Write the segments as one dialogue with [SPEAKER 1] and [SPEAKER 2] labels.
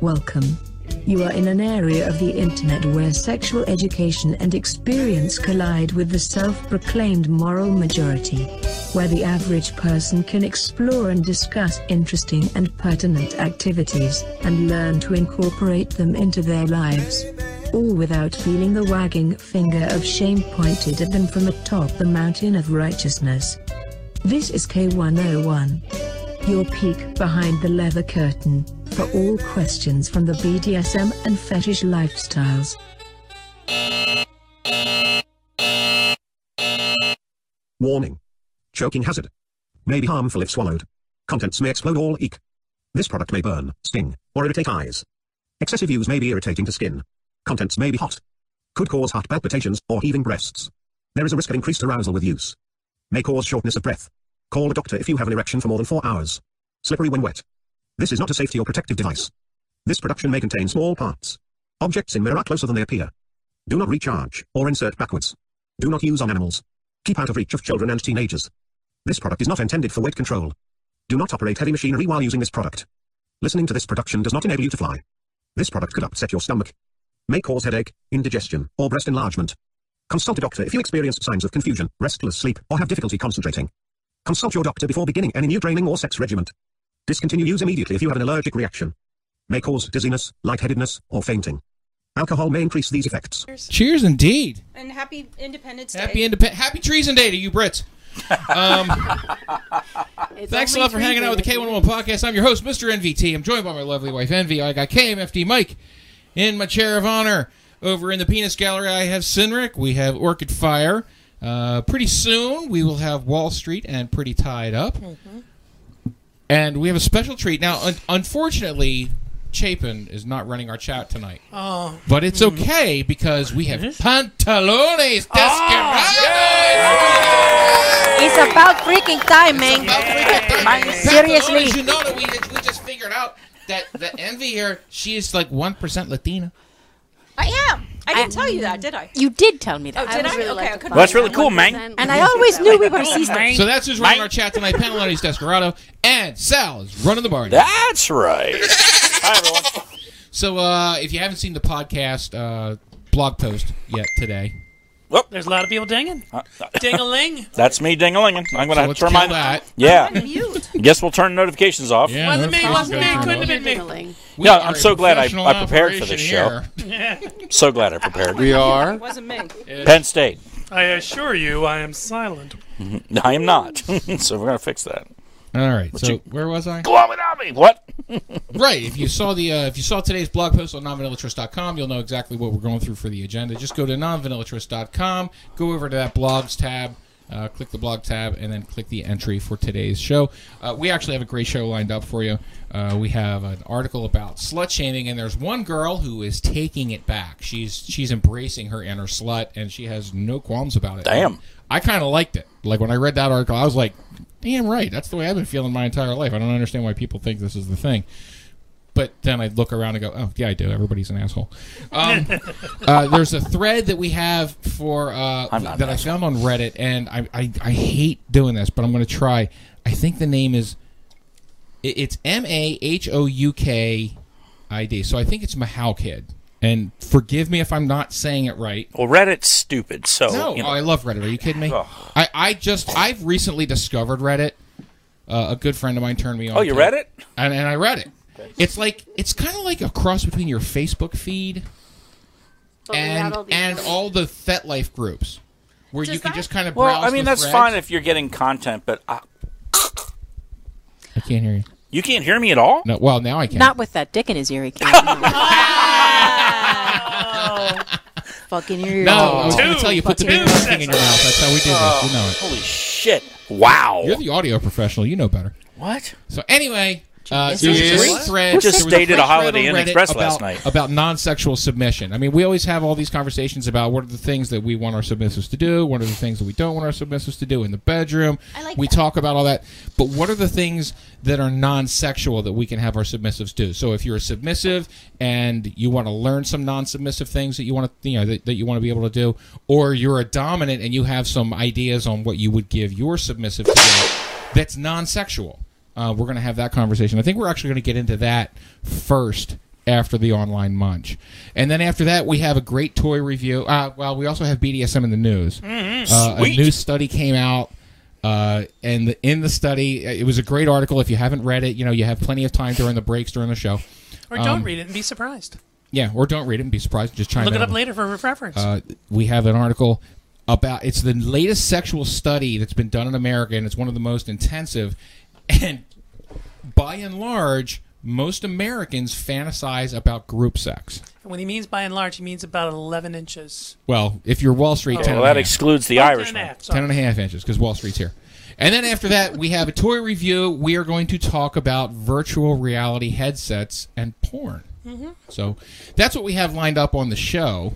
[SPEAKER 1] Welcome. You are in an area of the internet where sexual education and experience collide with the self proclaimed moral majority. Where the average person can explore and discuss interesting and pertinent activities, and learn to incorporate them into their lives. All without feeling the wagging finger of shame pointed at them from atop the mountain of righteousness. This is K101 your peek behind the leather curtain, for all questions from the BDSM and fetish lifestyles.
[SPEAKER 2] Warning. Choking hazard. May be harmful if swallowed. Contents may explode or leak. This product may burn, sting, or irritate eyes. Excessive use may be irritating to skin. Contents may be hot. Could cause heart palpitations or heaving breasts. There is a risk of increased arousal with use. May cause shortness of breath. Call a doctor if you have an erection for more than 4 hours. Slippery when wet. This is not a safety or protective device. This production may contain small parts. Objects in mirror are closer than they appear. Do not recharge or insert backwards. Do not use on animals. Keep out of reach of children and teenagers. This product is not intended for weight control. Do not operate heavy machinery while using this product. Listening to this production does not enable you to fly. This product could upset your stomach. May cause headache, indigestion, or breast enlargement. Consult a doctor if you experience signs of confusion, restless sleep, or have difficulty concentrating. Consult your doctor before beginning any new training or sex regimen. Discontinue use immediately if you have an allergic reaction. May cause dizziness, lightheadedness, or fainting. Alcohol may increase these effects.
[SPEAKER 3] Cheers, indeed.
[SPEAKER 4] And happy Independence Day.
[SPEAKER 3] Happy independ- Happy Treason Day to you Brits. Um, thanks a lot for hanging out with the K101 podcast. I'm your host, Mr. NVT. I'm joined by my lovely wife, Envy. I got KMFD Mike in my chair of honor. Over in the penis gallery, I have Sinric. We have Orchid Fire. Uh, pretty soon, we will have Wall Street and Pretty Tied Up. And we have a special treat. Now, un- unfortunately, Chapin is not running our chat tonight. Oh. But it's okay because we have Pantalones Descarados.
[SPEAKER 4] It's about freaking time, man. Seriously.
[SPEAKER 3] Pantalones, you know that we, we just figured out that the envy here, she is like 1% Latina.
[SPEAKER 4] I am. I didn't tell you that, did I?
[SPEAKER 5] You did tell me that.
[SPEAKER 4] Oh, did I?
[SPEAKER 6] was really
[SPEAKER 4] okay,
[SPEAKER 6] like
[SPEAKER 4] I
[SPEAKER 6] the
[SPEAKER 4] couldn't.
[SPEAKER 7] Well, that's really cool, man.
[SPEAKER 6] And
[SPEAKER 5] And
[SPEAKER 6] I
[SPEAKER 5] I always knew we were sisters.
[SPEAKER 3] So that's who's running our chat tonight. Pantalones Descarado and Sal is running the bar.
[SPEAKER 7] That's right. Hi, everyone.
[SPEAKER 3] So uh, if you haven't seen the podcast uh, blog post yet today,
[SPEAKER 8] There's a lot of people dinging.
[SPEAKER 9] uh,
[SPEAKER 8] Ding a ling.
[SPEAKER 7] That's me dingalinging. I'm going
[SPEAKER 3] so
[SPEAKER 7] to have
[SPEAKER 3] let's
[SPEAKER 7] to
[SPEAKER 3] kill
[SPEAKER 7] remind
[SPEAKER 3] that.
[SPEAKER 7] Yeah.
[SPEAKER 4] Mute.
[SPEAKER 7] Guess we'll turn notifications off.
[SPEAKER 3] Yeah,
[SPEAKER 8] Wasn't me,
[SPEAKER 3] notifications
[SPEAKER 8] wasn't
[SPEAKER 3] go
[SPEAKER 8] me,
[SPEAKER 3] through.
[SPEAKER 8] couldn't have been me.
[SPEAKER 3] We
[SPEAKER 7] Yeah,
[SPEAKER 3] are
[SPEAKER 7] I'm
[SPEAKER 3] a
[SPEAKER 7] so glad I-
[SPEAKER 3] professional
[SPEAKER 7] I prepared for this
[SPEAKER 3] operation
[SPEAKER 7] So glad I prepared.
[SPEAKER 9] We are.
[SPEAKER 4] Wasn't me.
[SPEAKER 7] Penn State.
[SPEAKER 8] I assure you, I am silent.
[SPEAKER 7] I am not. so we're going to fix that.
[SPEAKER 3] here. All right. So where was I?
[SPEAKER 7] Go on without me. What?
[SPEAKER 3] Right. If you saw the uh, if you saw today's blog post on nonvanillatrust.com, you'll know exactly what we're going through for the agenda. Just go to nonvanillatrust.com, go over to that blogs tab, uh, click the blog tab, and then click the entry for today's show. Uh, we actually have a great show lined up for you. Uh, we have an article about slut shaming, and there's one girl who is taking it back. She's she's embracing her inner slut, and she has no qualms about it.
[SPEAKER 7] Damn.
[SPEAKER 3] I kind of liked it. Like when I read that article, I was like, "Damn right, that's the way I've been feeling my entire life." I don't understand why people think this is the thing. But then I look around and go, "Oh yeah, I do. Everybody's an asshole." Um, uh, there's a thread that we have for uh,
[SPEAKER 7] I'm not
[SPEAKER 3] that
[SPEAKER 7] an
[SPEAKER 3] I found on Reddit, and I, I I hate doing this, but I'm going to try. I think the name is it- it's M A H O U K I D. So I think it's Mahal Kid. And forgive me if I'm not saying it right.
[SPEAKER 7] Well, Reddit's stupid. So,
[SPEAKER 3] No,
[SPEAKER 7] you
[SPEAKER 3] oh, I
[SPEAKER 7] know,
[SPEAKER 3] love Reddit. Are you kidding me?
[SPEAKER 7] Ugh.
[SPEAKER 3] I, I just I've recently discovered Reddit. Uh, a good friend of mine turned me on.
[SPEAKER 7] oh, you
[SPEAKER 3] to
[SPEAKER 7] read it?
[SPEAKER 3] And, and I read it. It's like it's kind of like a cross between your Facebook feed and and all the FetLife groups, where you can just kind of
[SPEAKER 7] Well,
[SPEAKER 3] browse.
[SPEAKER 7] I mean,
[SPEAKER 3] the
[SPEAKER 7] that's
[SPEAKER 3] threads.
[SPEAKER 7] fine if you're getting content, but uh,
[SPEAKER 3] I can't hear you.
[SPEAKER 7] you can't hear me at all?
[SPEAKER 3] No, well now I can.
[SPEAKER 5] Not with that dick in his ear. He can't. Fucking ear.
[SPEAKER 3] no, I was going to
[SPEAKER 8] Two.
[SPEAKER 3] tell you put the big
[SPEAKER 8] Two
[SPEAKER 3] thing in your mouth. That's how we do this. You know it.
[SPEAKER 7] Oh, Holy shit. Wow.
[SPEAKER 3] You're the audio professional. You know better.
[SPEAKER 7] What?
[SPEAKER 3] So anyway, uh, there was a
[SPEAKER 9] Yes.
[SPEAKER 3] great thread.
[SPEAKER 7] Just
[SPEAKER 3] there was a
[SPEAKER 7] dated
[SPEAKER 3] great
[SPEAKER 7] a Holiday
[SPEAKER 3] thread on
[SPEAKER 7] Inn
[SPEAKER 3] Reddit
[SPEAKER 7] Express
[SPEAKER 3] about,
[SPEAKER 7] last night.
[SPEAKER 3] about non-sexual submission. I mean, we always have all these conversations about what are the things that we want our submissives to do, what are the things that we don't want our submissives to do in the bedroom. I like we talk about all that, but what are the things that are non-sexual that we can have our submissives do? So if you're a submissive and you want to learn some non-submissive things that you want to, you know, that, that you want to be able to do, or you're a dominant and you have some ideas on what you would give your submissive to do that's non-sexual. Uh, we're going to have that conversation. I think we're actually going to get into that first after the online munch. And then after that, we have a great toy review. Uh, well, we also have BDSM in the news.
[SPEAKER 8] Mm-hmm.
[SPEAKER 3] Uh, a
[SPEAKER 7] Sweet.
[SPEAKER 3] new study came out. Uh, and the, in the study, it was a great article. If you haven't read it, you know you have plenty of time during the breaks during the show.
[SPEAKER 8] Or
[SPEAKER 3] Um,
[SPEAKER 8] don't read it and be surprised.
[SPEAKER 3] Yeah, or don't read it and be surprised. Just chime
[SPEAKER 8] Look
[SPEAKER 3] in
[SPEAKER 8] it up
[SPEAKER 3] on-
[SPEAKER 8] later for reference.
[SPEAKER 3] uh, we have an article about it's the latest sexual study that's been done in America, and it's one of the most intensive. And by and large, most Americans fantasize about group sex.
[SPEAKER 8] and when he means by and large, he means about 11 inches.
[SPEAKER 3] Well, if you're Wall Street,
[SPEAKER 7] Well,
[SPEAKER 3] ten and a
[SPEAKER 7] that
[SPEAKER 3] half.
[SPEAKER 7] excludes the
[SPEAKER 8] Oh, 10 and a
[SPEAKER 7] Irishman.
[SPEAKER 8] half, sorry.
[SPEAKER 3] ten and a half inches because Wall Street's here. And then after that, we have a toy review. We are going to talk about virtual reality headsets and porn. Mm-hmm. So that's what we have lined up on the show.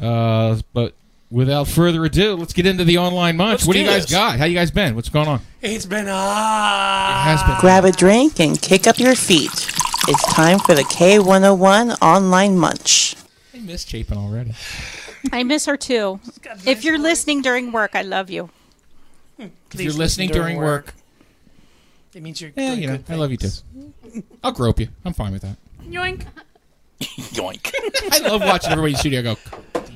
[SPEAKER 3] Uh, but without further ado, let's get into the online munch.
[SPEAKER 7] Let's
[SPEAKER 3] what do you
[SPEAKER 7] do
[SPEAKER 3] guys
[SPEAKER 7] this.
[SPEAKER 3] got? How you guys been? What's going on?
[SPEAKER 8] It's been ah.
[SPEAKER 3] Has been-
[SPEAKER 6] Grab a drink and kick up your feet. It's time for the K101 Online Munch.
[SPEAKER 3] I miss Chapin already.
[SPEAKER 4] I miss her too. If you're listening during work, I love you.
[SPEAKER 3] If you're listening during work,
[SPEAKER 8] It means you're.
[SPEAKER 3] yeah,
[SPEAKER 8] doing
[SPEAKER 3] you know,
[SPEAKER 8] good
[SPEAKER 3] I love you too. I'll grope you. I'm fine with that.
[SPEAKER 8] Yoink.
[SPEAKER 7] Yoink.
[SPEAKER 3] I love watching everybody in the studio go. "God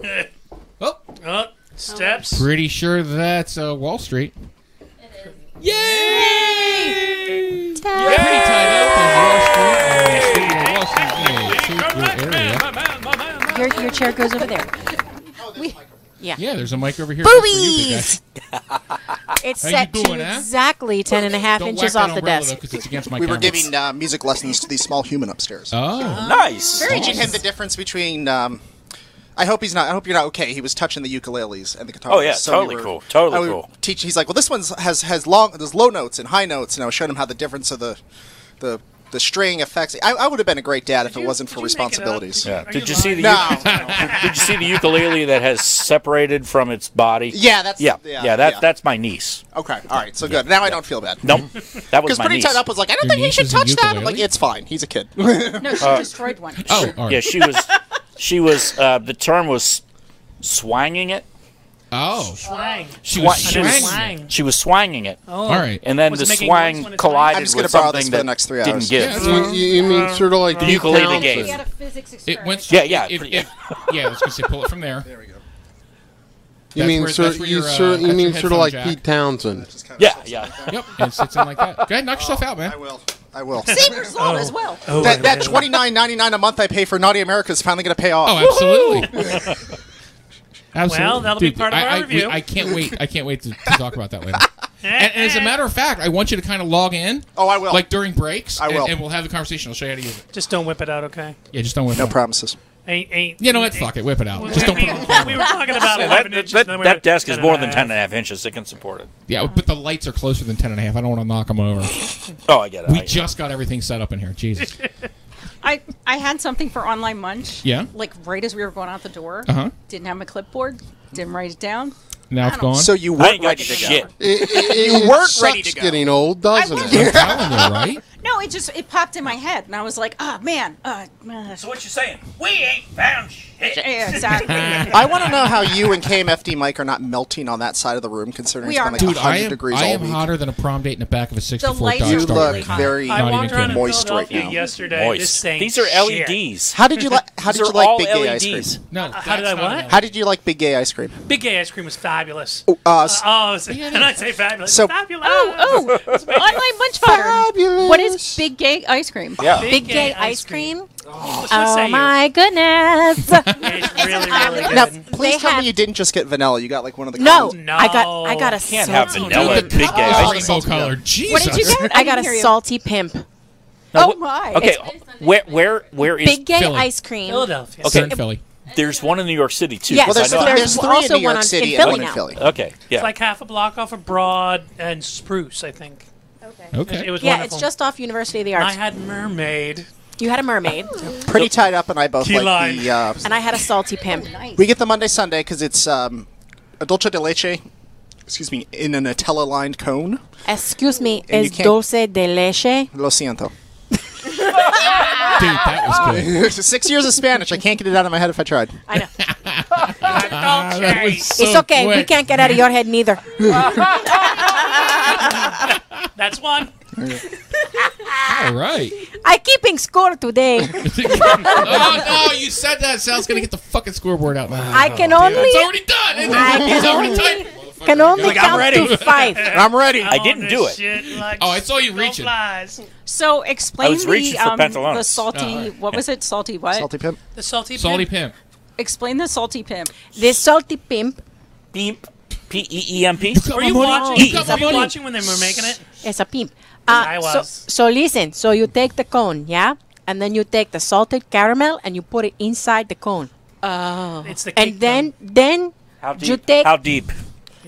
[SPEAKER 3] Damn it.
[SPEAKER 8] Oh, steps.
[SPEAKER 3] Pretty sure that's uh, Wall Street. Yay! Pretty tight up on Wall Street. Uh, Wall Street, uh, Wall Street, uh,
[SPEAKER 5] Your, your chair goes over there.
[SPEAKER 3] Yeah, there's a mic over here.
[SPEAKER 5] Boobies! It's
[SPEAKER 3] How you
[SPEAKER 5] set
[SPEAKER 3] doing,
[SPEAKER 5] to
[SPEAKER 3] huh?
[SPEAKER 5] exactly ten and a half inches off the desk.
[SPEAKER 3] because it's against my
[SPEAKER 9] We were
[SPEAKER 3] camera.
[SPEAKER 9] giving uh, music lessons to the small human upstairs,
[SPEAKER 3] Oh,
[SPEAKER 7] Nice.
[SPEAKER 9] teaching him the difference between. Um, I hope he's not. I hope you're not okay. He was touching the ukuleles and the guitars.
[SPEAKER 7] Oh, yeah, totally cool, totally
[SPEAKER 9] I would
[SPEAKER 7] cool.
[SPEAKER 9] Teach. He's like, well, this one's has has long. There's low notes and high notes, and I was showing him how the difference of the, the the string affects. I, I would have been a great dad if it wasn't for responsibilities.
[SPEAKER 7] Yeah.
[SPEAKER 8] Are
[SPEAKER 7] Did
[SPEAKER 8] you
[SPEAKER 7] you see the
[SPEAKER 9] No.
[SPEAKER 7] Did you see the ukulele that has separated from its body?
[SPEAKER 9] Yeah, that's-
[SPEAKER 7] yeah, yeah.
[SPEAKER 9] yeah,
[SPEAKER 7] that,
[SPEAKER 9] yeah.
[SPEAKER 7] That's my niece.
[SPEAKER 9] okay. All right. So good. Now I don't feel bad.
[SPEAKER 7] Nope, that was
[SPEAKER 9] Because
[SPEAKER 7] my
[SPEAKER 9] pretty
[SPEAKER 7] niece.
[SPEAKER 9] tight up was like, I don't
[SPEAKER 3] Your
[SPEAKER 9] think he
[SPEAKER 3] niece
[SPEAKER 9] should
[SPEAKER 3] is a
[SPEAKER 9] touch that. I'm like,
[SPEAKER 3] ukulele?
[SPEAKER 9] it's fine. He's a kid. Uh,
[SPEAKER 4] No, she destroyed one.
[SPEAKER 3] oh, all right.
[SPEAKER 7] Yeah, Uh, she was. she was. Uh, the term was swanging it.
[SPEAKER 3] Oh,
[SPEAKER 8] Swang.
[SPEAKER 3] she
[SPEAKER 7] Swa-
[SPEAKER 3] was
[SPEAKER 7] she
[SPEAKER 8] swang.
[SPEAKER 3] swinging.
[SPEAKER 8] Swang.
[SPEAKER 7] She was swanging it,
[SPEAKER 8] Oh.
[SPEAKER 3] All right.
[SPEAKER 7] and then
[SPEAKER 8] Was
[SPEAKER 7] the
[SPEAKER 8] it making noise when
[SPEAKER 7] swang
[SPEAKER 8] it's swanging?
[SPEAKER 7] collided
[SPEAKER 9] I'm just gonna
[SPEAKER 7] with
[SPEAKER 9] borrow
[SPEAKER 7] something
[SPEAKER 9] this for
[SPEAKER 7] that
[SPEAKER 9] the next three
[SPEAKER 7] didn't
[SPEAKER 9] hours.
[SPEAKER 7] give.
[SPEAKER 3] Yeah, Uh,
[SPEAKER 10] You, you mean sort of like
[SPEAKER 7] The
[SPEAKER 10] Pete
[SPEAKER 7] ukulele
[SPEAKER 10] Townsend.
[SPEAKER 7] game.
[SPEAKER 4] had a physics
[SPEAKER 3] it
[SPEAKER 4] experiment.
[SPEAKER 3] went.
[SPEAKER 7] Yeah, yeah,
[SPEAKER 3] If,
[SPEAKER 7] pretty-
[SPEAKER 3] if, yeah, I was gonna say pull it from there. There we go.
[SPEAKER 10] You
[SPEAKER 3] That's
[SPEAKER 10] mean
[SPEAKER 3] where-
[SPEAKER 10] sort
[SPEAKER 3] that's where
[SPEAKER 10] you,
[SPEAKER 3] your, uh,
[SPEAKER 10] sort- you
[SPEAKER 3] that's
[SPEAKER 10] mean
[SPEAKER 3] your
[SPEAKER 10] sort of like
[SPEAKER 3] headphone jack.
[SPEAKER 10] Pete Townsend.
[SPEAKER 7] Yeah, yeah.
[SPEAKER 3] Yep, and it sits in like that. Go ahead, knock yourself out, man.
[SPEAKER 9] Oh, I will. I will.
[SPEAKER 4] Sabers law
[SPEAKER 7] Oh.
[SPEAKER 4] as well.
[SPEAKER 9] that that twenty nine ninety nine a month I pay for Naughty America is finally going to pay off.
[SPEAKER 3] Oh, absolutely. absolutely.
[SPEAKER 8] Well, that'll be
[SPEAKER 3] Dude,
[SPEAKER 8] part of
[SPEAKER 3] I,
[SPEAKER 8] our
[SPEAKER 3] I, we-
[SPEAKER 8] review.
[SPEAKER 3] I can't wait. I can't wait to, to talk about that later. and, and as a matter of fact, I want you to kind of log in.
[SPEAKER 9] Oh, I will.
[SPEAKER 3] Like during breaks.
[SPEAKER 9] I will.
[SPEAKER 3] And, and we'll have the conversation. I'll show you how to use it.
[SPEAKER 8] Just don't whip it out, okay?
[SPEAKER 3] Yeah, just don't whip
[SPEAKER 9] no
[SPEAKER 3] it out.
[SPEAKER 9] promises.
[SPEAKER 8] Ain't ain't.
[SPEAKER 3] You know what? Fuck it. Whip it out.
[SPEAKER 8] We-
[SPEAKER 3] Just don't
[SPEAKER 8] we,
[SPEAKER 3] put it on.
[SPEAKER 8] we were talking about
[SPEAKER 7] That,
[SPEAKER 8] 11
[SPEAKER 7] that,
[SPEAKER 8] inches.
[SPEAKER 7] that,
[SPEAKER 8] then we were-
[SPEAKER 7] that desk is more than 10
[SPEAKER 8] 10
[SPEAKER 7] and a half inches. It can support it.
[SPEAKER 3] Yeah, but the lights are closer than 10 and a half. I don't want to knock them over.
[SPEAKER 7] Oh, I get it. I
[SPEAKER 3] We
[SPEAKER 7] get it.
[SPEAKER 3] just got everything set up in here. Jesus.
[SPEAKER 4] I, I had something for online munch.
[SPEAKER 3] Yeah.
[SPEAKER 4] Like right as we were going out the door.
[SPEAKER 3] Uh-huh.
[SPEAKER 4] Didn't have my clipboard. Didn't write it down.
[SPEAKER 3] Now it's gone.
[SPEAKER 9] So you
[SPEAKER 7] I
[SPEAKER 9] weren't
[SPEAKER 7] ain't got
[SPEAKER 9] ready to
[SPEAKER 7] shit.
[SPEAKER 9] go.
[SPEAKER 10] It, it, it
[SPEAKER 9] weren't
[SPEAKER 10] sucks
[SPEAKER 9] ready to go.
[SPEAKER 10] getting old, doesn't
[SPEAKER 4] I
[SPEAKER 10] it?
[SPEAKER 4] wasn't.
[SPEAKER 3] I'm telling you, right?
[SPEAKER 4] No, it just it popped in my head, and I was like, ah, man. Uh, uh,
[SPEAKER 7] So what you saying? We ain't found shit.
[SPEAKER 4] yeah, exactly.
[SPEAKER 9] I want to know how you and KMFD Mike are not melting on that side of the room, considering
[SPEAKER 4] We
[SPEAKER 9] it's
[SPEAKER 4] are
[SPEAKER 9] been like
[SPEAKER 4] not.
[SPEAKER 3] Dude, I
[SPEAKER 9] 100
[SPEAKER 3] am,
[SPEAKER 9] degrees
[SPEAKER 3] I
[SPEAKER 9] all
[SPEAKER 3] am
[SPEAKER 9] week.
[SPEAKER 3] hotter than a prom date in the back of a 64
[SPEAKER 4] lights
[SPEAKER 3] Dodge
[SPEAKER 9] you
[SPEAKER 4] are
[SPEAKER 3] Starter.
[SPEAKER 9] look
[SPEAKER 4] really hot.
[SPEAKER 9] very.
[SPEAKER 8] I
[SPEAKER 3] Not
[SPEAKER 8] walked
[SPEAKER 3] even
[SPEAKER 8] around
[SPEAKER 3] kidding.
[SPEAKER 8] in
[SPEAKER 9] Moist right
[SPEAKER 8] Philadelphia
[SPEAKER 9] now.
[SPEAKER 8] yesterday.
[SPEAKER 7] Moist.
[SPEAKER 8] This ain't
[SPEAKER 7] These are
[SPEAKER 8] shit.
[SPEAKER 7] LEDs.
[SPEAKER 9] How did you like? How
[SPEAKER 7] These
[SPEAKER 9] did you
[SPEAKER 7] are
[SPEAKER 9] like
[SPEAKER 7] all E
[SPEAKER 9] big gay ice cream?
[SPEAKER 7] LEDs.
[SPEAKER 3] No,
[SPEAKER 8] how did
[SPEAKER 3] that's
[SPEAKER 8] I
[SPEAKER 3] not E
[SPEAKER 8] what?
[SPEAKER 3] it.
[SPEAKER 9] How did you like big gay ice cream?
[SPEAKER 8] Big gay ice cream was fabulous.
[SPEAKER 9] Uh, s-
[SPEAKER 8] Oh, so- and I say fabulous.
[SPEAKER 9] So-
[SPEAKER 8] fabulous.
[SPEAKER 4] oh, oh, online munch pattern. What is
[SPEAKER 10] Fabulous.
[SPEAKER 4] big gay ice cream?
[SPEAKER 7] Yeah.
[SPEAKER 5] Big gay ice cream.
[SPEAKER 8] What's- what's that
[SPEAKER 5] Oh
[SPEAKER 8] you?
[SPEAKER 5] my goodness!
[SPEAKER 8] It's really, really good.
[SPEAKER 9] now,
[SPEAKER 5] They
[SPEAKER 9] please tell
[SPEAKER 5] have-
[SPEAKER 9] me you didn't just get vanilla. You got like one of the
[SPEAKER 5] no,
[SPEAKER 8] No.
[SPEAKER 9] Oh,
[SPEAKER 5] I got I got a
[SPEAKER 7] Can't have
[SPEAKER 5] salty.
[SPEAKER 7] vanilla
[SPEAKER 5] Dude,
[SPEAKER 7] and big gay
[SPEAKER 3] It's
[SPEAKER 7] ice cream.
[SPEAKER 3] rainbow color. Jesus.
[SPEAKER 4] What did you get?
[SPEAKER 5] I
[SPEAKER 4] didn't
[SPEAKER 5] got a
[SPEAKER 4] hear you.
[SPEAKER 5] salty pimp.
[SPEAKER 4] Oh my!
[SPEAKER 7] Okay,
[SPEAKER 4] It's-
[SPEAKER 7] where where where is
[SPEAKER 5] Big gay
[SPEAKER 3] Philly.
[SPEAKER 5] ice cream.
[SPEAKER 8] Philadelphia.
[SPEAKER 7] Okay.
[SPEAKER 3] They're in Philly.
[SPEAKER 7] there's one in New York City too.
[SPEAKER 5] Yes,
[SPEAKER 9] Well,
[SPEAKER 7] because
[SPEAKER 9] there's,
[SPEAKER 5] So
[SPEAKER 7] I know-
[SPEAKER 5] there's
[SPEAKER 9] there's three
[SPEAKER 5] also
[SPEAKER 9] in New York
[SPEAKER 5] one on-
[SPEAKER 9] City
[SPEAKER 5] in
[SPEAKER 9] and
[SPEAKER 5] Philly
[SPEAKER 9] one in
[SPEAKER 5] now.
[SPEAKER 9] Philly.
[SPEAKER 7] Okay, yeah.
[SPEAKER 8] It's like half a block off of Broad and Spruce, I think. It,
[SPEAKER 3] Okay.
[SPEAKER 8] was
[SPEAKER 5] Yeah,
[SPEAKER 8] wonderful.
[SPEAKER 5] it's just off University of the
[SPEAKER 8] I
[SPEAKER 5] Arts.
[SPEAKER 8] had mermaid.
[SPEAKER 5] You had a mermaid,
[SPEAKER 9] Pretty tied up, and I both
[SPEAKER 8] Key
[SPEAKER 9] like
[SPEAKER 8] line.
[SPEAKER 9] the. Uh,
[SPEAKER 5] and I had a salty pimp.
[SPEAKER 9] we get the Monday Sunday because it's um, a dulce de leche. Excuse me, in an Nutella lined cone.
[SPEAKER 5] Excuse me,
[SPEAKER 9] And you
[SPEAKER 5] is
[SPEAKER 9] can't-
[SPEAKER 5] dulce de leche?
[SPEAKER 9] Lo siento.
[SPEAKER 3] Dude, that was good.
[SPEAKER 9] Six years of Spanish. I can't get it out of my head if I tried.
[SPEAKER 5] I know.
[SPEAKER 3] Ah, That was so
[SPEAKER 5] it's okay. We
[SPEAKER 3] quick.
[SPEAKER 5] can't get out of your head neither.
[SPEAKER 8] That's one.
[SPEAKER 3] All right.
[SPEAKER 5] I keeping score today.
[SPEAKER 3] oh no! You said that. Sal's gonna get the fucking scoreboard out.
[SPEAKER 5] I can only.
[SPEAKER 3] It's already done. It's already, it's already done.
[SPEAKER 5] I can only
[SPEAKER 3] Like, I'm
[SPEAKER 5] count
[SPEAKER 3] ready.
[SPEAKER 5] to five.
[SPEAKER 7] I'm ready. I didn't do it.
[SPEAKER 3] oh, I saw you reaching.
[SPEAKER 4] So explain the
[SPEAKER 7] reaching for
[SPEAKER 4] um,
[SPEAKER 7] pantalones.
[SPEAKER 4] the salty.
[SPEAKER 3] Oh, all right.
[SPEAKER 4] What was it? Salty what?
[SPEAKER 9] pimp.
[SPEAKER 8] The salty.
[SPEAKER 3] Salty
[SPEAKER 8] pimp.
[SPEAKER 3] pimp.
[SPEAKER 4] Explain the salty pimp.
[SPEAKER 5] This salty pimp.
[SPEAKER 7] Pimp. P E E M P.
[SPEAKER 3] Come
[SPEAKER 8] Were you
[SPEAKER 3] on,
[SPEAKER 8] watching?
[SPEAKER 3] come
[SPEAKER 8] Were
[SPEAKER 3] on,
[SPEAKER 8] you
[SPEAKER 3] buddy.
[SPEAKER 8] watching when they were making it?
[SPEAKER 5] It's a pimp.
[SPEAKER 8] I
[SPEAKER 5] Uh, so,
[SPEAKER 8] was.
[SPEAKER 5] so listen. So you take the cone, yeah, and then you take the salted caramel and you put it inside the cone,
[SPEAKER 8] It's the cake
[SPEAKER 5] and then then
[SPEAKER 7] How
[SPEAKER 5] you
[SPEAKER 7] deep?
[SPEAKER 5] take
[SPEAKER 7] How deep?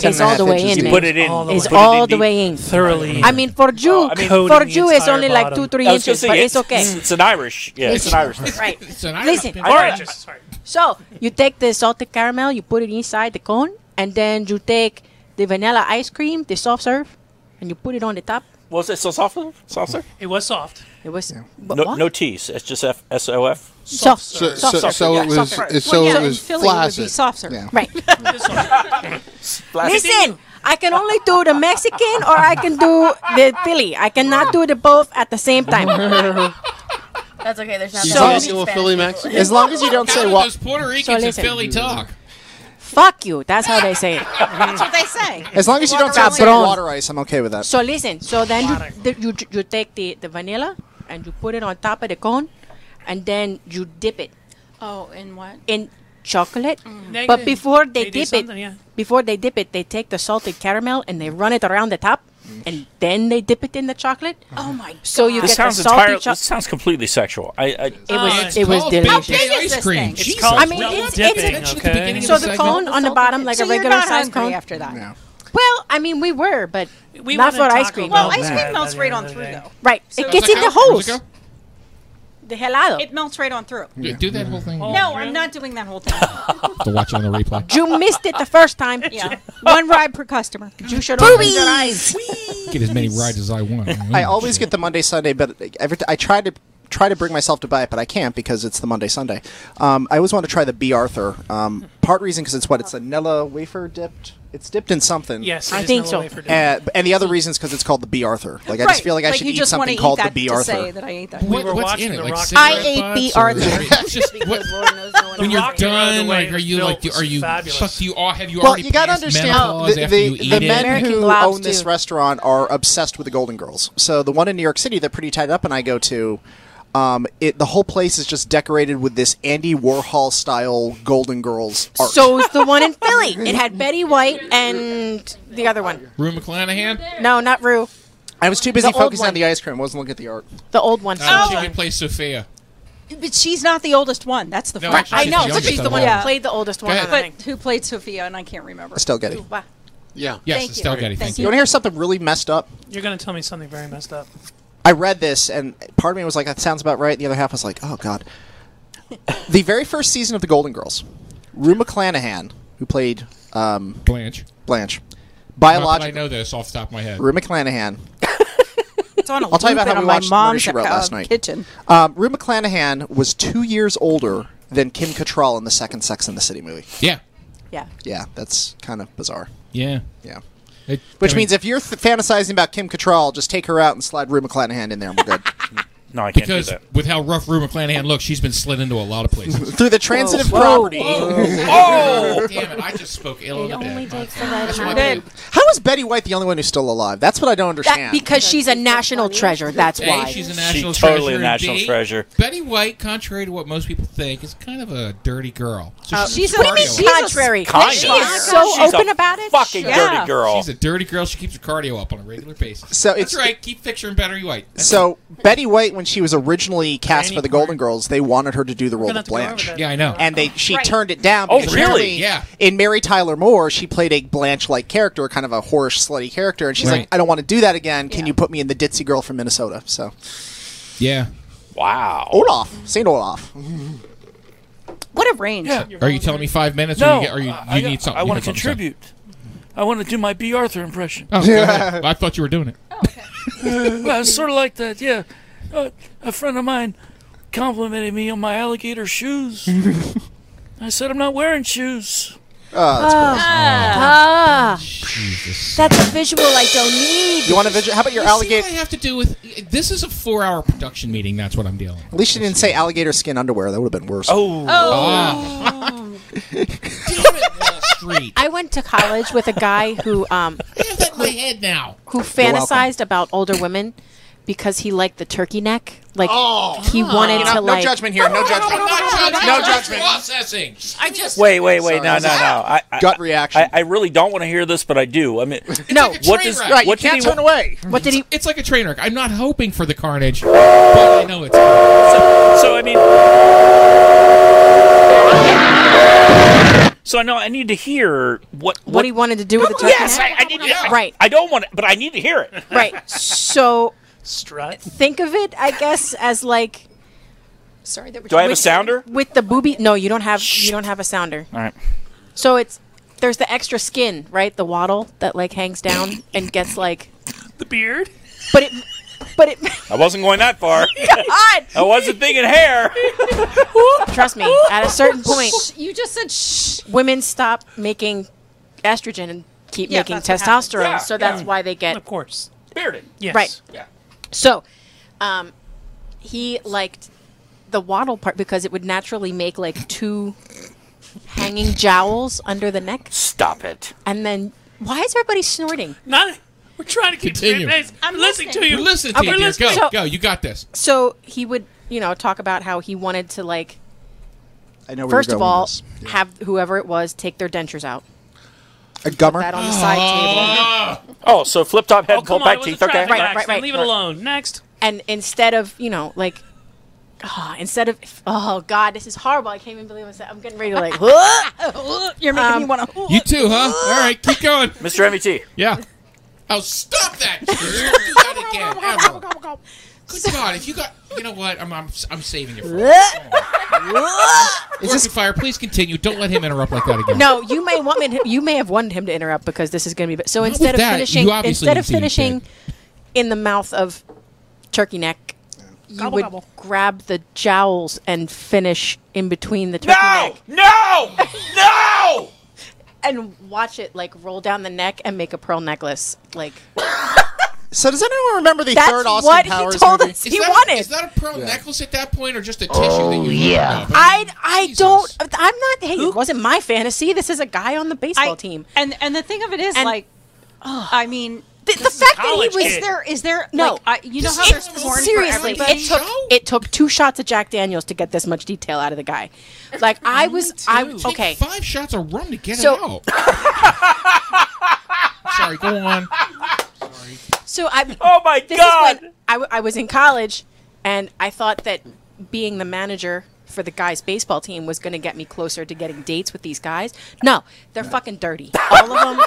[SPEAKER 5] it's all the way in.
[SPEAKER 7] You
[SPEAKER 5] man.
[SPEAKER 7] put it in.
[SPEAKER 8] all the
[SPEAKER 5] It's
[SPEAKER 7] Put it
[SPEAKER 5] all
[SPEAKER 7] in
[SPEAKER 5] the
[SPEAKER 7] deep.
[SPEAKER 5] way in.
[SPEAKER 8] thoroughly.
[SPEAKER 5] I mean, for
[SPEAKER 7] Oh,
[SPEAKER 5] Jew,
[SPEAKER 7] I mean-
[SPEAKER 5] for
[SPEAKER 8] Coating the
[SPEAKER 5] Jew, it's
[SPEAKER 8] entire
[SPEAKER 5] only like
[SPEAKER 8] bottom.
[SPEAKER 5] two, three
[SPEAKER 7] I was gonna
[SPEAKER 5] inches,
[SPEAKER 7] say,
[SPEAKER 5] but it's okay.
[SPEAKER 7] It's, an Irish. Yeah, it's an Irish. thing.
[SPEAKER 5] Right.
[SPEAKER 3] It's an Irish
[SPEAKER 5] Listen,
[SPEAKER 3] pimp.
[SPEAKER 5] all right.
[SPEAKER 8] Just- sorry.
[SPEAKER 5] So you take the salted caramel, you put it inside the cone, and then you take the vanilla ice cream, the soft serve, and you put it on the top.
[SPEAKER 7] Was it so soft? Saucer?
[SPEAKER 8] It was soft.
[SPEAKER 5] It was but
[SPEAKER 7] No,
[SPEAKER 5] what?
[SPEAKER 7] no T's. It's just F S O F.
[SPEAKER 5] soft,
[SPEAKER 10] So,
[SPEAKER 5] soft,
[SPEAKER 10] so,
[SPEAKER 5] serve.
[SPEAKER 10] so it
[SPEAKER 5] Yeah,
[SPEAKER 10] was,
[SPEAKER 5] soft serve.
[SPEAKER 10] it, so
[SPEAKER 4] Well, yeah,
[SPEAKER 10] it
[SPEAKER 4] in
[SPEAKER 10] was
[SPEAKER 4] Philly it would
[SPEAKER 10] flaccid.
[SPEAKER 4] be soft serve.
[SPEAKER 10] Yeah.
[SPEAKER 5] right.
[SPEAKER 8] It's soft.
[SPEAKER 5] Listen, I can only do the Mexican or I can do the Philly. I cannot do the both at the same time.
[SPEAKER 11] That's okay. There's not
[SPEAKER 10] You
[SPEAKER 11] that
[SPEAKER 10] guys
[SPEAKER 11] many
[SPEAKER 10] do a
[SPEAKER 11] Spanish
[SPEAKER 10] Philly
[SPEAKER 11] people.
[SPEAKER 10] Mexican?
[SPEAKER 9] As long as you don't
[SPEAKER 3] How
[SPEAKER 9] say
[SPEAKER 3] do
[SPEAKER 9] wa-
[SPEAKER 3] those Puerto Ricans and
[SPEAKER 5] listen.
[SPEAKER 3] Philly talk?
[SPEAKER 5] Fuck you. That's how they say it. That's what they say.
[SPEAKER 9] as long as you don't say
[SPEAKER 5] Water
[SPEAKER 9] say
[SPEAKER 5] ice.
[SPEAKER 9] water ice, I'm okay with that.
[SPEAKER 5] So listen. So then you, the, you you take the the vanilla and you put it on top of the cone, and then you dip it
[SPEAKER 4] Oh, and what?
[SPEAKER 5] in chocolate.
[SPEAKER 8] They-
[SPEAKER 5] But before they,
[SPEAKER 8] they do
[SPEAKER 5] dip it,
[SPEAKER 8] something, yeah.
[SPEAKER 5] before they dip it, they take the salted caramel and they run it around the top,
[SPEAKER 9] Mm.
[SPEAKER 5] and then they dip it in the chocolate.
[SPEAKER 4] Oh my.
[SPEAKER 5] So you
[SPEAKER 7] This
[SPEAKER 5] get the
[SPEAKER 7] sounds
[SPEAKER 5] salty
[SPEAKER 7] entirely.
[SPEAKER 5] chocolate.
[SPEAKER 7] This sounds completely sexual. I. I
[SPEAKER 5] It was
[SPEAKER 3] It's
[SPEAKER 5] it was
[SPEAKER 3] called
[SPEAKER 5] delicious.
[SPEAKER 3] Big Day
[SPEAKER 4] How big is
[SPEAKER 3] ice
[SPEAKER 4] this
[SPEAKER 3] cream.
[SPEAKER 4] thing? It's
[SPEAKER 3] Jesus.
[SPEAKER 8] called
[SPEAKER 5] I mean,
[SPEAKER 8] double
[SPEAKER 5] it's-
[SPEAKER 8] dipping,
[SPEAKER 5] it's-
[SPEAKER 3] Mentioned at the
[SPEAKER 8] okay?
[SPEAKER 3] beginning of
[SPEAKER 5] So
[SPEAKER 3] the
[SPEAKER 5] the
[SPEAKER 3] segment.
[SPEAKER 5] cone on the
[SPEAKER 4] salted
[SPEAKER 5] bottom,
[SPEAKER 4] bit.
[SPEAKER 5] like
[SPEAKER 4] So
[SPEAKER 5] a
[SPEAKER 4] you're
[SPEAKER 5] regular
[SPEAKER 4] not
[SPEAKER 5] size
[SPEAKER 4] hungry
[SPEAKER 5] cone.
[SPEAKER 4] after that.
[SPEAKER 9] Yeah.
[SPEAKER 5] Well, I mean, we were, but
[SPEAKER 8] We
[SPEAKER 5] not
[SPEAKER 8] went
[SPEAKER 5] for
[SPEAKER 8] on
[SPEAKER 5] ice
[SPEAKER 8] Taco
[SPEAKER 5] cream.
[SPEAKER 8] Bell
[SPEAKER 4] Well, ice
[SPEAKER 8] that
[SPEAKER 4] cream melts
[SPEAKER 8] the
[SPEAKER 4] right
[SPEAKER 8] other
[SPEAKER 4] on through
[SPEAKER 8] day.
[SPEAKER 4] though.
[SPEAKER 5] right.
[SPEAKER 4] So
[SPEAKER 5] it gets
[SPEAKER 3] Does
[SPEAKER 5] in
[SPEAKER 3] that
[SPEAKER 5] the
[SPEAKER 3] count? Does
[SPEAKER 5] holes.
[SPEAKER 3] that count?
[SPEAKER 5] The helado.
[SPEAKER 4] It melts right on through.
[SPEAKER 3] Do- Do that whole thing.
[SPEAKER 4] No, I'm not doing that whole thing.
[SPEAKER 3] to watch it on the replay.
[SPEAKER 5] you missed it the first time.
[SPEAKER 4] Yeah, one ride per customer.
[SPEAKER 5] You should open your eyes.
[SPEAKER 3] Get as many rides as I want.
[SPEAKER 9] I always get the Monday Sunday, but every t- I try to try to bring myself to buy it, but I can't because it's the Monday Sunday. Um, I always want to try the B Arthur. Um, part reason because it's what it's a Nella wafer dipped. It's dipped in something.
[SPEAKER 8] Yes,
[SPEAKER 5] I
[SPEAKER 8] it is
[SPEAKER 5] think
[SPEAKER 8] no
[SPEAKER 5] so.
[SPEAKER 8] way for dinner.
[SPEAKER 9] Uh, and the other reason is because it's called the B Arthur. Like I just feel like I should
[SPEAKER 4] you
[SPEAKER 9] eat
[SPEAKER 4] just wanna
[SPEAKER 9] something called
[SPEAKER 4] eat
[SPEAKER 9] the B
[SPEAKER 4] that to
[SPEAKER 9] Arthur.
[SPEAKER 4] Say that I ate that.
[SPEAKER 8] were
[SPEAKER 3] what's
[SPEAKER 8] watching
[SPEAKER 3] in it?
[SPEAKER 8] the
[SPEAKER 3] Like
[SPEAKER 8] Rock-
[SPEAKER 3] cigarette
[SPEAKER 5] I ate
[SPEAKER 3] butts
[SPEAKER 5] B.
[SPEAKER 3] or-
[SPEAKER 5] Arthur.
[SPEAKER 3] It's just what-
[SPEAKER 11] Because Lord knows no one
[SPEAKER 3] when
[SPEAKER 11] else drinks.
[SPEAKER 3] you're
[SPEAKER 8] Rock and roll
[SPEAKER 3] done,
[SPEAKER 8] the way
[SPEAKER 3] like, are you
[SPEAKER 8] built
[SPEAKER 3] like, do-
[SPEAKER 8] was
[SPEAKER 3] are you
[SPEAKER 8] fabulous.
[SPEAKER 3] fuck? Do you all have you
[SPEAKER 9] Well,
[SPEAKER 3] already?
[SPEAKER 9] you got to
[SPEAKER 3] passed
[SPEAKER 9] understand
[SPEAKER 3] menopause
[SPEAKER 9] the,
[SPEAKER 3] after you
[SPEAKER 9] the,
[SPEAKER 3] eat
[SPEAKER 9] the
[SPEAKER 3] it?
[SPEAKER 9] men
[SPEAKER 5] American
[SPEAKER 9] who
[SPEAKER 5] lives
[SPEAKER 9] own this
[SPEAKER 5] do.
[SPEAKER 9] restaurant are obsessed with the Golden Girls. So the one in New York City that Pretty Tied Up and I go to, um, it the whole place is just decorated with this Andy Warhol style Golden Girls art.
[SPEAKER 5] So it's the one in Philly. It had Betty White and the other one.
[SPEAKER 3] Rue McClanahan.
[SPEAKER 5] No, not Rue.
[SPEAKER 9] I was too busy
[SPEAKER 5] the old
[SPEAKER 9] focusing on
[SPEAKER 5] one.
[SPEAKER 9] the ice cream, wasn't looking at the art.
[SPEAKER 5] The old one.
[SPEAKER 3] Uh, She could play Sophia.
[SPEAKER 4] But she's not the oldest one. That's the
[SPEAKER 3] No,
[SPEAKER 4] fun.
[SPEAKER 3] actually,
[SPEAKER 5] I know,
[SPEAKER 3] She's
[SPEAKER 5] but
[SPEAKER 3] the
[SPEAKER 5] she's
[SPEAKER 3] youngest
[SPEAKER 5] the
[SPEAKER 3] of
[SPEAKER 5] one
[SPEAKER 3] all.
[SPEAKER 5] who played the oldest one.
[SPEAKER 3] Go
[SPEAKER 5] on the
[SPEAKER 4] But
[SPEAKER 5] thing.
[SPEAKER 4] who played Sophia? And I can't remember.
[SPEAKER 9] Still Getty. You
[SPEAKER 5] Wow.
[SPEAKER 10] Yeah.
[SPEAKER 3] Yes,
[SPEAKER 4] Thank
[SPEAKER 3] it's
[SPEAKER 4] you.
[SPEAKER 3] Estelle Getty. Thank
[SPEAKER 4] Thank
[SPEAKER 3] you.
[SPEAKER 9] want to hear something really messed up?
[SPEAKER 8] You're gonna tell me something very messed up.
[SPEAKER 9] I read this, and part of me was like, that sounds about right. And the other half was like, oh, God. the very first season of The Golden Girls, Rue McClanahan, who played um,
[SPEAKER 3] Blanche.
[SPEAKER 9] Blanche,
[SPEAKER 3] Not that I
[SPEAKER 9] biologically,
[SPEAKER 3] know this off the top of my head.
[SPEAKER 9] Rue McClanahan,
[SPEAKER 4] It's on a
[SPEAKER 9] I'll tell you
[SPEAKER 4] loop
[SPEAKER 9] about how
[SPEAKER 4] and
[SPEAKER 9] we
[SPEAKER 4] on my
[SPEAKER 9] watched the murder
[SPEAKER 4] mom's
[SPEAKER 9] she wrote
[SPEAKER 4] uh,
[SPEAKER 9] last night.
[SPEAKER 4] kitchen.
[SPEAKER 9] Um, Rue McClanahan was two years older than Kim Cattrall in the second Sex and the City movie.
[SPEAKER 3] Yeah.
[SPEAKER 5] Yeah.
[SPEAKER 9] Yeah, that's kind of bizarre.
[SPEAKER 3] Yeah.
[SPEAKER 9] Yeah.
[SPEAKER 3] It-
[SPEAKER 9] Which
[SPEAKER 3] I mean,
[SPEAKER 9] means if you're th- fantasizing about Kim Cattrall, just take her out and slide Rue McClanahan in there and we're good.
[SPEAKER 7] no, I can't do
[SPEAKER 3] because
[SPEAKER 7] that.
[SPEAKER 3] with how rough Rue McClanahan looks, she's been slid into a lot of places.
[SPEAKER 9] Through the transitive property.
[SPEAKER 3] oh damn it! I just spoke ill
[SPEAKER 11] It
[SPEAKER 3] of
[SPEAKER 11] only
[SPEAKER 3] it.
[SPEAKER 11] takes the right
[SPEAKER 3] Why
[SPEAKER 11] amount.
[SPEAKER 3] do you-
[SPEAKER 9] How is Betty White the only one who's still alive? That's what I don't
[SPEAKER 5] That,
[SPEAKER 9] understand.
[SPEAKER 5] because she's a national treasure. That's
[SPEAKER 3] A,
[SPEAKER 5] why.
[SPEAKER 3] she's a national
[SPEAKER 7] totally
[SPEAKER 3] treasure.
[SPEAKER 7] a
[SPEAKER 3] and
[SPEAKER 7] national
[SPEAKER 3] B,
[SPEAKER 7] treasure.
[SPEAKER 3] Betty White, contrary to what most people think, is kind of a dirty girl. So
[SPEAKER 4] She's
[SPEAKER 3] a,
[SPEAKER 4] a
[SPEAKER 5] What do you mean
[SPEAKER 4] She's a-
[SPEAKER 5] contrary?
[SPEAKER 7] Kinda.
[SPEAKER 5] She is so
[SPEAKER 7] She's a
[SPEAKER 5] open about it.
[SPEAKER 7] Fucking
[SPEAKER 4] Yeah.
[SPEAKER 7] dirty girl.
[SPEAKER 3] she's a dirty girl. She keeps her cardio up on a regular basis.
[SPEAKER 9] So
[SPEAKER 3] That's
[SPEAKER 9] it's-
[SPEAKER 3] right. Keep picturing Betty White. That's
[SPEAKER 9] so Betty White, when she was originally cast
[SPEAKER 8] Annie
[SPEAKER 9] for the
[SPEAKER 8] Park.
[SPEAKER 9] Golden Girls, they wanted her to do the
[SPEAKER 8] We're
[SPEAKER 9] role
[SPEAKER 8] gonna
[SPEAKER 9] of
[SPEAKER 8] have to go over
[SPEAKER 9] Blanche.
[SPEAKER 8] that.
[SPEAKER 3] Yeah, I know.
[SPEAKER 9] and they she
[SPEAKER 4] Right.
[SPEAKER 9] turned it down.
[SPEAKER 7] Oh,
[SPEAKER 9] because
[SPEAKER 7] really?
[SPEAKER 9] apparently
[SPEAKER 3] Yeah.
[SPEAKER 9] In Mary Tyler Moore, she played a Blanche-like character, kind of a whorish, slutty character, and she's
[SPEAKER 3] Right.
[SPEAKER 9] like, "I don't want to do that again. Can
[SPEAKER 4] Yeah.
[SPEAKER 9] you put me in the ditzy girl from Minnesota?" So
[SPEAKER 3] yeah.
[SPEAKER 7] wow.
[SPEAKER 9] Olaf, Saint Olaf.
[SPEAKER 4] What a range.
[SPEAKER 3] Are you telling me five minutes? Or you, get, or you, you
[SPEAKER 7] I- I-
[SPEAKER 3] need something?
[SPEAKER 7] I
[SPEAKER 3] You
[SPEAKER 7] want
[SPEAKER 3] have
[SPEAKER 7] to
[SPEAKER 3] something
[SPEAKER 7] contribute. I want to do my B. Arthur impression.
[SPEAKER 3] Oh, go ahead. I thought you were doing it.
[SPEAKER 7] well, it's sort of like that, yeah. Uh, a friend of mine complimented me on my alligator shoes. I said I'm not wearing shoes.
[SPEAKER 9] that's gross.
[SPEAKER 12] Ah, that's a visual I don't need.
[SPEAKER 9] You want a visual? How about your
[SPEAKER 3] You see
[SPEAKER 9] alligator?
[SPEAKER 3] what I have to do with this is a four-hour production meeting. That's what I'm dealing. with.
[SPEAKER 9] At least you didn't say alligator skin underwear. That would have been worse.
[SPEAKER 7] Oh.
[SPEAKER 3] Ah.
[SPEAKER 5] I went to college with a guy who um
[SPEAKER 3] my head now.
[SPEAKER 5] who
[SPEAKER 3] You're welcome.
[SPEAKER 5] fantasized about older women because he liked the turkey neck. Like
[SPEAKER 3] Oh,
[SPEAKER 5] he wanted
[SPEAKER 3] You
[SPEAKER 5] to
[SPEAKER 3] know, no
[SPEAKER 5] like
[SPEAKER 3] judgment
[SPEAKER 9] here. No judgment.
[SPEAKER 3] No
[SPEAKER 9] judgment.
[SPEAKER 3] Processing. I just
[SPEAKER 7] Wait, wait, wait! No, no, no! I, I,
[SPEAKER 9] Gut reaction.
[SPEAKER 7] I, I really don't want to hear this, but I do. I mean,
[SPEAKER 5] no.
[SPEAKER 7] what does what did he wa-
[SPEAKER 9] away.
[SPEAKER 5] What did he?
[SPEAKER 3] It's like a train wreck. I'm not hoping for the carnage, but I know it's. coming.
[SPEAKER 7] So I mean, so I know I need to hear what
[SPEAKER 5] what, he wanted to do with the turkey
[SPEAKER 7] Yes, I,
[SPEAKER 5] neck.
[SPEAKER 7] I need to, I-
[SPEAKER 5] Right.
[SPEAKER 7] I don't want it, but I need to hear it.
[SPEAKER 5] Right. So
[SPEAKER 8] strut.
[SPEAKER 5] Think of it, I guess, as like. Sorry, that we're
[SPEAKER 7] Do I have a
[SPEAKER 5] with-
[SPEAKER 7] sounder?
[SPEAKER 5] with the booby? No, you don't have. You don't have a sounder.
[SPEAKER 7] All right.
[SPEAKER 5] So it's there's the extra skin, right? The waddle that like hangs down and gets like
[SPEAKER 8] the beard.
[SPEAKER 5] But it, but it.
[SPEAKER 7] I wasn't going that far.
[SPEAKER 5] God.
[SPEAKER 7] I
[SPEAKER 3] Oh,
[SPEAKER 7] wasn't thinking hair.
[SPEAKER 5] Trust me. At a certain point,
[SPEAKER 12] you just said shh.
[SPEAKER 5] women stop making estrogen and keep
[SPEAKER 12] Yeah,
[SPEAKER 5] making
[SPEAKER 12] that's what
[SPEAKER 5] testosterone.
[SPEAKER 12] happens.
[SPEAKER 5] so
[SPEAKER 12] Yeah,
[SPEAKER 5] that's
[SPEAKER 12] yeah.
[SPEAKER 5] why they get
[SPEAKER 8] of course
[SPEAKER 7] bearded.
[SPEAKER 8] Yes.
[SPEAKER 5] Right.
[SPEAKER 7] Yeah.
[SPEAKER 5] So, um, he liked the waddle part because it would naturally make like two hanging jowls under the neck.
[SPEAKER 7] Stop it.
[SPEAKER 5] And then, why is everybody snorting?
[SPEAKER 8] Not. We're trying to keep
[SPEAKER 3] Continue.
[SPEAKER 8] the same pace.
[SPEAKER 5] I'm
[SPEAKER 8] We're listening,
[SPEAKER 5] listening.
[SPEAKER 8] to you. Oh,
[SPEAKER 5] We're
[SPEAKER 3] Listen to
[SPEAKER 5] Okay.
[SPEAKER 3] you, dear. Go,
[SPEAKER 5] So-
[SPEAKER 3] go. You got this.
[SPEAKER 5] So he would, you know, talk about how he wanted to like
[SPEAKER 9] I know where
[SPEAKER 5] first
[SPEAKER 9] you're
[SPEAKER 5] of
[SPEAKER 9] going
[SPEAKER 5] all
[SPEAKER 9] with this.
[SPEAKER 5] have whoever it was take their dentures out.
[SPEAKER 9] a gummer.
[SPEAKER 5] That on the side table.
[SPEAKER 7] Oh, so flip top head,
[SPEAKER 8] Oh,
[SPEAKER 7] pull
[SPEAKER 8] come on,
[SPEAKER 7] back
[SPEAKER 8] it was
[SPEAKER 7] teeth.
[SPEAKER 8] a
[SPEAKER 7] Okay.
[SPEAKER 8] traffic accident. Leave it alone. Next.
[SPEAKER 5] and instead of you know like ah, instead of oh god this is horrible i can't even believe i said i'm getting ready to Um, like
[SPEAKER 12] You're making me want to.
[SPEAKER 3] You too, huh? All right, keep going,
[SPEAKER 7] Mr. MVT.
[SPEAKER 3] Yeah. Oh, stop that! Don't do that again. Ever. Good God! If you got, you know what? I'm, I'm, I'm saving you. For Is this fire? Please continue. Don't let him interrupt like that again.
[SPEAKER 5] no you may want me to, you may have wanted him to interrupt because this is going to be so
[SPEAKER 3] Not
[SPEAKER 5] instead
[SPEAKER 3] with
[SPEAKER 5] of
[SPEAKER 3] that,
[SPEAKER 5] finishing
[SPEAKER 3] you obviously
[SPEAKER 5] instead of
[SPEAKER 3] didn't see you
[SPEAKER 5] finishing in the mouth of turkey neck you
[SPEAKER 8] Gobble,
[SPEAKER 5] would
[SPEAKER 8] gobble.
[SPEAKER 5] grab the jowls and finish in between the turkey neck
[SPEAKER 7] No! No!
[SPEAKER 5] and watch it like roll down the neck and make a pearl necklace like
[SPEAKER 9] So does anyone remember the
[SPEAKER 5] That's
[SPEAKER 9] third Austin
[SPEAKER 5] what he
[SPEAKER 9] Powers
[SPEAKER 5] told
[SPEAKER 9] movie?
[SPEAKER 5] us.
[SPEAKER 3] Is
[SPEAKER 5] He
[SPEAKER 3] that,
[SPEAKER 5] wanted.
[SPEAKER 3] Is that a pearl
[SPEAKER 9] Yeah.
[SPEAKER 3] necklace at that point, or just a tissue
[SPEAKER 5] Oh,
[SPEAKER 3] that you? yeah.
[SPEAKER 5] I I don't I'm not hey, it wasn't my fantasy. This is a guy on the baseball team.
[SPEAKER 12] And and the thing of it is,
[SPEAKER 5] And-
[SPEAKER 12] like, I mean,
[SPEAKER 5] The, the fact that he
[SPEAKER 8] college
[SPEAKER 5] was
[SPEAKER 8] kid.
[SPEAKER 12] is there is there
[SPEAKER 5] no,
[SPEAKER 12] like, I, you know
[SPEAKER 5] This
[SPEAKER 12] how
[SPEAKER 5] is-
[SPEAKER 12] there's porn
[SPEAKER 5] seriously,
[SPEAKER 12] for
[SPEAKER 5] it
[SPEAKER 12] everybody?
[SPEAKER 5] took it took two shots of Jack Daniels to get this much detail out of the guy. Like I was, I okay.
[SPEAKER 3] Five shots of rum to get
[SPEAKER 5] So-
[SPEAKER 3] it out. Sorry, go on.
[SPEAKER 5] So I.
[SPEAKER 7] Oh my
[SPEAKER 5] this
[SPEAKER 7] God!
[SPEAKER 5] Is when I, w- I was in college, and I thought that being the manager for the guys' baseball team was going to get me closer to getting dates with these guys. No, they're fucking dirty. All of them.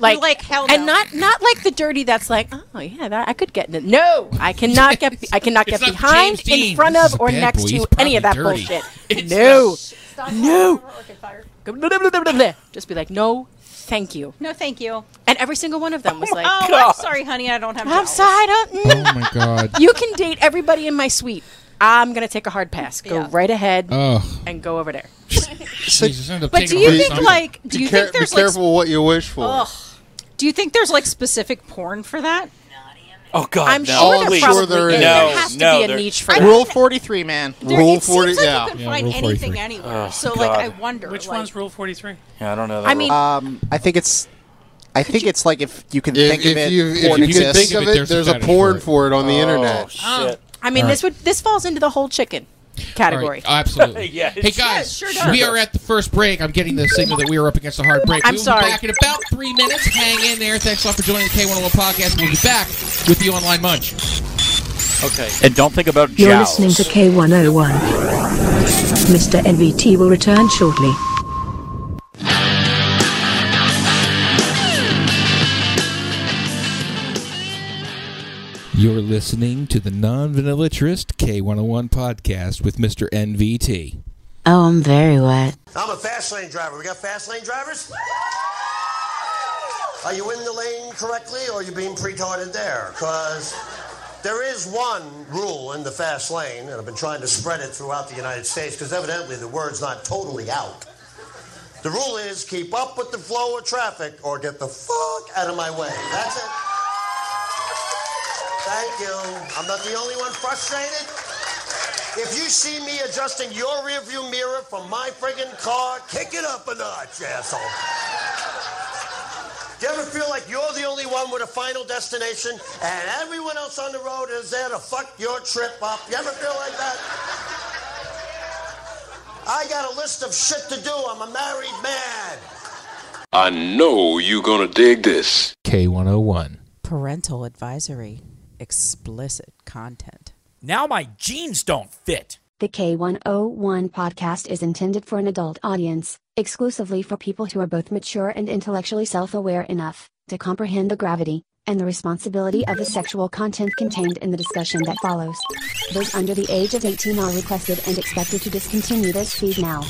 [SPEAKER 5] Like,
[SPEAKER 12] like, hell
[SPEAKER 5] and
[SPEAKER 12] no.
[SPEAKER 5] not not like the dirty that's like oh yeah that I could get in it. no I cannot get be- I cannot
[SPEAKER 3] It's
[SPEAKER 5] get
[SPEAKER 3] not
[SPEAKER 5] behind
[SPEAKER 3] James Dean.
[SPEAKER 5] in front
[SPEAKER 3] This is
[SPEAKER 5] of
[SPEAKER 3] a
[SPEAKER 5] or
[SPEAKER 3] bad
[SPEAKER 5] next
[SPEAKER 3] boy. He's
[SPEAKER 5] to any of that
[SPEAKER 3] probably dirty.
[SPEAKER 5] bullshit
[SPEAKER 3] It's
[SPEAKER 5] no
[SPEAKER 3] just-
[SPEAKER 5] no just be like no thank you
[SPEAKER 12] No, thank you.
[SPEAKER 5] and every single one of them was like mm,
[SPEAKER 12] Oh, I'm
[SPEAKER 7] God.
[SPEAKER 12] sorry, honey. I don't have.
[SPEAKER 5] I'm
[SPEAKER 12] towels.
[SPEAKER 5] sorry I don't
[SPEAKER 3] Oh my God.
[SPEAKER 5] you can date everybody in my suite. I'm gonna take a hard pass. Go
[SPEAKER 12] Yeah.
[SPEAKER 5] right ahead
[SPEAKER 3] Oh,
[SPEAKER 5] and go over there.
[SPEAKER 3] Jesus! I ended up
[SPEAKER 12] But
[SPEAKER 3] taking a
[SPEAKER 12] do you
[SPEAKER 3] whole
[SPEAKER 12] think
[SPEAKER 3] stomach.
[SPEAKER 12] like do
[SPEAKER 10] Be,
[SPEAKER 12] you
[SPEAKER 10] care-
[SPEAKER 12] think there's
[SPEAKER 10] be
[SPEAKER 12] like
[SPEAKER 10] careful what you wish for.
[SPEAKER 12] do you think there's like specific porn for that?
[SPEAKER 7] Oh God!
[SPEAKER 5] I'm
[SPEAKER 7] no.
[SPEAKER 5] sure
[SPEAKER 10] I'm
[SPEAKER 5] there
[SPEAKER 7] Please.
[SPEAKER 5] probably
[SPEAKER 10] sure there
[SPEAKER 5] is.
[SPEAKER 10] is.
[SPEAKER 7] No,
[SPEAKER 5] there has to
[SPEAKER 7] no,
[SPEAKER 5] be a
[SPEAKER 7] there-
[SPEAKER 5] niche for
[SPEAKER 12] I
[SPEAKER 5] that.
[SPEAKER 12] mean,
[SPEAKER 10] Rule 43, man.
[SPEAKER 12] There,
[SPEAKER 10] Rule
[SPEAKER 12] it seems
[SPEAKER 10] 40.
[SPEAKER 12] like
[SPEAKER 10] yeah.
[SPEAKER 12] you can
[SPEAKER 3] Yeah,
[SPEAKER 12] find
[SPEAKER 3] Rule 43.
[SPEAKER 12] anything anywhere.
[SPEAKER 7] Oh,
[SPEAKER 12] so like, I
[SPEAKER 7] God.
[SPEAKER 12] wonder
[SPEAKER 8] Which
[SPEAKER 12] like,
[SPEAKER 8] one's Rule Forty Three?
[SPEAKER 7] Yeah, I don't know. That
[SPEAKER 5] I mean,
[SPEAKER 7] rule.
[SPEAKER 9] Um, I think it's. I think it's like if you can
[SPEAKER 10] If,
[SPEAKER 9] think of
[SPEAKER 10] if
[SPEAKER 9] it.
[SPEAKER 10] you,
[SPEAKER 9] porn
[SPEAKER 10] if you can
[SPEAKER 9] exists.
[SPEAKER 10] think of it, there's a
[SPEAKER 3] fetish for
[SPEAKER 10] porn
[SPEAKER 3] it.
[SPEAKER 10] for it on the
[SPEAKER 7] oh
[SPEAKER 10] internet.
[SPEAKER 7] shit!
[SPEAKER 5] I mean,
[SPEAKER 3] All
[SPEAKER 5] this would this falls into the whole chicken
[SPEAKER 3] All
[SPEAKER 5] category.
[SPEAKER 3] right, absolutely.
[SPEAKER 7] Yeah, it
[SPEAKER 3] hey
[SPEAKER 7] sure-
[SPEAKER 3] guys,
[SPEAKER 12] sure does.
[SPEAKER 3] we are at the first break. I'm getting the signal that we are up against a hard break.
[SPEAKER 5] I'm
[SPEAKER 3] we will
[SPEAKER 5] sorry.
[SPEAKER 3] Be back in about three minutes. Hang in there. Thanks a lot for joining the K101 podcast. We'll be back with the online munch.
[SPEAKER 7] Okay, and don't think about
[SPEAKER 1] You're
[SPEAKER 7] jowls.
[SPEAKER 1] listening to K101. Mr. NVT will return shortly.
[SPEAKER 3] You're listening to the non-vanillatrist K101 podcast with Mr. NVT.
[SPEAKER 6] Oh, I'm very wet.
[SPEAKER 13] I'm a fast lane driver. We got fast lane drivers? Are you in the lane correctly or are you being pre-tarded there? Because there is one rule in the fast lane, and I've been trying to spread it throughout the United States because evidently the word's not totally out. The rule is keep up with the flow of traffic or get the fuck out of my way. That's it. Thank you. I'm not the only one frustrated. If you see me adjusting your rearview mirror from my friggin' car, kick it up a notch, asshole. Do you ever feel like you're the only one with a final destination and everyone else on the road is there to fuck your trip up? You ever feel like that? I got a list of shit to do. I'm a married man.
[SPEAKER 14] I know you gonna dig this.
[SPEAKER 3] K101.
[SPEAKER 15] Parental advisory. Explicit content.
[SPEAKER 7] Now my jeans don't fit.
[SPEAKER 16] The K101 podcast is intended for an adult audience, exclusively for people who are both mature and intellectually self aware enough to comprehend the gravity and the responsibility of the sexual content contained in the discussion that follows. Those under the age of 18 are requested and expected to discontinue this feed now.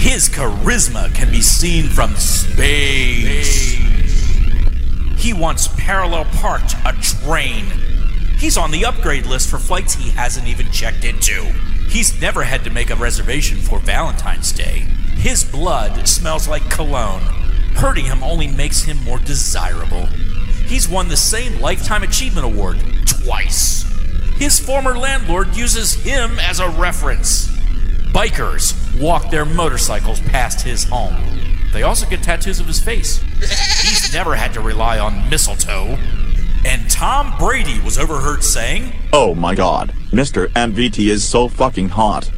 [SPEAKER 7] His charisma can be seen from space. He once parallel parked a train. He's on the upgrade list for flights he hasn't even checked into. He's never had to make a reservation for Valentine's Day. His blood smells like cologne. Hurting him only makes him more desirable. He's won the same Lifetime Achievement Award twice. His former landlord uses him as a reference. Bikers walk their motorcycles past his home. They also get tattoos of his face. He's never had to rely on mistletoe. And Tom Brady was overheard saying,
[SPEAKER 2] Oh my god, Mr. MVT is so fucking hot.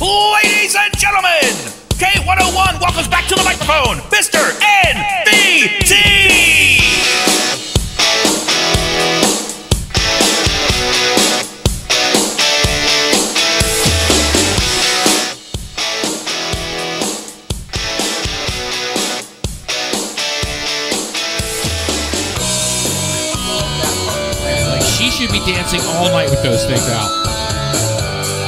[SPEAKER 7] Ladies and gentlemen, K101 welcomes back to the microphone, Mr. NVT!
[SPEAKER 3] Like she should be dancing all night with those things out.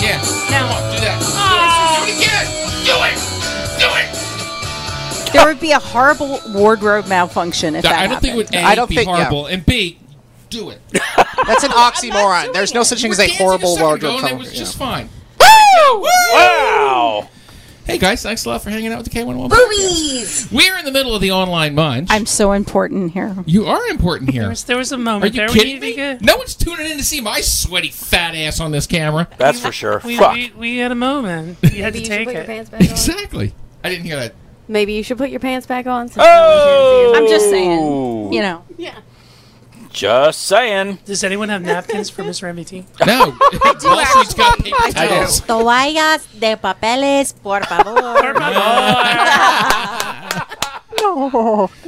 [SPEAKER 3] Yeah. Now do that.
[SPEAKER 4] Ah.
[SPEAKER 12] Oh,
[SPEAKER 3] do it again. Do it. Do it.
[SPEAKER 4] There would be a horrible wardrobe malfunction if that
[SPEAKER 3] I don't
[SPEAKER 4] happened.
[SPEAKER 3] think it would A,
[SPEAKER 9] I don't
[SPEAKER 3] be
[SPEAKER 9] think- yeah.
[SPEAKER 3] horrible, and B, do it.
[SPEAKER 9] That's an oxymoron. There's no such
[SPEAKER 3] You
[SPEAKER 9] thing as
[SPEAKER 3] were
[SPEAKER 9] a
[SPEAKER 3] dancing
[SPEAKER 9] horrible
[SPEAKER 3] second
[SPEAKER 9] wardrobe.
[SPEAKER 3] ago, and it
[SPEAKER 9] cover.
[SPEAKER 3] was
[SPEAKER 9] Yeah.
[SPEAKER 3] just fine.
[SPEAKER 12] Woo!
[SPEAKER 3] Wow. Hey guys, thanks a lot for hanging out with the K101. Boobies. We're in the middle of the online munch.
[SPEAKER 4] I'm so important here.
[SPEAKER 3] You are important here.
[SPEAKER 4] There was- there was a moment
[SPEAKER 3] Are you
[SPEAKER 4] there when
[SPEAKER 3] kidding
[SPEAKER 4] you
[SPEAKER 3] me? No one's tuning in to see my sweaty fat ass on this camera.
[SPEAKER 8] That's for sure.
[SPEAKER 17] We,
[SPEAKER 3] Fuck.
[SPEAKER 17] we, we had a moment. You had to
[SPEAKER 12] Maybe you should
[SPEAKER 17] take
[SPEAKER 12] put your
[SPEAKER 17] it.
[SPEAKER 12] pants back on.
[SPEAKER 3] Exactly. I didn't hear that.
[SPEAKER 12] Maybe you should put your pants back on. since no
[SPEAKER 8] Oh!
[SPEAKER 12] one's here to see
[SPEAKER 4] just
[SPEAKER 8] saying.
[SPEAKER 4] You know.
[SPEAKER 8] Just saying.
[SPEAKER 17] Does anyone have napkins for Mr. MVT?
[SPEAKER 3] No.
[SPEAKER 17] Wall Street's got paper towels.
[SPEAKER 18] Toallas de papeles, por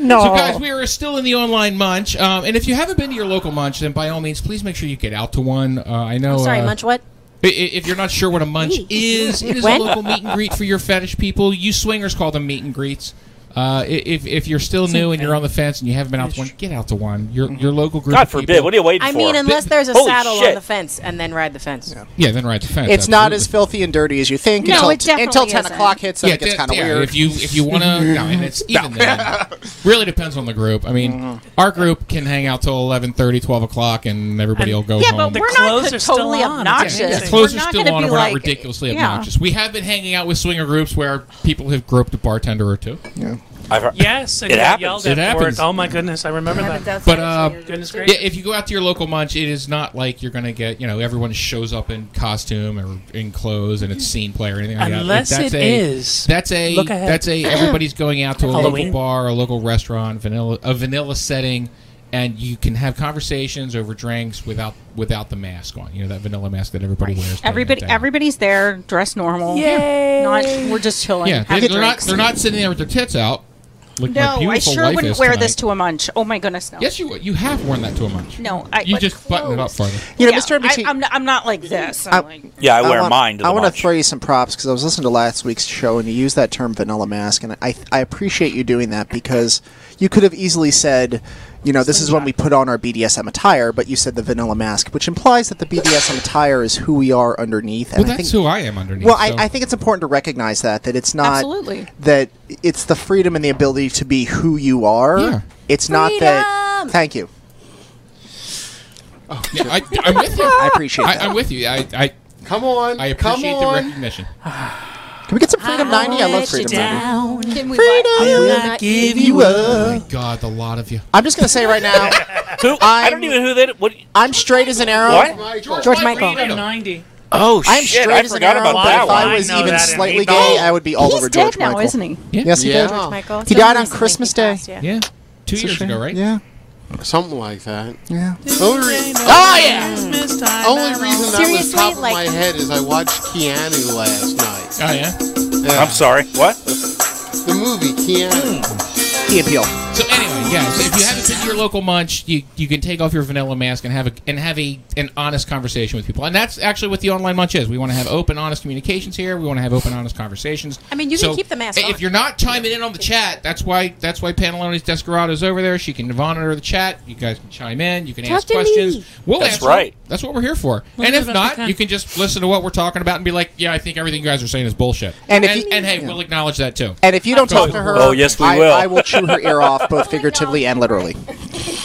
[SPEAKER 4] No,
[SPEAKER 3] So, guys, we are still in the online munch. Um, and if you haven't been to your local munch, then by all means, please make sure you get out to one. Uh, I know.
[SPEAKER 5] I'm sorry,
[SPEAKER 3] uh,
[SPEAKER 5] munch what?
[SPEAKER 3] i- i- If you're not sure what a munch is, it is
[SPEAKER 5] When?
[SPEAKER 3] a local meet and greet for your fetish people. You swingers call them meet and greets. Uh, i- if, if you're still new and you're on the fence and you haven't been out to one, get out to one. Your
[SPEAKER 5] Mm-hmm.
[SPEAKER 3] your local group.
[SPEAKER 8] God
[SPEAKER 3] of
[SPEAKER 8] forbid,
[SPEAKER 3] people-
[SPEAKER 8] what are you waiting
[SPEAKER 5] I mean, unless there's a
[SPEAKER 3] Holy
[SPEAKER 5] saddle
[SPEAKER 3] shit.
[SPEAKER 5] on the fence, and then ride the fence. Yeah,
[SPEAKER 3] Yeah, then ride the fence.
[SPEAKER 9] It's not
[SPEAKER 3] absolutely.
[SPEAKER 9] as filthy and dirty as you think
[SPEAKER 5] No,
[SPEAKER 9] until,
[SPEAKER 5] it definitely
[SPEAKER 9] until 10
[SPEAKER 5] isn't.
[SPEAKER 9] o'clock hits and
[SPEAKER 3] yeah,
[SPEAKER 9] it gets
[SPEAKER 3] de-
[SPEAKER 9] kind of
[SPEAKER 3] yeah,
[SPEAKER 9] weird.
[SPEAKER 3] If you if you want to, no, and it's even then. Really depends on the group. I mean, our group can hang out till 11, 12 o'clock, and everybody will go
[SPEAKER 4] yeah,
[SPEAKER 3] home.
[SPEAKER 4] but we're not
[SPEAKER 17] are still
[SPEAKER 4] totally
[SPEAKER 17] on.
[SPEAKER 4] obnoxious.
[SPEAKER 3] Yeah, clothes
[SPEAKER 4] We're
[SPEAKER 3] are
[SPEAKER 4] not
[SPEAKER 3] still
[SPEAKER 4] gonna
[SPEAKER 3] on,
[SPEAKER 4] be
[SPEAKER 3] and we're
[SPEAKER 4] like,
[SPEAKER 3] not ridiculously
[SPEAKER 4] yeah.
[SPEAKER 3] obnoxious. We have been hanging out with swinger groups where people have groped a bartender or two. Yeah,
[SPEAKER 8] I've heard.
[SPEAKER 17] Yes, and
[SPEAKER 3] It
[SPEAKER 17] got
[SPEAKER 3] happens.
[SPEAKER 17] yelled
[SPEAKER 3] It
[SPEAKER 17] at for
[SPEAKER 3] happens.
[SPEAKER 17] it. Oh my goodness, I remember that.
[SPEAKER 3] But uh,
[SPEAKER 17] goodness
[SPEAKER 3] yeah,
[SPEAKER 17] gracious.
[SPEAKER 3] if you go out to your local munch, it is not like you're going to get you know everyone shows up in costume or in clothes and it's scene play or anything like
[SPEAKER 17] Mm-hmm. Unless
[SPEAKER 3] that. Like, that's
[SPEAKER 17] it
[SPEAKER 3] a,
[SPEAKER 17] is.
[SPEAKER 3] That's a
[SPEAKER 17] Look ahead.
[SPEAKER 3] that's a everybody's going out to a
[SPEAKER 17] Halloween.
[SPEAKER 3] local bar, a local restaurant, vanilla a vanilla setting, and you can have conversations over drinks without without the mask on. You know that vanilla mask that everybody wears. day in and
[SPEAKER 4] Everybody,
[SPEAKER 3] day out.
[SPEAKER 4] everybody's there, dressed normal.
[SPEAKER 3] Yay.
[SPEAKER 4] Not, we're just chilling.
[SPEAKER 3] Yeah, they,
[SPEAKER 4] having
[SPEAKER 3] they're not
[SPEAKER 4] drinks.
[SPEAKER 3] they're not sitting there with their tits out. Like my
[SPEAKER 4] no, I
[SPEAKER 3] beautiful
[SPEAKER 4] sure
[SPEAKER 3] life
[SPEAKER 4] wouldn't
[SPEAKER 3] is
[SPEAKER 4] wear
[SPEAKER 3] tonight.
[SPEAKER 4] this to a munch. Oh my goodness, no.
[SPEAKER 3] Yes, you would. You have worn that to a munch.
[SPEAKER 4] No, I.
[SPEAKER 3] you
[SPEAKER 4] but
[SPEAKER 3] just button it up farther.
[SPEAKER 9] You know,
[SPEAKER 4] Yeah,
[SPEAKER 9] Mr. McTee-
[SPEAKER 4] I, am not, I'm not like this. I'm like,
[SPEAKER 7] Yeah, I wear
[SPEAKER 9] want-
[SPEAKER 7] mine to the
[SPEAKER 9] I want
[SPEAKER 7] march.
[SPEAKER 9] to throw you some props because I was listening to last week's show and you used that term vanilla mask, and I I appreciate you doing that because you could have easily said, you know, this is when we put on our BDSM attire, but you said the vanilla mask, which implies that the BDSM attire is who we are underneath.
[SPEAKER 3] Well,
[SPEAKER 9] and I
[SPEAKER 3] that's
[SPEAKER 9] think,
[SPEAKER 3] who I am underneath.
[SPEAKER 9] Well, I,
[SPEAKER 3] so-
[SPEAKER 9] I think it's important to recognize that that it's not
[SPEAKER 5] Absolutely.
[SPEAKER 9] that it's the freedom and the ability to be who you are. It's not that. Thank you.
[SPEAKER 3] Yeah, I, I'm with you.
[SPEAKER 9] I appreciate
[SPEAKER 3] I,
[SPEAKER 9] that.
[SPEAKER 3] I'm with you. I, I
[SPEAKER 9] Come on.
[SPEAKER 3] I appreciate the
[SPEAKER 9] on.
[SPEAKER 3] recognition.
[SPEAKER 9] Can we get some Freedom 90? I love Freedom 90.
[SPEAKER 5] Can we
[SPEAKER 9] Freedom
[SPEAKER 5] will
[SPEAKER 9] not give you
[SPEAKER 3] Oh
[SPEAKER 9] up.
[SPEAKER 3] my God, the lot of you.
[SPEAKER 9] I'm just gonna say right now,
[SPEAKER 7] who, I don't even know who that. What?
[SPEAKER 9] I'm straight as an arrow.
[SPEAKER 7] What?
[SPEAKER 9] George Michael.
[SPEAKER 8] Freedom 90.
[SPEAKER 7] Oh
[SPEAKER 9] I'm
[SPEAKER 7] shit!
[SPEAKER 9] straight
[SPEAKER 7] I
[SPEAKER 9] as an
[SPEAKER 7] forgot
[SPEAKER 9] arrow,
[SPEAKER 7] about
[SPEAKER 9] but
[SPEAKER 7] that
[SPEAKER 9] if
[SPEAKER 7] one.
[SPEAKER 9] I was
[SPEAKER 7] I know
[SPEAKER 9] even
[SPEAKER 7] that
[SPEAKER 9] slightly
[SPEAKER 7] ain't
[SPEAKER 9] gay,
[SPEAKER 7] no-
[SPEAKER 9] I would be all
[SPEAKER 7] He's
[SPEAKER 9] over
[SPEAKER 7] dead
[SPEAKER 9] George
[SPEAKER 7] now,
[SPEAKER 9] Michael.
[SPEAKER 7] isn't he?
[SPEAKER 3] Yeah.
[SPEAKER 9] Yes, he
[SPEAKER 10] Yeah.
[SPEAKER 9] did.
[SPEAKER 10] George Michael.
[SPEAKER 9] He
[SPEAKER 10] It's
[SPEAKER 9] died
[SPEAKER 10] only
[SPEAKER 9] on
[SPEAKER 10] recently
[SPEAKER 9] Christmas
[SPEAKER 10] he
[SPEAKER 9] Day.
[SPEAKER 10] passed, yeah.
[SPEAKER 3] Yeah. Two
[SPEAKER 10] It's a
[SPEAKER 3] years
[SPEAKER 10] shame.
[SPEAKER 3] ago, right?
[SPEAKER 10] Yeah. Something like that.
[SPEAKER 9] Yeah.
[SPEAKER 10] Only re-
[SPEAKER 9] Oh, yeah.
[SPEAKER 10] Only reason that was
[SPEAKER 12] Seriously?
[SPEAKER 10] top of
[SPEAKER 12] Like-
[SPEAKER 10] my head is I watched Keanu last night.
[SPEAKER 3] Oh yeah.
[SPEAKER 7] I'm sorry. What?
[SPEAKER 10] The movie Keanu.
[SPEAKER 9] The appeal.
[SPEAKER 3] So anyway, yeah. So if you haven't been to your local munch, you, you can take off your vanilla mask and have a and have a an honest conversation with people, and that's actually what the online munch is. We want to have open, honest communications here. We want to have open, honest conversations.
[SPEAKER 5] I mean, you
[SPEAKER 3] So
[SPEAKER 5] can keep the mask
[SPEAKER 3] if
[SPEAKER 5] on.
[SPEAKER 3] you're not chiming in on the chat, that's why that's why Panelone's Desperado's over there. She can monitor the chat. You guys can chime in. You can
[SPEAKER 5] Talk
[SPEAKER 3] ask
[SPEAKER 5] to me.
[SPEAKER 3] questions. We'll
[SPEAKER 7] That's
[SPEAKER 3] answer.
[SPEAKER 7] right.
[SPEAKER 3] That's what we're here for.
[SPEAKER 7] Well,
[SPEAKER 3] and if
[SPEAKER 7] no,
[SPEAKER 3] not,
[SPEAKER 7] okay.
[SPEAKER 3] you can just listen to what we're talking about and be like, "Yeah, I think everything you guys are saying is bullshit." And
[SPEAKER 9] And if
[SPEAKER 3] and,
[SPEAKER 9] you-
[SPEAKER 3] hey, we'll acknowledge that too.
[SPEAKER 9] And if you don't talk to her,
[SPEAKER 7] Oh, yes, we
[SPEAKER 9] I,
[SPEAKER 7] will.
[SPEAKER 9] I will chew her ear off, both figuratively and literally.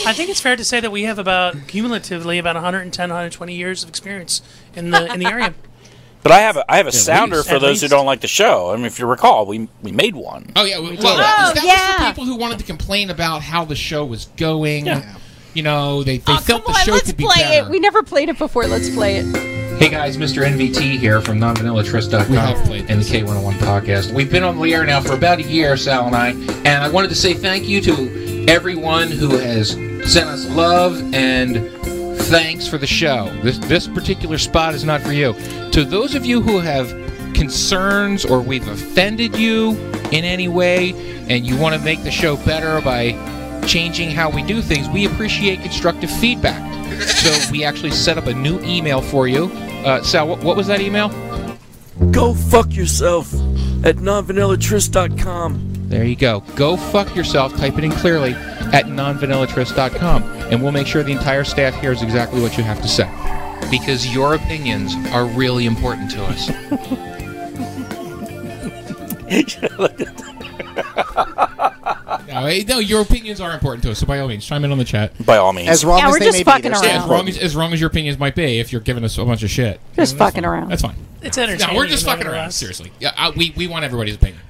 [SPEAKER 8] I think it's fair to say that we have about cumulatively about 110, 120 years of experience in the in the area.
[SPEAKER 7] But I have a, I have a sounder
[SPEAKER 8] least.
[SPEAKER 7] for
[SPEAKER 8] At
[SPEAKER 7] those who
[SPEAKER 8] least.
[SPEAKER 7] don't like the show. I mean, if you recall, we we made one.
[SPEAKER 3] Oh yeah, well,
[SPEAKER 8] did.
[SPEAKER 3] well,
[SPEAKER 8] Oh,
[SPEAKER 3] that was
[SPEAKER 8] yeah.
[SPEAKER 3] for people who wanted to complain about how the show was going. You know, they, they felt the
[SPEAKER 4] Oh, come on,
[SPEAKER 3] show
[SPEAKER 4] let's
[SPEAKER 3] could be
[SPEAKER 4] play
[SPEAKER 3] better.
[SPEAKER 4] it. We never played it before. Let's play it.
[SPEAKER 3] Hey guys, Mr. NVT here from NonVanillaTrust.com and the K101 podcast. We've been on the air now for about a year, Sal and I, and I wanted to say thank you to everyone who has sent us love and thanks for the show. This this particular spot is not for you. To those of you who have concerns or we've offended you in any way and you want to make the show better by changing how we do things, we appreciate constructive feedback. So we actually set up a new email for you. Uh, Sal, what, what was that email?
[SPEAKER 19] Go fuck yourself at nonvanillatrist.com.
[SPEAKER 3] There you go. Go fuck yourself. Type it in clearly at nonvanillatrist.com, and we'll make sure the entire staff hears exactly what you have to say. Because your opinions are really important to us. no, eh, no, your opinions are important to us. So by all means, chime in on the chat.
[SPEAKER 7] By all means.
[SPEAKER 9] As wrong
[SPEAKER 4] Yeah,
[SPEAKER 9] as
[SPEAKER 4] we're
[SPEAKER 9] they
[SPEAKER 4] just
[SPEAKER 9] may
[SPEAKER 4] fucking
[SPEAKER 9] be, they're
[SPEAKER 4] around.
[SPEAKER 9] still
[SPEAKER 4] Yeah,
[SPEAKER 3] As wrong
[SPEAKER 9] important.
[SPEAKER 3] as, as wrong as your opinions might be, if you're giving us a bunch of shit,
[SPEAKER 4] Just fucking around.
[SPEAKER 3] that's fine.
[SPEAKER 8] It's entertaining.
[SPEAKER 3] No, we're just fucking around.
[SPEAKER 8] nonetheless.
[SPEAKER 3] Seriously, yeah, I, we we want everybody's opinion.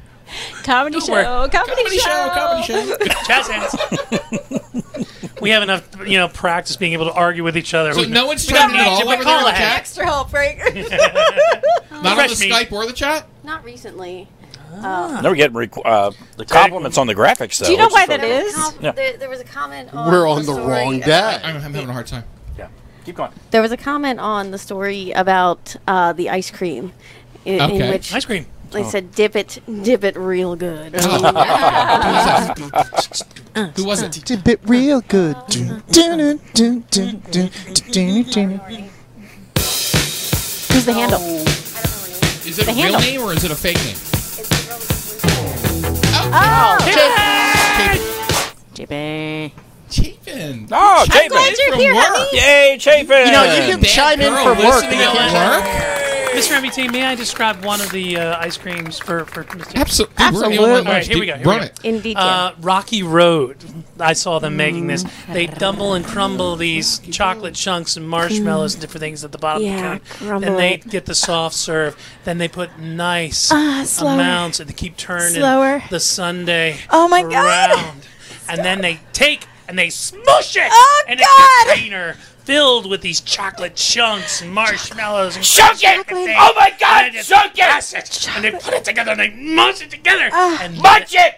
[SPEAKER 4] Comedy
[SPEAKER 8] worry.
[SPEAKER 4] show. Comedy, show. Comedy show.
[SPEAKER 8] Jazz hands. we have enough, you know, practice being able to argue with each other.
[SPEAKER 3] So
[SPEAKER 8] We-
[SPEAKER 3] no one's
[SPEAKER 8] we don't
[SPEAKER 3] chiming in at
[SPEAKER 8] need
[SPEAKER 3] all
[SPEAKER 8] to, but
[SPEAKER 3] over there
[SPEAKER 8] call
[SPEAKER 3] on the
[SPEAKER 8] ahead.
[SPEAKER 12] Extra help, right?
[SPEAKER 3] Not on the
[SPEAKER 8] Fresh meat.
[SPEAKER 3] Skype or the chat.
[SPEAKER 12] Not recently.
[SPEAKER 5] Ah.
[SPEAKER 7] Now we're getting requ- uh, the compliments on the graphics, though.
[SPEAKER 4] Do you know
[SPEAKER 7] which
[SPEAKER 4] why
[SPEAKER 7] is
[SPEAKER 4] that
[SPEAKER 7] really-
[SPEAKER 4] is?
[SPEAKER 7] Yeah.
[SPEAKER 12] There, there was a comment on.
[SPEAKER 10] We're on the
[SPEAKER 12] story
[SPEAKER 10] wrong
[SPEAKER 12] about-
[SPEAKER 10] day.
[SPEAKER 3] I'm, I'm having a hard time.
[SPEAKER 7] Keep going.
[SPEAKER 12] There was a comment on the story about uh, the ice cream, i- in,
[SPEAKER 3] Okay.
[SPEAKER 12] which
[SPEAKER 8] Ice cream.
[SPEAKER 12] they said dip it, dip it real good.
[SPEAKER 3] Oh, Who was it? Uh-huh.
[SPEAKER 9] Dip it real good. Dun, dun, dun, dun, dun, dun, dun, dun.
[SPEAKER 12] Who's the handle?
[SPEAKER 3] Is it
[SPEAKER 12] The
[SPEAKER 3] a real
[SPEAKER 12] handle.
[SPEAKER 3] name or is it a fake name?
[SPEAKER 8] Oh,
[SPEAKER 12] Jippy.
[SPEAKER 3] Chapin.
[SPEAKER 7] Oh,
[SPEAKER 12] I'm
[SPEAKER 7] Chapin.
[SPEAKER 12] glad you're
[SPEAKER 3] From
[SPEAKER 12] here,
[SPEAKER 3] work.
[SPEAKER 12] honey.
[SPEAKER 7] Yay, Chapin.
[SPEAKER 9] You know, you can chime in
[SPEAKER 3] girl
[SPEAKER 9] for work.
[SPEAKER 3] listening
[SPEAKER 9] You
[SPEAKER 3] at
[SPEAKER 9] can
[SPEAKER 3] lunch.
[SPEAKER 9] chime-
[SPEAKER 8] Mr. MBT, may I describe one of the uh, ice creams for for Mr.
[SPEAKER 3] Absolutely.
[SPEAKER 8] All right, here we go. Here
[SPEAKER 3] Run
[SPEAKER 8] we go.
[SPEAKER 3] it.
[SPEAKER 12] In detail.
[SPEAKER 8] Uh, Rocky Road. I saw them making this.
[SPEAKER 12] Mm.
[SPEAKER 8] They dumble and crumble these chocolate chunks and marshmallows and different things at the bottom
[SPEAKER 12] Yeah,
[SPEAKER 8] of the cone.
[SPEAKER 12] crumble
[SPEAKER 8] Then they
[SPEAKER 12] it.
[SPEAKER 8] get the soft serve. Then they put nice
[SPEAKER 12] Ah, slower.
[SPEAKER 8] amounts and they keep turning
[SPEAKER 12] Slower.
[SPEAKER 8] the Sunday
[SPEAKER 12] Oh my God.
[SPEAKER 8] around. And then they take and they smush it
[SPEAKER 12] Oh,
[SPEAKER 8] in
[SPEAKER 12] God.
[SPEAKER 8] a container filled with these chocolate chunks and marshmallows and
[SPEAKER 7] Chocolate.
[SPEAKER 8] different things.
[SPEAKER 7] Oh my God,
[SPEAKER 8] And they just
[SPEAKER 7] chocolate.
[SPEAKER 8] press it. And they put it together and they mush it together and
[SPEAKER 7] Munch it.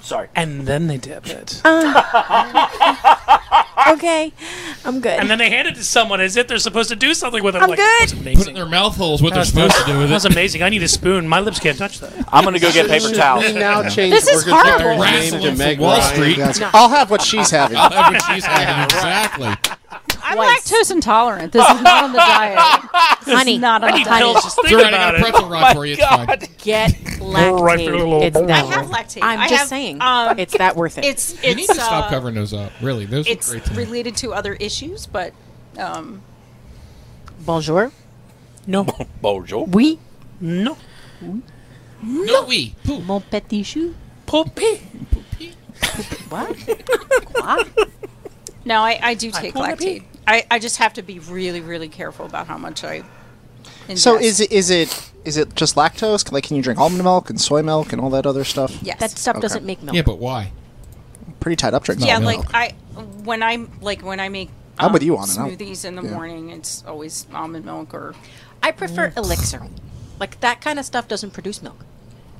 [SPEAKER 7] Sorry.
[SPEAKER 8] And then they dip it.
[SPEAKER 17] Um, okay, I'm good.
[SPEAKER 8] And then they hand it to someone as if they're supposed to do something with it.
[SPEAKER 17] I'm
[SPEAKER 8] like,
[SPEAKER 17] good.
[SPEAKER 8] That's amazing.
[SPEAKER 3] Put it in their mouth holes what they're
[SPEAKER 8] That's-
[SPEAKER 3] supposed to do with
[SPEAKER 8] That's
[SPEAKER 3] it.
[SPEAKER 8] amazing. I need a spoon. My lips can't touch that.
[SPEAKER 7] I'm gonna go get paper towel.
[SPEAKER 10] We now change
[SPEAKER 8] This is
[SPEAKER 10] Orchid Bear's
[SPEAKER 8] horrible.
[SPEAKER 10] name to
[SPEAKER 8] Wrestling for
[SPEAKER 10] Meg
[SPEAKER 8] Wall
[SPEAKER 10] Ryan.
[SPEAKER 8] Street.
[SPEAKER 10] That's-
[SPEAKER 8] No.
[SPEAKER 9] I'll have what she's having.
[SPEAKER 10] I'll have what
[SPEAKER 3] she's having. Exactly.
[SPEAKER 4] I'm lactose intolerant. This is not on the diet.
[SPEAKER 5] Honey,
[SPEAKER 4] not on
[SPEAKER 5] I
[SPEAKER 4] the
[SPEAKER 5] need
[SPEAKER 4] diet.
[SPEAKER 5] pills, just think
[SPEAKER 3] Right, I
[SPEAKER 5] about
[SPEAKER 3] got a
[SPEAKER 5] it.
[SPEAKER 3] pretzel
[SPEAKER 5] Oh my
[SPEAKER 3] rod for you. It's fine.
[SPEAKER 5] Get lactate.
[SPEAKER 3] Right for the little
[SPEAKER 5] it's
[SPEAKER 3] bowl.
[SPEAKER 5] that
[SPEAKER 3] I have
[SPEAKER 5] worth-
[SPEAKER 4] lactate.
[SPEAKER 5] I'm
[SPEAKER 4] I
[SPEAKER 5] just
[SPEAKER 4] have,
[SPEAKER 5] saying.
[SPEAKER 4] um,
[SPEAKER 5] it's that worth it.
[SPEAKER 4] It's it's
[SPEAKER 3] You need to stop
[SPEAKER 4] uh,
[SPEAKER 3] covering those up. Really, those
[SPEAKER 4] It's
[SPEAKER 3] are great. to me.
[SPEAKER 4] related to other issues, but um,
[SPEAKER 5] Bonjour.
[SPEAKER 8] No.
[SPEAKER 7] Bonjour.
[SPEAKER 5] Oui.
[SPEAKER 8] No.
[SPEAKER 3] No, we.
[SPEAKER 4] Mon petit chou.
[SPEAKER 8] Poopy.
[SPEAKER 4] What? no, I, I do
[SPEAKER 5] I
[SPEAKER 4] take
[SPEAKER 5] pulled a
[SPEAKER 4] lactate. I, I just have to be really, really careful about how much I. Ingest.
[SPEAKER 9] So is it is it is it just lactose? Like, can you drink almond milk and soy milk and all that other stuff?
[SPEAKER 4] Yes. That stuff doesn't make milk.
[SPEAKER 9] Yeah,
[SPEAKER 4] Yeah,
[SPEAKER 9] but
[SPEAKER 4] but
[SPEAKER 3] why?
[SPEAKER 9] Pretty tied up drinking.
[SPEAKER 4] yeah,
[SPEAKER 9] almond
[SPEAKER 4] like
[SPEAKER 9] milk.
[SPEAKER 4] I when I'm like when I make um,
[SPEAKER 9] I'm with you on it. I'll-
[SPEAKER 4] smoothies in the
[SPEAKER 9] yeah.
[SPEAKER 4] morning, it's always almond milk or
[SPEAKER 5] I prefer elixir. Like that kind of stuff doesn't produce milk.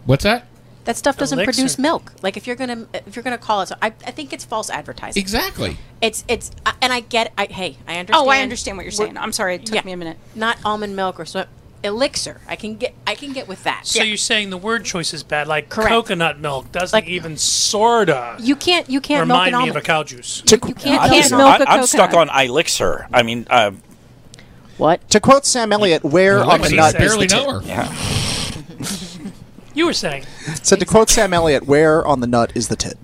[SPEAKER 3] What's that?
[SPEAKER 5] That stuff doesn't
[SPEAKER 3] Elixir.
[SPEAKER 5] produce milk. Like if you're gonna if you're gonna call it, so I, I think it's false advertising.
[SPEAKER 3] Exactly.
[SPEAKER 5] It's it's I- and I get I hey I understand.
[SPEAKER 4] Oh, I understand what you're saying. I'm sorry, it took me a minute.
[SPEAKER 5] Not almond milk or so elixir. I can get I can get with that.
[SPEAKER 8] So you're saying the word choice is bad? Like
[SPEAKER 5] Correct.
[SPEAKER 8] coconut milk doesn't even sorta
[SPEAKER 5] you can't you can't milk an
[SPEAKER 8] remind me of
[SPEAKER 5] almond.
[SPEAKER 8] a cow juice.
[SPEAKER 5] You can't
[SPEAKER 7] I
[SPEAKER 5] milk
[SPEAKER 7] don't
[SPEAKER 5] a
[SPEAKER 7] know. I,
[SPEAKER 5] coconut.
[SPEAKER 7] I'm stuck on elixir. I mean, uh,
[SPEAKER 5] what?
[SPEAKER 9] To quote Sam Elliott, "Where
[SPEAKER 7] Well,
[SPEAKER 9] on the
[SPEAKER 7] Lexi
[SPEAKER 9] nut is
[SPEAKER 7] barely
[SPEAKER 9] the
[SPEAKER 7] know her.
[SPEAKER 9] tip?"
[SPEAKER 7] Yeah.
[SPEAKER 8] You were saying
[SPEAKER 9] So to quote Sam Elliott, "Where on the nut is the tit?"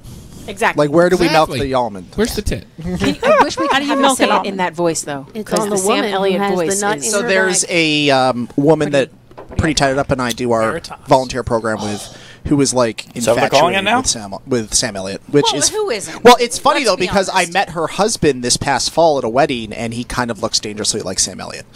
[SPEAKER 5] Exactly.
[SPEAKER 9] Like, where do we
[SPEAKER 5] Exactly.
[SPEAKER 9] milk the almond?
[SPEAKER 3] Where's the tit?
[SPEAKER 5] I wish we
[SPEAKER 17] How
[SPEAKER 5] could
[SPEAKER 17] do you
[SPEAKER 5] have you
[SPEAKER 17] milk
[SPEAKER 5] say
[SPEAKER 17] an
[SPEAKER 5] it
[SPEAKER 17] almond?
[SPEAKER 5] in that voice though.
[SPEAKER 17] It's
[SPEAKER 5] 'cause
[SPEAKER 17] on
[SPEAKER 5] the
[SPEAKER 17] the
[SPEAKER 5] Sam
[SPEAKER 17] woman who
[SPEAKER 5] Elliott
[SPEAKER 17] has the
[SPEAKER 5] voice
[SPEAKER 17] nut
[SPEAKER 5] is-
[SPEAKER 17] in
[SPEAKER 9] So
[SPEAKER 17] her
[SPEAKER 9] there's a um, woman that pretty tied it up, and I do our volunteer program with, who was like
[SPEAKER 7] Is that what they're calling it
[SPEAKER 9] infatuated
[SPEAKER 7] now?
[SPEAKER 9] with Sam with Sam Elliott, which
[SPEAKER 4] Well,
[SPEAKER 9] is
[SPEAKER 4] who isn't?
[SPEAKER 9] Well, it's funny
[SPEAKER 4] Let's
[SPEAKER 9] though
[SPEAKER 4] be
[SPEAKER 9] because I met her husband this past fall at a wedding, and he kind of looks dangerously like Sam Elliott.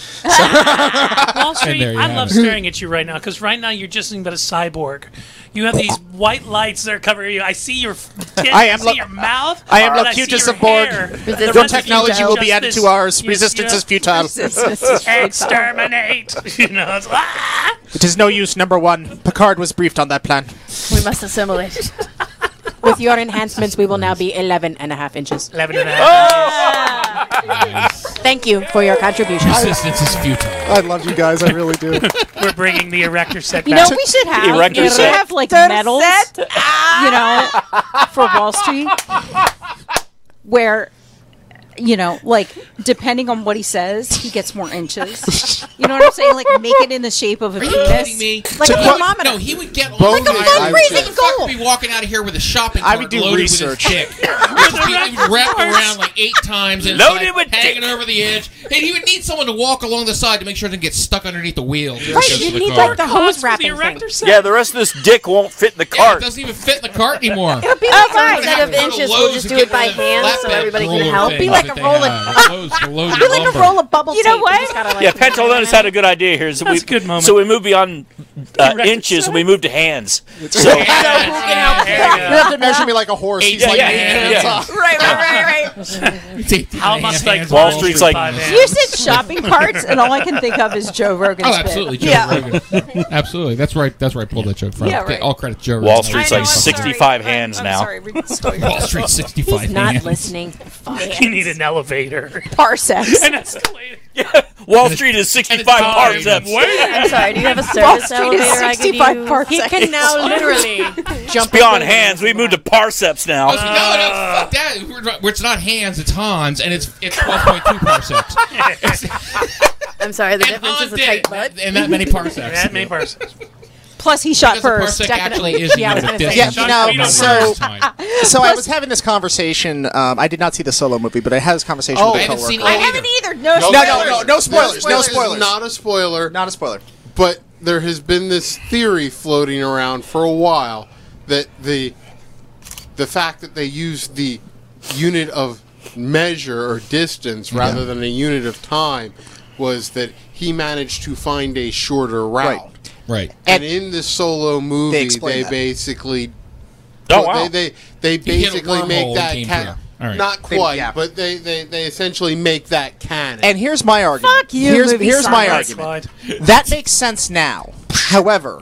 [SPEAKER 8] Wall Street.
[SPEAKER 9] there you
[SPEAKER 8] I
[SPEAKER 9] have
[SPEAKER 8] love
[SPEAKER 9] it.
[SPEAKER 8] staring at you right now because right now you're just nothing but a cyborg. You have these white lights that are covering you. I see your. Tits,
[SPEAKER 9] I am
[SPEAKER 8] see
[SPEAKER 9] lo-
[SPEAKER 8] your mouth.
[SPEAKER 9] I am
[SPEAKER 8] and
[SPEAKER 9] Locutus
[SPEAKER 8] see your
[SPEAKER 9] of Borg.
[SPEAKER 8] hair.
[SPEAKER 9] Resistance
[SPEAKER 8] The
[SPEAKER 9] is
[SPEAKER 8] rest of you
[SPEAKER 9] technology
[SPEAKER 8] is
[SPEAKER 9] will be
[SPEAKER 8] just
[SPEAKER 9] added to
[SPEAKER 8] this-
[SPEAKER 9] ours.
[SPEAKER 8] you-
[SPEAKER 9] Resistance
[SPEAKER 8] you-
[SPEAKER 9] is futile. Resistance is futile.
[SPEAKER 8] Exterminate. You know. It's, ah!
[SPEAKER 9] It is no use, number one. Picard was briefed on that plan.
[SPEAKER 5] We must assimilate. With your enhancements, we will now be 11 and a half inches.
[SPEAKER 8] 11 and a
[SPEAKER 20] Oh!
[SPEAKER 5] Thank you for your contribution.
[SPEAKER 3] Resistance is futile.
[SPEAKER 9] I love you guys. I really do.
[SPEAKER 8] We're bringing the erector set
[SPEAKER 4] You
[SPEAKER 8] back.
[SPEAKER 4] know, we should have we should have like medals, you know, for Wall Street, where, you know, like depending on what he says, he gets more inches. You know what I'm saying? Like make it in the shape of a
[SPEAKER 3] Are you
[SPEAKER 4] penis.
[SPEAKER 3] kidding me?
[SPEAKER 4] Like
[SPEAKER 3] To
[SPEAKER 4] a
[SPEAKER 3] quote-
[SPEAKER 4] thermometer.
[SPEAKER 3] No, he would get
[SPEAKER 4] Like a full freezing
[SPEAKER 3] gold. Be walking out of here with a shopping cart loaded with his dick. It would be- it would wrap around like eight times and
[SPEAKER 7] Loaded with
[SPEAKER 3] hanging over the edge. And he would need someone to walk along the side to make sure it didn't get stuck underneath the wheel.
[SPEAKER 5] Right, you need like the hose wrapping thing.
[SPEAKER 7] yeah, the rest of this dick won't fit in the cart.
[SPEAKER 3] doesn't even fit in the cart anymore.
[SPEAKER 17] It'll be like instead Oh, of inches, we'll just do it by hand so everybody can help.
[SPEAKER 3] It'll be like a roll of
[SPEAKER 5] Be like a roll of bubble
[SPEAKER 17] You
[SPEAKER 5] tape.
[SPEAKER 17] know what?
[SPEAKER 5] You just gotta, like,
[SPEAKER 7] yeah, Pantalones had a good idea here. So we,
[SPEAKER 8] good moment.
[SPEAKER 7] So we moved beyond uh, inches and we moved to hands. So
[SPEAKER 9] You have to measure me like a horse.
[SPEAKER 7] Eight,
[SPEAKER 9] He's
[SPEAKER 7] yeah,
[SPEAKER 9] like
[SPEAKER 7] yeah,
[SPEAKER 9] eight
[SPEAKER 7] yeah,
[SPEAKER 9] hands
[SPEAKER 7] yeah.
[SPEAKER 9] off.
[SPEAKER 17] Right, right, right, right.
[SPEAKER 8] How must I?
[SPEAKER 7] Wall Street's like,
[SPEAKER 4] You said shopping carts, and all I can think of is Joe Rogan's.
[SPEAKER 3] Oh,
[SPEAKER 4] bit.
[SPEAKER 3] absolutely, Joe
[SPEAKER 4] yeah.
[SPEAKER 3] Rogan. absolutely, that's right. That's right. Pull that joke from.
[SPEAKER 4] Yeah, right.
[SPEAKER 3] All credit to Joe Rogan.
[SPEAKER 7] Wall Street's
[SPEAKER 3] I
[SPEAKER 7] like
[SPEAKER 3] know, I'm
[SPEAKER 7] 65 hands now.
[SPEAKER 3] Wall Street 65
[SPEAKER 5] He's not
[SPEAKER 3] hands.
[SPEAKER 5] listening.
[SPEAKER 8] You need an elevator.
[SPEAKER 5] Parsecs.
[SPEAKER 8] An escalator.
[SPEAKER 7] Wall Street is 65 parsecs.
[SPEAKER 17] I'm sorry. Do you have a
[SPEAKER 5] Wall
[SPEAKER 17] service
[SPEAKER 5] Street
[SPEAKER 17] elevator?
[SPEAKER 5] is
[SPEAKER 17] I could
[SPEAKER 5] 65
[SPEAKER 17] use?
[SPEAKER 5] parts
[SPEAKER 17] He
[SPEAKER 5] I
[SPEAKER 17] can
[SPEAKER 5] can
[SPEAKER 17] now
[SPEAKER 7] Oh,
[SPEAKER 5] use.
[SPEAKER 17] literally
[SPEAKER 7] It's beyond hands. We moved to parsecs now.
[SPEAKER 3] Oh, No, no, fuck that. We're not- It's not hands, it's Hans, and it's it's 12.2 parsecs.
[SPEAKER 17] I'm sorry, the difference
[SPEAKER 3] Hans
[SPEAKER 17] is a
[SPEAKER 3] did,
[SPEAKER 17] tight butt.
[SPEAKER 3] and that many parsecs.
[SPEAKER 8] That many parsecs.
[SPEAKER 4] Plus, he shot
[SPEAKER 3] Because
[SPEAKER 4] first.
[SPEAKER 3] a parsec
[SPEAKER 4] definitely.
[SPEAKER 3] actually is the
[SPEAKER 4] yeah, I was
[SPEAKER 3] unit
[SPEAKER 4] gonna
[SPEAKER 3] of
[SPEAKER 4] say.
[SPEAKER 9] Yeah,
[SPEAKER 3] distance.
[SPEAKER 9] you know, so so I
[SPEAKER 4] Plus-
[SPEAKER 9] was having this conversation. Um, I did not see the solo movie, but I had this conversation
[SPEAKER 10] Oh,
[SPEAKER 9] with
[SPEAKER 10] I
[SPEAKER 9] a
[SPEAKER 10] haven't
[SPEAKER 9] coworker.
[SPEAKER 10] seen
[SPEAKER 4] I
[SPEAKER 9] e-
[SPEAKER 4] haven't either. No,
[SPEAKER 9] No, no, no, no spoilers, no
[SPEAKER 10] This is
[SPEAKER 9] spoilers.
[SPEAKER 10] Not a spoiler.
[SPEAKER 9] Not a spoiler.
[SPEAKER 10] But there has been this theory floating around for a while that the the fact that they used the unit of measure or distance rather than a unit of time was that he managed to find a shorter route.
[SPEAKER 3] Right.
[SPEAKER 10] And, in this solo
[SPEAKER 9] They
[SPEAKER 10] movie,
[SPEAKER 9] explain
[SPEAKER 10] they
[SPEAKER 9] that.
[SPEAKER 10] basically
[SPEAKER 7] Oh, wow.
[SPEAKER 10] they they, they
[SPEAKER 3] He hit a
[SPEAKER 10] basically
[SPEAKER 3] wormhole
[SPEAKER 10] make
[SPEAKER 3] and
[SPEAKER 10] that
[SPEAKER 3] came
[SPEAKER 10] ca-
[SPEAKER 3] through. All right.
[SPEAKER 10] not
[SPEAKER 9] They-
[SPEAKER 10] quite,
[SPEAKER 9] yeah.
[SPEAKER 10] but they, they they essentially make that canon.
[SPEAKER 9] And here's my argument.
[SPEAKER 10] Fuck you,
[SPEAKER 9] Here's,
[SPEAKER 10] movie
[SPEAKER 9] here's my
[SPEAKER 10] silo.
[SPEAKER 9] argument. That makes sense now. However,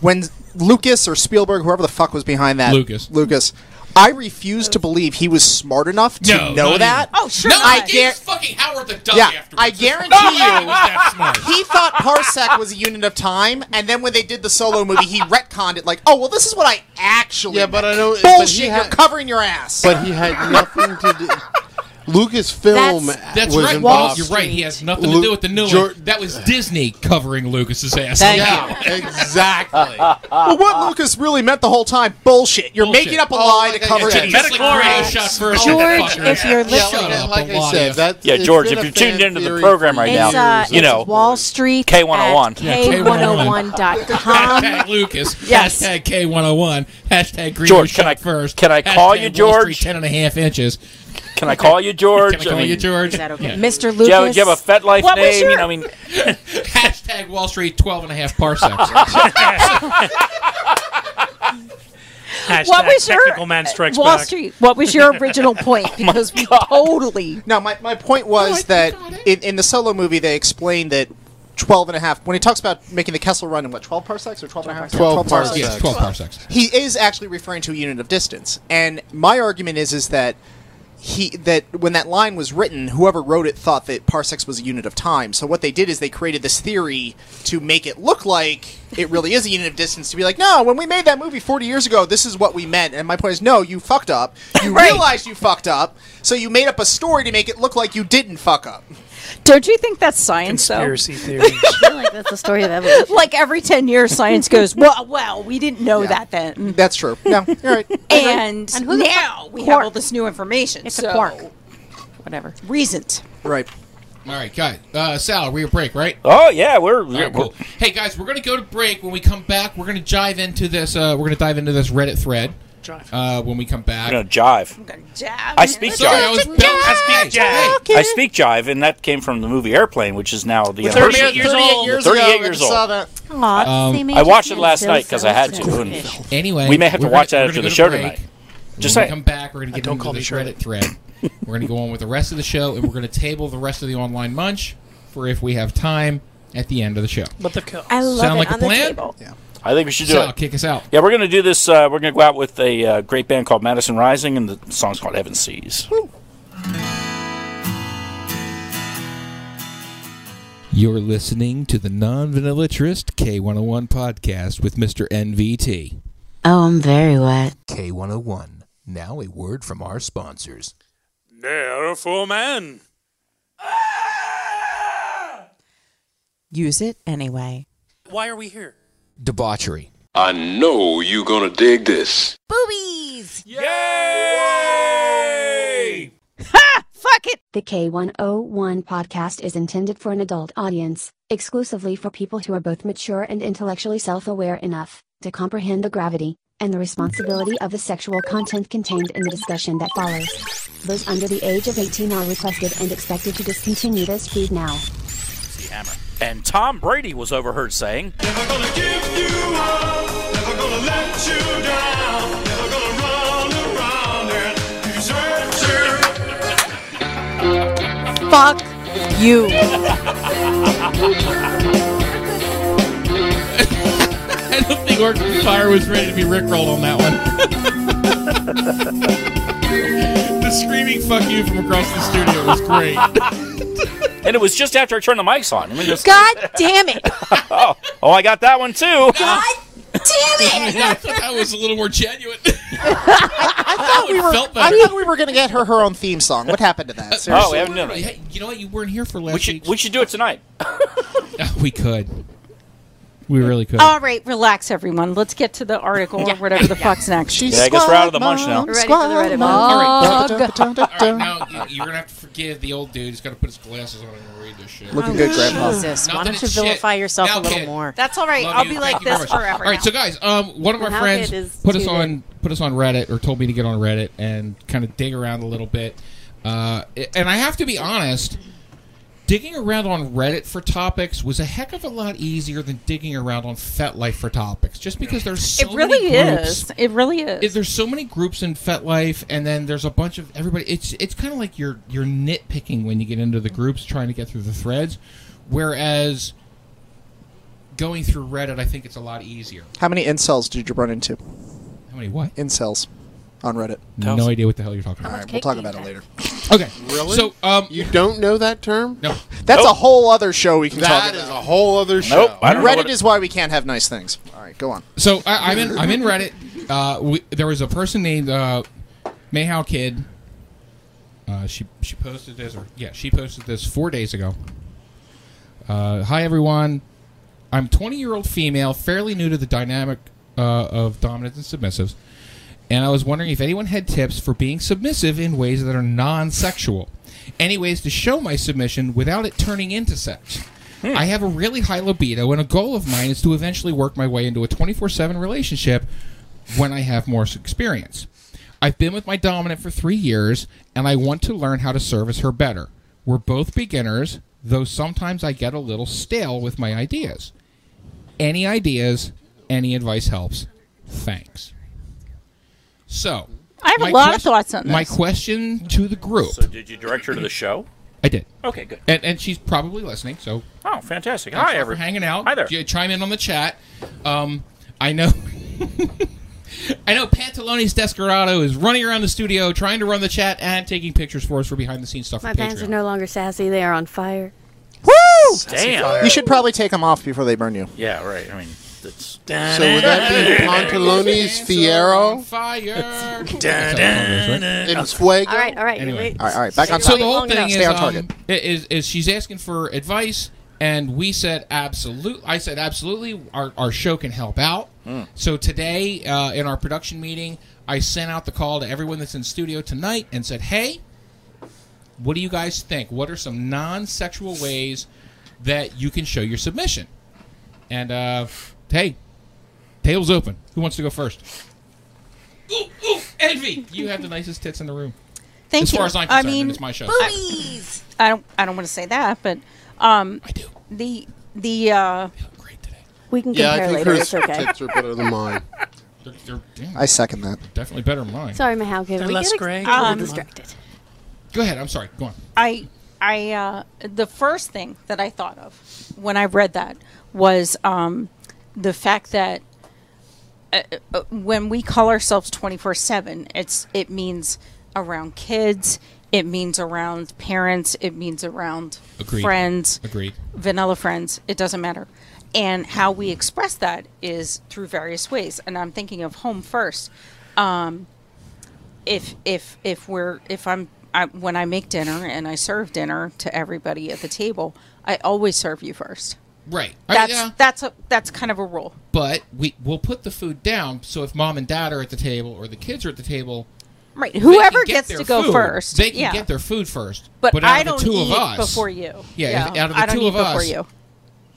[SPEAKER 9] when Lucas or Spielberg, whoever the fuck was behind that.
[SPEAKER 3] Lucas.
[SPEAKER 9] Lucas. I refuse to believe he was smart enough to
[SPEAKER 3] No,
[SPEAKER 9] know
[SPEAKER 3] not
[SPEAKER 9] that.
[SPEAKER 3] even. Oh, sure No,
[SPEAKER 9] I
[SPEAKER 3] he
[SPEAKER 9] gar-
[SPEAKER 3] gave fucking Howard the Duck
[SPEAKER 9] yeah,
[SPEAKER 3] afterwards.
[SPEAKER 9] I
[SPEAKER 3] That's what
[SPEAKER 9] guarantee
[SPEAKER 3] he did. He was that smart.
[SPEAKER 9] you. he thought parsec was a unit of time, and then when they did the solo movie, he retconned it like, "Oh, well, this is what I actually."
[SPEAKER 10] Yeah, but I know- but he
[SPEAKER 9] bullshit.
[SPEAKER 10] had-
[SPEAKER 9] you're covering your ass.
[SPEAKER 10] But he had nothing to do. Lucasfilm
[SPEAKER 9] That's-
[SPEAKER 3] That's
[SPEAKER 10] was
[SPEAKER 3] right.
[SPEAKER 10] involved.
[SPEAKER 3] You're right. He has nothing to
[SPEAKER 10] Lu-
[SPEAKER 3] do with the new
[SPEAKER 10] Jor-
[SPEAKER 3] one. That was Disney covering Lucas's ass.
[SPEAKER 9] Thank
[SPEAKER 3] yeah,
[SPEAKER 10] exactly.
[SPEAKER 9] well, what Lucas really meant the whole time? Bullshit. You're making up a lie to cover
[SPEAKER 3] It's
[SPEAKER 9] it.
[SPEAKER 3] just Oh, like radio shot first.
[SPEAKER 20] George,
[SPEAKER 3] motherfucker.
[SPEAKER 20] if you're
[SPEAKER 3] Yeah,
[SPEAKER 20] listening,
[SPEAKER 3] shut up,
[SPEAKER 10] like I
[SPEAKER 3] Melania.
[SPEAKER 10] said, that's-
[SPEAKER 7] Yeah,
[SPEAKER 10] it's
[SPEAKER 7] George,
[SPEAKER 10] been
[SPEAKER 7] if
[SPEAKER 10] a
[SPEAKER 7] you're tuned
[SPEAKER 10] fan
[SPEAKER 7] into the
[SPEAKER 10] theory
[SPEAKER 7] program right
[SPEAKER 20] It's,
[SPEAKER 7] now,
[SPEAKER 20] uh,
[SPEAKER 7] you know,
[SPEAKER 20] Wall Street
[SPEAKER 7] K101.
[SPEAKER 20] at K101.com.
[SPEAKER 3] Hashtag Lucas.
[SPEAKER 20] Yes.
[SPEAKER 3] Hashtag K101. Hashtag Green
[SPEAKER 7] George,
[SPEAKER 3] shot
[SPEAKER 7] can I-
[SPEAKER 3] first.
[SPEAKER 7] can I call you
[SPEAKER 3] Hashtag Wall Street
[SPEAKER 7] George?
[SPEAKER 3] 10 and a half inches.
[SPEAKER 7] Can I call you George?
[SPEAKER 3] Can I call
[SPEAKER 7] I mean,
[SPEAKER 3] you George?
[SPEAKER 7] is that okay?
[SPEAKER 3] Yeah.
[SPEAKER 5] Mr.
[SPEAKER 7] do you have,
[SPEAKER 5] Lucas.
[SPEAKER 7] do you have a fet life
[SPEAKER 5] What was
[SPEAKER 7] name? You
[SPEAKER 5] your-
[SPEAKER 7] know, I mean,
[SPEAKER 3] Hashtag Wall Street 12 and a half parsecs.
[SPEAKER 8] Hashtag
[SPEAKER 20] What was your
[SPEAKER 8] technical man strikes
[SPEAKER 20] Wall
[SPEAKER 8] back.
[SPEAKER 20] Street? What was your original point? Because we totally
[SPEAKER 9] No, my, my point was that in, in the solo movie, they explained that 12 and a half, when he talks about making the Kessel run in what, 12 parsecs or 12 and a half?
[SPEAKER 10] 12 parsecs.
[SPEAKER 3] Yes, 12 parsecs.
[SPEAKER 9] He is actually referring to a unit of distance. And my argument is is that he that when that line was written, whoever wrote it thought that parsecs was a unit of time. So what they did is they created this theory to make it look like it really is a unit of distance. To be like, no, when we made that movie 40 years ago, this is what we meant. And my point is, no, you fucked up. You realized you fucked up, so you made up a story to make it look like you didn't fuck up.
[SPEAKER 20] Don't you think that's science,
[SPEAKER 8] Conspiracy theory.
[SPEAKER 20] though? like that's the story of evolution. like every ten years, science goes, "Well, well, we didn't know that then."
[SPEAKER 9] That's true. No, you're right.
[SPEAKER 20] And,
[SPEAKER 5] And who the
[SPEAKER 20] now
[SPEAKER 5] fuck-
[SPEAKER 20] we have
[SPEAKER 5] quark.
[SPEAKER 20] all this new information.
[SPEAKER 5] It's a
[SPEAKER 20] so
[SPEAKER 5] quark. Whatever.
[SPEAKER 20] Reasoned.
[SPEAKER 9] Right.
[SPEAKER 3] All right, guys. Uh, Sal, we're at break, right?
[SPEAKER 7] oh yeah, we're,
[SPEAKER 3] All right, cool. Hey guys, we're gonna go to break. When we come back, we're gonna dive into this. Uh, we're gonna dive into this Reddit thread.
[SPEAKER 8] Drive.
[SPEAKER 3] Uh, when we come back,
[SPEAKER 7] we're gonna jive. I speak jive.
[SPEAKER 3] Sorry, I was bouncing. I speak
[SPEAKER 7] I speak jive, and that came from the movie Airplane, which is now the
[SPEAKER 8] We're
[SPEAKER 7] anniversary.
[SPEAKER 8] 38 years
[SPEAKER 7] 38
[SPEAKER 8] old.
[SPEAKER 7] years
[SPEAKER 8] 38
[SPEAKER 7] ago,
[SPEAKER 8] years
[SPEAKER 7] I
[SPEAKER 8] old.
[SPEAKER 7] saw
[SPEAKER 9] that.
[SPEAKER 7] Um, I watched it last night because I had to. and
[SPEAKER 3] Anyway,
[SPEAKER 7] we may have to
[SPEAKER 3] we're
[SPEAKER 7] watch
[SPEAKER 3] gonna-
[SPEAKER 7] that after the
[SPEAKER 3] we're gonna go
[SPEAKER 7] show
[SPEAKER 3] to break.
[SPEAKER 7] tonight. Just
[SPEAKER 3] when
[SPEAKER 7] saying.
[SPEAKER 3] we come back, we're gonna get
[SPEAKER 8] Don't
[SPEAKER 3] into
[SPEAKER 8] call me
[SPEAKER 3] this
[SPEAKER 8] Shirley.
[SPEAKER 3] Reddit thread. we're gonna go on with the rest of the show, and we're gonna table the rest of the online munch for if we have time at the end of the show.
[SPEAKER 8] But the co-
[SPEAKER 5] I love
[SPEAKER 3] Sound
[SPEAKER 5] it
[SPEAKER 3] like a
[SPEAKER 5] on the
[SPEAKER 3] plan?
[SPEAKER 5] table.
[SPEAKER 7] I think we should do
[SPEAKER 3] Sal,
[SPEAKER 7] it.
[SPEAKER 3] kick us out.
[SPEAKER 7] Yeah, we're gonna do this. Uh, we're gonna go out with a uh, great band called Madison Rising, and the song's called Heaven Seas.
[SPEAKER 3] You're listening to the Non-Vanillatrist K101 podcast with Mr. NVT.
[SPEAKER 21] Oh, I'm very wet.
[SPEAKER 3] K101. Now a word from our sponsors.
[SPEAKER 19] There for man.
[SPEAKER 22] Use it anyway.
[SPEAKER 8] Why are we here?
[SPEAKER 3] Debauchery.
[SPEAKER 14] I know you gonna dig this.
[SPEAKER 21] Boobies!
[SPEAKER 20] Fuck it!
[SPEAKER 16] The K101 podcast is intended for an adult audience, exclusively for people who are both mature and intellectually self aware enough to comprehend the gravity and the responsibility of the sexual content contained in the discussion that follows. Those under the age of 18 are requested and expected to discontinue this feed now.
[SPEAKER 7] The hammer. And Tom Brady was overheard saying,
[SPEAKER 20] Fuck you.
[SPEAKER 3] I don't think Orchard Fire was ready to be rickrolled on that one. the screaming "fuck you" from across the studio was great.
[SPEAKER 7] and it was just after I turned the mics on. I mean, just-
[SPEAKER 5] God damn it!
[SPEAKER 7] oh, oh, I got that one too.
[SPEAKER 5] Damn it!
[SPEAKER 3] I thought that was a little more genuine.
[SPEAKER 9] I thought we were.
[SPEAKER 3] felt
[SPEAKER 9] I
[SPEAKER 3] better.
[SPEAKER 9] thought we were gonna get her her own theme song. What happened to that? Seriously.
[SPEAKER 7] Oh, we haven't done it.
[SPEAKER 3] Hey, you know what? You weren't here for last
[SPEAKER 7] We should, we should do it tonight.
[SPEAKER 3] We could. We really could.
[SPEAKER 20] All right, relax, everyone. Let's get to the article or whatever the fuck's next.
[SPEAKER 7] Yeah, I guess we're out of the munch now.
[SPEAKER 20] Ready for the Reddit All right.
[SPEAKER 3] now you- you're gonna have to forgive the old dude. He's got to put his glasses on and read this shit.
[SPEAKER 9] Looking good, Grandpa.
[SPEAKER 5] Oh, Jesus,
[SPEAKER 3] Not
[SPEAKER 5] why
[SPEAKER 3] that
[SPEAKER 5] don't you
[SPEAKER 3] it's shit.
[SPEAKER 5] vilify yourself
[SPEAKER 3] Now,
[SPEAKER 5] a little
[SPEAKER 3] kid.
[SPEAKER 5] more?
[SPEAKER 20] That's all right.
[SPEAKER 3] Love
[SPEAKER 20] I'll
[SPEAKER 3] you.
[SPEAKER 20] be
[SPEAKER 3] Thank
[SPEAKER 20] like
[SPEAKER 3] you very
[SPEAKER 20] this
[SPEAKER 3] much.
[SPEAKER 20] forever.
[SPEAKER 3] All right,
[SPEAKER 20] now.
[SPEAKER 3] so guys, um, one of my
[SPEAKER 20] How good
[SPEAKER 3] friends
[SPEAKER 20] is
[SPEAKER 3] put us
[SPEAKER 20] too
[SPEAKER 3] on put us on Reddit or told me to get on Reddit and kind of dig around a little bit. Uh, i- and I have to be honest, digging around on Reddit for topics was a heck of a lot easier than digging around on FetLife for topics, just because there's so
[SPEAKER 20] it really
[SPEAKER 3] many groups
[SPEAKER 20] is. It really is.
[SPEAKER 3] it- there's so many groups in FetLife, and then there's a bunch of everybody. It's it's kind of like you're you're nitpicking when you get into the groups, trying to get through the threads. Whereas going through Reddit, I think it's a lot easier.
[SPEAKER 9] How many incels did you run into?
[SPEAKER 3] How many what?
[SPEAKER 9] Incels on Reddit.
[SPEAKER 3] No Tell us. idea what the hell you're talking
[SPEAKER 9] All
[SPEAKER 3] about.
[SPEAKER 9] right, we'll talk about it later.
[SPEAKER 3] Okay.
[SPEAKER 10] Really?
[SPEAKER 3] So, um,
[SPEAKER 10] you don't know that term?
[SPEAKER 3] No.
[SPEAKER 9] That's a whole other show we can talk
[SPEAKER 10] That
[SPEAKER 9] about.
[SPEAKER 10] is a whole other show.
[SPEAKER 9] Nope, I don't know Reddit what it- is why we can't have nice things. All right, go on.
[SPEAKER 3] So I, I'm in. I'm in Reddit. Uh, we, there was a person named uh, Mayhow Kid. Uh, she she posted this, or yeah, she posted this four days ago. Uh, Hi everyone, I'm 20 year old female, fairly new to the dynamic uh, of dominant and submissives, and I was wondering if anyone had tips for being submissive in ways that are non sexual, any ways to show my submission without it turning into sex. I have a really high libido, and a goal of mine is to eventually work my way into a 24 7 relationship when I have more experience. I've been with my dominant for three years, and I want to learn how to service her better. We're both beginners, though sometimes I get a little stale with my ideas. Any ideas, any advice helps. Thanks. So,
[SPEAKER 4] I have a
[SPEAKER 3] my
[SPEAKER 4] lot of
[SPEAKER 3] question-
[SPEAKER 4] thoughts on this.
[SPEAKER 3] My question to the group.
[SPEAKER 7] So, did you direct her to the show?
[SPEAKER 3] I did.
[SPEAKER 7] Okay, good.
[SPEAKER 3] And, and she's probably listening, so
[SPEAKER 7] Oh, fantastic.
[SPEAKER 3] Thanks
[SPEAKER 7] Hi,
[SPEAKER 3] all
[SPEAKER 7] everyone.
[SPEAKER 3] for hanging out.
[SPEAKER 7] Hi there.
[SPEAKER 3] You chime in on the chat. Um, I know. I know Pantalones Desperado is running around the studio trying to run the chat and taking pictures for us for behind the scenes stuff.
[SPEAKER 11] My
[SPEAKER 3] for
[SPEAKER 11] pants
[SPEAKER 3] Patreon.
[SPEAKER 11] are no longer sassy; they are on fire.
[SPEAKER 9] Woo!
[SPEAKER 7] Damn.
[SPEAKER 9] You should probably take them off before they burn you.
[SPEAKER 7] Yeah, right. I mean, that's.
[SPEAKER 10] So would that be Pantalones Fiero?
[SPEAKER 3] Fire!
[SPEAKER 10] In Fuego?
[SPEAKER 11] All right, all right.
[SPEAKER 3] Anyway.
[SPEAKER 11] wait.
[SPEAKER 9] All right, all right, back on
[SPEAKER 3] So
[SPEAKER 9] topic.
[SPEAKER 3] the whole thing
[SPEAKER 9] Stay
[SPEAKER 3] is,
[SPEAKER 9] on
[SPEAKER 3] um,
[SPEAKER 9] target.
[SPEAKER 3] i- is is she's asking for advice, and we said absolute. I said absolutely. Our our show can help out.
[SPEAKER 9] Hmm.
[SPEAKER 3] So today uh, in our production meeting, I sent out the call to everyone that's in studio tonight and said, "Hey, what do you guys think? What are some non-sexual ways that you can show your submission?" And uh, hey, tails open. Who wants to go first? Ooh, ooh, envy. You have the nicest tits in the room.
[SPEAKER 4] Thank
[SPEAKER 3] as
[SPEAKER 4] you.
[SPEAKER 3] far as I'm
[SPEAKER 4] I
[SPEAKER 3] concerned,
[SPEAKER 4] mean,
[SPEAKER 3] it's my show.
[SPEAKER 4] I don't. I don't want to say that, but um, I
[SPEAKER 3] do.
[SPEAKER 4] The the uh,
[SPEAKER 11] we can
[SPEAKER 10] Yeah, I
[SPEAKER 11] compare
[SPEAKER 10] think
[SPEAKER 11] later.
[SPEAKER 10] her
[SPEAKER 11] It's okay.
[SPEAKER 10] tips are better than mine.
[SPEAKER 9] I second that.
[SPEAKER 3] Definitely better than mine.
[SPEAKER 11] Sorry, my how kid.
[SPEAKER 8] They're
[SPEAKER 11] we
[SPEAKER 8] less
[SPEAKER 11] get ex-
[SPEAKER 8] gray.
[SPEAKER 11] a little
[SPEAKER 4] Um,
[SPEAKER 11] distracted.
[SPEAKER 3] Go ahead. I'm sorry. Go on.
[SPEAKER 4] I I uh, the first thing that I thought of when I read that was um, the fact that uh, uh, when we call ourselves twenty four seven, it's it means around kids, it means around parents, it means around
[SPEAKER 3] Agreed.
[SPEAKER 4] friends,
[SPEAKER 3] Agreed.
[SPEAKER 4] vanilla friends. It doesn't matter. And how we express that is through various ways. And I'm thinking of home first. Um, if if if we're if I'm I, when I make dinner and I serve dinner to everybody at the table, I always serve you first.
[SPEAKER 3] Right. I mean, uh,
[SPEAKER 4] That's
[SPEAKER 3] yeah.
[SPEAKER 4] that's a that's kind of a rule.
[SPEAKER 3] But we we'll put the food down. So if mom and dad are at the table or the kids are at the table,
[SPEAKER 4] Right.
[SPEAKER 3] they
[SPEAKER 4] Whoever
[SPEAKER 3] can get
[SPEAKER 4] gets
[SPEAKER 3] their
[SPEAKER 4] to go
[SPEAKER 3] food.
[SPEAKER 4] first.
[SPEAKER 3] They can
[SPEAKER 4] yeah.
[SPEAKER 3] get their food first.
[SPEAKER 4] But,
[SPEAKER 3] out
[SPEAKER 4] I
[SPEAKER 3] of the
[SPEAKER 4] don't
[SPEAKER 3] two
[SPEAKER 4] eat
[SPEAKER 3] of us,
[SPEAKER 4] before you.
[SPEAKER 3] Yeah. if- out of the
[SPEAKER 4] I don't
[SPEAKER 3] two
[SPEAKER 4] eat
[SPEAKER 3] of us,
[SPEAKER 4] before you.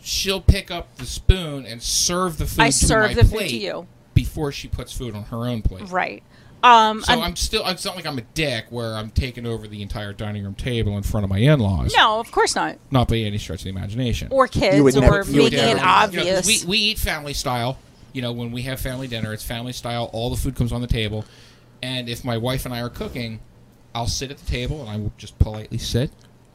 [SPEAKER 3] she'll pick up the spoon and serve the food.
[SPEAKER 4] I
[SPEAKER 3] to
[SPEAKER 4] serve
[SPEAKER 3] my
[SPEAKER 4] the food to
[SPEAKER 3] plate
[SPEAKER 4] you.
[SPEAKER 3] before she puts food on her own plate.
[SPEAKER 4] Right. Um,
[SPEAKER 3] So
[SPEAKER 4] I'm-
[SPEAKER 3] I'm still. It's not like I'm a dick where I'm taking over the entire dining room table in front of my in-laws.
[SPEAKER 4] no, of course not.
[SPEAKER 3] Not by any stretch of the imagination.
[SPEAKER 4] Or kids,
[SPEAKER 9] You would
[SPEAKER 4] or
[SPEAKER 9] never- you would
[SPEAKER 4] making
[SPEAKER 9] never-
[SPEAKER 4] it
[SPEAKER 9] You know,
[SPEAKER 4] obvious.
[SPEAKER 3] You know, 'cause we, we eat family style. You know, when we have family dinner, it's family style. All the food comes on the table. And if my wife and I are cooking, I'll sit at the table and I will just politely sit,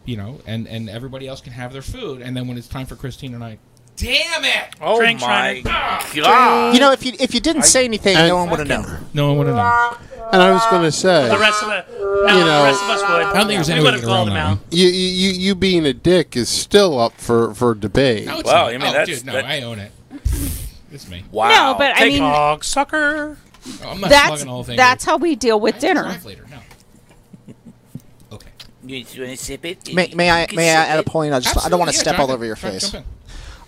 [SPEAKER 3] you know, and, and everybody else can have their food. And then when it's time for Christine and I, damn it!
[SPEAKER 7] Oh
[SPEAKER 3] Drink,
[SPEAKER 7] my
[SPEAKER 3] Shriner.
[SPEAKER 7] god!
[SPEAKER 9] You know, if you if you didn't say anything,
[SPEAKER 10] I-
[SPEAKER 9] no one would have known.
[SPEAKER 3] No one would have known.
[SPEAKER 10] And I was going to say,
[SPEAKER 8] The rest of the, no,
[SPEAKER 10] You know-
[SPEAKER 8] the rest of us would.
[SPEAKER 10] I don't think there's
[SPEAKER 8] we
[SPEAKER 10] any way
[SPEAKER 8] would
[SPEAKER 10] to
[SPEAKER 8] have
[SPEAKER 10] get
[SPEAKER 8] called
[SPEAKER 10] around
[SPEAKER 8] him
[SPEAKER 10] that
[SPEAKER 8] out.
[SPEAKER 10] you, you, you you being a dick is still up for, for debate.
[SPEAKER 3] No, it's
[SPEAKER 7] Wow,
[SPEAKER 3] me.
[SPEAKER 7] I mean,
[SPEAKER 3] oh,
[SPEAKER 7] that's-
[SPEAKER 3] dude, no,
[SPEAKER 7] that-
[SPEAKER 3] I own it. It's me.
[SPEAKER 7] Wow.
[SPEAKER 4] No, but I
[SPEAKER 7] Take
[SPEAKER 4] mean-
[SPEAKER 7] Hog sucker.
[SPEAKER 3] I'm not
[SPEAKER 4] that's
[SPEAKER 3] slugging the whole thing.
[SPEAKER 4] that's how we deal with dinner.
[SPEAKER 7] You want to sip it?
[SPEAKER 9] May, may I may I add a point? I just I don't want
[SPEAKER 7] Absolutely,
[SPEAKER 9] to
[SPEAKER 7] yeah,
[SPEAKER 9] step all
[SPEAKER 7] jump
[SPEAKER 9] over
[SPEAKER 7] in.
[SPEAKER 9] your
[SPEAKER 7] Jump-
[SPEAKER 9] face.
[SPEAKER 7] jump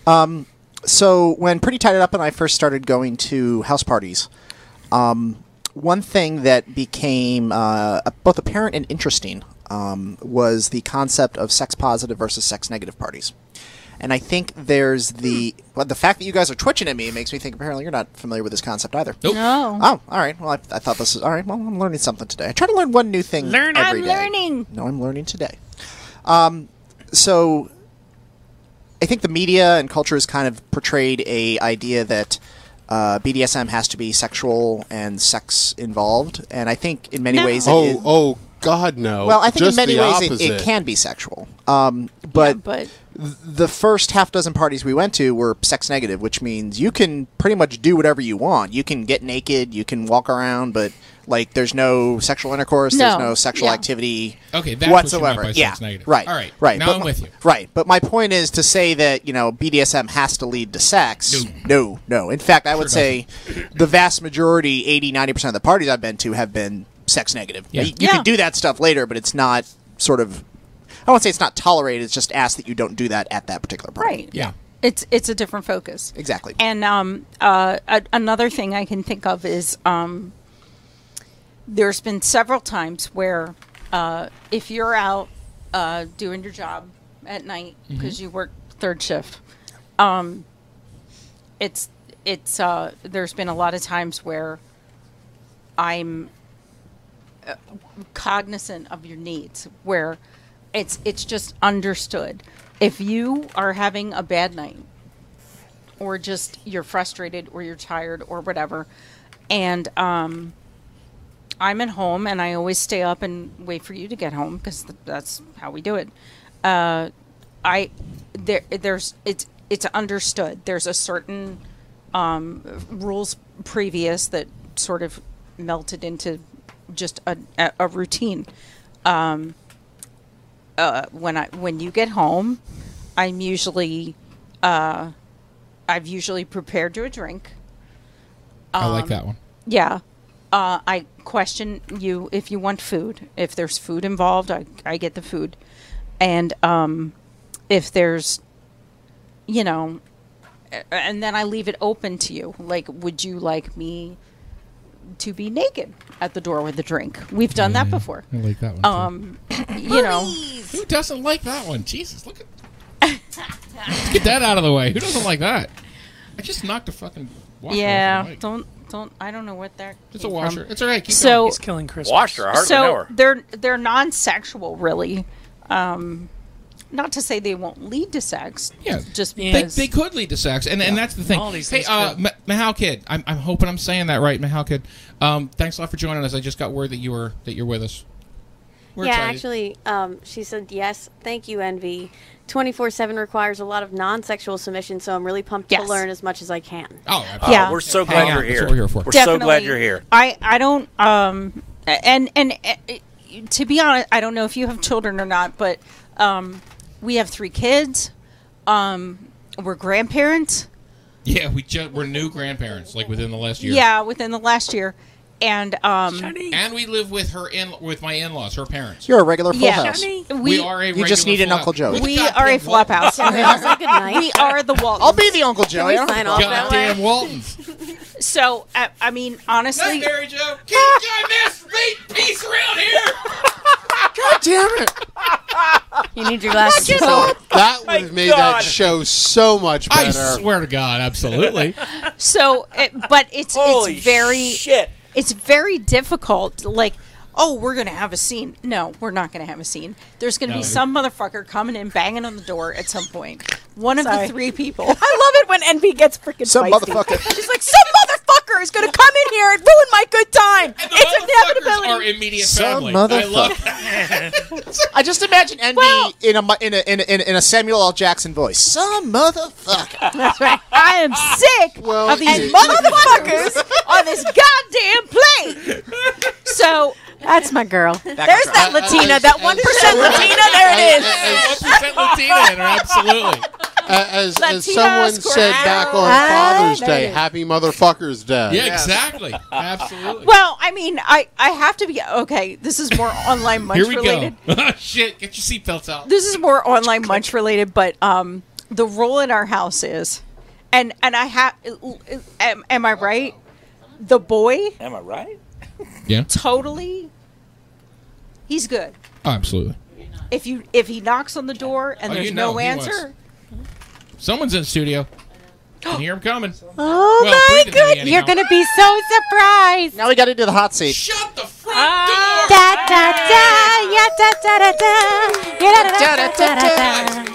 [SPEAKER 9] Um, so when Pretty Tied It Up and I first started going to house parties, um, one thing that became uh, both apparent and interesting um, was the concept of sex positive versus sex negative parties. And I think there's the well, the fact that you guys are twitching at me makes me think apparently you're not familiar with this concept either.
[SPEAKER 3] Nope.
[SPEAKER 4] No.
[SPEAKER 9] Oh, all right. Well, I, I thought this was all right. Well, I'm learning something today. I try to learn one new thing
[SPEAKER 8] Learn-
[SPEAKER 9] every
[SPEAKER 8] I'm
[SPEAKER 9] day.
[SPEAKER 8] learning.
[SPEAKER 9] No, I'm learning today. Um, so I think the media and culture has kind of portrayed a idea that uh, BDSM has to be sexual and sex involved, and I think in many ways it
[SPEAKER 10] oh
[SPEAKER 9] is-
[SPEAKER 10] oh God, no.
[SPEAKER 9] Well, I think in
[SPEAKER 10] Just
[SPEAKER 9] many
[SPEAKER 10] the
[SPEAKER 9] ways it, it
[SPEAKER 10] opposite.
[SPEAKER 9] can be sexual. Um, but
[SPEAKER 4] but-
[SPEAKER 9] th- the first half dozen parties we went to were sex negative, which means you can pretty much do whatever you want. You can get naked, you can walk around, but like there's no sexual intercourse, there's
[SPEAKER 3] No.
[SPEAKER 9] no sexual
[SPEAKER 3] Yeah.
[SPEAKER 9] activity
[SPEAKER 3] Okay, that's what you meant
[SPEAKER 9] whatsoever.
[SPEAKER 3] by sex
[SPEAKER 9] yeah,
[SPEAKER 3] negative.
[SPEAKER 9] right.
[SPEAKER 3] All right,
[SPEAKER 9] right.
[SPEAKER 3] now
[SPEAKER 9] but
[SPEAKER 3] I'm
[SPEAKER 9] my-
[SPEAKER 3] with you.
[SPEAKER 9] Right, but my point is to say that you know BDSM has to lead to sex. No, no. In fact, I would
[SPEAKER 3] Sure
[SPEAKER 9] say the vast majority, 80, 90 percent of the parties I've been to have been sex negative.
[SPEAKER 3] Yeah.
[SPEAKER 9] You, you can do that stuff later, but it's not sort of. I won't say it's not tolerated. It's just asked that you don't do that at that particular party.
[SPEAKER 4] Right. It's it's a different focus.
[SPEAKER 9] Exactly.
[SPEAKER 4] And um, uh, a- another thing I can think of is um, there's been several times where uh, if you're out uh, doing your job at night
[SPEAKER 3] Mm-hmm.
[SPEAKER 4] because
[SPEAKER 20] Mhm.
[SPEAKER 4] you work third shift, um, it's it's uh, there's been a lot of times where I'm uh, cognizant of your needs where it's it's just understood if you are having a bad night or just you're frustrated or you're tired or whatever and um i'm at home and i always stay up and wait for you to get home because th- that's how we do it uh i there there's it's it's understood there's a certain um rules previous that sort of melted into just a, a, a routine um uh, when I when you get home, I'm usually uh, I've usually prepared you a drink.
[SPEAKER 3] I
[SPEAKER 4] Um,
[SPEAKER 3] like that one.
[SPEAKER 4] Yeah. Uh, I question you if you want food. If there's food involved, I, I get the food. And um, if there's, you know, a- and then I leave it open to you. Like, would you like me to be naked at the door with a drink? We've done that before.
[SPEAKER 3] I like Mm-hmm. that one.
[SPEAKER 4] Um, you know,
[SPEAKER 3] Who doesn't like that one? Jesus, look at. Let's get that out of the way. Who doesn't like that? I just knocked a fucking. Washer off the
[SPEAKER 4] yeah.
[SPEAKER 3] mic.
[SPEAKER 4] Don't don't. I don't know what that.
[SPEAKER 3] It's
[SPEAKER 4] came
[SPEAKER 3] a washer.
[SPEAKER 4] From.
[SPEAKER 3] It's all right. Keep
[SPEAKER 4] Um, so
[SPEAKER 3] going.
[SPEAKER 8] He's killing Christmas.
[SPEAKER 7] Washer, I hardly
[SPEAKER 4] so
[SPEAKER 7] know her.
[SPEAKER 4] they're they're non-sexual, really. Um, not to say they won't lead to sex.
[SPEAKER 3] Yeah.
[SPEAKER 4] just
[SPEAKER 3] They-
[SPEAKER 4] because
[SPEAKER 3] They, could lead to sex, and, and that's the thing.
[SPEAKER 4] All these
[SPEAKER 3] hey,
[SPEAKER 4] things
[SPEAKER 3] uh,
[SPEAKER 4] could.
[SPEAKER 3] Ma- Mahal Kid, I'm, I'm hoping I'm saying that right, Mahal Kid. Um, thanks a lot for joining us. I just got word that you were that you're with us. We're
[SPEAKER 11] yeah,
[SPEAKER 3] excited.
[SPEAKER 11] actually, um, she said yes. Thank you, Envy. Twenty four seven requires a lot of non sexual submission, so I'm really pumped to learn as much as I can.
[SPEAKER 3] Oh,
[SPEAKER 4] yeah.
[SPEAKER 7] we're so
[SPEAKER 3] Hang
[SPEAKER 7] glad
[SPEAKER 3] on,
[SPEAKER 7] you're
[SPEAKER 3] that's
[SPEAKER 7] here.
[SPEAKER 3] what we're here for.
[SPEAKER 7] We're so
[SPEAKER 4] Definitely.
[SPEAKER 7] glad you're here.
[SPEAKER 4] I I don't um and and uh, to be honest, I don't know if you have children or not, but um we have three kids. Um we're grandparents.
[SPEAKER 3] Yeah, we ju- we're new grandparents, like within the last year.
[SPEAKER 4] Yeah, within the last year. And um
[SPEAKER 3] and we live with her in with my in-laws, her parents.
[SPEAKER 9] You're a regular full
[SPEAKER 4] Yeah.
[SPEAKER 9] house.
[SPEAKER 4] Shiny.
[SPEAKER 3] We,
[SPEAKER 4] We-
[SPEAKER 3] are a.
[SPEAKER 9] You
[SPEAKER 3] regular
[SPEAKER 9] just need an
[SPEAKER 3] flop.
[SPEAKER 9] Uncle Joe.
[SPEAKER 3] We're the
[SPEAKER 4] we
[SPEAKER 3] goddamn
[SPEAKER 4] are a flop
[SPEAKER 3] Waltons.
[SPEAKER 4] house. we are the Waltons. I'll
[SPEAKER 9] be the Uncle Joe.
[SPEAKER 4] we sign off that
[SPEAKER 3] Goddamn
[SPEAKER 4] way?
[SPEAKER 3] Waltons.
[SPEAKER 4] So I, I mean, honestly,
[SPEAKER 3] Night, Mary Jo. Keep your miss meat peace around here.
[SPEAKER 9] God damn it!
[SPEAKER 12] You need your glasses.
[SPEAKER 20] Oh
[SPEAKER 10] That would have made that show so much
[SPEAKER 3] I
[SPEAKER 10] better.
[SPEAKER 3] swear to God, absolutely.
[SPEAKER 4] so it, but it's
[SPEAKER 7] Holy
[SPEAKER 4] it's very
[SPEAKER 7] shit.
[SPEAKER 4] it's very difficult like oh we're gonna have a scene no we're not gonna have a scene there's gonna
[SPEAKER 20] No.
[SPEAKER 4] be some motherfucker coming in banging on the door at some point one of
[SPEAKER 20] Sorry.
[SPEAKER 4] the three people
[SPEAKER 20] I love it when Envy gets freaking
[SPEAKER 9] Some
[SPEAKER 20] feisty.
[SPEAKER 9] motherfucker.
[SPEAKER 20] She's like, some motherfucker is going to come in here and ruin my good time. it's
[SPEAKER 3] Fuckers
[SPEAKER 20] inevitable.
[SPEAKER 3] are immediate
[SPEAKER 9] Some
[SPEAKER 3] family. I
[SPEAKER 9] motherfucker.
[SPEAKER 3] love
[SPEAKER 9] I just imagine Envy in a mu- in a in a in a- in a Samuel L. Jackson voice. Some motherfucker.
[SPEAKER 20] That's right. I am sick of these
[SPEAKER 9] you-
[SPEAKER 20] motherfuckers on this goddamn plane.
[SPEAKER 4] So
[SPEAKER 12] that's my girl.
[SPEAKER 20] There's that Latina, that one percent Latina. There it is.
[SPEAKER 3] Latina in her, absolutely.
[SPEAKER 10] As, as
[SPEAKER 20] Latinos,
[SPEAKER 10] someone said back on
[SPEAKER 20] Ah,
[SPEAKER 10] Father's
[SPEAKER 20] there it
[SPEAKER 10] Day,
[SPEAKER 20] is.
[SPEAKER 10] Happy Motherfucker's Day.
[SPEAKER 3] Yeah, exactly. Absolutely.
[SPEAKER 4] well i mean i i have to be okay this is more online munch
[SPEAKER 3] Here we
[SPEAKER 4] related
[SPEAKER 3] go. Shit, get your seatbelts out.
[SPEAKER 4] this is more online munch related, but um, the rule in our house is, and and I have, am, am I right? The boy
[SPEAKER 7] Am I right?
[SPEAKER 3] Yeah.
[SPEAKER 4] totally, he's good.
[SPEAKER 3] absolutely.
[SPEAKER 4] If you if he knocks on the door and
[SPEAKER 3] Oh,
[SPEAKER 4] there's
[SPEAKER 3] you know
[SPEAKER 4] no
[SPEAKER 3] he
[SPEAKER 4] answer,
[SPEAKER 3] Someone's in the studio. Can hear him coming.
[SPEAKER 12] Oh
[SPEAKER 3] Well,
[SPEAKER 12] my
[SPEAKER 3] breathe it in me
[SPEAKER 12] good! You're
[SPEAKER 3] anyhow.
[SPEAKER 12] gonna be so surprised.
[SPEAKER 9] Now we got into the hot seat.
[SPEAKER 3] Shut the
[SPEAKER 17] Ah,
[SPEAKER 12] Da da da ya da da da da ya da da da da da da.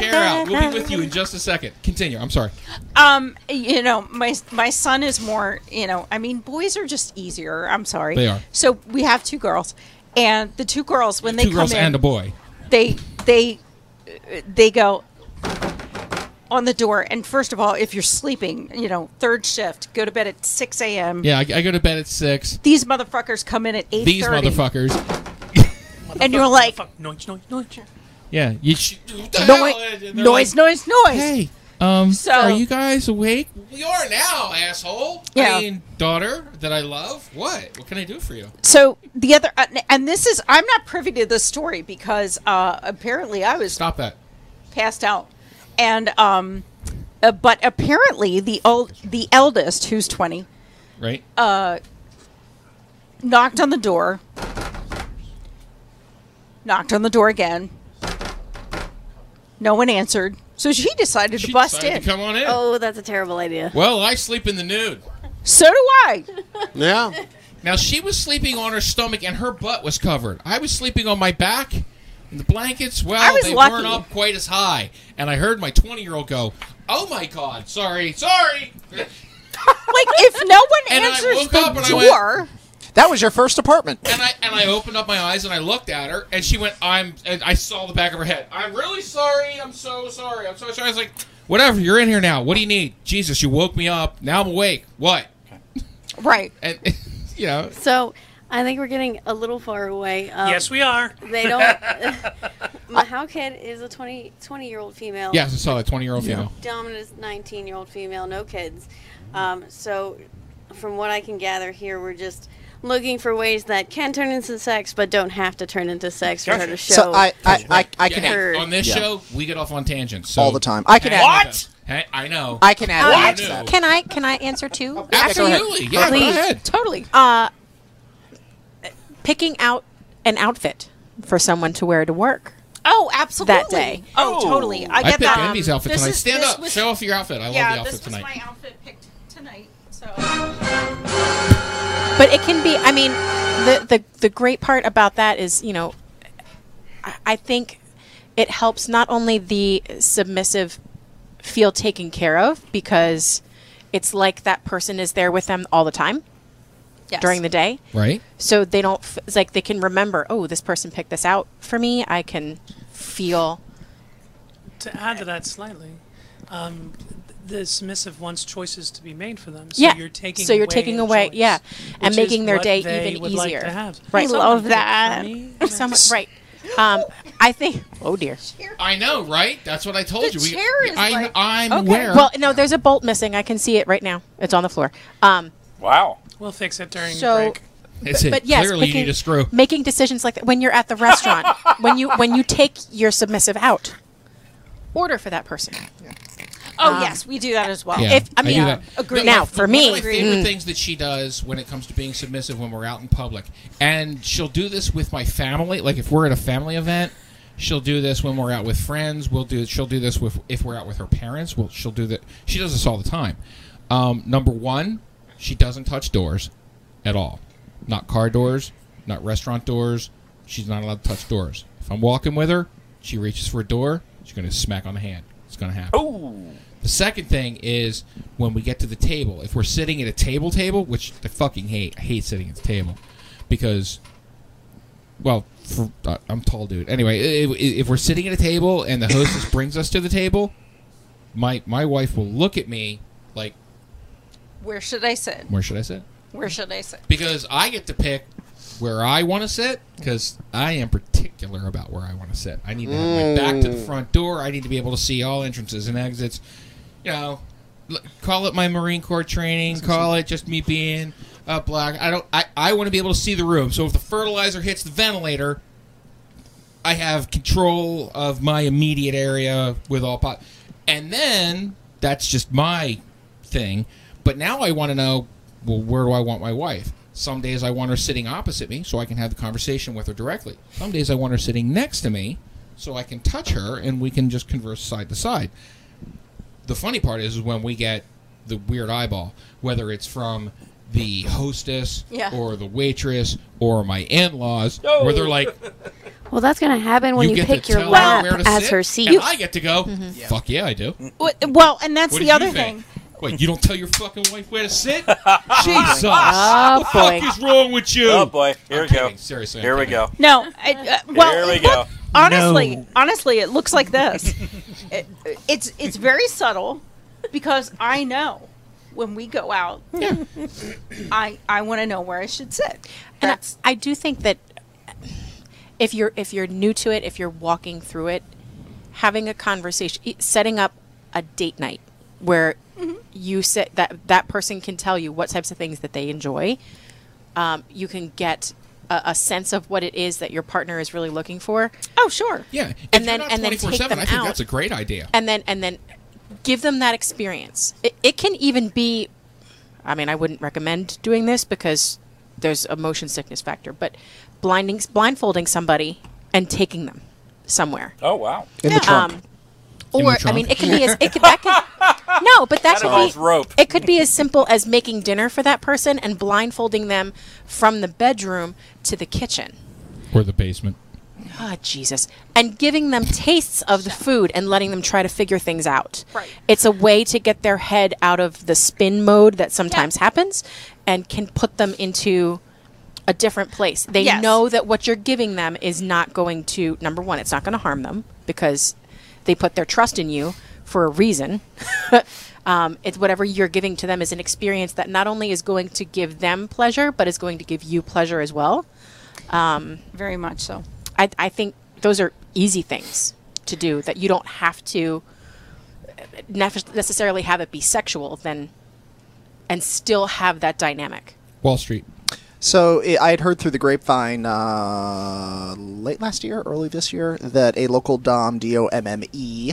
[SPEAKER 3] Chair out. We'll be with you in just a second. Continue. I'm sorry.
[SPEAKER 4] Um, you know, my my son is more, you know, I mean, boys are just easier. I'm sorry.
[SPEAKER 3] They are.
[SPEAKER 4] So we have two girls, and the two girls when they
[SPEAKER 3] Two
[SPEAKER 4] come
[SPEAKER 3] girls
[SPEAKER 4] in,
[SPEAKER 3] and a boy.
[SPEAKER 4] they they they go on the door. And first of all, if you're sleeping, you know, third shift, go to bed at 6 a.m.
[SPEAKER 3] Yeah, I, I go to bed at six.
[SPEAKER 4] These motherfuckers come in at 8:30.
[SPEAKER 3] These motherfuckers.
[SPEAKER 4] And you're like,
[SPEAKER 8] noise, noise, noise.
[SPEAKER 3] Yeah, you. Sh-
[SPEAKER 4] noise, noise, noise,
[SPEAKER 3] Hey, um,
[SPEAKER 4] So-
[SPEAKER 3] are you guys awake?
[SPEAKER 4] We are now, asshole.
[SPEAKER 3] I mean, daughter that I love. What? What can I do for you?
[SPEAKER 4] So the other, uh, and this is, I'm not privy to this story because uh, apparently I was
[SPEAKER 3] Stop that.
[SPEAKER 4] passed out, and um, uh, but apparently the old, the eldest who's 20,
[SPEAKER 3] Right.
[SPEAKER 4] uh, knocked on the door, knocked on the door again. No one answered, so she decided to bust
[SPEAKER 3] decided
[SPEAKER 4] in.
[SPEAKER 3] to come on in.
[SPEAKER 4] Oh, that's a terrible idea.
[SPEAKER 3] Well, I sleep in the nude.
[SPEAKER 4] So do I.
[SPEAKER 10] Yeah.
[SPEAKER 3] Now she was sleeping on her stomach and her butt was covered. I was sleeping on my back. And the blankets,
[SPEAKER 4] I
[SPEAKER 3] well,
[SPEAKER 4] was
[SPEAKER 3] they weren't
[SPEAKER 4] lucky.
[SPEAKER 3] up quite as high. And I heard my 20 year old go, Oh my God, sorry, sorry.
[SPEAKER 4] Like, if no one
[SPEAKER 3] And I
[SPEAKER 4] answers
[SPEAKER 3] woke
[SPEAKER 4] the
[SPEAKER 3] up and I went-
[SPEAKER 4] door,
[SPEAKER 9] That was your first apartment.
[SPEAKER 3] And I, and I opened up my eyes and I looked at her and she went, I'm, and I saw the back of her head. I'm really sorry. I'm so sorry. I'm so sorry. I was like, Whatever, you're in here now. What do you need? Jesus, you woke me up. Now I'm awake. What?
[SPEAKER 4] Right.
[SPEAKER 3] And, you know,
[SPEAKER 11] So I think we're getting a little far away. Um,
[SPEAKER 8] Yes, we are.
[SPEAKER 11] They don't. my how kid is a 20 year old female.
[SPEAKER 3] yes, I saw that 20 year old female.
[SPEAKER 11] Dominant is 19 year old female, no kids. Um, so from what I can gather here, we're just looking for ways that can turn into sex, but don't have to turn into sex for her to show.
[SPEAKER 9] So I, I, I, I can
[SPEAKER 3] Yeah, hey,
[SPEAKER 9] add
[SPEAKER 3] on this
[SPEAKER 9] Yeah.
[SPEAKER 3] show we get off on tangents so
[SPEAKER 9] All the time. I can
[SPEAKER 3] Hang
[SPEAKER 9] add-
[SPEAKER 3] with
[SPEAKER 9] What?
[SPEAKER 3] us. Hey, I know.
[SPEAKER 9] I can add
[SPEAKER 3] I
[SPEAKER 9] what?
[SPEAKER 3] knew.
[SPEAKER 9] Can
[SPEAKER 5] Uh, Can I can I answer too?
[SPEAKER 3] Absolutely. Yeah, go ahead.
[SPEAKER 4] Totally.
[SPEAKER 5] Uh, picking out an outfit for someone to wear to work.
[SPEAKER 4] Oh, absolutely.
[SPEAKER 5] That day.
[SPEAKER 4] Oh, totally. I
[SPEAKER 3] I
[SPEAKER 4] get
[SPEAKER 3] picked
[SPEAKER 4] that.
[SPEAKER 3] Andy's outfit
[SPEAKER 4] This
[SPEAKER 3] tonight.
[SPEAKER 4] is-
[SPEAKER 3] Stand
[SPEAKER 4] this
[SPEAKER 3] up.
[SPEAKER 4] was-
[SPEAKER 3] Show off your outfit. I love
[SPEAKER 4] yeah,
[SPEAKER 3] the outfit
[SPEAKER 4] this
[SPEAKER 3] tonight.
[SPEAKER 4] was my outfit picked tonight. So
[SPEAKER 5] But it can be. I mean, the the the great part about that is, you know, I, I think it helps not only the submissive feel taken care of because it's like that person is there with them all the time
[SPEAKER 4] Yes.
[SPEAKER 5] during the day.
[SPEAKER 3] Right?
[SPEAKER 5] so they don't f- it's like they can remember oh this person picked this out for me i can feel
[SPEAKER 8] To add to that slightly, um, the submissive wants choices to be made for them. So
[SPEAKER 5] yeah
[SPEAKER 8] you're taking
[SPEAKER 5] so you're
[SPEAKER 8] away
[SPEAKER 5] taking
[SPEAKER 8] a
[SPEAKER 5] away
[SPEAKER 8] choice,
[SPEAKER 5] yeah and
[SPEAKER 8] which
[SPEAKER 5] making
[SPEAKER 8] is
[SPEAKER 5] their
[SPEAKER 8] what
[SPEAKER 5] day
[SPEAKER 8] they
[SPEAKER 5] even
[SPEAKER 8] would
[SPEAKER 5] easier
[SPEAKER 8] like to have.
[SPEAKER 5] right
[SPEAKER 8] Someone
[SPEAKER 5] love
[SPEAKER 8] picked for
[SPEAKER 5] that
[SPEAKER 8] me.
[SPEAKER 5] Someone, right um i think oh dear
[SPEAKER 3] I know, right? That's what I told you. We-
[SPEAKER 5] chair is
[SPEAKER 3] I,
[SPEAKER 5] like-
[SPEAKER 3] I'm aware.
[SPEAKER 5] well no there's a bolt missing i can see it right now it's on the floor um
[SPEAKER 7] Wow.
[SPEAKER 8] We'll fix it during
[SPEAKER 5] So-
[SPEAKER 8] break.
[SPEAKER 3] That's
[SPEAKER 5] but,
[SPEAKER 3] it.
[SPEAKER 5] but yes,
[SPEAKER 3] Clearly,
[SPEAKER 5] making,
[SPEAKER 3] you need a screw.
[SPEAKER 5] Making decisions like that when you're at the restaurant, when you when you take your submissive out, order for that person.
[SPEAKER 4] Oh
[SPEAKER 5] Um,
[SPEAKER 4] yes, we do that as well.
[SPEAKER 3] Yeah,
[SPEAKER 5] if- I mean,
[SPEAKER 3] do
[SPEAKER 5] uh,
[SPEAKER 3] that.
[SPEAKER 5] agree.
[SPEAKER 3] No,
[SPEAKER 5] Now,
[SPEAKER 3] my-
[SPEAKER 5] for
[SPEAKER 3] one
[SPEAKER 5] me-
[SPEAKER 3] of my favorite
[SPEAKER 5] Mm.
[SPEAKER 3] things that she does when it comes to being submissive when we're out in public, and she'll do this with my family. Like if we're at a family event, she'll do this when we're out with friends. We'll do. She'll do this with if we're out with her parents. Well, she'll do that. She does this all the time. Um, number one, she doesn't touch doors at all. Not car doors. Not restaurant doors. She's not allowed to touch doors. If I'm walking with her, she reaches for a door. She's going to smack on the hand. It's going to happen.
[SPEAKER 7] Oh.
[SPEAKER 3] The second thing is when we get to the table. If we're sitting at a table, table, which I fucking hate. I hate sitting at the table because, well, for, uh, I'm a tall dude. Anyway, if, if we're sitting at a table and the hostess brings us to the table, my my wife will look at me like,
[SPEAKER 4] Where should I sit?
[SPEAKER 3] where should I sit?
[SPEAKER 4] Where should I sit?
[SPEAKER 3] Because I get to pick where I want to sit because I am particular about where I want to sit. I need to have my back to the
[SPEAKER 10] Mm.
[SPEAKER 3] front door. I need to be able to see all entrances and exits. You know, l- call it my Marine Corps training, call it just me being a black. I don't. I, I want to be able to see the room. So if the fertilizer hits the ventilator, I have control of my immediate area with all pot. And then that's just my thing. But now I want to know well, where do I want my wife? Some days I want her sitting opposite me so I can have the conversation with her directly. Some days I want her sitting next to me so I can touch her and we can just converse side to side. The funny part is, is when we get the weird eyeball, whether it's from the hostess
[SPEAKER 11] Yeah.
[SPEAKER 3] or the waitress or my in laws, where they're like,
[SPEAKER 11] Well, that's going to happen when you,
[SPEAKER 3] get
[SPEAKER 11] pick
[SPEAKER 3] to
[SPEAKER 11] your
[SPEAKER 3] tell her
[SPEAKER 11] lap
[SPEAKER 3] where to
[SPEAKER 11] as
[SPEAKER 3] sit,
[SPEAKER 11] her seat.
[SPEAKER 3] And I get to go. Fuck yeah, I do.
[SPEAKER 4] Well, and that's
[SPEAKER 3] What did
[SPEAKER 4] the
[SPEAKER 3] you
[SPEAKER 4] other
[SPEAKER 3] think?
[SPEAKER 4] thing.
[SPEAKER 3] Wait, you don't tell your fucking wife where to sit? Jesus,
[SPEAKER 4] God.
[SPEAKER 3] what the
[SPEAKER 4] Oh, boy.
[SPEAKER 3] fuck is wrong with you?
[SPEAKER 7] Ah, Oh boy, here we go.
[SPEAKER 3] Seriously,
[SPEAKER 7] here we go.
[SPEAKER 4] No, I, uh, well,
[SPEAKER 7] Here we
[SPEAKER 4] it
[SPEAKER 7] go.
[SPEAKER 4] look- honestly,
[SPEAKER 7] No.
[SPEAKER 4] honestly, it looks like this. It- it's it's very subtle because I know when we go out, I I want to know where I should sit.
[SPEAKER 5] And I, I do think that if you're if you're new to it, if you're walking through it, having a conversation, e- setting up a date night where
[SPEAKER 4] Mm-hmm.
[SPEAKER 5] you sit that that person can tell you what types of things that they enjoy. Um, you can get a, a sense of what it is that your partner is really looking for.
[SPEAKER 4] Oh, sure.
[SPEAKER 3] Yeah, if
[SPEAKER 5] and
[SPEAKER 3] you're
[SPEAKER 5] then
[SPEAKER 3] not
[SPEAKER 5] and then take
[SPEAKER 3] 24/7,
[SPEAKER 5] them
[SPEAKER 3] I think
[SPEAKER 5] out
[SPEAKER 3] that's a great idea.
[SPEAKER 5] and then and then give them that experience it, it can even be i mean i wouldn't recommend doing this because there's a motion sickness factor but blinding blindfolding somebody and taking them somewhere
[SPEAKER 7] Oh wow.
[SPEAKER 5] In the Yeah. trunk. Um,
[SPEAKER 7] In
[SPEAKER 5] or
[SPEAKER 7] the
[SPEAKER 5] i
[SPEAKER 7] trunk?
[SPEAKER 5] mean it can be as it could, that could no but that,
[SPEAKER 7] That involves
[SPEAKER 5] could be
[SPEAKER 7] rope.
[SPEAKER 5] it could be as simple as making dinner for that person and blindfolding them from the bedroom to the kitchen
[SPEAKER 3] Or the basement.
[SPEAKER 5] Ah, Jesus. And giving them tastes of the food and letting them try to figure things out. Right. It's a way to get their head out of the spin mode that sometimes happens and can put them into a different place. They
[SPEAKER 4] Yes.
[SPEAKER 5] know that what you're giving them is not going to, number one, it's not going to harm them because they put their trust in you for a reason. um, it's whatever you're giving to them is an experience that not only is going to give them pleasure, but is going to give you pleasure as well. Um,
[SPEAKER 4] Very much so.
[SPEAKER 5] I, I think those are easy things to do that you don't have to nef- necessarily have it be sexual then and still have that dynamic.
[SPEAKER 3] Wall Street.
[SPEAKER 9] So i I had heard through the grapevine uh, late last year, early this year, that a local dom, D O M M E,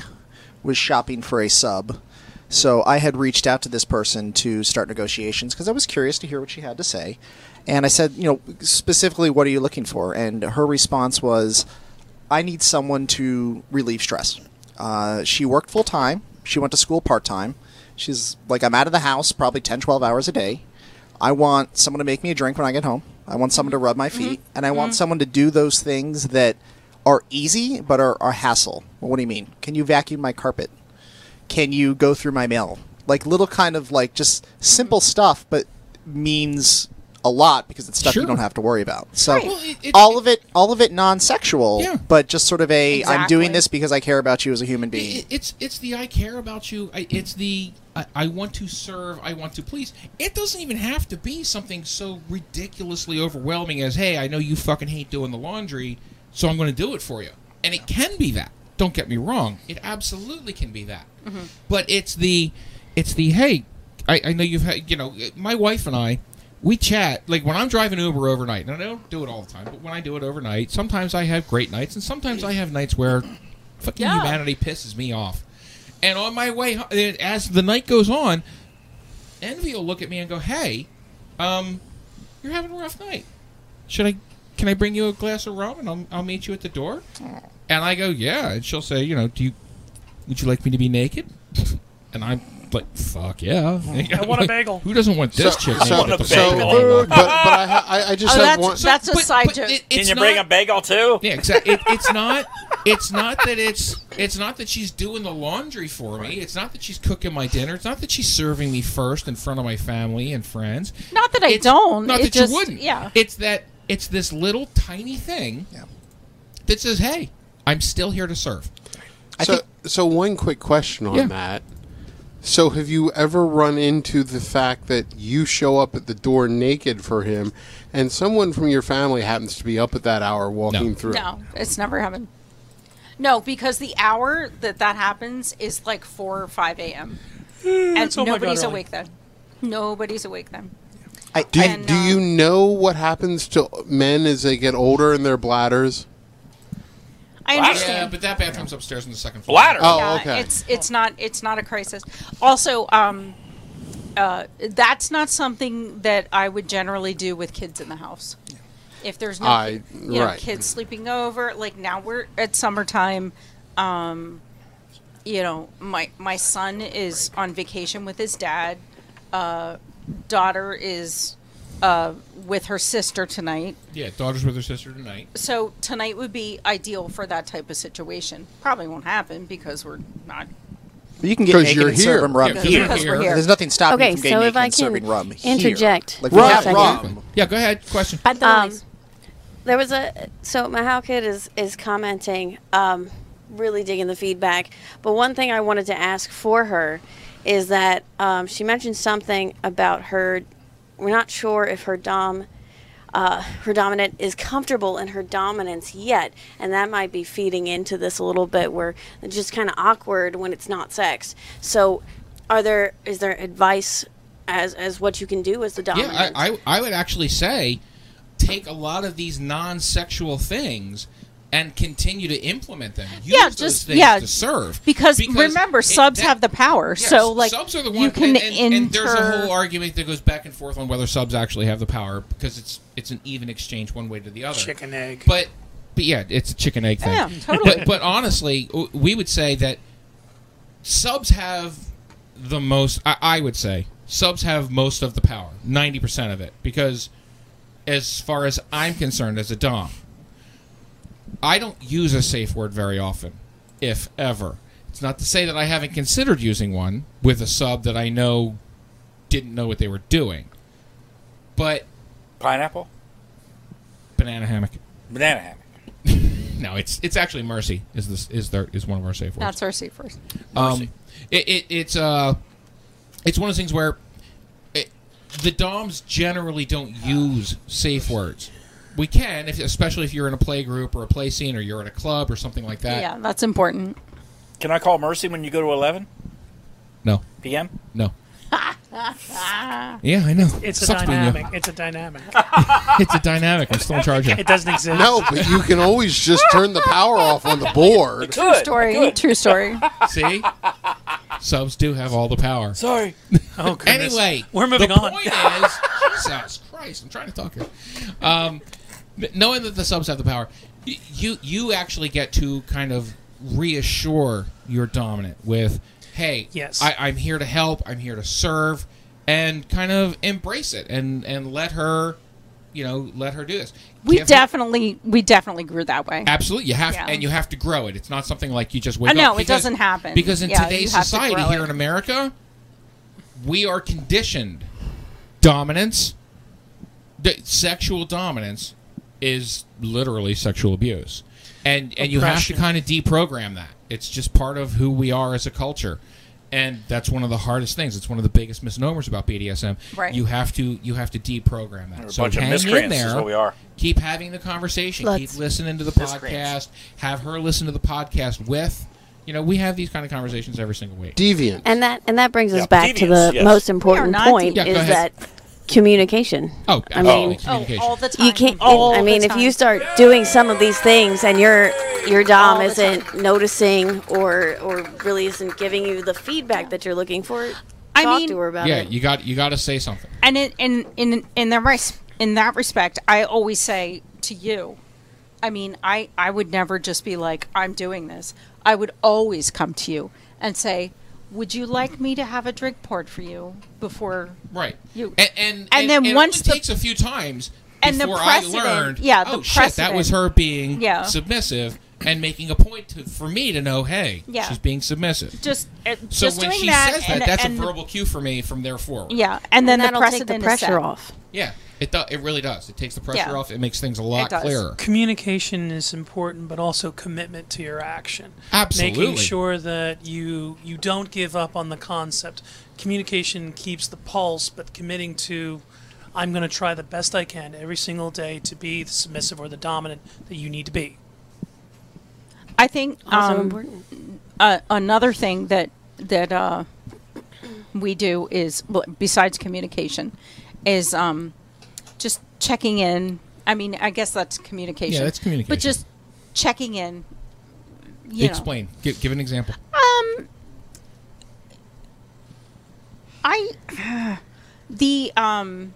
[SPEAKER 9] was shopping for a sub. So I had reached out to this person to start negotiations because I was curious to hear what she had to say. And I said, you know, specifically, what are you looking for? And her response was, I need someone to relieve stress. Uh, she worked full time. She went to school part time. She's like, I'm out of the house probably 10, 12 hours a day. I want someone to make me a drink when I get home. I want someone to rub my feet. And I want someone to do those things that are easy but are a hassle. Well, what do you mean? Can you vacuum my carpet? Can you go through my mail? Like little kind of like just simple stuff, but means a lot because it's stuff you
[SPEAKER 3] Sure.
[SPEAKER 9] don't have to worry about. So
[SPEAKER 3] Right. Well, it- it-
[SPEAKER 9] all of it, all of it non-sexual, but just sort of a I'm doing
[SPEAKER 3] Exactly.
[SPEAKER 9] this because I care about you as a human being.
[SPEAKER 3] It- it's it's the I care about you. I, it's the I, I want to serve. I want to please. It doesn't even have to be something so ridiculously overwhelming as hey, I know you fucking hate doing the laundry, so I'm going to do it for you. And it can be that. Don't get me wrong. It absolutely can be that. But it's the it's the hey, I, I know you've had you know my wife and I we chat like when I'm driving Uber overnight. And I don't do it all the time, but when I do it overnight, sometimes I have great nights, and sometimes I have nights where fucking
[SPEAKER 2] Yeah.
[SPEAKER 3] humanity pisses me off. And on my way, ho- and as the night goes on, Envy will look at me and go, "Hey, um, you're having a rough night. Should I? Can I bring you a glass of rum and I'll, I'll meet you at the door?" And I go, "Yeah." And she'll say, "You know, do you? Would you like me to be naked?" And I'm like, "Fuck yeah!"
[SPEAKER 8] I want a bagel.
[SPEAKER 3] Who doesn't want this chick?
[SPEAKER 10] so,
[SPEAKER 3] naked at the
[SPEAKER 10] so-
[SPEAKER 3] fucking
[SPEAKER 10] but,
[SPEAKER 3] mall?
[SPEAKER 10] but I, ha- I, I just
[SPEAKER 4] Oh, that's-
[SPEAKER 10] have one.
[SPEAKER 4] that's a side joke.
[SPEAKER 7] Can you bring a bagel too?
[SPEAKER 3] Yeah, exactly. It, it's not. It's not that it's. It's not that she's doing the laundry for me. It's not that she's cooking my dinner. It's not that she's serving me first in front of my family and friends.
[SPEAKER 4] Not that I don't.
[SPEAKER 3] Not
[SPEAKER 4] it
[SPEAKER 3] that
[SPEAKER 4] just,
[SPEAKER 3] you wouldn't.
[SPEAKER 4] Yeah.
[SPEAKER 3] It's that. It's this little tiny thing that says, "Hey, I'm still here to serve."
[SPEAKER 10] so, so one quick question on
[SPEAKER 3] Yeah.
[SPEAKER 10] that. So, have you ever run into the fact that you show up at the door naked for him, and someone from your family happens to be up at that hour walking through?
[SPEAKER 4] No, it's never happened. No, because the hour that that happens is like four or five a.m. and
[SPEAKER 10] it's oh my God,
[SPEAKER 4] nobody's
[SPEAKER 10] early.
[SPEAKER 4] awake then. Nobody's awake then.
[SPEAKER 10] do, you, do you know what happens to men as they get older in their bladders?
[SPEAKER 4] I
[SPEAKER 3] Yeah,
[SPEAKER 4] understand.
[SPEAKER 3] but that bathroom's upstairs on the second floor.
[SPEAKER 10] Bladder. Oh,
[SPEAKER 4] Yeah,
[SPEAKER 10] okay.
[SPEAKER 4] It's it's not it's not a crisis. Also, um, uh, that's not something that I would generally do with kids in the house. If there's no
[SPEAKER 10] I-
[SPEAKER 4] you know,
[SPEAKER 10] right.
[SPEAKER 4] kids sleeping over, like now we're at summertime. Um, you know, my my son is on vacation with his dad. Uh, daughter is uh, with her sister tonight.
[SPEAKER 3] Yeah, daughter's with her sister tonight.
[SPEAKER 4] So tonight would be ideal for that type of situation. Probably won't happen because we're not.
[SPEAKER 9] You can get
[SPEAKER 4] 'Cause
[SPEAKER 9] naked
[SPEAKER 4] you're
[SPEAKER 9] and
[SPEAKER 4] here.
[SPEAKER 9] serve him rum.
[SPEAKER 4] Yeah, 'cause Here. we're here.
[SPEAKER 9] There's nothing stopping
[SPEAKER 11] Okay,
[SPEAKER 9] you from getting
[SPEAKER 11] so
[SPEAKER 9] naked
[SPEAKER 11] if I
[SPEAKER 9] and
[SPEAKER 11] can
[SPEAKER 9] serving rum. here.
[SPEAKER 11] interject
[SPEAKER 9] Like we
[SPEAKER 11] for a
[SPEAKER 9] have
[SPEAKER 11] second.
[SPEAKER 9] rum.
[SPEAKER 3] Yeah, go ahead. Question.
[SPEAKER 11] Um, there was a so Mahal Kid is is commenting, um, really digging the feedback. But one thing I wanted to ask for her is that um, she mentioned something about her. We're not sure if her dom, uh, her dominant is comfortable in her dominance yet, and that might be feeding into this a little bit, where it's just kind of awkward when it's not sex. So, are there is there advice? As, as what you can do as the dominant.
[SPEAKER 3] Yeah, I, I, I would actually say take a lot of these non sexual things and continue to implement them. Use
[SPEAKER 4] yeah,
[SPEAKER 3] those
[SPEAKER 4] just
[SPEAKER 3] things
[SPEAKER 4] yeah,
[SPEAKER 3] to serve.
[SPEAKER 4] Because, remember,
[SPEAKER 3] it-
[SPEAKER 4] subs
[SPEAKER 3] that-
[SPEAKER 4] have the power.
[SPEAKER 3] Yeah,
[SPEAKER 4] so like
[SPEAKER 3] subs are the
[SPEAKER 4] you
[SPEAKER 3] one-
[SPEAKER 4] can
[SPEAKER 3] and, and, and there's a
[SPEAKER 4] inter-
[SPEAKER 3] whole argument that goes back and forth on whether subs actually have the power because it's it's an even exchange one way to the other.
[SPEAKER 8] Chicken egg.
[SPEAKER 3] But but yeah, it's a chicken egg thing.
[SPEAKER 8] Yeah, totally.
[SPEAKER 3] But but honestly, w- we would say that subs have the most. I, I would say subs have most of the power, ninety percent of it, because as far as I'm concerned, as a dom, I don't use a safe word very often, if ever. It's not to say that I haven't considered using one with a sub that I know didn't know what they were doing, but
[SPEAKER 7] Pineapple?
[SPEAKER 3] banana hammock.
[SPEAKER 7] Banana hammock.
[SPEAKER 3] No, it's it's actually mercy is this is there is one of our safe words.
[SPEAKER 4] That's our safe word.
[SPEAKER 3] Um, it, it, it's uh, it's one of those things where it, the DOMs generally don't use safe words. We can, if, especially if you're in a play group or a play scene, or you're at a club or something like that.
[SPEAKER 4] yeah, that's important.
[SPEAKER 7] Can I call Mercy when you go to 11
[SPEAKER 3] No,
[SPEAKER 7] p.m.?
[SPEAKER 3] no. Yeah, I know.
[SPEAKER 8] It's a
[SPEAKER 3] Sucks being you.
[SPEAKER 8] dynamic. It's a dynamic.
[SPEAKER 3] It's a dynamic. I'm still in charge. Of.
[SPEAKER 8] It doesn't exist.
[SPEAKER 10] No, but you can always just turn the power off on the board.
[SPEAKER 4] True story. True story.
[SPEAKER 3] See, subs do have all the power.
[SPEAKER 7] Sorry.
[SPEAKER 8] Oh, goodness.
[SPEAKER 3] anyway,
[SPEAKER 8] We're moving
[SPEAKER 3] the
[SPEAKER 8] on.
[SPEAKER 3] point is, Jesus Christ, I'm trying to talk here. Um, n- knowing that the subs have the power, y- you you actually get to kind of reassure your dominant with, "Hey,
[SPEAKER 8] Yes.
[SPEAKER 3] I, I'm here to help. I'm here to serve," and kind of embrace it and and let her, you know, let her do this.
[SPEAKER 4] We
[SPEAKER 3] Give her-
[SPEAKER 4] definitely we definitely grew that way.
[SPEAKER 3] Absolutely, you have
[SPEAKER 4] Yeah.
[SPEAKER 3] and you have to grow it. It's not something like you just wake
[SPEAKER 4] Uh, no,
[SPEAKER 3] up.
[SPEAKER 4] it doesn't happen.
[SPEAKER 3] because in
[SPEAKER 4] Yeah, you
[SPEAKER 3] today's
[SPEAKER 4] have to
[SPEAKER 3] society
[SPEAKER 4] grow
[SPEAKER 3] here
[SPEAKER 4] it.
[SPEAKER 3] in America, we are conditioned dominance, d- sexual dominance, is literally sexual abuse, and and you have to
[SPEAKER 8] Oppression.
[SPEAKER 3] kind of deprogram that. It's just part of who we are as a culture. And that's one of the hardest things. It's one of the biggest misnomers about BDSM.
[SPEAKER 8] Right.
[SPEAKER 3] You have to you have to deprogram that.
[SPEAKER 7] We're a
[SPEAKER 3] so
[SPEAKER 7] bunch of
[SPEAKER 3] hang in
[SPEAKER 7] miscreants is
[SPEAKER 3] there.
[SPEAKER 7] what we are.
[SPEAKER 3] Keep having the conversation.
[SPEAKER 7] Let's-
[SPEAKER 3] keep listening to the
[SPEAKER 7] Miscreants.
[SPEAKER 3] podcast. Have her listen to the podcast with. You know, we have these kind of conversations every single week.
[SPEAKER 10] Deviant.
[SPEAKER 11] And that and that brings
[SPEAKER 3] Yeah,
[SPEAKER 11] us back to the
[SPEAKER 3] deviants, yes.
[SPEAKER 11] most
[SPEAKER 3] We
[SPEAKER 11] important
[SPEAKER 3] are not
[SPEAKER 11] point
[SPEAKER 3] deviants. Yeah, go
[SPEAKER 11] is
[SPEAKER 3] ahead.
[SPEAKER 11] that communication.
[SPEAKER 3] Oh,
[SPEAKER 11] I mean,
[SPEAKER 3] communication.
[SPEAKER 4] all the time.
[SPEAKER 11] you can't.
[SPEAKER 4] All
[SPEAKER 11] I
[SPEAKER 4] the
[SPEAKER 11] mean, if you
[SPEAKER 4] time.
[SPEAKER 11] start doing some of these things and your your dom
[SPEAKER 4] All the
[SPEAKER 11] isn't noticing or or really isn't giving you the feedback that you're looking for, talk
[SPEAKER 4] I mean-
[SPEAKER 11] to her about
[SPEAKER 3] yeah,
[SPEAKER 11] it.
[SPEAKER 3] you got you got to say something.
[SPEAKER 4] And in in in in that res- in that respect, I always say to you, I mean, I I would never just be like, I'm doing this. I would always come to you and say, Would you like me to have a drink poured for you before?
[SPEAKER 3] Right.
[SPEAKER 4] You
[SPEAKER 3] and and,
[SPEAKER 4] and then
[SPEAKER 3] it
[SPEAKER 4] once
[SPEAKER 3] only
[SPEAKER 4] the-
[SPEAKER 3] takes a few times
[SPEAKER 4] and the
[SPEAKER 3] before I
[SPEAKER 4] precedent-
[SPEAKER 3] learned.
[SPEAKER 4] yeah, the
[SPEAKER 3] oh shit, that
[SPEAKER 4] precedent.
[SPEAKER 3] was her being
[SPEAKER 4] Yeah.
[SPEAKER 3] submissive and making a point to, for me to know. Hey,
[SPEAKER 4] Yeah.
[SPEAKER 3] she's being submissive.
[SPEAKER 4] Just it,
[SPEAKER 3] so
[SPEAKER 4] just
[SPEAKER 3] when
[SPEAKER 4] doing
[SPEAKER 3] she
[SPEAKER 4] that
[SPEAKER 3] says that,
[SPEAKER 4] and,
[SPEAKER 3] that's
[SPEAKER 4] and
[SPEAKER 3] a
[SPEAKER 4] the-
[SPEAKER 3] verbal cue for me from there forward.
[SPEAKER 4] Yeah, and then the
[SPEAKER 11] that'll take the
[SPEAKER 4] precedent is
[SPEAKER 11] pressure
[SPEAKER 4] set.
[SPEAKER 11] off.
[SPEAKER 3] Yeah, it do- it really does. It takes the pressure
[SPEAKER 4] Yeah.
[SPEAKER 3] off. It makes things a lot
[SPEAKER 4] does.
[SPEAKER 3] clearer.
[SPEAKER 8] Communication is important, but also commitment to your action.
[SPEAKER 3] Absolutely.
[SPEAKER 8] Making sure that you you don't give up on the concept. Communication keeps the pulse, but committing to I'm going to try the best I can every single day to be the submissive or the dominant that you need to be.
[SPEAKER 4] I think
[SPEAKER 11] Also
[SPEAKER 4] um, Uh, another thing that that uh, we do is well, besides communication is um, just checking in. I mean, I guess that's communication.
[SPEAKER 3] that's communication.
[SPEAKER 4] But just checking in. You know.
[SPEAKER 3] Explain. Give, give an example.
[SPEAKER 4] Um, I the um,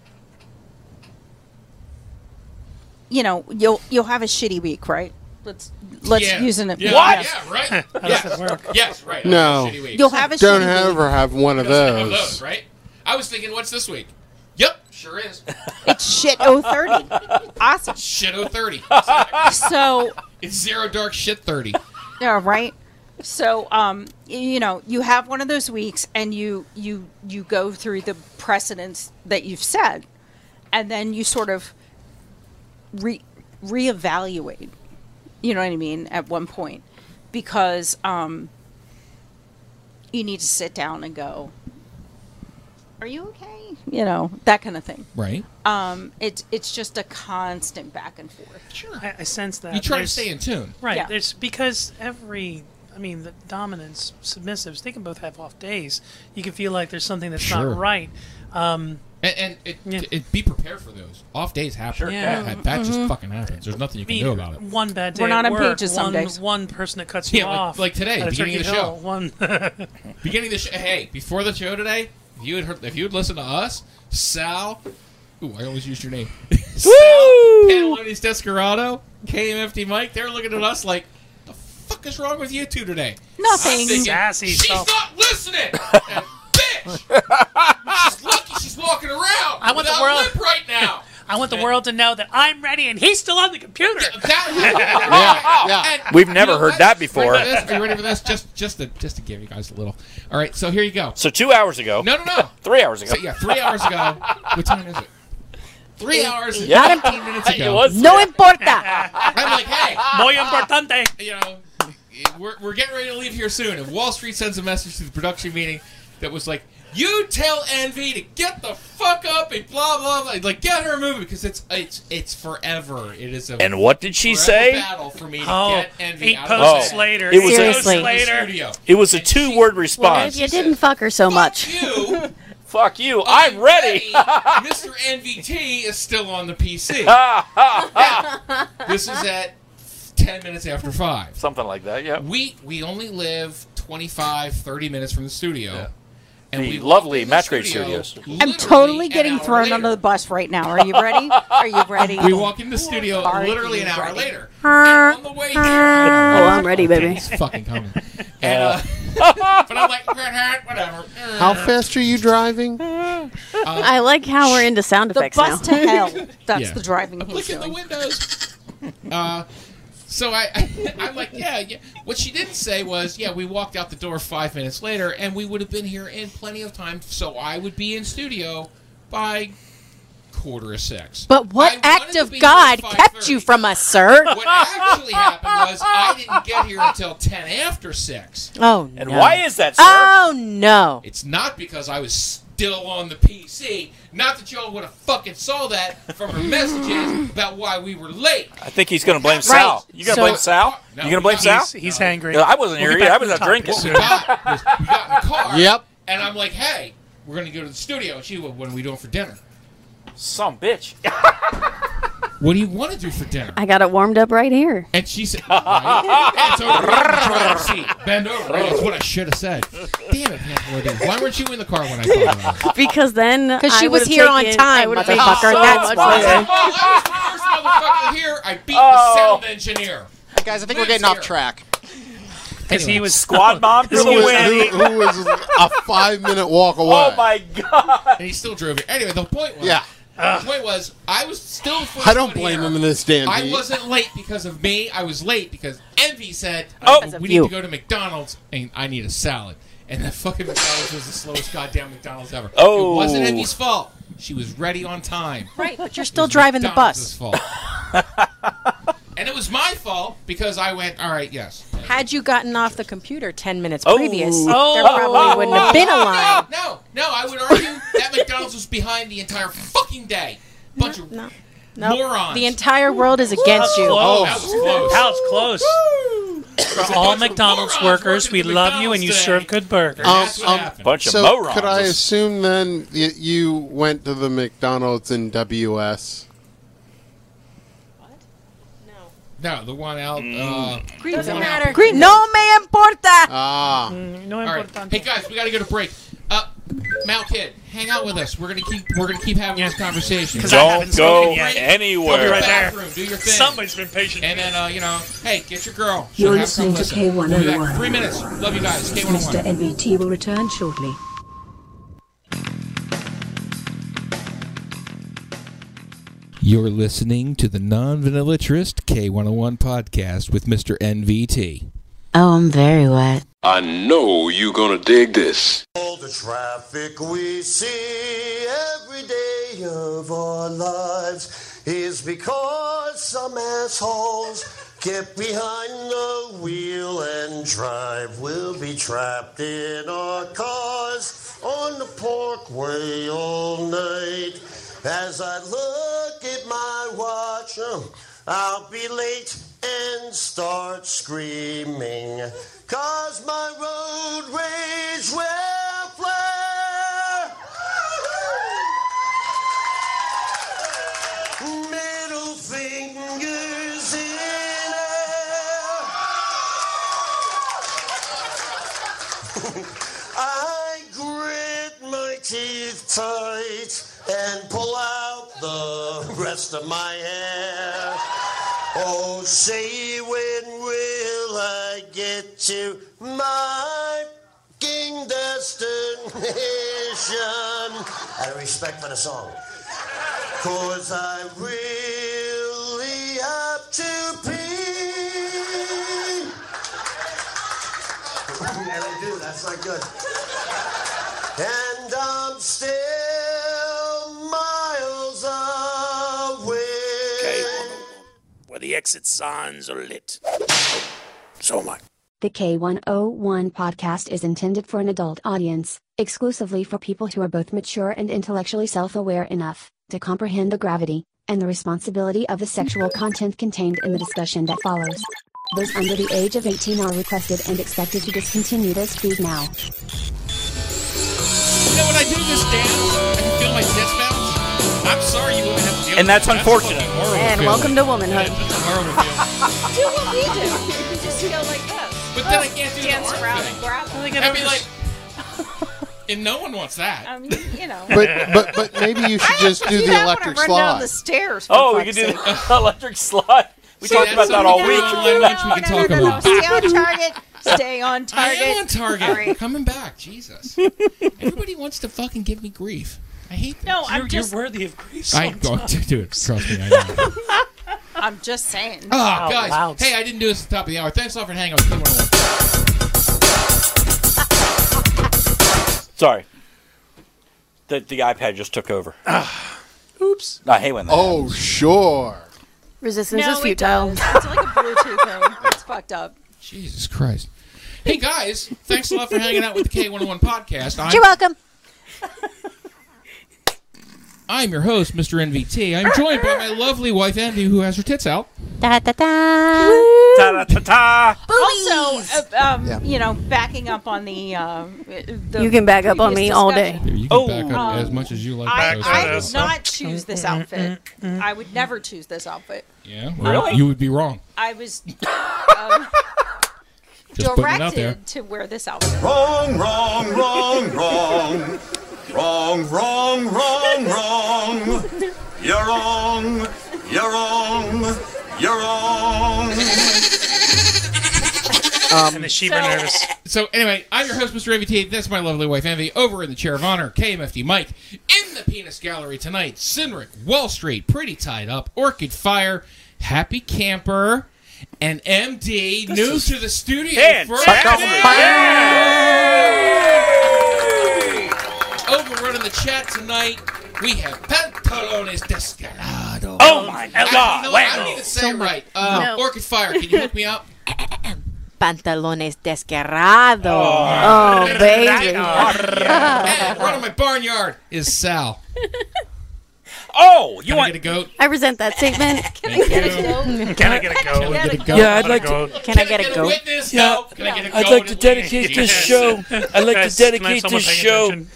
[SPEAKER 4] you know, you'll you'll have a shitty week, right? Let's let's
[SPEAKER 3] Yeah.
[SPEAKER 4] use an
[SPEAKER 3] Yeah.
[SPEAKER 10] What?
[SPEAKER 4] yes.
[SPEAKER 3] Yeah, right.
[SPEAKER 10] How
[SPEAKER 3] yes.
[SPEAKER 10] does that work?
[SPEAKER 3] yes, right.
[SPEAKER 10] No.
[SPEAKER 3] Shitty weeks.
[SPEAKER 4] You'll have a
[SPEAKER 10] Don't
[SPEAKER 4] shitty week.
[SPEAKER 10] ever have one of
[SPEAKER 3] Just one of
[SPEAKER 10] those.
[SPEAKER 3] those, right? I was thinking, what's this week? Yep, Sure is.
[SPEAKER 4] It's shit 030. Awesome.
[SPEAKER 3] Shit 030.
[SPEAKER 4] So
[SPEAKER 3] It's zero dark shit 30.
[SPEAKER 4] Yeah, right. So, um, y- you know, you have one of those weeks, and you you you go through the precedents that you've said, and then you sort of re reevaluate. You know what I mean? At one point, because um, you need to sit down and go, "Are you okay?" You know that kind of thing.
[SPEAKER 3] Right.
[SPEAKER 4] Um, it's it's just a constant back and forth.
[SPEAKER 8] Sure. I, I sense that.
[SPEAKER 3] You try to
[SPEAKER 8] There's-
[SPEAKER 3] stay in tune.
[SPEAKER 8] Right.
[SPEAKER 4] Yeah.
[SPEAKER 8] There's because every I mean, the dominants, submissives, they can both have off days. You can feel like there's something that's
[SPEAKER 3] Sure.
[SPEAKER 8] not right. Um,
[SPEAKER 3] and, and it, it, be prepared for those. Off days happen.
[SPEAKER 8] Sure, Yeah. yeah.
[SPEAKER 3] That, that
[SPEAKER 8] Mhm.
[SPEAKER 3] just fucking happens. There's nothing you can
[SPEAKER 8] mean,
[SPEAKER 3] do about it.
[SPEAKER 8] One bad day.
[SPEAKER 4] Mm-hmm. We're not on
[SPEAKER 8] at work,
[SPEAKER 4] pages some
[SPEAKER 8] one,
[SPEAKER 4] days.
[SPEAKER 8] One person that cuts you
[SPEAKER 3] Yeah, like-
[SPEAKER 8] off.
[SPEAKER 3] like today,
[SPEAKER 8] at a
[SPEAKER 3] beginning of
[SPEAKER 8] Turkey
[SPEAKER 3] the show.
[SPEAKER 8] Hill, One.
[SPEAKER 3] Beginning of the show. Hey, before the show today, if you had heard, if you'd listened to us, Sal. Ooh, I always used your name. Sal, Panalone's Desperado, KMFD Mike. They're looking at us like, the fuck is wrong with you two today?
[SPEAKER 4] Nothing.
[SPEAKER 3] I'm thinking,
[SPEAKER 4] Sassy
[SPEAKER 3] She's
[SPEAKER 4] self."
[SPEAKER 3] not listening. That bitch. she's lucky. She's walking around.
[SPEAKER 8] I want the
[SPEAKER 3] without
[SPEAKER 8] world-
[SPEAKER 3] lip right now.
[SPEAKER 8] I want the world to know that I'm ready and he's still on the computer.
[SPEAKER 3] Yeah, yeah. And-
[SPEAKER 7] We've never heard that before.
[SPEAKER 3] Ready for this? Are you ready for this? Just, just to, just to give you guys a little. All right, so here you go.
[SPEAKER 7] So two hours ago.
[SPEAKER 3] No, no, no.
[SPEAKER 7] three hours ago.
[SPEAKER 3] So, yeah, three hours ago. What time is it? Three hours and
[SPEAKER 7] Yeah.
[SPEAKER 3] 15 minutes
[SPEAKER 7] It
[SPEAKER 3] ago.
[SPEAKER 7] was-
[SPEAKER 12] No importa.
[SPEAKER 3] I'm like, hey.
[SPEAKER 8] Muy importante.
[SPEAKER 3] You know, we're, we're getting ready to leave here soon. And Wall Street sends a message to the production meeting that was like, you tell Envy to get the fuck up and blah, blah, blah. Like, get her moving because it's, it's, it's forever. It is a
[SPEAKER 7] And what did she
[SPEAKER 3] forever
[SPEAKER 7] say?
[SPEAKER 3] battle for me to
[SPEAKER 8] Oh,
[SPEAKER 3] get Envy
[SPEAKER 8] eight
[SPEAKER 3] out of
[SPEAKER 7] posts
[SPEAKER 3] bed.
[SPEAKER 8] later.
[SPEAKER 7] It was a-
[SPEAKER 8] Seriously.
[SPEAKER 3] Studio.
[SPEAKER 7] It was a two-word
[SPEAKER 11] Well,
[SPEAKER 7] response.
[SPEAKER 11] if you didn't fuck her so much. Oh,
[SPEAKER 3] You,
[SPEAKER 7] Fuck you. I'm ready.
[SPEAKER 3] Mr. NVT is still on the PC.
[SPEAKER 7] Ah!
[SPEAKER 3] Now, this is at 10 minutes after 5.
[SPEAKER 7] Something like that. Yeah.
[SPEAKER 3] We we only live 25, 30 minutes from the studio. And
[SPEAKER 7] The
[SPEAKER 3] we
[SPEAKER 7] lovely
[SPEAKER 3] walked in the
[SPEAKER 7] Match Grade
[SPEAKER 3] studio
[SPEAKER 7] Studios.
[SPEAKER 4] I'm
[SPEAKER 3] literally
[SPEAKER 4] totally
[SPEAKER 3] an
[SPEAKER 4] getting
[SPEAKER 3] hour
[SPEAKER 4] thrown
[SPEAKER 3] later.
[SPEAKER 4] under the bus right now. Are you ready? Are you ready?
[SPEAKER 3] We walk in the studio
[SPEAKER 4] Are
[SPEAKER 3] literally
[SPEAKER 4] you
[SPEAKER 3] an hour
[SPEAKER 4] ready?
[SPEAKER 3] later.
[SPEAKER 11] oh, I'm ready, baby.
[SPEAKER 3] It's fucking coming. And, uh, but I'm like, whatever.
[SPEAKER 10] How fast are you driving?
[SPEAKER 11] I like how we're into sound
[SPEAKER 4] The
[SPEAKER 11] effects
[SPEAKER 4] bus
[SPEAKER 11] now.
[SPEAKER 4] to hell. That's
[SPEAKER 3] Yeah.
[SPEAKER 4] the driving.
[SPEAKER 3] I'm
[SPEAKER 4] he's
[SPEAKER 3] looking at the
[SPEAKER 4] doing.
[SPEAKER 3] windows. uh, so I, I, I'm like, yeah, yeah. What she didn't say was, yeah, we walked out the door five minutes later, and we would have been here in plenty of time, so I would be in studio by quarter of six.
[SPEAKER 5] But what
[SPEAKER 3] I wanted
[SPEAKER 5] act
[SPEAKER 3] to
[SPEAKER 5] of
[SPEAKER 3] be here
[SPEAKER 5] God
[SPEAKER 3] at
[SPEAKER 5] kept
[SPEAKER 3] 5:30.
[SPEAKER 5] you from us, sir?
[SPEAKER 3] What actually happened was I didn't get here until ten after six.
[SPEAKER 5] Oh no.
[SPEAKER 7] And why is that, sir?
[SPEAKER 5] Oh no.
[SPEAKER 3] It's not because I was still on the PC. Not that y'all would have fucking saw that from her messages about why we were late.
[SPEAKER 7] I think he's going to blame Sal. You going to
[SPEAKER 5] So-
[SPEAKER 7] blame Sal?
[SPEAKER 3] No,
[SPEAKER 7] you going to blame
[SPEAKER 3] he's-
[SPEAKER 7] Sal?
[SPEAKER 8] He's, he's angry.
[SPEAKER 7] Yeah, I wasn't
[SPEAKER 8] We'll
[SPEAKER 7] here
[SPEAKER 8] get
[SPEAKER 7] yet.
[SPEAKER 8] back
[SPEAKER 7] I was
[SPEAKER 8] to the
[SPEAKER 7] out
[SPEAKER 8] topic
[SPEAKER 7] drinking.
[SPEAKER 8] soon.
[SPEAKER 3] we got in the car.
[SPEAKER 10] Yep.
[SPEAKER 3] And I'm like, hey, we're gonna go to the studio. And she, went, what are we doing for dinner?
[SPEAKER 7] Some bitch.
[SPEAKER 3] What do you want to do for dinner?
[SPEAKER 11] I got it warmed up right here.
[SPEAKER 3] And she said, right? and so we're in the driver's seat. bend over. That's what I should have said. Damn it, man, what do I do? Why weren't you in the car when I called? her?
[SPEAKER 11] Because then
[SPEAKER 5] Because she
[SPEAKER 11] I
[SPEAKER 5] was
[SPEAKER 11] would've
[SPEAKER 5] here on
[SPEAKER 11] taken- I
[SPEAKER 5] time,
[SPEAKER 11] would've taken
[SPEAKER 3] Oh,
[SPEAKER 5] motherfucker.
[SPEAKER 11] so
[SPEAKER 5] That's
[SPEAKER 11] much
[SPEAKER 5] why.
[SPEAKER 11] longer.
[SPEAKER 3] I was the first motherfucker here. I beat
[SPEAKER 7] Oh.
[SPEAKER 3] the sound engineer.
[SPEAKER 9] Guys, I think we're getting off track.
[SPEAKER 8] Because he was
[SPEAKER 7] Squad bomb for the
[SPEAKER 10] Who was,
[SPEAKER 7] win.
[SPEAKER 10] who, who was a five minute walk away?
[SPEAKER 7] Oh my god.
[SPEAKER 3] And he still drove it. Anyway, the point was,
[SPEAKER 10] Yeah.
[SPEAKER 3] the point was, I was still. the first
[SPEAKER 10] I don't
[SPEAKER 3] one
[SPEAKER 10] blame
[SPEAKER 3] here.
[SPEAKER 10] him in this damn
[SPEAKER 3] I
[SPEAKER 10] beat.
[SPEAKER 3] wasn't late because of me. I was late because Envy said,
[SPEAKER 7] Oh.
[SPEAKER 3] "Oh,
[SPEAKER 7] Because of
[SPEAKER 3] we
[SPEAKER 7] you.
[SPEAKER 3] need to go to McDonald's and I need a salad." And that fucking McDonald's was the slowest goddamn McDonald's ever.
[SPEAKER 7] Oh.
[SPEAKER 3] it wasn't Envy's fault. She was ready on time.
[SPEAKER 5] Right, but you're still driving the
[SPEAKER 3] McDonald's'
[SPEAKER 5] bus.
[SPEAKER 3] Fault. and it was my fault because I went. All right, yes.
[SPEAKER 5] Had you gotten off the computer ten minutes
[SPEAKER 7] Oh.
[SPEAKER 5] previous,
[SPEAKER 7] Oh.
[SPEAKER 5] there probably wouldn't have been a line.
[SPEAKER 3] No, no, I would argue that McDonald's was behind the entire fucking day. Bunch of
[SPEAKER 5] No, no.
[SPEAKER 3] morons.
[SPEAKER 5] The entire world is
[SPEAKER 8] How's
[SPEAKER 5] against you.
[SPEAKER 7] Oh.
[SPEAKER 8] close?
[SPEAKER 3] that was close.
[SPEAKER 8] How's close? For all McDonald's workers, we love you and you serve good burgers.
[SPEAKER 10] Um,
[SPEAKER 3] That's what
[SPEAKER 10] um,
[SPEAKER 3] happened.
[SPEAKER 7] Bunch
[SPEAKER 10] So
[SPEAKER 7] of morons.
[SPEAKER 10] could I assume then y- you went to the McDonald's in WS?
[SPEAKER 3] No, the one out. Uh,
[SPEAKER 5] Doesn't matter.
[SPEAKER 12] No me importa.
[SPEAKER 10] Ah,
[SPEAKER 8] Mm, no
[SPEAKER 3] all right.
[SPEAKER 8] importante.
[SPEAKER 3] Hey guys, we got to go to break. Uh, Mal Kid, hang out with us. We're gonna keep. We're gonna keep having this conversation.
[SPEAKER 8] 'Cause I haven't
[SPEAKER 7] Don't go
[SPEAKER 8] spoken yet.
[SPEAKER 7] anywhere.
[SPEAKER 8] I'll be right there.
[SPEAKER 3] Bathroom, do your thing.
[SPEAKER 8] Somebody's been patient.
[SPEAKER 3] And then uh, you know, hey, get your girl.
[SPEAKER 1] You're
[SPEAKER 3] have
[SPEAKER 1] listening
[SPEAKER 3] come
[SPEAKER 1] to
[SPEAKER 3] listen. We'll be back in
[SPEAKER 1] K101.
[SPEAKER 3] Three minutes. Love you guys.
[SPEAKER 1] Mr.
[SPEAKER 3] K101.
[SPEAKER 1] NBT will return shortly.
[SPEAKER 3] You're listening to the non vanillatrist K101 podcast with Mr. NVT.
[SPEAKER 21] Oh, I'm very wet.
[SPEAKER 14] I know you're gonna dig this.
[SPEAKER 13] All the traffic we see every day of our lives is because some assholes get behind the wheel and drive. We'll be trapped in our cars on the parkway all night. As I look at my watch, oh, I'll be late and start screaming. Cause my road rage will flare. Middle fingers in air. I grit my teeth tight and pull out the rest of my hair. Oh, say when will I get to my king destination? Out of respect for the song. Cause I really have to pee. and I do, that's not good. And I'm still miles away.
[SPEAKER 17] Where the exit signs are lit. So am I.
[SPEAKER 16] The K101 podcast is intended for an adult audience, exclusively for people who are both mature and intellectually self aware enough to comprehend the gravity and the responsibility of the sexual content contained in the discussion that follows. Those under the age of 18 are requested and expected to discontinue this feed now.
[SPEAKER 3] You know, when I do this dance, I can feel my tits bounce. I'm sorry you women have to deal
[SPEAKER 7] And
[SPEAKER 3] with
[SPEAKER 7] that's
[SPEAKER 3] that.
[SPEAKER 7] unfortunate.
[SPEAKER 3] a fucking horrible
[SPEAKER 11] And
[SPEAKER 3] feeling.
[SPEAKER 11] welcome to womanhood.
[SPEAKER 3] Yeah, that's a horrible feeling.
[SPEAKER 5] do what we do. You just go like this.
[SPEAKER 3] But then I can't do
[SPEAKER 5] Dance
[SPEAKER 3] the arm
[SPEAKER 5] around,
[SPEAKER 3] thing.
[SPEAKER 5] grab.
[SPEAKER 3] I'd be like, and no one wants that.
[SPEAKER 4] I mean, you know.
[SPEAKER 10] But but but maybe you should just do the electric
[SPEAKER 4] run down the
[SPEAKER 10] slide.
[SPEAKER 4] stairs. For
[SPEAKER 7] Oh, we can
[SPEAKER 4] fuck's
[SPEAKER 7] do
[SPEAKER 4] sake.
[SPEAKER 7] the electric slide. We talked about that all week.
[SPEAKER 3] we can talk about.
[SPEAKER 4] Stay on target. Stay on
[SPEAKER 3] I
[SPEAKER 4] target.
[SPEAKER 3] am on target.
[SPEAKER 4] All right.
[SPEAKER 3] Coming back, Jesus. Everybody wants to fucking give me grief. I hate.
[SPEAKER 4] No,
[SPEAKER 8] You're,
[SPEAKER 4] I'm just.
[SPEAKER 8] you're worthy of grief.
[SPEAKER 3] I ain't going to do it. Trust me, I know.
[SPEAKER 4] I'm just saying.
[SPEAKER 3] Oh, guys. Hey, I didn't do this at the top of the hour. Thanks a lot for hanging out with K101.
[SPEAKER 7] Sorry. The, the iPad just took over.
[SPEAKER 8] Oops.
[SPEAKER 7] I hate when that
[SPEAKER 10] Oh,
[SPEAKER 7] happens.
[SPEAKER 10] sure.
[SPEAKER 11] Resistance
[SPEAKER 4] No,
[SPEAKER 11] is
[SPEAKER 4] it
[SPEAKER 11] futile.
[SPEAKER 4] does. It's like a Bluetooth thing. It's fucked up.
[SPEAKER 3] Jesus Christ. Hey guys, thanks a lot for hanging out with the K101 podcast. I'm,
[SPEAKER 12] You're welcome.
[SPEAKER 3] I'm your host, Mr. NVT. I'm joined by my lovely wife Envy, who has her tits out.
[SPEAKER 12] Da da da.
[SPEAKER 7] Ta da ta ta.
[SPEAKER 4] Also, uh, um,
[SPEAKER 3] Yeah.
[SPEAKER 4] you know, backing up on the. Uh, the
[SPEAKER 11] You can back up on me
[SPEAKER 4] previous
[SPEAKER 11] all
[SPEAKER 4] discussion.
[SPEAKER 11] day.
[SPEAKER 3] You can back up
[SPEAKER 8] Oh,
[SPEAKER 3] as much as you like.
[SPEAKER 4] I,
[SPEAKER 3] those
[SPEAKER 4] I
[SPEAKER 3] guys.
[SPEAKER 4] would not choose this outfit. I would never choose this outfit.
[SPEAKER 3] Yeah, well, You would be wrong.
[SPEAKER 4] I was um,
[SPEAKER 3] Just putting it out there.
[SPEAKER 4] directed to wear this outfit.
[SPEAKER 13] Wrong, wrong, wrong, wrong. Wrong, wrong, wrong, wrong. You're wrong. You're wrong. You're wrong.
[SPEAKER 8] and the sheep are nervous.
[SPEAKER 3] Um, So anyway, I'm your host, Mr. NVT. That's my lovely wife Envy. Over in the chair of honor, KMFD Mike. In the penis gallery tonight, Cindric, Wall Street, Pretty Tied Up, Orchid Fire, Happy Camper, and MD. New to the studio. first. Overrunning the chat tonight, we have Pantalones Descalado.
[SPEAKER 7] Oh my
[SPEAKER 3] I, you know,
[SPEAKER 7] god.
[SPEAKER 3] what? I don't even
[SPEAKER 7] Wow.
[SPEAKER 3] say it right. Uh,
[SPEAKER 11] No.
[SPEAKER 3] Orchid Fire, can you hook me up?
[SPEAKER 12] Pantalones desquerrado.
[SPEAKER 11] Oh, baby.
[SPEAKER 3] Hey, running my barnyard is Sal.
[SPEAKER 7] Oh, you
[SPEAKER 3] Can I
[SPEAKER 7] want
[SPEAKER 3] get a goat?
[SPEAKER 11] I resent that statement.
[SPEAKER 3] Thank you.
[SPEAKER 8] Can I get a go?
[SPEAKER 3] Can I get a goat?
[SPEAKER 2] Yeah, I'd like to.
[SPEAKER 12] Can I
[SPEAKER 3] Get
[SPEAKER 12] get a
[SPEAKER 3] a
[SPEAKER 12] goat?
[SPEAKER 3] witness?
[SPEAKER 2] Yeah.
[SPEAKER 3] No. Can I get a goat?
[SPEAKER 2] I'd like to
[SPEAKER 3] at
[SPEAKER 2] dedicate
[SPEAKER 3] least?
[SPEAKER 2] this show. I'd like to
[SPEAKER 8] Guys, can I have
[SPEAKER 2] dedicate
[SPEAKER 8] someone
[SPEAKER 2] this
[SPEAKER 8] paying
[SPEAKER 2] show
[SPEAKER 8] attention?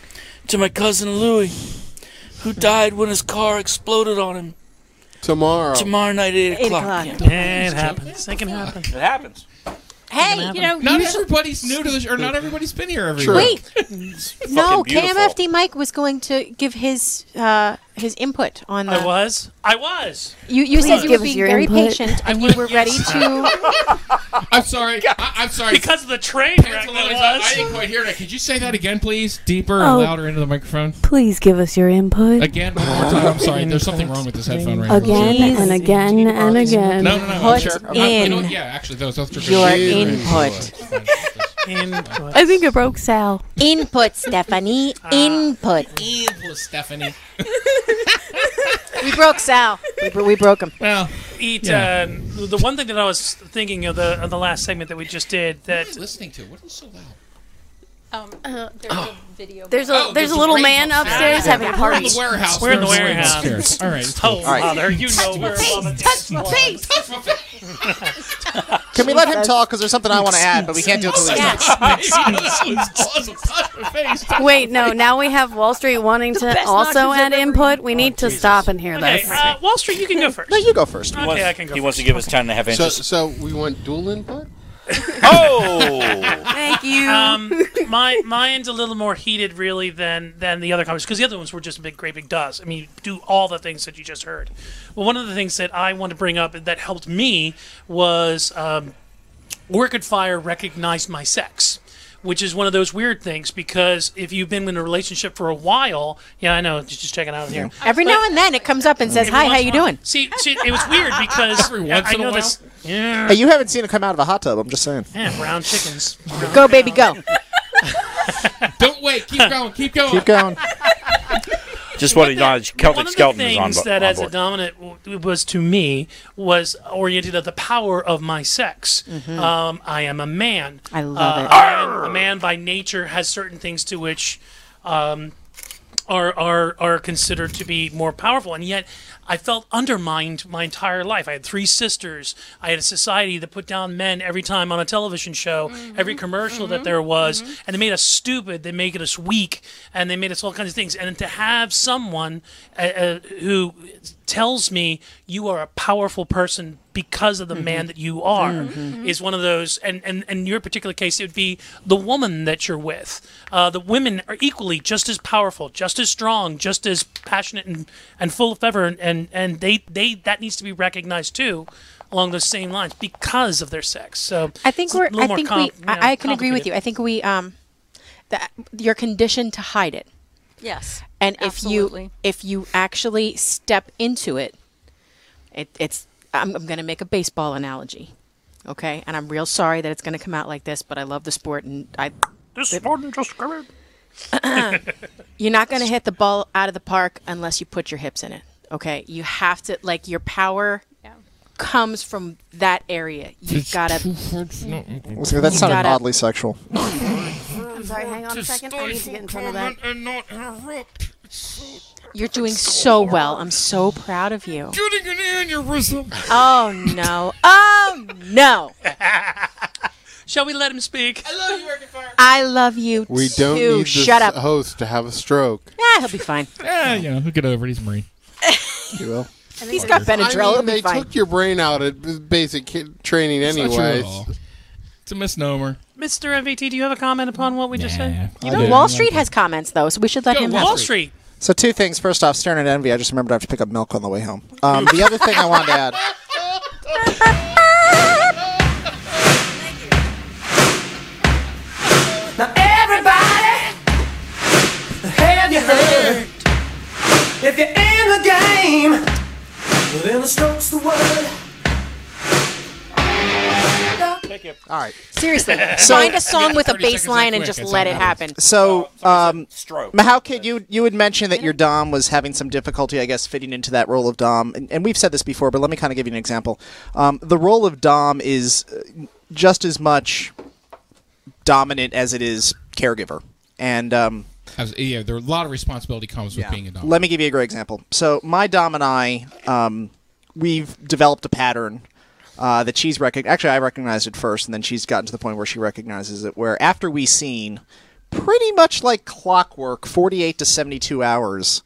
[SPEAKER 2] to my cousin Louis, who died when his car exploded on him
[SPEAKER 7] Oh.
[SPEAKER 10] Tomorrow.
[SPEAKER 2] tomorrow night at eight o'clock.
[SPEAKER 12] o'clock.
[SPEAKER 8] It happens. It can happen.
[SPEAKER 7] It happens.
[SPEAKER 12] Hey, you know,
[SPEAKER 3] Not
[SPEAKER 12] you should-
[SPEAKER 3] everybody's new to this, or not everybody's been here every
[SPEAKER 10] True.
[SPEAKER 3] week.
[SPEAKER 12] wait. no,
[SPEAKER 7] beautiful.
[SPEAKER 12] KMFD Mike was going to give his uh,
[SPEAKER 5] his input on the.
[SPEAKER 8] I was. I was.
[SPEAKER 5] You you said
[SPEAKER 8] Please
[SPEAKER 5] you were
[SPEAKER 8] give us
[SPEAKER 5] being
[SPEAKER 8] your
[SPEAKER 5] very
[SPEAKER 8] input.
[SPEAKER 5] patient and you were ready to.
[SPEAKER 3] I'm sorry. I, I'm sorry.
[SPEAKER 8] Because of the train wreck
[SPEAKER 3] Pencil
[SPEAKER 8] that
[SPEAKER 3] is-
[SPEAKER 8] was.
[SPEAKER 3] I didn't quite hear that. Could you say that again, please? Deeper and
[SPEAKER 11] Oh.
[SPEAKER 3] louder into the microphone.
[SPEAKER 11] Please give us your input.
[SPEAKER 3] Again, one more time. I'm sorry. There's something wrong with this headphone right now.
[SPEAKER 11] Again and again and again.
[SPEAKER 3] No, no, no. I'm
[SPEAKER 11] Put
[SPEAKER 3] sure. I'm- I'm- Uh, you know
[SPEAKER 11] in
[SPEAKER 3] what? yeah, actually, those, those are
[SPEAKER 11] your
[SPEAKER 3] good.
[SPEAKER 11] input.
[SPEAKER 8] Input.
[SPEAKER 11] I think it broke Sal.
[SPEAKER 12] Input, Stephanie. Input.
[SPEAKER 3] Evil Stephanie.
[SPEAKER 5] we broke Sal. We, bro- we broke him.
[SPEAKER 3] Well,
[SPEAKER 8] eat
[SPEAKER 5] Yeah.
[SPEAKER 8] uh, the one thing that I was thinking of the of the last segment that we just did that
[SPEAKER 3] listening to what was so loud. Oh.
[SPEAKER 4] Um, there's a video.
[SPEAKER 11] There's a there's a little man upstairs having a party.
[SPEAKER 3] We're in the warehouse.
[SPEAKER 8] We're in the
[SPEAKER 3] There's a lady
[SPEAKER 8] warehouse.
[SPEAKER 3] upstairs. All right.
[SPEAKER 8] Oh,
[SPEAKER 3] All right.
[SPEAKER 8] mother, you know where mother touch my face.
[SPEAKER 9] Can we let him talk? Because there's something I want to add, but we can't do it till he's done.
[SPEAKER 11] Wait, no. Now we have Wall Street wanting to
[SPEAKER 8] best
[SPEAKER 11] also
[SPEAKER 8] knockers
[SPEAKER 11] add input. We
[SPEAKER 10] Oh,
[SPEAKER 11] need to stop and hear
[SPEAKER 8] Okay,
[SPEAKER 11] this.
[SPEAKER 8] uh, Wall Street, you can go first.
[SPEAKER 9] No, you go first.
[SPEAKER 8] Okay, I can go.
[SPEAKER 7] He wants to give us time to have
[SPEAKER 10] So,
[SPEAKER 7] answers.
[SPEAKER 10] so we want dual input.
[SPEAKER 7] oh,
[SPEAKER 11] Thank you.
[SPEAKER 8] Um, my mine's a little more heated, really, than than the other comments because the other ones were just big, great big does. I mean, you do all the things that you just heard. Well, one of the things that I want to bring up that helped me was um, Orchid Fire recognized my sex. Which is one of those weird things because if you've been in a relationship for a while, yeah, I know, just just checking out here.
[SPEAKER 5] Every now and then it comes up and says, "Hi, how you doing?"
[SPEAKER 8] See, see, it was weird because
[SPEAKER 5] Every
[SPEAKER 9] once
[SPEAKER 8] I
[SPEAKER 9] in a
[SPEAKER 8] know
[SPEAKER 9] while.
[SPEAKER 8] this. Yeah.
[SPEAKER 9] Hey, you haven't seen it come out of a hot tub. I'm just saying.
[SPEAKER 8] Yeah, brown chickens.
[SPEAKER 5] Go, baby, go.
[SPEAKER 3] Don't wait. Keep going. Keep going.
[SPEAKER 9] Keep going.
[SPEAKER 7] just want to acknowledge Celtic Skeleton is on,
[SPEAKER 8] things
[SPEAKER 7] bo-
[SPEAKER 8] that
[SPEAKER 7] on
[SPEAKER 8] as a
[SPEAKER 7] board.
[SPEAKER 8] dominant w- was to me was oriented at the power of my sex. Um, I am a man.
[SPEAKER 5] Mm-hmm. I love
[SPEAKER 8] Uh,
[SPEAKER 5] it.
[SPEAKER 8] I am- a man by nature has certain things to which um, are are are considered to be more powerful, and yet I felt undermined my entire life. I had three sisters. I had a society that put down men every time on a television show,
[SPEAKER 5] Mm-hmm.
[SPEAKER 8] every commercial that there was, and they made us stupid. They made us weak, and they made us all kinds of things. And to have someone uh, uh, who tells me you are a powerful person because of the
[SPEAKER 5] Mm-hmm.
[SPEAKER 8] man that you are
[SPEAKER 5] Mhm.
[SPEAKER 8] is one of those and, and in your particular case it would be the woman that you're with uh, the women are equally just as powerful just as strong just as passionate and, and full of fervor and, and, and they, they that needs to be recognized too along those same lines because of their sex so
[SPEAKER 5] I think
[SPEAKER 8] it's a
[SPEAKER 5] we're.
[SPEAKER 8] little
[SPEAKER 5] I
[SPEAKER 8] more
[SPEAKER 5] think
[SPEAKER 8] com-
[SPEAKER 5] we.
[SPEAKER 8] you know,
[SPEAKER 5] I, I can agree with
[SPEAKER 8] complicated.
[SPEAKER 5] you. I think we. Um, that you're conditioned to hide it,
[SPEAKER 4] Yes.
[SPEAKER 5] and if
[SPEAKER 4] Absolutely.
[SPEAKER 5] you if you actually step into it, it it's. I'm, I'm going to make a baseball analogy, okay? And I'm real sorry that it's going to come out like this, but I love the sport, and I.
[SPEAKER 8] This sport just great.
[SPEAKER 5] You're not going to hit the ball out of the park unless you put your hips in it. Okay, you have to like your power comes from that area. You
[SPEAKER 9] It's
[SPEAKER 5] gotta.
[SPEAKER 9] So That
[SPEAKER 5] you
[SPEAKER 9] sounded
[SPEAKER 5] gotta-
[SPEAKER 9] oddly sexual.
[SPEAKER 11] I'm sorry. Hang on a second. I need to get in front of that.
[SPEAKER 2] And not interrupt.
[SPEAKER 5] You're doing so well. I'm so proud of you.
[SPEAKER 2] Getting an aneurysm.
[SPEAKER 5] Oh no.
[SPEAKER 11] Um,
[SPEAKER 5] Oh no.
[SPEAKER 8] shall we let him speak i love you working for
[SPEAKER 5] I love you.
[SPEAKER 10] We don't
[SPEAKER 5] too.
[SPEAKER 10] need this uh,
[SPEAKER 5] Shut up.
[SPEAKER 10] host to have a stroke.
[SPEAKER 5] Yeah, he'll be fine.
[SPEAKER 3] Yeah, you know, he'll get over it. He's a Marine.
[SPEAKER 10] You will.
[SPEAKER 5] He's got Benadryl.
[SPEAKER 10] I
[SPEAKER 5] He'll
[SPEAKER 10] mean,
[SPEAKER 5] be
[SPEAKER 10] they
[SPEAKER 5] fine.
[SPEAKER 10] took your brain out at basic kid training
[SPEAKER 3] It's not true at
[SPEAKER 10] anyways.
[SPEAKER 3] all. It's a misnomer.
[SPEAKER 8] mr mvt do you have a comment upon what we just said
[SPEAKER 9] I
[SPEAKER 5] You know,
[SPEAKER 9] do.
[SPEAKER 5] Wall Street has comments though, so we should let
[SPEAKER 8] Go,
[SPEAKER 5] him
[SPEAKER 8] Wall
[SPEAKER 5] know.
[SPEAKER 8] Street.
[SPEAKER 9] So two things. First off, staring at envy. I just remembered I have to pick up milk on the way home. Um, the other thing I wanted to add.
[SPEAKER 6] Now everybody, have you heard? If you're in the game, well then the stroke's the word.
[SPEAKER 9] All right.
[SPEAKER 5] Seriously,
[SPEAKER 9] So-
[SPEAKER 5] find a song
[SPEAKER 9] Yeah,
[SPEAKER 5] with a
[SPEAKER 9] 30 seconds
[SPEAKER 5] bass line
[SPEAKER 9] that
[SPEAKER 5] and
[SPEAKER 9] quick,
[SPEAKER 5] just
[SPEAKER 9] it's
[SPEAKER 5] let
[SPEAKER 9] all
[SPEAKER 5] it
[SPEAKER 17] Oh,
[SPEAKER 5] happen.
[SPEAKER 9] So, um,
[SPEAKER 7] stroke.
[SPEAKER 9] Mahal Kid, you you had mentioned that your Dom was having some difficulty, I guess, fitting into that role of Dom, and, and we've said this before, but let me kind of give you an example. Um, the role of Dom is uh, just as much dominant as it is caregiver, and um,
[SPEAKER 3] As- yeah, there a lot of responsibility comes with being a dog.
[SPEAKER 9] Let me give you a great example. So my Dom and I, um, we've developed a pattern uh, that she's recog Actually, I recognized it first, and then she's gotten to the point where she recognizes it. Where after we scene, pretty much like clockwork, forty-eight to seventy-two hours.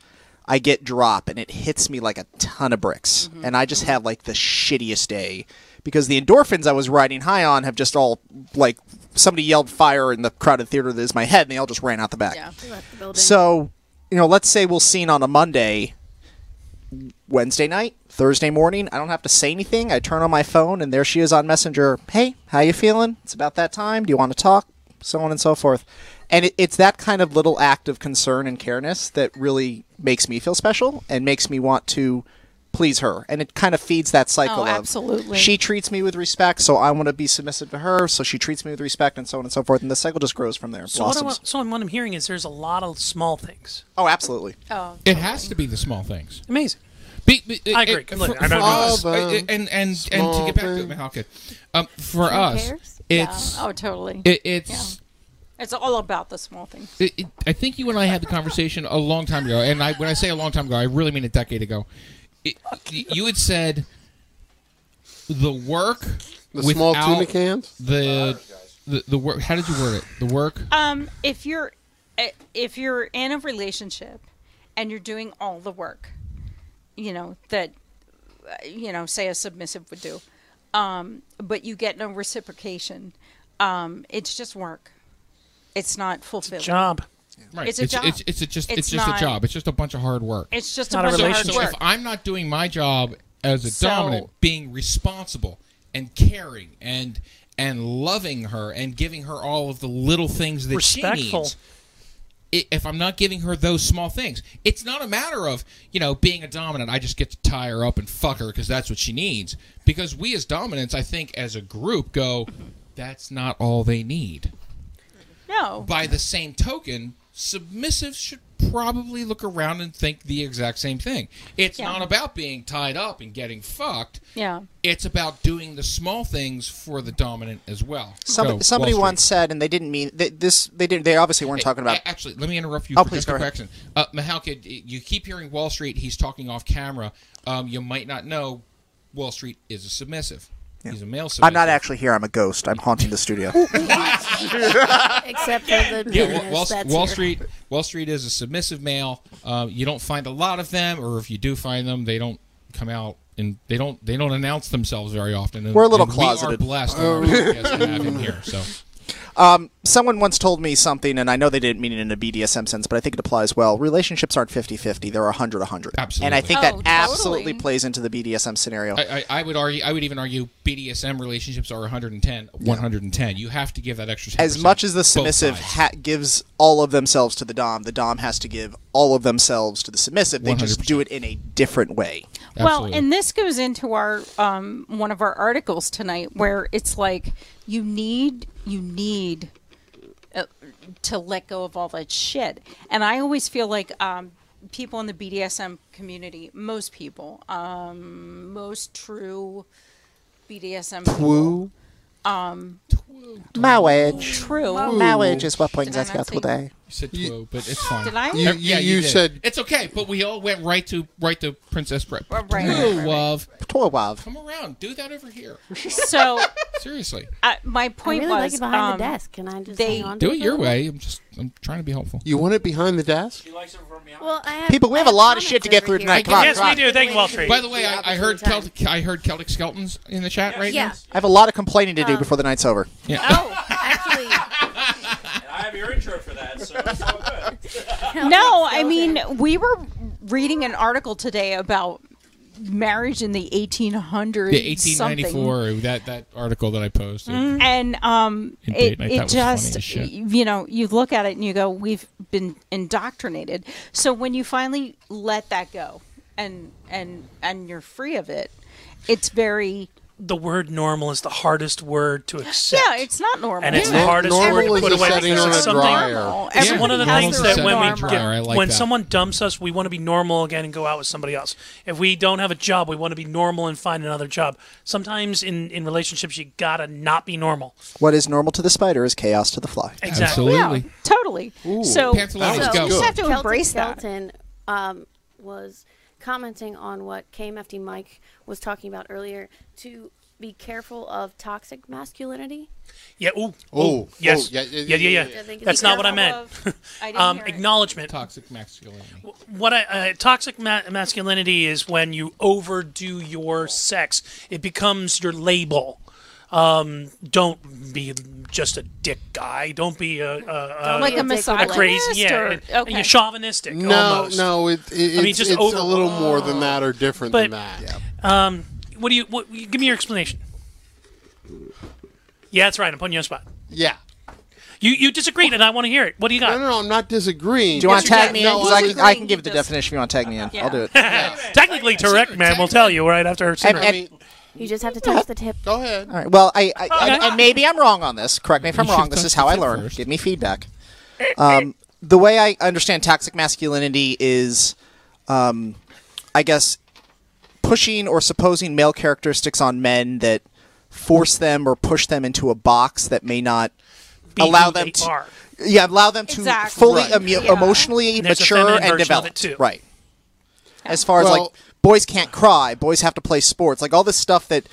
[SPEAKER 9] I get drop and it hits me like a ton of bricks. And I just have like the shittiest day because the endorphins I was riding high on have just all like somebody yelled fire in the crowded theater that is my head and they all just ran out the back.
[SPEAKER 11] Yeah.
[SPEAKER 9] So, you know, let's say we'll scene on a Monday Wednesday night, Thursday morning. I don't have to say anything. I turn on my phone, and there she is on Messenger. Hey, how you feeling? It's about that time. Do you want to talk? So on and so forth. And it, it's that kind of little act of concern and careness that really makes me feel special and makes me want to please her. And it kind of feeds that cycle.
[SPEAKER 4] Oh,
[SPEAKER 9] of,
[SPEAKER 4] absolutely.
[SPEAKER 9] She treats me with respect, so I want to be submissive to her. So she treats me with respect, and so on and so forth. And the cycle just grows from there.
[SPEAKER 8] So what, I,
[SPEAKER 9] blossoms.
[SPEAKER 8] wa- so what I'm hearing is there's a lot of small things.
[SPEAKER 9] Oh, absolutely.
[SPEAKER 4] Oh,
[SPEAKER 3] It has to be the small things.
[SPEAKER 8] Amazing.
[SPEAKER 3] Be, be-
[SPEAKER 8] I
[SPEAKER 3] it-
[SPEAKER 8] agree
[SPEAKER 3] it-
[SPEAKER 8] completely.
[SPEAKER 3] For,
[SPEAKER 8] I don't
[SPEAKER 3] for
[SPEAKER 8] know.
[SPEAKER 3] us,
[SPEAKER 8] Small
[SPEAKER 3] it- it- and and and to
[SPEAKER 8] thing.
[SPEAKER 3] get back to it, Mahalka, um, for
[SPEAKER 4] Who
[SPEAKER 3] us,
[SPEAKER 4] cares?
[SPEAKER 3] it's
[SPEAKER 4] Yeah. Oh, totally.
[SPEAKER 3] it- it's.
[SPEAKER 4] It's all about the small things.
[SPEAKER 3] It, it, I think you and I had the conversation a long time ago, and I, when I say a long time ago, I really mean a decade ago. It, you had said the work,
[SPEAKER 10] The small
[SPEAKER 3] without
[SPEAKER 10] tuna cans?
[SPEAKER 3] the the, the work. How did you word it? The work.
[SPEAKER 4] Um, if you're eh, if you're in a relationship and you're doing all the work, you know that uh, you know say a submissive would do, um, but you get no reciprocation. Um, it's just work. It's not fulfilling.
[SPEAKER 8] job.
[SPEAKER 3] Right.
[SPEAKER 4] It's a job.
[SPEAKER 3] It's, it's a just it's, just
[SPEAKER 4] not-
[SPEAKER 3] a job. It's just a bunch of hard work.
[SPEAKER 4] It's just It's a not a bunch of hard
[SPEAKER 3] So
[SPEAKER 4] relationship.
[SPEAKER 3] if I'm not doing my job as a
[SPEAKER 4] So-
[SPEAKER 3] dominant, being responsible and caring and and loving her and giving her all of the little things that she
[SPEAKER 8] Respectful.
[SPEAKER 3] needs. i- If I'm not giving her those small things, it's not a matter of you know being a dominant. I just get to tie her up and fuck her because that's what she needs. Because we as dominants, I think, as a group, go, that's not all they need.
[SPEAKER 4] No.
[SPEAKER 3] By the same token, submissives should probably look around and think the exact same thing. It's
[SPEAKER 4] Yeah.
[SPEAKER 3] not about being tied up and getting fucked.
[SPEAKER 4] Yeah.
[SPEAKER 3] It's about doing the small things for the dominant as well.
[SPEAKER 9] Somebody,
[SPEAKER 3] Go,
[SPEAKER 9] somebody
[SPEAKER 3] Wall Street.
[SPEAKER 9] once said, and they didn't mean they, this. They didn't. They obviously weren't talking about.
[SPEAKER 3] A- Actually, let me interrupt you
[SPEAKER 9] Oh,
[SPEAKER 3] for
[SPEAKER 9] please,
[SPEAKER 3] just
[SPEAKER 9] go
[SPEAKER 3] a
[SPEAKER 9] ahead.
[SPEAKER 3] correction. Uh, Mahalka, y- you keep hearing Wall Street. He's talking off camera. Um, you might not know Wall Street is a submissive. He's a male submissive.
[SPEAKER 9] I'm not actually here. I'm a ghost. I'm haunting the studio.
[SPEAKER 12] Except for the
[SPEAKER 3] Yeah, Wa-
[SPEAKER 12] penis,
[SPEAKER 3] Wall,
[SPEAKER 12] that's
[SPEAKER 3] Wall
[SPEAKER 12] here.
[SPEAKER 3] Street. Wall Street is a submissive male. Uh, you don't find a lot of them, or if you do find them, they don't come out and they don't they don't announce themselves very often. And-
[SPEAKER 9] We're a little
[SPEAKER 3] and We are
[SPEAKER 9] closeted.
[SPEAKER 3] blessed on our
[SPEAKER 9] Oh.
[SPEAKER 3] podcast to have him here. So
[SPEAKER 9] Um, someone once told me something, and I know they didn't mean it in a BDSM sense, but I think it applies well. Relationships aren't 50 50, they're 100 100. Absolutely. And I think
[SPEAKER 3] Oh,
[SPEAKER 9] that
[SPEAKER 3] totally.
[SPEAKER 9] absolutely plays into the BDSM scenario.
[SPEAKER 3] I, I, I would argue. I would even argue BDSM relationships are 110, 110. You have to give that extra. 10%.
[SPEAKER 9] as much as the
[SPEAKER 3] Both
[SPEAKER 9] submissive
[SPEAKER 3] sides.
[SPEAKER 9] ha- gives all of themselves to the Dom, the Dom has to give all of themselves to the submissive. They just do it in a different way.
[SPEAKER 4] Well, and this goes into our um, one of our articles tonight, where it's like you need you need uh, to let go of all that shit. And I always feel like um, people in the BDSM community, most people, um, most true BDSM people,
[SPEAKER 9] Woo.
[SPEAKER 4] um,
[SPEAKER 9] Marriage.
[SPEAKER 4] True. Woo.
[SPEAKER 9] Marriage is what brings
[SPEAKER 4] Did I
[SPEAKER 9] us
[SPEAKER 4] not
[SPEAKER 9] here
[SPEAKER 4] say-
[SPEAKER 9] today.
[SPEAKER 3] You said twoo, but it's fine.
[SPEAKER 4] Did I?
[SPEAKER 9] You-
[SPEAKER 3] Uh, yeah,
[SPEAKER 9] you- you
[SPEAKER 3] did.
[SPEAKER 9] said-
[SPEAKER 3] it's okay, but we all went right to right to Princess Bride.
[SPEAKER 4] Right, right,
[SPEAKER 3] Twoo,
[SPEAKER 4] right,
[SPEAKER 3] love.
[SPEAKER 9] Twilwav.
[SPEAKER 3] Come around, do that over here.
[SPEAKER 4] so
[SPEAKER 3] seriously,
[SPEAKER 4] uh, my point
[SPEAKER 11] really like
[SPEAKER 4] was
[SPEAKER 11] it behind the
[SPEAKER 4] um,
[SPEAKER 11] desk. Can I just
[SPEAKER 4] they
[SPEAKER 11] hang on
[SPEAKER 3] do it your way. I'm just I'm trying to be helpful.
[SPEAKER 10] You want it behind the desk?
[SPEAKER 11] Well, I have
[SPEAKER 9] People, we have a lot of shit to get through tonight. Come on, come on.
[SPEAKER 3] By the way, I, I heard Celtic, I heard Celtic skeletons in the chat right
[SPEAKER 11] Yeah.
[SPEAKER 3] now.
[SPEAKER 9] I have a lot of complaining to do before the night's over.
[SPEAKER 17] And I have your intro for that, so it's all good.
[SPEAKER 4] no, I mean, we were reading an article today about marriage in the 1800s.
[SPEAKER 3] The 1894 that that article that I posted.
[SPEAKER 4] something. And um,
[SPEAKER 3] In
[SPEAKER 4] it,
[SPEAKER 3] date night,
[SPEAKER 4] it
[SPEAKER 3] that was funny
[SPEAKER 4] just,
[SPEAKER 3] as shit.
[SPEAKER 4] you know, you look at it and you go, we've been indoctrinated. So when you finally let that go and, and, and you're free of it, it's very,
[SPEAKER 8] The word normal is the hardest word to accept.
[SPEAKER 4] yeah, it's not normal.
[SPEAKER 8] And it's the hardest word to put away because it's something. It's one of the
[SPEAKER 4] Everybody
[SPEAKER 8] things
[SPEAKER 4] has
[SPEAKER 8] that
[SPEAKER 4] their
[SPEAKER 8] when
[SPEAKER 4] normal.
[SPEAKER 8] we get,
[SPEAKER 4] I like
[SPEAKER 8] when
[SPEAKER 4] that.
[SPEAKER 8] someone dumps us, we want to be normal again and go out with somebody else. If we don't have a job, we want to be normal and find another job. Sometimes in in relationships, you gotta not be normal.
[SPEAKER 9] What is normal to the spider is chaos to the fly.
[SPEAKER 8] Exactly.
[SPEAKER 4] Yeah, totally. so
[SPEAKER 9] Pantalones
[SPEAKER 4] so
[SPEAKER 9] go.
[SPEAKER 4] you just have to
[SPEAKER 11] Kelton
[SPEAKER 4] embrace that.
[SPEAKER 11] Skelton, um, was commenting on what KMFD Mike was talking about earlier to be careful of toxic masculinity.
[SPEAKER 8] Yeah. Ooh.
[SPEAKER 10] Oh,
[SPEAKER 8] Ooh. Yes.
[SPEAKER 10] oh,
[SPEAKER 8] yeah. Yeah. Yeah.
[SPEAKER 10] yeah, yeah, yeah, yeah. I think
[SPEAKER 8] That's
[SPEAKER 10] it's
[SPEAKER 8] not what I meant.
[SPEAKER 10] example
[SPEAKER 11] I didn't
[SPEAKER 8] um,
[SPEAKER 11] hear it.
[SPEAKER 8] acknowledgement.
[SPEAKER 3] Toxic masculinity.
[SPEAKER 8] What I, uh, toxic ma- masculinity is when you overdo your sex. It becomes your label. Um, don't be just a dick guy. Don't be a, a, a
[SPEAKER 4] Like a
[SPEAKER 8] a crazy,
[SPEAKER 4] misogynist or-
[SPEAKER 8] yeah,
[SPEAKER 4] okay.
[SPEAKER 8] you're chauvinistic.
[SPEAKER 10] No,
[SPEAKER 8] almost.
[SPEAKER 10] no, it, it,
[SPEAKER 8] I mean,
[SPEAKER 10] it's,
[SPEAKER 8] just
[SPEAKER 10] it's
[SPEAKER 8] over-
[SPEAKER 10] a little more than that or different
[SPEAKER 8] But
[SPEAKER 10] than that.
[SPEAKER 8] um, what do you? What, you- give me your explanation. Yeah, that's right. I'm putting you on the spot.
[SPEAKER 10] Yeah.
[SPEAKER 8] You you disagreed, and I want to hear it. What do you got?
[SPEAKER 10] No, no, no I'm not disagreeing.
[SPEAKER 9] Do you want to
[SPEAKER 8] Yes,
[SPEAKER 9] tag
[SPEAKER 8] you
[SPEAKER 9] me
[SPEAKER 8] did.
[SPEAKER 9] in?
[SPEAKER 8] No,
[SPEAKER 9] Because
[SPEAKER 8] I
[SPEAKER 9] I
[SPEAKER 8] was
[SPEAKER 9] can, I can
[SPEAKER 8] agreeing
[SPEAKER 9] give the definition if you want to tag me in. I'll do it.
[SPEAKER 8] Technically, Tarek man will tell you right after.
[SPEAKER 9] And-
[SPEAKER 8] Cinderella.
[SPEAKER 9] and-
[SPEAKER 12] You just have to touch the tip.
[SPEAKER 10] Go ahead.
[SPEAKER 9] All right. Well, I, I
[SPEAKER 4] Oh,
[SPEAKER 8] Oh,
[SPEAKER 9] and, and maybe I'm wrong on this. Correct me if I'm
[SPEAKER 10] You should
[SPEAKER 9] wrong. This
[SPEAKER 10] touch
[SPEAKER 9] is
[SPEAKER 10] the
[SPEAKER 9] how I
[SPEAKER 10] tip
[SPEAKER 9] learn. Give me feedback. Um, the way I understand toxic masculinity is, um, I guess, pushing or supposing male characteristics on men that force them or push them into a box that may not
[SPEAKER 8] Be
[SPEAKER 9] allow
[SPEAKER 8] who
[SPEAKER 9] them
[SPEAKER 8] they
[SPEAKER 9] to.
[SPEAKER 8] are.
[SPEAKER 9] Yeah, allow them to
[SPEAKER 8] Exactly.
[SPEAKER 9] fully
[SPEAKER 8] Right.
[SPEAKER 9] emu-
[SPEAKER 8] Yeah.
[SPEAKER 9] emotionally
[SPEAKER 8] And there's a
[SPEAKER 9] mature
[SPEAKER 8] feminine
[SPEAKER 9] and
[SPEAKER 8] version of
[SPEAKER 9] develop.
[SPEAKER 8] it, too.
[SPEAKER 9] Right. As far as
[SPEAKER 10] Well-
[SPEAKER 9] like boys can't cry, boys have to play sports, like all this stuff that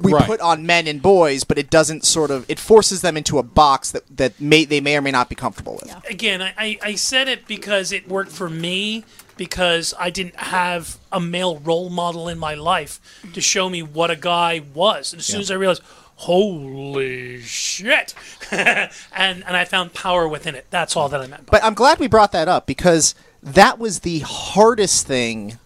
[SPEAKER 9] we
[SPEAKER 10] Right.
[SPEAKER 9] put on men and boys, but it doesn't sort of it forces them into a box that that may they may or may not be comfortable with.
[SPEAKER 8] again, I- I, I said it because it worked for me because I didn't have a male role model in my life to show me what a guy was. And as soon
[SPEAKER 23] Yeah.
[SPEAKER 8] as I realized, holy shit, and and I found power within it. That's all that I meant.
[SPEAKER 9] But I'm glad we brought that up because that was the hardest thing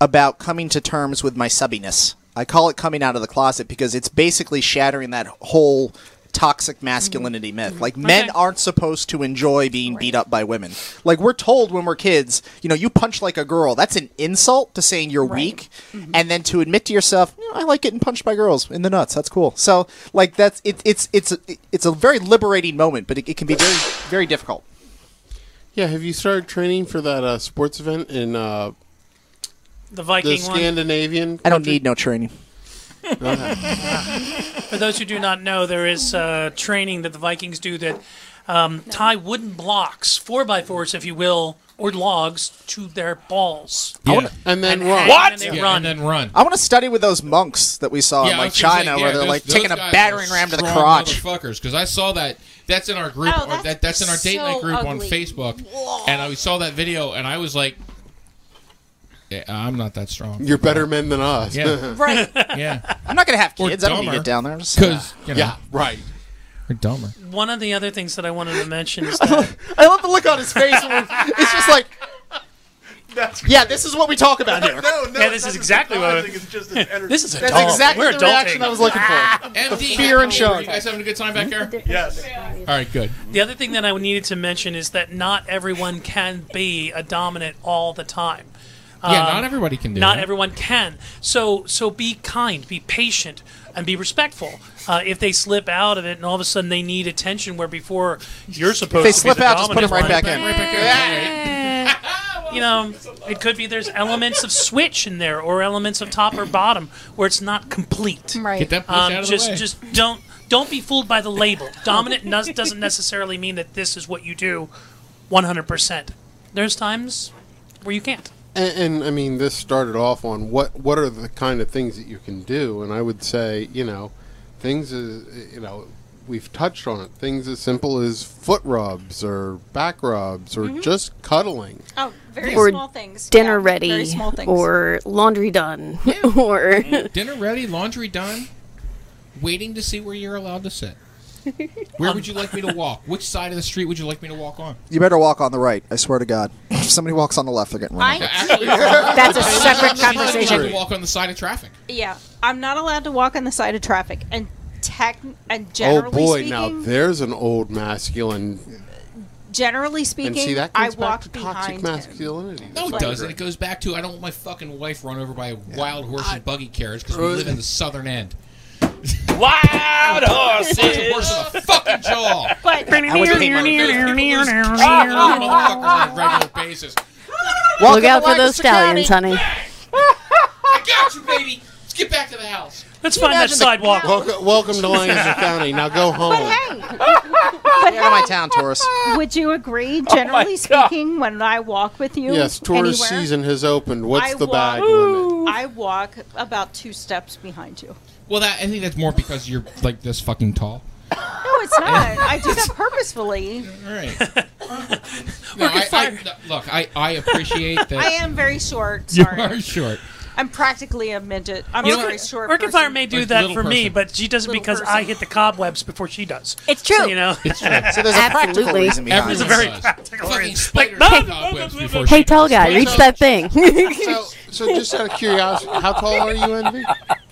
[SPEAKER 9] about coming to terms with my subbiness. I call it coming out of the closet because it's basically shattering that whole toxic masculinity myth. Like men aren't supposed to enjoy being beat up by women. Like we're told when we're kids, you know, you punch like a girl. That's an insult to saying you're weak and then to admit to yourself, "You know, I like getting punched by girls in the nuts. That's cool. So, like that's it, it's it's it's a very liberating moment, but it, it can be very very difficult.
[SPEAKER 10] Yeah, have you started training for that uh, sports event in uh,
[SPEAKER 8] The Viking
[SPEAKER 10] the Scandinavian?
[SPEAKER 9] I don't need no training.
[SPEAKER 8] one. For those who do not know, there is uh, training that the Vikings do that um, tie wooden blocks, four by fours, if you will, or logs to their balls.
[SPEAKER 9] I wanna-
[SPEAKER 10] and then
[SPEAKER 8] hang
[SPEAKER 10] run.
[SPEAKER 8] them and they
[SPEAKER 10] Yeah,
[SPEAKER 8] run.
[SPEAKER 10] and then run.
[SPEAKER 9] I want to study with those monks that we saw
[SPEAKER 3] Yeah,
[SPEAKER 9] in
[SPEAKER 3] I
[SPEAKER 9] like
[SPEAKER 3] was gonna say,
[SPEAKER 9] Oh, China,
[SPEAKER 3] yeah,
[SPEAKER 9] where they're
[SPEAKER 3] those-
[SPEAKER 9] like
[SPEAKER 3] those
[SPEAKER 9] taking a
[SPEAKER 3] guys are
[SPEAKER 9] battering ram to the
[SPEAKER 3] strong
[SPEAKER 9] crotch.
[SPEAKER 3] motherfuckers. Because I saw that. That's in our group.
[SPEAKER 9] Oh,
[SPEAKER 3] or that, that's in our date
[SPEAKER 9] so
[SPEAKER 3] night group on
[SPEAKER 9] ugly.
[SPEAKER 3] Facebook. And I saw that video, and I was like, yeah, "I'm not that strong."
[SPEAKER 10] You're better men than us.
[SPEAKER 3] Yeah.
[SPEAKER 9] Right.
[SPEAKER 3] Yeah.
[SPEAKER 9] I'm not gonna have
[SPEAKER 3] Or
[SPEAKER 9] kids. I don't need
[SPEAKER 3] dumber.
[SPEAKER 9] it down there. Just-
[SPEAKER 3] 'Cause, you know.
[SPEAKER 10] Yeah, right.
[SPEAKER 3] You're dumber.
[SPEAKER 8] One of the other things that I wanted to mention is that
[SPEAKER 9] I love the look on his face. when- it's just like, yeah, this is what we talk about here.
[SPEAKER 8] No, no, Yeah, this is exactly what I- This is
[SPEAKER 9] That's
[SPEAKER 8] adult.
[SPEAKER 9] exactly
[SPEAKER 8] We're
[SPEAKER 9] the
[SPEAKER 8] adulting.
[SPEAKER 9] reaction I was looking for. The
[SPEAKER 3] MD,
[SPEAKER 9] fear
[SPEAKER 3] how
[SPEAKER 9] and
[SPEAKER 3] are
[SPEAKER 9] shock.
[SPEAKER 3] You guys having a good time back there?
[SPEAKER 8] Yes.
[SPEAKER 3] All right, good.
[SPEAKER 8] The other thing that I needed to mention is that not everyone can be a dominant all the time. Um,
[SPEAKER 3] Yeah, not everybody can do
[SPEAKER 8] Not
[SPEAKER 3] that.
[SPEAKER 8] everyone can. So so be kind, be patient, and be respectful. Uh, if they slip out of it and all of a sudden they need attention, where before you're supposed
[SPEAKER 9] they
[SPEAKER 8] to
[SPEAKER 9] slip
[SPEAKER 8] be the
[SPEAKER 9] out, just put 'em
[SPEAKER 8] dominant
[SPEAKER 9] right
[SPEAKER 8] one.
[SPEAKER 9] back in. Right
[SPEAKER 8] you know, it could be there's elements of switch in there, or elements of top or bottom, where it's not complete. Right.
[SPEAKER 3] Get that puss out of the
[SPEAKER 8] just,
[SPEAKER 3] way.
[SPEAKER 8] just don't don't be fooled by the label. Dominant does, doesn't necessarily mean that this is what you do, 100. percent There's times where you can't.
[SPEAKER 10] And, and I mean, this started off on what what are the kind of things that you can do, and I would say, you know, things as you know, we've touched on it. Things as simple as foot rubs or back rubs
[SPEAKER 4] Mm-hmm.
[SPEAKER 10] or just cuddling.
[SPEAKER 4] Oh, very
[SPEAKER 11] or
[SPEAKER 4] small things.
[SPEAKER 11] Dinner
[SPEAKER 4] Yeah,
[SPEAKER 11] ready,
[SPEAKER 4] Very small things.
[SPEAKER 11] or laundry done, or
[SPEAKER 3] Mm. Dinner ready, laundry done. Waiting to see where you're allowed to sit. Where would you like me to walk? Which side of the street would you like me to walk on?
[SPEAKER 9] You better walk on the right. I swear to God. If somebody walks on the left, they're getting run. over.
[SPEAKER 3] That's
[SPEAKER 9] a separate conversation.
[SPEAKER 3] Walk on the side of traffic.
[SPEAKER 4] Yeah, I'm not allowed to walk on the side of traffic, and tech and generally
[SPEAKER 10] Oh boy,
[SPEAKER 4] speaking,
[SPEAKER 10] now there's an old masculine.
[SPEAKER 4] generally speaking,
[SPEAKER 10] see, that
[SPEAKER 4] I
[SPEAKER 10] goes back
[SPEAKER 4] walked
[SPEAKER 10] to toxic
[SPEAKER 4] behind him.
[SPEAKER 10] masculinity.
[SPEAKER 3] No, it
[SPEAKER 10] Like-
[SPEAKER 3] doesn't. It goes back to I don't want my fucking wife run over by a wild horse and buggy carriage because we
[SPEAKER 10] Really?
[SPEAKER 3] live in the southern end.
[SPEAKER 7] Wild horses.
[SPEAKER 3] Horse in a fucking jaw.
[SPEAKER 4] But
[SPEAKER 3] I would pay money for those people who just cheat on motherfuckers on a regular basis.
[SPEAKER 11] look out for those stallions, honey.
[SPEAKER 3] I got you, baby. Let's get back to the house.
[SPEAKER 8] Let's
[SPEAKER 3] find that
[SPEAKER 8] sidewalk.
[SPEAKER 10] Welcome, welcome to Lancaster County. Now go home.
[SPEAKER 4] But
[SPEAKER 9] Get out of my town, Taurus.
[SPEAKER 4] would you agree? Generally speaking, when I walk with you,
[SPEAKER 10] Oh Yes, tourist
[SPEAKER 4] anywhere,
[SPEAKER 10] season has opened. What's
[SPEAKER 4] I
[SPEAKER 10] the
[SPEAKER 4] walk,
[SPEAKER 10] bag limit?
[SPEAKER 4] I walk about two steps behind you.
[SPEAKER 3] Well, that, I think that's more because you're like this fucking tall.
[SPEAKER 4] No, it's not. I do that purposefully.
[SPEAKER 3] All right. No, I, I- no, look, I, I appreciate that.
[SPEAKER 4] I am very short.
[SPEAKER 3] You
[SPEAKER 4] Sorry.
[SPEAKER 3] are short.
[SPEAKER 4] I'm practically a midget. I'm
[SPEAKER 8] You
[SPEAKER 4] a
[SPEAKER 8] know
[SPEAKER 4] very
[SPEAKER 8] what?
[SPEAKER 4] short.
[SPEAKER 8] Orchid
[SPEAKER 4] person.
[SPEAKER 8] Fire may do that for me, but she does it
[SPEAKER 4] Little
[SPEAKER 8] because
[SPEAKER 4] person.
[SPEAKER 8] I hit the cobwebs before she does.
[SPEAKER 4] It's
[SPEAKER 8] So,
[SPEAKER 4] true.
[SPEAKER 8] you know,
[SPEAKER 4] It's true. So there's a practical Absolutely. reason behind
[SPEAKER 8] There's a
[SPEAKER 4] it.
[SPEAKER 8] very
[SPEAKER 4] Fucking
[SPEAKER 8] practical reason. Like,
[SPEAKER 10] spiders
[SPEAKER 8] no,
[SPEAKER 10] have
[SPEAKER 8] no,
[SPEAKER 10] cobwebs
[SPEAKER 8] no,
[SPEAKER 10] before
[SPEAKER 8] no, no.
[SPEAKER 10] she Hey,
[SPEAKER 17] tall guy, reach that thing.
[SPEAKER 10] so, so just out of curiosity, how tall are you, Envy?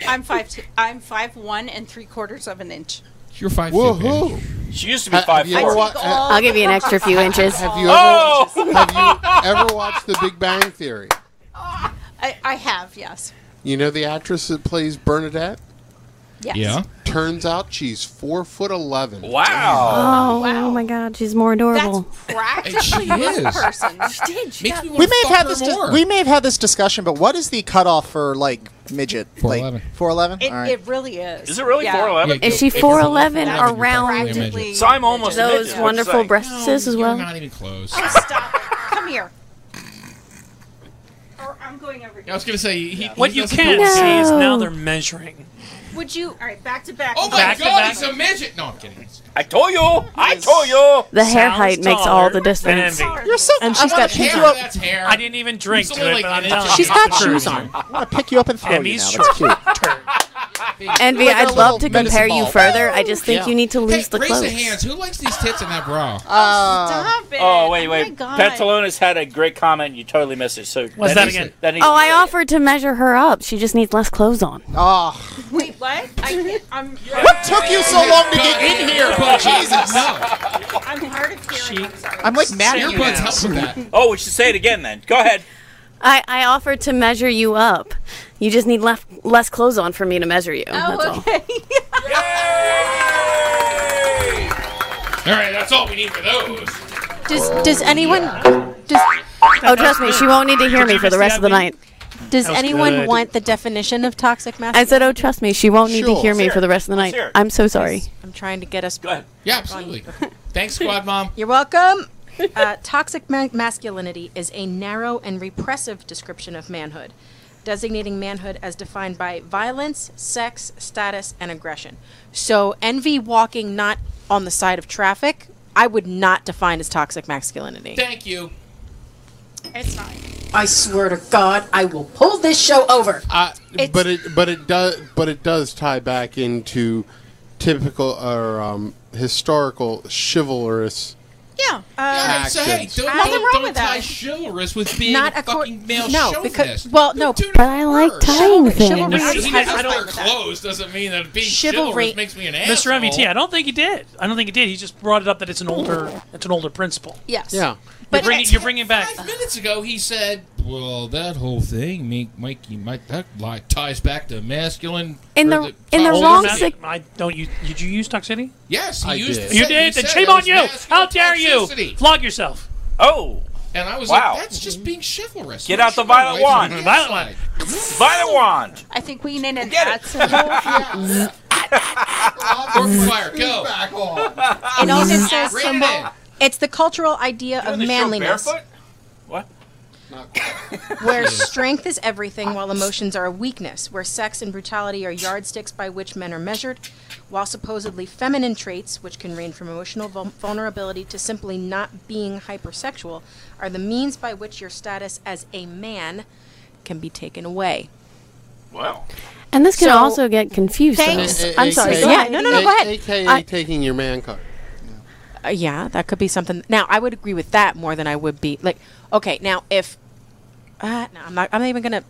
[SPEAKER 4] I'm five. Two, I'm five one and three quarters of an inch.
[SPEAKER 10] You're five. Woohoo!
[SPEAKER 7] She used to
[SPEAKER 10] be five.
[SPEAKER 4] I take all
[SPEAKER 17] I'll give you an extra few inches.
[SPEAKER 10] Have you ever, have you ever watched The Big Bang Theory?
[SPEAKER 4] I, I have yes.
[SPEAKER 10] You know the actress that plays Bernadette?
[SPEAKER 4] Yes.
[SPEAKER 10] Turns out she's four foot eleven.
[SPEAKER 12] Oh, oh my God, she's more adorable.
[SPEAKER 4] Practically
[SPEAKER 10] She
[SPEAKER 4] one
[SPEAKER 10] is.
[SPEAKER 4] person. She did. She got-
[SPEAKER 9] We may have had this. dis- we may have had this discussion, but what is the cutoff for like midget? Four eleven. Four eleven.
[SPEAKER 4] It, it really is.
[SPEAKER 7] Is it really
[SPEAKER 4] Yeah.
[SPEAKER 7] 4'11"?
[SPEAKER 12] Is she
[SPEAKER 7] If it's
[SPEAKER 12] 4'11"
[SPEAKER 7] 4'11", you're
[SPEAKER 12] around
[SPEAKER 7] practically a midget. So I'm almost a midget,
[SPEAKER 12] those
[SPEAKER 7] I would
[SPEAKER 12] wonderful
[SPEAKER 7] say.
[SPEAKER 12] breasts as well?
[SPEAKER 3] even close.
[SPEAKER 4] Oh, stop it. Come here. Or I'm going over here.
[SPEAKER 3] I was going to say, he,
[SPEAKER 8] What
[SPEAKER 3] he
[SPEAKER 8] you
[SPEAKER 3] doesn't
[SPEAKER 8] can't
[SPEAKER 3] know.
[SPEAKER 8] see is now they're measuring.
[SPEAKER 4] Would you? All right, back to back.
[SPEAKER 3] Oh my
[SPEAKER 8] Back to
[SPEAKER 3] god,
[SPEAKER 8] back.
[SPEAKER 3] he's a midget! No, I'm kidding.
[SPEAKER 7] I told you. I told you.
[SPEAKER 12] The hair height makes all the difference.
[SPEAKER 8] You're so
[SPEAKER 12] And she's got
[SPEAKER 8] hair.
[SPEAKER 12] she's got-
[SPEAKER 8] That's hair. I didn't even drink
[SPEAKER 9] He's
[SPEAKER 8] to
[SPEAKER 9] only
[SPEAKER 8] it, but
[SPEAKER 9] like
[SPEAKER 8] I'm
[SPEAKER 9] an
[SPEAKER 8] telling
[SPEAKER 9] inch
[SPEAKER 8] you.
[SPEAKER 9] She's got
[SPEAKER 8] it's the
[SPEAKER 9] shoes
[SPEAKER 8] truth.
[SPEAKER 9] on. I'm gonna pick you up and throw
[SPEAKER 8] And
[SPEAKER 9] you
[SPEAKER 8] he's
[SPEAKER 9] now. That's cute.
[SPEAKER 12] Envy,
[SPEAKER 9] Like a
[SPEAKER 12] I'd
[SPEAKER 9] little
[SPEAKER 12] love to
[SPEAKER 9] medicine
[SPEAKER 12] compare you
[SPEAKER 9] ball.
[SPEAKER 12] further. I just think
[SPEAKER 9] Yeah.
[SPEAKER 12] you need to lose the
[SPEAKER 3] Raise
[SPEAKER 12] clothes.
[SPEAKER 3] of hands. Who likes these tits in that bra?
[SPEAKER 4] Stop it.
[SPEAKER 7] Oh wait, wait.
[SPEAKER 12] God.
[SPEAKER 7] Pantalones had a great comment. You totally missed it. So
[SPEAKER 12] What's
[SPEAKER 7] that
[SPEAKER 12] that
[SPEAKER 7] needs-
[SPEAKER 12] again?
[SPEAKER 7] That needs
[SPEAKER 12] Oh,
[SPEAKER 7] to be
[SPEAKER 12] I offered to measure her up. She just needs less clothes on.
[SPEAKER 9] Oh.
[SPEAKER 4] Wait, what? I can't, I'm.
[SPEAKER 9] What took you so long to get in here? Jesus.
[SPEAKER 4] I'm hard of hearing. I'm sorry.
[SPEAKER 9] I'm like mad at you. now.
[SPEAKER 7] Oh, we should say it again then. Go ahead.
[SPEAKER 12] I, I offered to measure you up. You just need lef- less clothes on for me to measure
[SPEAKER 9] Oh,
[SPEAKER 12] you. That's all.
[SPEAKER 4] okay.
[SPEAKER 3] All right, that's all we need for those.
[SPEAKER 17] Does Does anyone? Does,
[SPEAKER 12] Oh, trust me, she won't need to hear me for the rest of the night.
[SPEAKER 17] Does
[SPEAKER 12] That was
[SPEAKER 17] anyone
[SPEAKER 12] good.
[SPEAKER 17] want the definition of toxic
[SPEAKER 12] I
[SPEAKER 17] masculinity?
[SPEAKER 12] said, oh, trust me, she won't need to
[SPEAKER 17] Sure.
[SPEAKER 12] hear me
[SPEAKER 17] Sure.
[SPEAKER 12] for the rest of the night.
[SPEAKER 17] Sure.
[SPEAKER 12] I'm so sorry.
[SPEAKER 5] I'm trying to get us.
[SPEAKER 3] Yeah, absolutely. Thanks, Squad Mom.
[SPEAKER 5] You're welcome. Uh, toxic ma- masculinity is a narrow and repressive description of manhood, designating manhood as defined by violence, sex, status, and aggression. So, envy walking not on the side of traffic, I would not define as toxic masculinity.
[SPEAKER 3] Thank you.
[SPEAKER 4] It's not.
[SPEAKER 5] I swear to God, I will pull this show over.
[SPEAKER 3] Uh,
[SPEAKER 17] Oh,
[SPEAKER 10] but it but it does but it does tie back into typical or um, historical chivalrous.
[SPEAKER 4] Yeah. Uh,
[SPEAKER 10] Yeah,
[SPEAKER 3] so hey,
[SPEAKER 10] actions.
[SPEAKER 3] don't,
[SPEAKER 10] I-
[SPEAKER 3] don't,
[SPEAKER 10] Nothing wrong
[SPEAKER 3] don't
[SPEAKER 10] with
[SPEAKER 3] tie
[SPEAKER 10] that.
[SPEAKER 3] chivalrous with being
[SPEAKER 10] Not
[SPEAKER 3] a
[SPEAKER 10] acco-
[SPEAKER 3] fucking male
[SPEAKER 10] no,
[SPEAKER 3] chauvinist.
[SPEAKER 10] because-
[SPEAKER 5] well, no,
[SPEAKER 17] but I like tying
[SPEAKER 3] Just
[SPEAKER 17] things.
[SPEAKER 3] because I don't wear clothes doesn't mean that being
[SPEAKER 8] Chivalry-
[SPEAKER 3] chivalrous makes me an asshole.
[SPEAKER 8] Mr. MVT, E I don't think he did. I don't think he did. He just brought it up that it's an older, it's an older principle.
[SPEAKER 4] Yes.
[SPEAKER 3] Yeah.
[SPEAKER 8] You're
[SPEAKER 3] But
[SPEAKER 8] bringing,
[SPEAKER 3] it's-
[SPEAKER 8] you're bringing back.
[SPEAKER 3] Five minutes ago, he said, "Well, that whole thing, make Mikey, Mike, that like ties back to masculine."
[SPEAKER 8] In
[SPEAKER 3] or
[SPEAKER 8] the- in the
[SPEAKER 3] older
[SPEAKER 8] wrong
[SPEAKER 3] men."
[SPEAKER 8] sec- I don't. You did you use toxicity?
[SPEAKER 3] Yes, he
[SPEAKER 8] I
[SPEAKER 3] used.
[SPEAKER 8] did.
[SPEAKER 3] the
[SPEAKER 8] You
[SPEAKER 3] sec-
[SPEAKER 8] did?
[SPEAKER 3] he
[SPEAKER 8] Then
[SPEAKER 3] said
[SPEAKER 8] shame
[SPEAKER 3] it
[SPEAKER 8] on
[SPEAKER 3] was
[SPEAKER 8] you.
[SPEAKER 3] masculine
[SPEAKER 8] How dare you.
[SPEAKER 3] toxicity.
[SPEAKER 8] Flog yourself.
[SPEAKER 7] Oh.
[SPEAKER 3] And I was
[SPEAKER 7] Wow.
[SPEAKER 3] like, "That's just being chivalrous."
[SPEAKER 7] Get out the violet wand.
[SPEAKER 3] Violet wand.
[SPEAKER 7] Violet wand.
[SPEAKER 4] I think we need an ad symbol.
[SPEAKER 3] fire, go.
[SPEAKER 10] Back on.
[SPEAKER 5] It also
[SPEAKER 10] Mhm.
[SPEAKER 5] says
[SPEAKER 10] Read
[SPEAKER 5] symbol.
[SPEAKER 10] it.
[SPEAKER 5] It's the cultural idea of
[SPEAKER 10] the show
[SPEAKER 5] manliness.
[SPEAKER 10] barefoot?
[SPEAKER 5] where
[SPEAKER 10] Jeez.
[SPEAKER 5] strength is everything while emotions are a weakness, where sex and brutality are yardsticks by which men are measured, while supposedly feminine traits, which can range from emotional vul- vulnerability to simply not being hypersexual, are the means by which your status as a man can be taken away.
[SPEAKER 7] Wow.
[SPEAKER 12] And this can
[SPEAKER 5] So-
[SPEAKER 12] also get confused. though.
[SPEAKER 5] Thanks. A- a-
[SPEAKER 12] I'm
[SPEAKER 5] a-
[SPEAKER 12] sorry.
[SPEAKER 5] a-
[SPEAKER 12] Yeah, no, no, no, go
[SPEAKER 5] a-
[SPEAKER 12] ahead.
[SPEAKER 10] AKA
[SPEAKER 5] I-
[SPEAKER 10] taking your man card.
[SPEAKER 5] Uh, yeah, that could be something. Now, I would agree with that more than I would be like, okay, now if uh, no, I'm not. I'm not even gonna.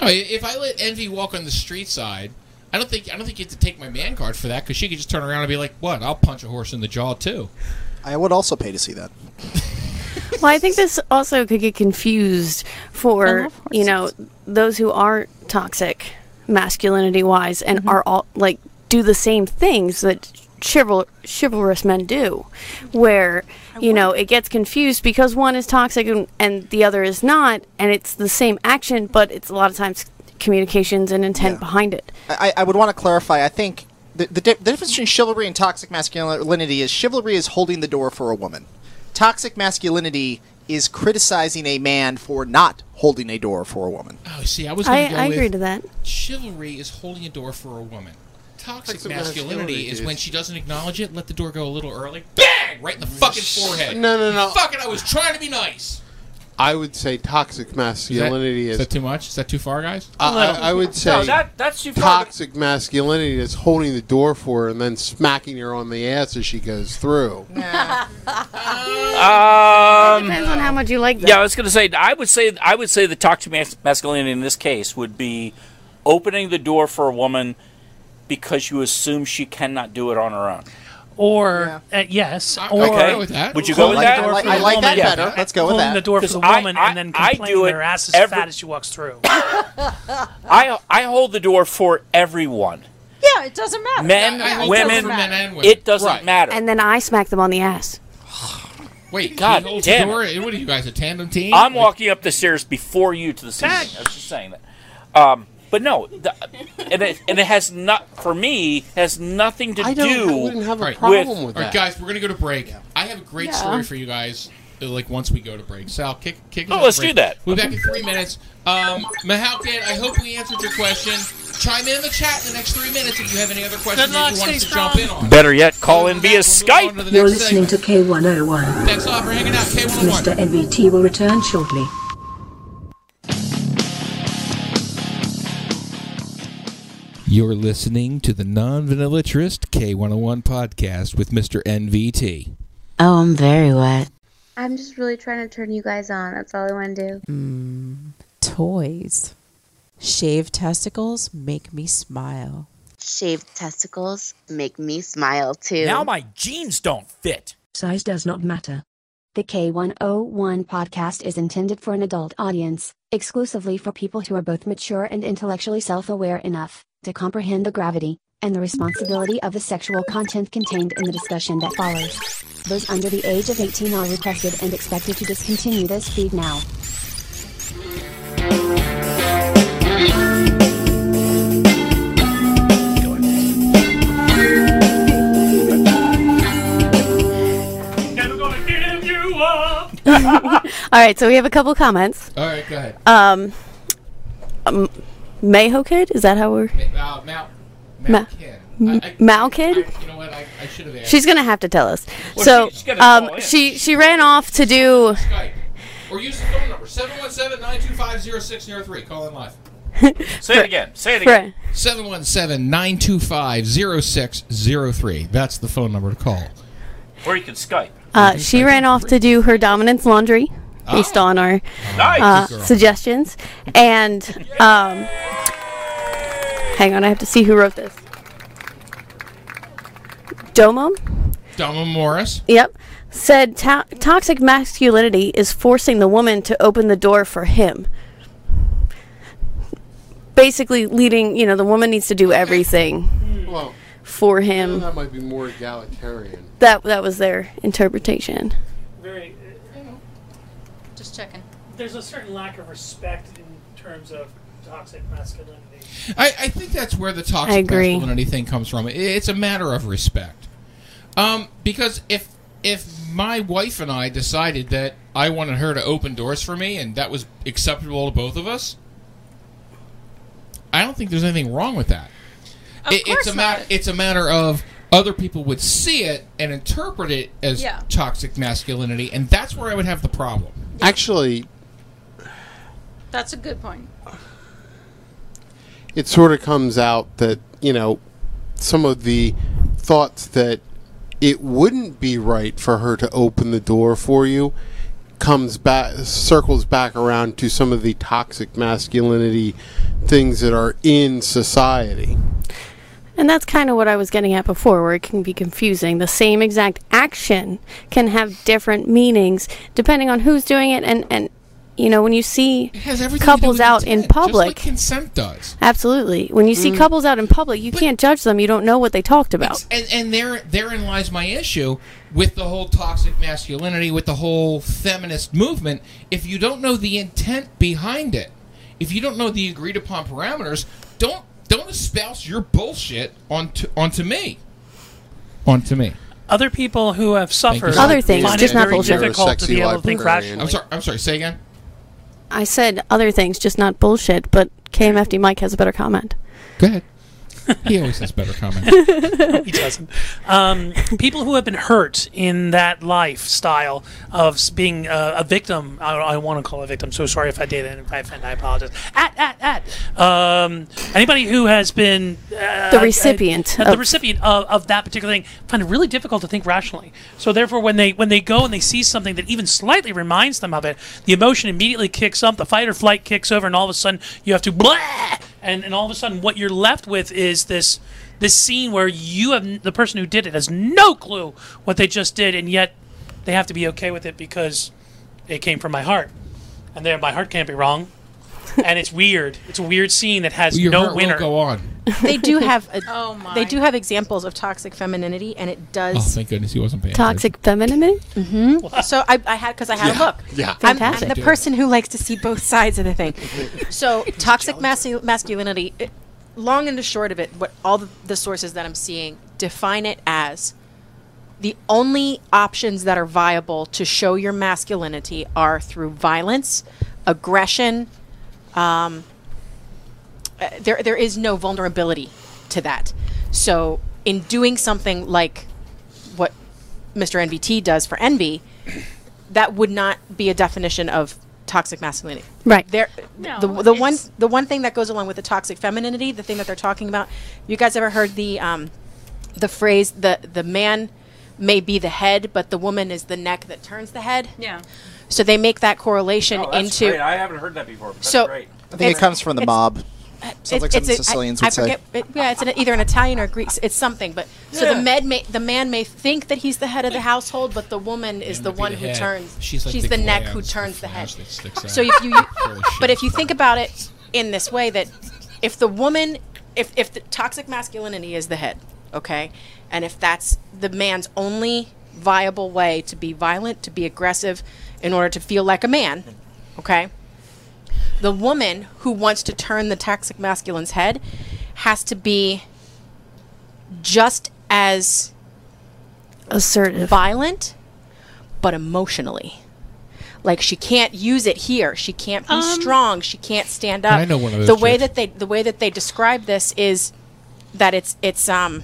[SPEAKER 3] Oh, i- if I let Envy walk on the street side, I don't think I don't think you have to take my man card for that because she could just turn around and be like, "What? I'll punch a horse in the jaw too."
[SPEAKER 9] I would also pay to see that.
[SPEAKER 12] Well, I think this also could get confused for you know those who are toxic, masculinity wise, and are all like do the same things that chival- chivalrous men do, where you know it gets confused because one is toxic and, and the other is not, and it's the same action, but it's a lot of times communications and intent behind it.
[SPEAKER 9] I, I- I would want to clarify. I think the, the, di- the difference between chivalry and toxic masculinity is chivalry is holding the door for a woman. Toxic masculinity is criticizing a man for not holding a door for a woman.
[SPEAKER 3] Oh, see, I was.
[SPEAKER 12] I,
[SPEAKER 3] Gonna go
[SPEAKER 12] I
[SPEAKER 3] with,
[SPEAKER 12] agree to that.
[SPEAKER 3] Chivalry is holding a door for a woman. Toxic
[SPEAKER 10] Toxic
[SPEAKER 3] masculinity
[SPEAKER 10] masculinity
[SPEAKER 3] is
[SPEAKER 10] is-
[SPEAKER 3] when she doesn't acknowledge it, let the door go a little early, bang, right in the fucking forehead.
[SPEAKER 10] No, no, no.
[SPEAKER 3] Fucking, I was trying to be nice.
[SPEAKER 10] I would say toxic masculinity
[SPEAKER 3] Is
[SPEAKER 10] is.
[SPEAKER 3] that too much? Is that too far, guys?
[SPEAKER 10] I, I, I would say
[SPEAKER 7] No, that- that's too far.
[SPEAKER 10] toxic masculinity is holding the door for her and then smacking her on the ass as she goes through.
[SPEAKER 7] Um,
[SPEAKER 12] Depends on how much you like them.
[SPEAKER 7] Yeah, I was going to say. I would say. I would say the toxic mas- masculinity in this case would be opening the door for a woman because you assume she cannot do it on her own.
[SPEAKER 8] Or uh, yes, or
[SPEAKER 7] okay. I go with that. Would you go with
[SPEAKER 8] Pulling
[SPEAKER 7] that?
[SPEAKER 8] the door
[SPEAKER 7] I-
[SPEAKER 8] for the
[SPEAKER 7] I like
[SPEAKER 8] woman.
[SPEAKER 7] that better. Let's go with
[SPEAKER 8] Pulling
[SPEAKER 7] that.
[SPEAKER 8] the door for the
[SPEAKER 7] 'Cause I-
[SPEAKER 8] woman
[SPEAKER 7] I-
[SPEAKER 8] and then
[SPEAKER 7] I do
[SPEAKER 8] complaining
[SPEAKER 7] it
[SPEAKER 8] her ass is
[SPEAKER 7] every-
[SPEAKER 8] fat as she walks through.
[SPEAKER 7] I I hold the door for everyone,
[SPEAKER 24] Yeah, it doesn't matter.
[SPEAKER 7] men,
[SPEAKER 24] It doesn't
[SPEAKER 7] women,
[SPEAKER 24] matter.
[SPEAKER 7] It doesn't matter.
[SPEAKER 12] And then I smack them on the ass.
[SPEAKER 3] Wait,
[SPEAKER 7] God
[SPEAKER 3] he holds
[SPEAKER 7] damn
[SPEAKER 3] the door. What are you guys, a tandem team?
[SPEAKER 7] I'm walking up the stairs before you to the scene. I was just saying that. Um, but no, the, and it and it has not for me has nothing to
[SPEAKER 10] I don't-
[SPEAKER 7] do.
[SPEAKER 10] I wouldn't have a
[SPEAKER 7] with-
[SPEAKER 10] problem with
[SPEAKER 3] All right, guys, we're gonna go to break. I have a great
[SPEAKER 7] Yeah.
[SPEAKER 3] story for you guys. uh, Like once we go to break, Sal, kick, kick. us
[SPEAKER 7] Oh,
[SPEAKER 3] out to
[SPEAKER 7] let's do
[SPEAKER 3] break.
[SPEAKER 7] that.
[SPEAKER 3] We'll be back in three minutes. Um, Mahalkin, I hope we answered your question. Chime in in the chat in the next three minutes if you have any other questions that you want us to jump in on.
[SPEAKER 7] Better yet, call in via Skype.
[SPEAKER 1] You're listening to K101.
[SPEAKER 3] Thanks a lot for hanging out, K101.
[SPEAKER 1] Mr. NVT will return shortly.
[SPEAKER 3] You're listening to the non vanillatrist K101 podcast with Mr. NVT.
[SPEAKER 5] Oh, I'm very wet.
[SPEAKER 17] I'm just really trying to turn you guys on. That's all I want to do.
[SPEAKER 4] Mm, toys. Shaved testicles make me smile.
[SPEAKER 17] Shaved testicles make me smile too.
[SPEAKER 5] Now
[SPEAKER 7] my jeans don't fit.
[SPEAKER 1] Size does not matter.
[SPEAKER 16] The K101 podcast is intended for an adult audience, exclusively for people who are both mature and intellectually self aware enough to comprehend the gravity and the responsibility of the sexual content contained in the discussion that follows. Those under the age of 18 are requested and expected to discontinue this feed now.
[SPEAKER 12] All right, so we have a couple comments.
[SPEAKER 3] All right, go ahead.
[SPEAKER 12] Um, um Mayho Kid? Is that how we're.
[SPEAKER 3] Uh, Mal,
[SPEAKER 12] Ma- M- Mal Kid?
[SPEAKER 3] you know what? I, I should have asked.
[SPEAKER 12] She's gonna have to tell us.
[SPEAKER 3] Well,
[SPEAKER 12] so,
[SPEAKER 3] she- she's gonna call
[SPEAKER 12] um,
[SPEAKER 3] in.
[SPEAKER 12] she she ran off to do.
[SPEAKER 3] Or use the phone number 717 925 0603. Call in live.
[SPEAKER 7] Say it again. Say it
[SPEAKER 12] again.
[SPEAKER 3] 717 925 0603. That's the phone number to call.
[SPEAKER 7] Or you can Skype.
[SPEAKER 12] Uh, she ran off to do her dominance laundry based on our
[SPEAKER 7] Nice.
[SPEAKER 12] uh,
[SPEAKER 7] Good girl.
[SPEAKER 12] suggestions, and um, hang on, I have to see who wrote this. Domo.
[SPEAKER 3] Dama Morris.
[SPEAKER 12] Yep. Said to- toxic masculinity is forcing the woman to open the door for him. Basically, leading, you know, the woman needs to do
[SPEAKER 7] Hmm.
[SPEAKER 12] everything
[SPEAKER 10] Well,
[SPEAKER 12] for him.
[SPEAKER 10] that might be more egalitarian.
[SPEAKER 12] That that was their interpretation.
[SPEAKER 8] Very.
[SPEAKER 24] Just checking.
[SPEAKER 8] There's a certain lack of respect in terms of toxic masculinity.
[SPEAKER 3] I, I think that's where the
[SPEAKER 8] I
[SPEAKER 3] toxic
[SPEAKER 8] agree.
[SPEAKER 3] masculinity thing comes from. I- It's a matter of respect. Um, because if if my wife and I decided that I wanted her to open doors for me and that was acceptable to both of us, I don't think there's anything wrong with that.
[SPEAKER 25] Of
[SPEAKER 3] It-
[SPEAKER 25] course
[SPEAKER 3] it's a matter.
[SPEAKER 25] not.
[SPEAKER 3] It's a matter of other people would see it and interpret it as
[SPEAKER 25] Yeah.
[SPEAKER 3] toxic masculinity, and that's where I would have the problem.
[SPEAKER 10] Actually,
[SPEAKER 24] That's a good point.
[SPEAKER 10] it sort of comes out that you know some of the thoughts that it wouldn't be right for her to open the door for you comes back circles back around to some of the toxic masculinity things that are in society
[SPEAKER 12] And that's kind of what I was getting at before, where it can be confusing. The same exact action can have different meanings depending on who's doing it, and and you know when you see couples out in public.
[SPEAKER 3] consent does.
[SPEAKER 12] Absolutely. When you see
[SPEAKER 3] Mm.
[SPEAKER 12] couples out in public, you can't judge them. You don't know what they talked about.
[SPEAKER 3] And, and there, therein lies my issue with the whole toxic masculinity, with the whole feminist movement. If you don't know the intent behind it, if you don't know the agreed upon parameters, don't don't espouse your bullshit onto onto me. On to me.
[SPEAKER 8] Other people who have suffered
[SPEAKER 12] Other things,
[SPEAKER 8] find
[SPEAKER 12] just
[SPEAKER 8] it
[SPEAKER 12] not
[SPEAKER 8] very
[SPEAKER 12] bullshit.
[SPEAKER 8] difficult to be able to think rationally.
[SPEAKER 3] I'm sorry. I'm sorry. Say again.
[SPEAKER 12] I said other things, just not bullshit. But KMFD Mike has a better comment.
[SPEAKER 3] Go ahead. He always has better comments.
[SPEAKER 8] he doesn't. Um, people who have been hurt in that lifestyle of s- being uh, a victim. I, I want to call a victim. So sorry if I did, and if I offend, I apologize. At at at. Um, anybody who has been uh,
[SPEAKER 11] The recipient
[SPEAKER 8] uh, the
[SPEAKER 11] of-
[SPEAKER 8] recipient of, of that particular thing, find it really difficult to think rationally. So therefore, when they when they go and they see something that even slightly reminds them of it, the emotion immediately kicks up. The fight or flight kicks over, and all of a sudden you have to blah, and and all of a sudden what you're left with is this this scene where you have n- the person who did it has no clue what they just did, and yet they have to be okay with it because it came from my heart, and there my heart can't be wrong. and it's weird. It's a weird scene that has
[SPEAKER 3] Your
[SPEAKER 8] no
[SPEAKER 3] heart won't
[SPEAKER 8] winner.
[SPEAKER 3] go on.
[SPEAKER 5] they do have a,
[SPEAKER 4] Oh
[SPEAKER 5] they do have examples of toxic femininity, and it does.
[SPEAKER 3] Oh, thank goodness he wasn't paying.
[SPEAKER 5] Toxic
[SPEAKER 11] femininity.
[SPEAKER 5] Mm-hmm. So I, I had because I had
[SPEAKER 3] Yeah,
[SPEAKER 5] a look.
[SPEAKER 3] yeah.
[SPEAKER 5] I'm-
[SPEAKER 3] Fantastic.
[SPEAKER 5] I'm, the person who likes to see both sides of the thing. So toxic mascu- masculinity. It, long and the short of it, what all the, the sources that I'm seeing define it as the only options that are viable to show your masculinity are through violence, aggression. Um, uh, there, there is no vulnerability to that. So, in doing something like what Mr. NVT does for envy, that would not be a definition of toxic masculinity.
[SPEAKER 11] Right.
[SPEAKER 5] There,
[SPEAKER 11] No,
[SPEAKER 5] the, the one the one thing that goes along with the toxic femininity, the thing that they're talking about. You guys ever heard the um, the phrase the the man may be the head, but the woman is the neck that turns the head.
[SPEAKER 4] Yeah.
[SPEAKER 5] So they make that correlation
[SPEAKER 7] Oh, that's
[SPEAKER 5] into
[SPEAKER 7] great. I haven't heard that before. That's
[SPEAKER 5] so
[SPEAKER 7] great.
[SPEAKER 9] I think it comes from the
[SPEAKER 5] it's-
[SPEAKER 9] mob. Sounds
[SPEAKER 5] it-
[SPEAKER 9] like something
[SPEAKER 5] a-
[SPEAKER 9] Sicilians would
[SPEAKER 5] I, I
[SPEAKER 9] say.
[SPEAKER 5] forget, it- yeah, it's an, either an Italian or Greek. It's something, but so
[SPEAKER 19] Yeah.
[SPEAKER 5] the med may, the man may think that he's the head of the household, but the woman is the
[SPEAKER 19] might be
[SPEAKER 5] one
[SPEAKER 19] the
[SPEAKER 5] who
[SPEAKER 19] head.
[SPEAKER 5] turns.
[SPEAKER 19] She's like the
[SPEAKER 5] the, neck who
[SPEAKER 19] glands, the
[SPEAKER 5] turns the, head.
[SPEAKER 19] that sticks out.
[SPEAKER 5] So if you,
[SPEAKER 19] Full of shit.
[SPEAKER 5] but if you think about it in this way, that if the woman, if if the toxic masculinity is the head, okay, and if that's the man's only viable way to be violent, to be aggressive, in order to feel like a man, okay the woman who wants to turn the toxic masculine's head has to be just as
[SPEAKER 11] assertive,
[SPEAKER 5] violent, but emotionally. Like she can't use it here. She can't be
[SPEAKER 11] Um,
[SPEAKER 5] strong. She can't stand up.
[SPEAKER 11] I know one of those
[SPEAKER 5] the way
[SPEAKER 11] chicks.
[SPEAKER 5] that they the way that they describe this is that it's it's um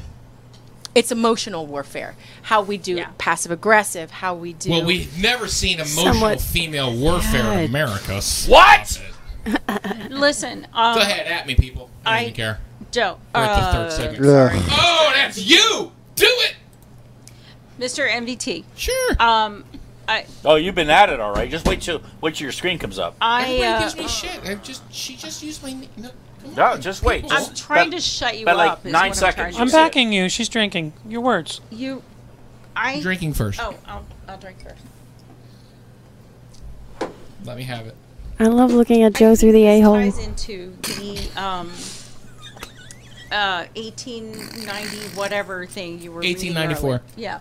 [SPEAKER 5] it's emotional warfare. How we do passive aggressive. How we do.
[SPEAKER 3] Well, we've never seen emotional
[SPEAKER 5] Somewhat-
[SPEAKER 3] female warfare
[SPEAKER 5] God.
[SPEAKER 3] in America. Stop
[SPEAKER 7] What?
[SPEAKER 3] it.
[SPEAKER 4] Listen. Um,
[SPEAKER 3] Go ahead, at me, people. I don't even care.
[SPEAKER 4] Joe.
[SPEAKER 3] We're at the
[SPEAKER 4] uh,
[SPEAKER 3] third segment.
[SPEAKER 9] Ugh.
[SPEAKER 3] Oh, that's you. Do it.
[SPEAKER 4] Mr. MVT.
[SPEAKER 3] Sure.
[SPEAKER 4] Um, I
[SPEAKER 7] Oh, you've been at it all right. Just wait till wait till your screen comes up.
[SPEAKER 4] I
[SPEAKER 3] Everybody
[SPEAKER 4] uh,
[SPEAKER 3] gives me shit. I just she just used my name. No,
[SPEAKER 7] No, just wait.
[SPEAKER 4] I'm
[SPEAKER 7] Just
[SPEAKER 4] trying
[SPEAKER 7] about-
[SPEAKER 4] to shut you
[SPEAKER 7] about
[SPEAKER 4] up,
[SPEAKER 7] Like nine
[SPEAKER 4] is what I'm trying
[SPEAKER 7] seconds.
[SPEAKER 4] to
[SPEAKER 8] I'm
[SPEAKER 4] do.
[SPEAKER 8] backing you. She's drinking your words.
[SPEAKER 4] you. I
[SPEAKER 3] Drinking first.
[SPEAKER 4] Oh, I'll, I'll drink first.
[SPEAKER 3] let me have it.
[SPEAKER 12] I love looking at Joe through the a hole.
[SPEAKER 4] ties into the um, uh, 1890 whatever thing you were reading
[SPEAKER 3] 1894.
[SPEAKER 4] earlier. Yeah.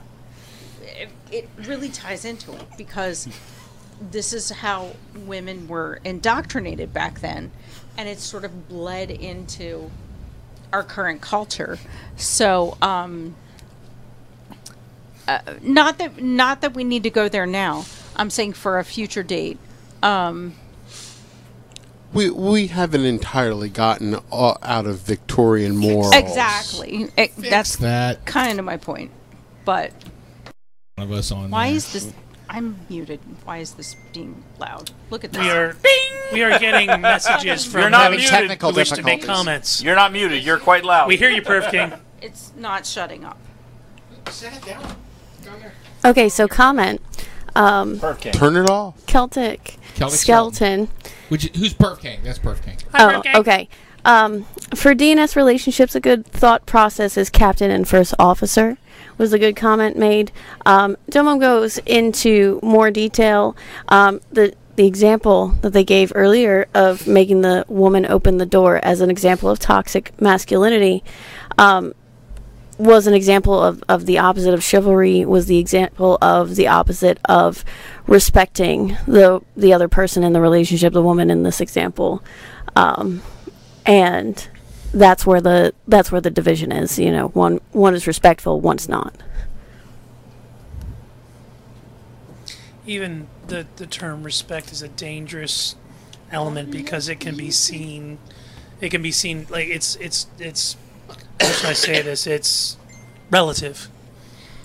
[SPEAKER 4] It, it really ties into it because this is how women were indoctrinated back then and it's sort of bled into our current culture. So, um, uh, not that not that we need to go there now. I'm saying for a future date. Um,
[SPEAKER 10] We we haven't entirely gotten all out of Victorian morals.
[SPEAKER 4] Exactly. It- that's
[SPEAKER 10] that.
[SPEAKER 4] kind of my point. But
[SPEAKER 3] One of us on.
[SPEAKER 4] why
[SPEAKER 3] there.
[SPEAKER 4] is this? I'm muted. Why is this being loud? Look at this.
[SPEAKER 8] We are we are getting messages from
[SPEAKER 7] You're not
[SPEAKER 8] those
[SPEAKER 7] muted.
[SPEAKER 8] who
[SPEAKER 7] Technical
[SPEAKER 8] wish to make
[SPEAKER 7] difficulties.
[SPEAKER 8] comments.
[SPEAKER 7] You're not muted. You're quite loud.
[SPEAKER 8] We hear you, Perv King.
[SPEAKER 4] It's not shutting up.
[SPEAKER 3] Set it down. Down there.
[SPEAKER 12] Okay, so comment. Um,
[SPEAKER 10] Turn it off.
[SPEAKER 12] Celtic,
[SPEAKER 3] Celtic
[SPEAKER 12] skeleton.
[SPEAKER 3] Which who's Perf King? That's Perf King.
[SPEAKER 12] Oh, okay. Um, for DNS relationships, a good thought process is captain and first officer. Was a good comment made. Um, Domo goes into more detail. Um, the the example that they gave earlier of making the woman open the door as an example of toxic masculinity. Um, was an example of, of the opposite of chivalry was the example of the opposite of respecting the the other person in the relationship the woman in this example um, and that's where the that's where the division is you know one one is respectful one's not
[SPEAKER 8] Even the the term respect is a dangerous element because it can be seen. It can be seen like it's it's it's how should I say this? It's relative.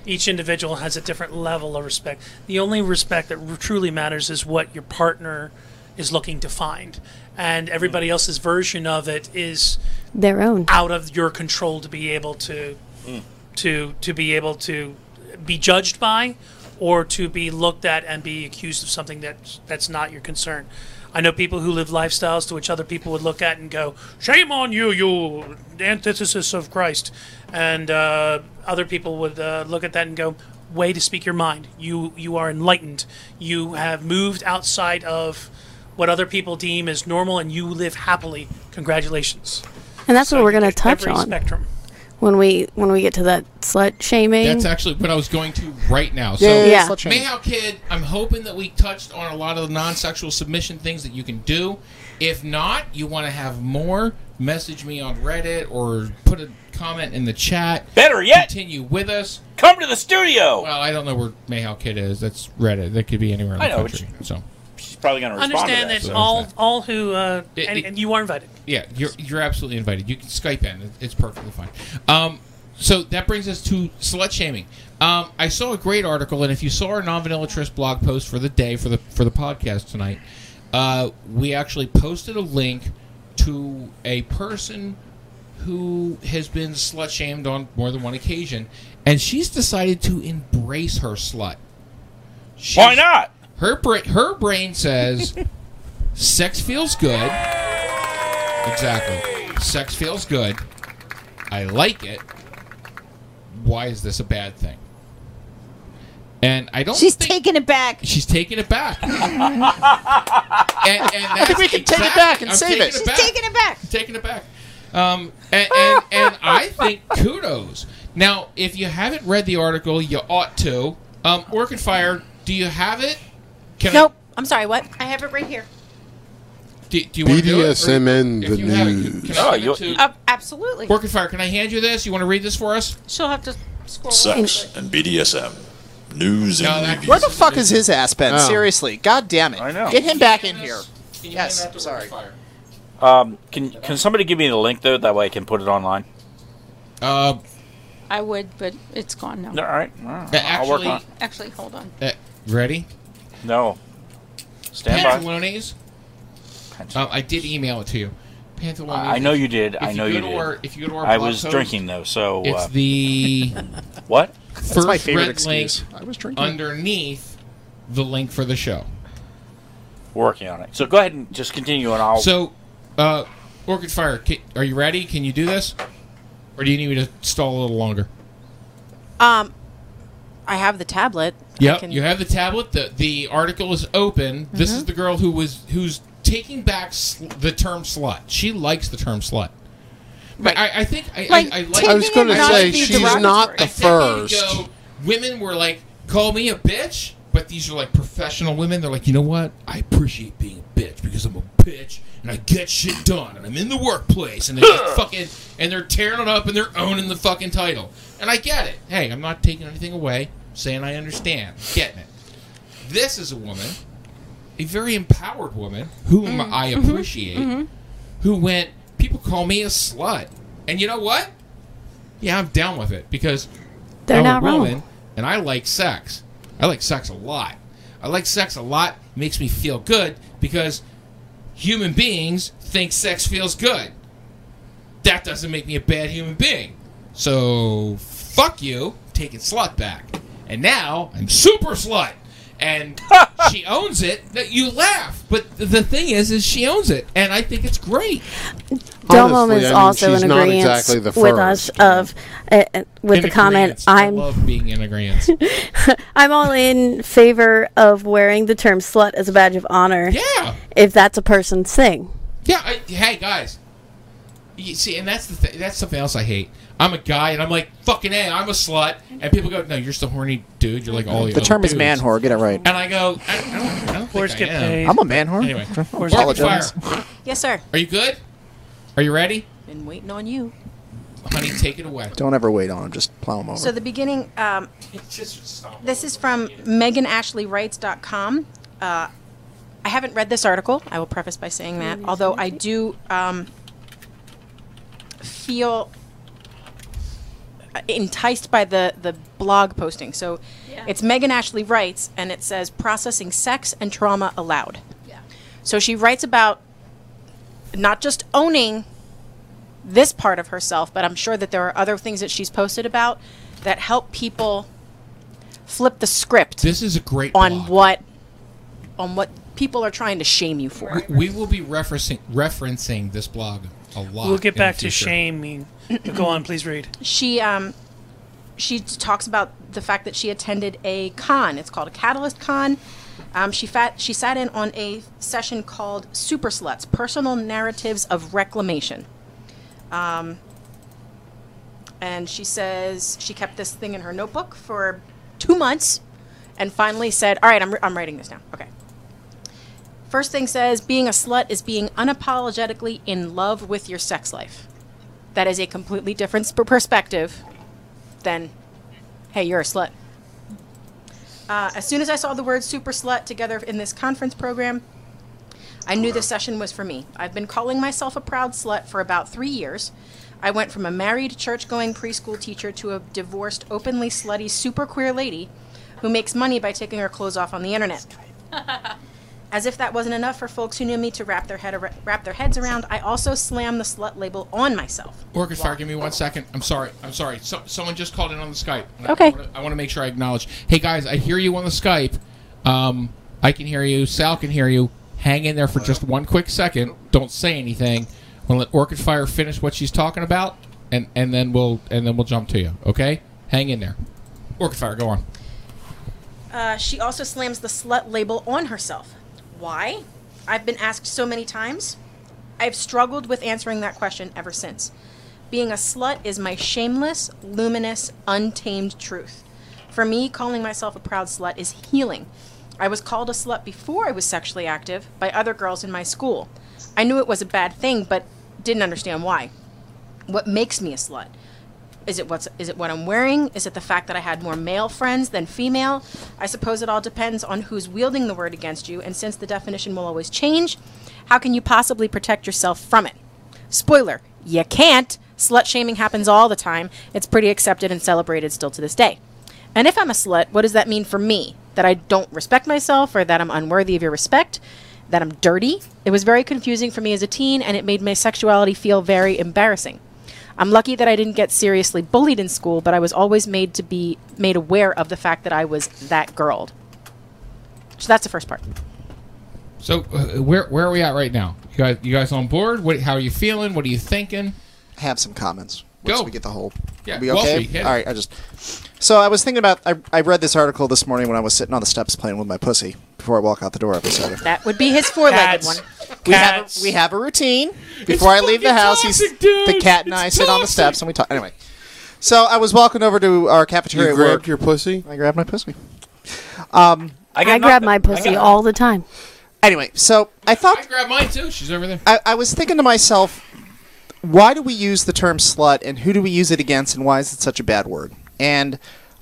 [SPEAKER 8] Each individual has a different level of respect. The only respect that r- truly matters is what your partner is looking to find, and everybody else's version of it is
[SPEAKER 12] Hmm. Their own.
[SPEAKER 8] out of your control to be able to to to be able to be judged by or to be looked at and be accused of something that's that's not your concern. I know people who live lifestyles to which other people would look at and go, "Shame on you, you antithesis of Christ," and uh, other people would uh, look at that and go, "Way to speak your mind. You you are enlightened. You have moved outside of what other people deem as normal, and you live happily. Congratulations."
[SPEAKER 12] And that's what we're going to
[SPEAKER 8] get
[SPEAKER 12] touch
[SPEAKER 8] every
[SPEAKER 12] on
[SPEAKER 8] spectrum.
[SPEAKER 12] when we when we get to that slut shaming.
[SPEAKER 3] That's actually what I was going to right now. So,
[SPEAKER 12] Yeah, yeah, yeah, slut shaming.
[SPEAKER 3] Mayhow Kid, I'm hoping that we touched on a lot of the non-sexual submission things that you can do. If not, you want to have more, message me on Reddit or put a comment in the chat.
[SPEAKER 7] Better yet,
[SPEAKER 3] continue with us.
[SPEAKER 7] Come to the studio.
[SPEAKER 3] Well, I don't know where Mayhow Kid is. That's Reddit. That could be anywhere in the
[SPEAKER 7] I know,
[SPEAKER 3] country. So,
[SPEAKER 7] She's probably going to respond.
[SPEAKER 8] Understand
[SPEAKER 7] to that,
[SPEAKER 8] that,
[SPEAKER 7] so-
[SPEAKER 8] all all who uh,
[SPEAKER 3] It-
[SPEAKER 8] and,
[SPEAKER 3] it-
[SPEAKER 8] and you are invited.
[SPEAKER 3] yeah, you're you're absolutely invited. You can Skype in. It- It's perfectly fine. Um, so that brings us to slut shaming. Um, I saw a great article, and if you saw our non-vanilla Trist blog post for the day for the for the podcast tonight, uh, we actually posted a link to a person who has been slut shamed on more than one occasion, and she's decided to embrace her slut. Why
[SPEAKER 7] not?
[SPEAKER 3] Her bra- her brain says, "Sex feels good." Exactly. Sex feels good. I like it. Why is this a bad thing? And I don't.
[SPEAKER 20] She's taking it back.
[SPEAKER 3] She's taking it back. I
[SPEAKER 20] think we
[SPEAKER 3] can take it back and save it.
[SPEAKER 20] She's
[SPEAKER 3] back.
[SPEAKER 20] taking it back.
[SPEAKER 3] Taking it back. Um, and, and, and I think kudos. Now, if you haven't read the article, you ought to. Um, Orchid Fire, do you have it? Can
[SPEAKER 5] nope. I'm sorry. What?
[SPEAKER 4] I have it right here.
[SPEAKER 3] I, do, do you want to do it? or-
[SPEAKER 10] BDSMN the
[SPEAKER 7] Oh,
[SPEAKER 10] news.
[SPEAKER 3] Can I send it to-
[SPEAKER 4] absolutely.
[SPEAKER 3] Orchid Fire, can I hand you this? You want to read this for us?
[SPEAKER 4] She'll have to scroll.
[SPEAKER 19] Sex and BDSM. News and reviews.
[SPEAKER 9] Where the fuck is his ass been?
[SPEAKER 19] Oh.
[SPEAKER 9] Seriously, god damn it!
[SPEAKER 7] I know.
[SPEAKER 9] Get him back in here.
[SPEAKER 3] Yes, sorry.
[SPEAKER 7] Um, can can somebody give me the link though? That way I can put it online.
[SPEAKER 3] Uh,
[SPEAKER 4] I would, but it's gone now.
[SPEAKER 7] all right. All right. I'll work
[SPEAKER 4] Actually,
[SPEAKER 7] on. it.
[SPEAKER 4] actually, hold on.
[SPEAKER 3] Uh, ready?
[SPEAKER 7] No. Stand by.
[SPEAKER 3] Pantalones. Um, I did email it to you. Pantalones.
[SPEAKER 7] I know you did.
[SPEAKER 3] If
[SPEAKER 7] I know
[SPEAKER 3] go
[SPEAKER 7] you,
[SPEAKER 3] to
[SPEAKER 7] did.
[SPEAKER 3] Our, if you go to our
[SPEAKER 7] I
[SPEAKER 3] blog
[SPEAKER 7] was
[SPEAKER 3] post,
[SPEAKER 7] drinking though, so
[SPEAKER 3] it's
[SPEAKER 7] uh,
[SPEAKER 3] the
[SPEAKER 7] what?
[SPEAKER 3] first red link underneath the link for the show.
[SPEAKER 7] Working on it. So go ahead and just continue, and I'll.
[SPEAKER 3] So, uh, Orchid Fire, ca- are you ready? Can you do this, or do you need me to stall a little longer?
[SPEAKER 5] Um, I have the tablet. I
[SPEAKER 3] Yep,
[SPEAKER 5] can-
[SPEAKER 3] you have the tablet. the The article is open.
[SPEAKER 4] Mm-hmm.
[SPEAKER 3] This is the girl who was who's taking back sl- the term slut. She likes the term slut. But I, I think I,
[SPEAKER 10] Like,
[SPEAKER 3] I, I like.
[SPEAKER 10] taking I was gonna it not say, to be she's derogatory. not the
[SPEAKER 3] A decade
[SPEAKER 10] first.
[SPEAKER 3] ago, women were like, "Call me a bitch," but these are like professional women. They're like, you know what? I appreciate being a bitch because I'm a bitch and I get shit done and I'm in the workplace and they just fucking and they're tearing it up and they're owning the fucking title. And I get it. Hey, I'm not taking anything away. I'm saying I understand, getting it. This is a woman, a very empowered woman, whom
[SPEAKER 10] Mm-hmm.
[SPEAKER 3] I appreciate, who went. People call me a slut, and you know what? Yeah, I'm down with it because
[SPEAKER 12] They're
[SPEAKER 3] I'm
[SPEAKER 12] not
[SPEAKER 3] a
[SPEAKER 12] wrong.
[SPEAKER 3] woman and I like sex. I like sex a lot. I like sex a lot. Makes me feel good because human beings think sex feels good. That doesn't make me a bad human being. So fuck you, taking slut back. And now I'm super slut. And she owns it. That you laugh, but th- the thing is, is she owns it, and I think it's great.
[SPEAKER 12] Delmom
[SPEAKER 3] Honestly, I
[SPEAKER 12] is
[SPEAKER 3] mean,
[SPEAKER 12] also
[SPEAKER 3] she's
[SPEAKER 12] in
[SPEAKER 3] not
[SPEAKER 12] agreement
[SPEAKER 3] exactly the
[SPEAKER 12] with us of uh, uh, with the comment.
[SPEAKER 3] I
[SPEAKER 12] I'm
[SPEAKER 3] love being in agreement.
[SPEAKER 12] I'm all in favor of wearing the term slut as a badge of honor.
[SPEAKER 3] Yeah.
[SPEAKER 12] If that's a person's thing.
[SPEAKER 3] Yeah. I, hey, guys. You see, and that's the th- that's something else I hate. I'm a guy, and I'm like fucking a. I'm a slut, and people go, "No, you're so horny, dude. You're like all
[SPEAKER 9] The term is man
[SPEAKER 3] manhorn."
[SPEAKER 9] whore. Get it right.
[SPEAKER 3] And I go, I, I don't, I don't think
[SPEAKER 9] get
[SPEAKER 3] I am.
[SPEAKER 9] paid. I'm a man whore.
[SPEAKER 3] Anyway,
[SPEAKER 9] Of course.
[SPEAKER 3] Orchid
[SPEAKER 9] Apologize.
[SPEAKER 3] Fire,
[SPEAKER 5] Yes, sir.
[SPEAKER 3] Are you good? Are you ready,
[SPEAKER 5] Been waiting on you.
[SPEAKER 3] honey? Take it away.
[SPEAKER 9] Don't ever wait on him. Just plow him over.
[SPEAKER 26] So the beginning, um,
[SPEAKER 3] Just stop.
[SPEAKER 26] this is from MeganAshleyWrites.com. Uh, I haven't read this article. I will preface by saying that, although I do um, feel
[SPEAKER 5] enticed by the, the blog posting. So it's Megan Ashley Writes, and it says processing sex and trauma allowed. Yeah. So she writes about not just owning this part of herself, but I'm sure that there are other things that she's posted about that help people flip the script.
[SPEAKER 3] This is a great
[SPEAKER 5] on what on what people are trying to shame you for.
[SPEAKER 3] We will be referencing referencing this blog a lot.
[SPEAKER 8] We'll get
[SPEAKER 3] in the
[SPEAKER 8] back to
[SPEAKER 3] future.
[SPEAKER 8] shame. mean, but go on, please read.
[SPEAKER 5] she um she talks about the fact that she attended a con. It's called a Catalyst Con. Um, she fat she sat in on a session called Super Sluts: Personal Narratives of Reclamation. Um, and she says she kept this thing in her notebook for two months, and finally said, "All right, I'm, I'm writing this down." Okay. First thing says being a slut is being unapologetically in love with your sex life. That is a completely different sp- perspective than, hey, you're a slut. Uh, as soon as I saw the word super slut together in this conference program, I knew this session was for me. I've been calling myself a proud slut for about three years. I went from a married, church going preschool teacher to a divorced, openly slutty, super queer lady who makes money by taking her clothes off on the internet. As if that wasn't enough for folks who knew me to wrap their, head ar- wrap their heads around, I also slammed the slut label on myself.
[SPEAKER 3] Orchid Fire, give me one second. I'm sorry. I'm sorry. So, someone just called in on the Skype. I-
[SPEAKER 5] Okay.
[SPEAKER 3] I wanna- I want to make sure I acknowledge. Hey, guys, I hear you on the Skype. Um, I can hear you. Sal can hear you. Hang in there for just one quick second. Don't say anything. We'll let Orchid Fire finish what she's talking about, and, and then we'll and then we'll jump to you. Okay? Hang in there. Orchid Fire, go on.
[SPEAKER 5] Uh, she also slams the slut label on herself. Why? I've been asked so many times. I've struggled with answering that question ever since. Being a slut is my shameless, luminous, untamed truth. For me, calling myself a proud slut is healing. I was called a slut before I was sexually active by other girls in my school. I knew it was a bad thing, but didn't understand why. What makes me a slut? Is it what's is it what I'm wearing? Is it the fact that I had more male friends than female? I suppose it all depends on who's wielding the word against you, and since the definition will always change, how can you possibly protect yourself from it? Spoiler, you can't. Slut shaming happens all the time. It's pretty accepted and celebrated still to this day. And if I'm a slut, what does that mean for me? That I don't respect myself or that I'm unworthy of your respect? That I'm dirty? It was very confusing for me as a teen and it made my sexuality feel very embarrassing. I'm lucky that I didn't get seriously bullied in school, but I was always made to be made aware of the fact that I was that girl. So that's the first part.
[SPEAKER 3] So, uh, where, where are we at right now? You guys, you guys on board? What, how are you feeling? What are you thinking?
[SPEAKER 9] I have some comments.
[SPEAKER 3] Go.
[SPEAKER 9] Once we get the whole.
[SPEAKER 3] Yeah,
[SPEAKER 9] we
[SPEAKER 3] Wolfie,
[SPEAKER 9] okay?
[SPEAKER 3] hit it.
[SPEAKER 9] All right, I just. So I was thinking about. I, I read this article this morning when I was sitting on the steps playing with my pussy before I walk out the door every Saturday.
[SPEAKER 5] That would be his four-legged
[SPEAKER 9] Cats.
[SPEAKER 5] one.
[SPEAKER 9] We have, a, we have a routine. Before I leave the house, he's, the cat and I sit on the steps and we talk. Anyway, so I was walking over to our cafeteria.
[SPEAKER 10] You
[SPEAKER 9] at
[SPEAKER 10] grabbed
[SPEAKER 9] work.
[SPEAKER 10] your pussy?
[SPEAKER 9] I grabbed my pussy. Um,
[SPEAKER 12] I got I grab nothing. my I pussy got nothing. all the time.
[SPEAKER 9] Anyway, so I thought
[SPEAKER 3] I grabbed mine too. She's over there.
[SPEAKER 9] I, I was thinking to myself, why do we use the term slut and who do we use it against and why is it such a bad word? And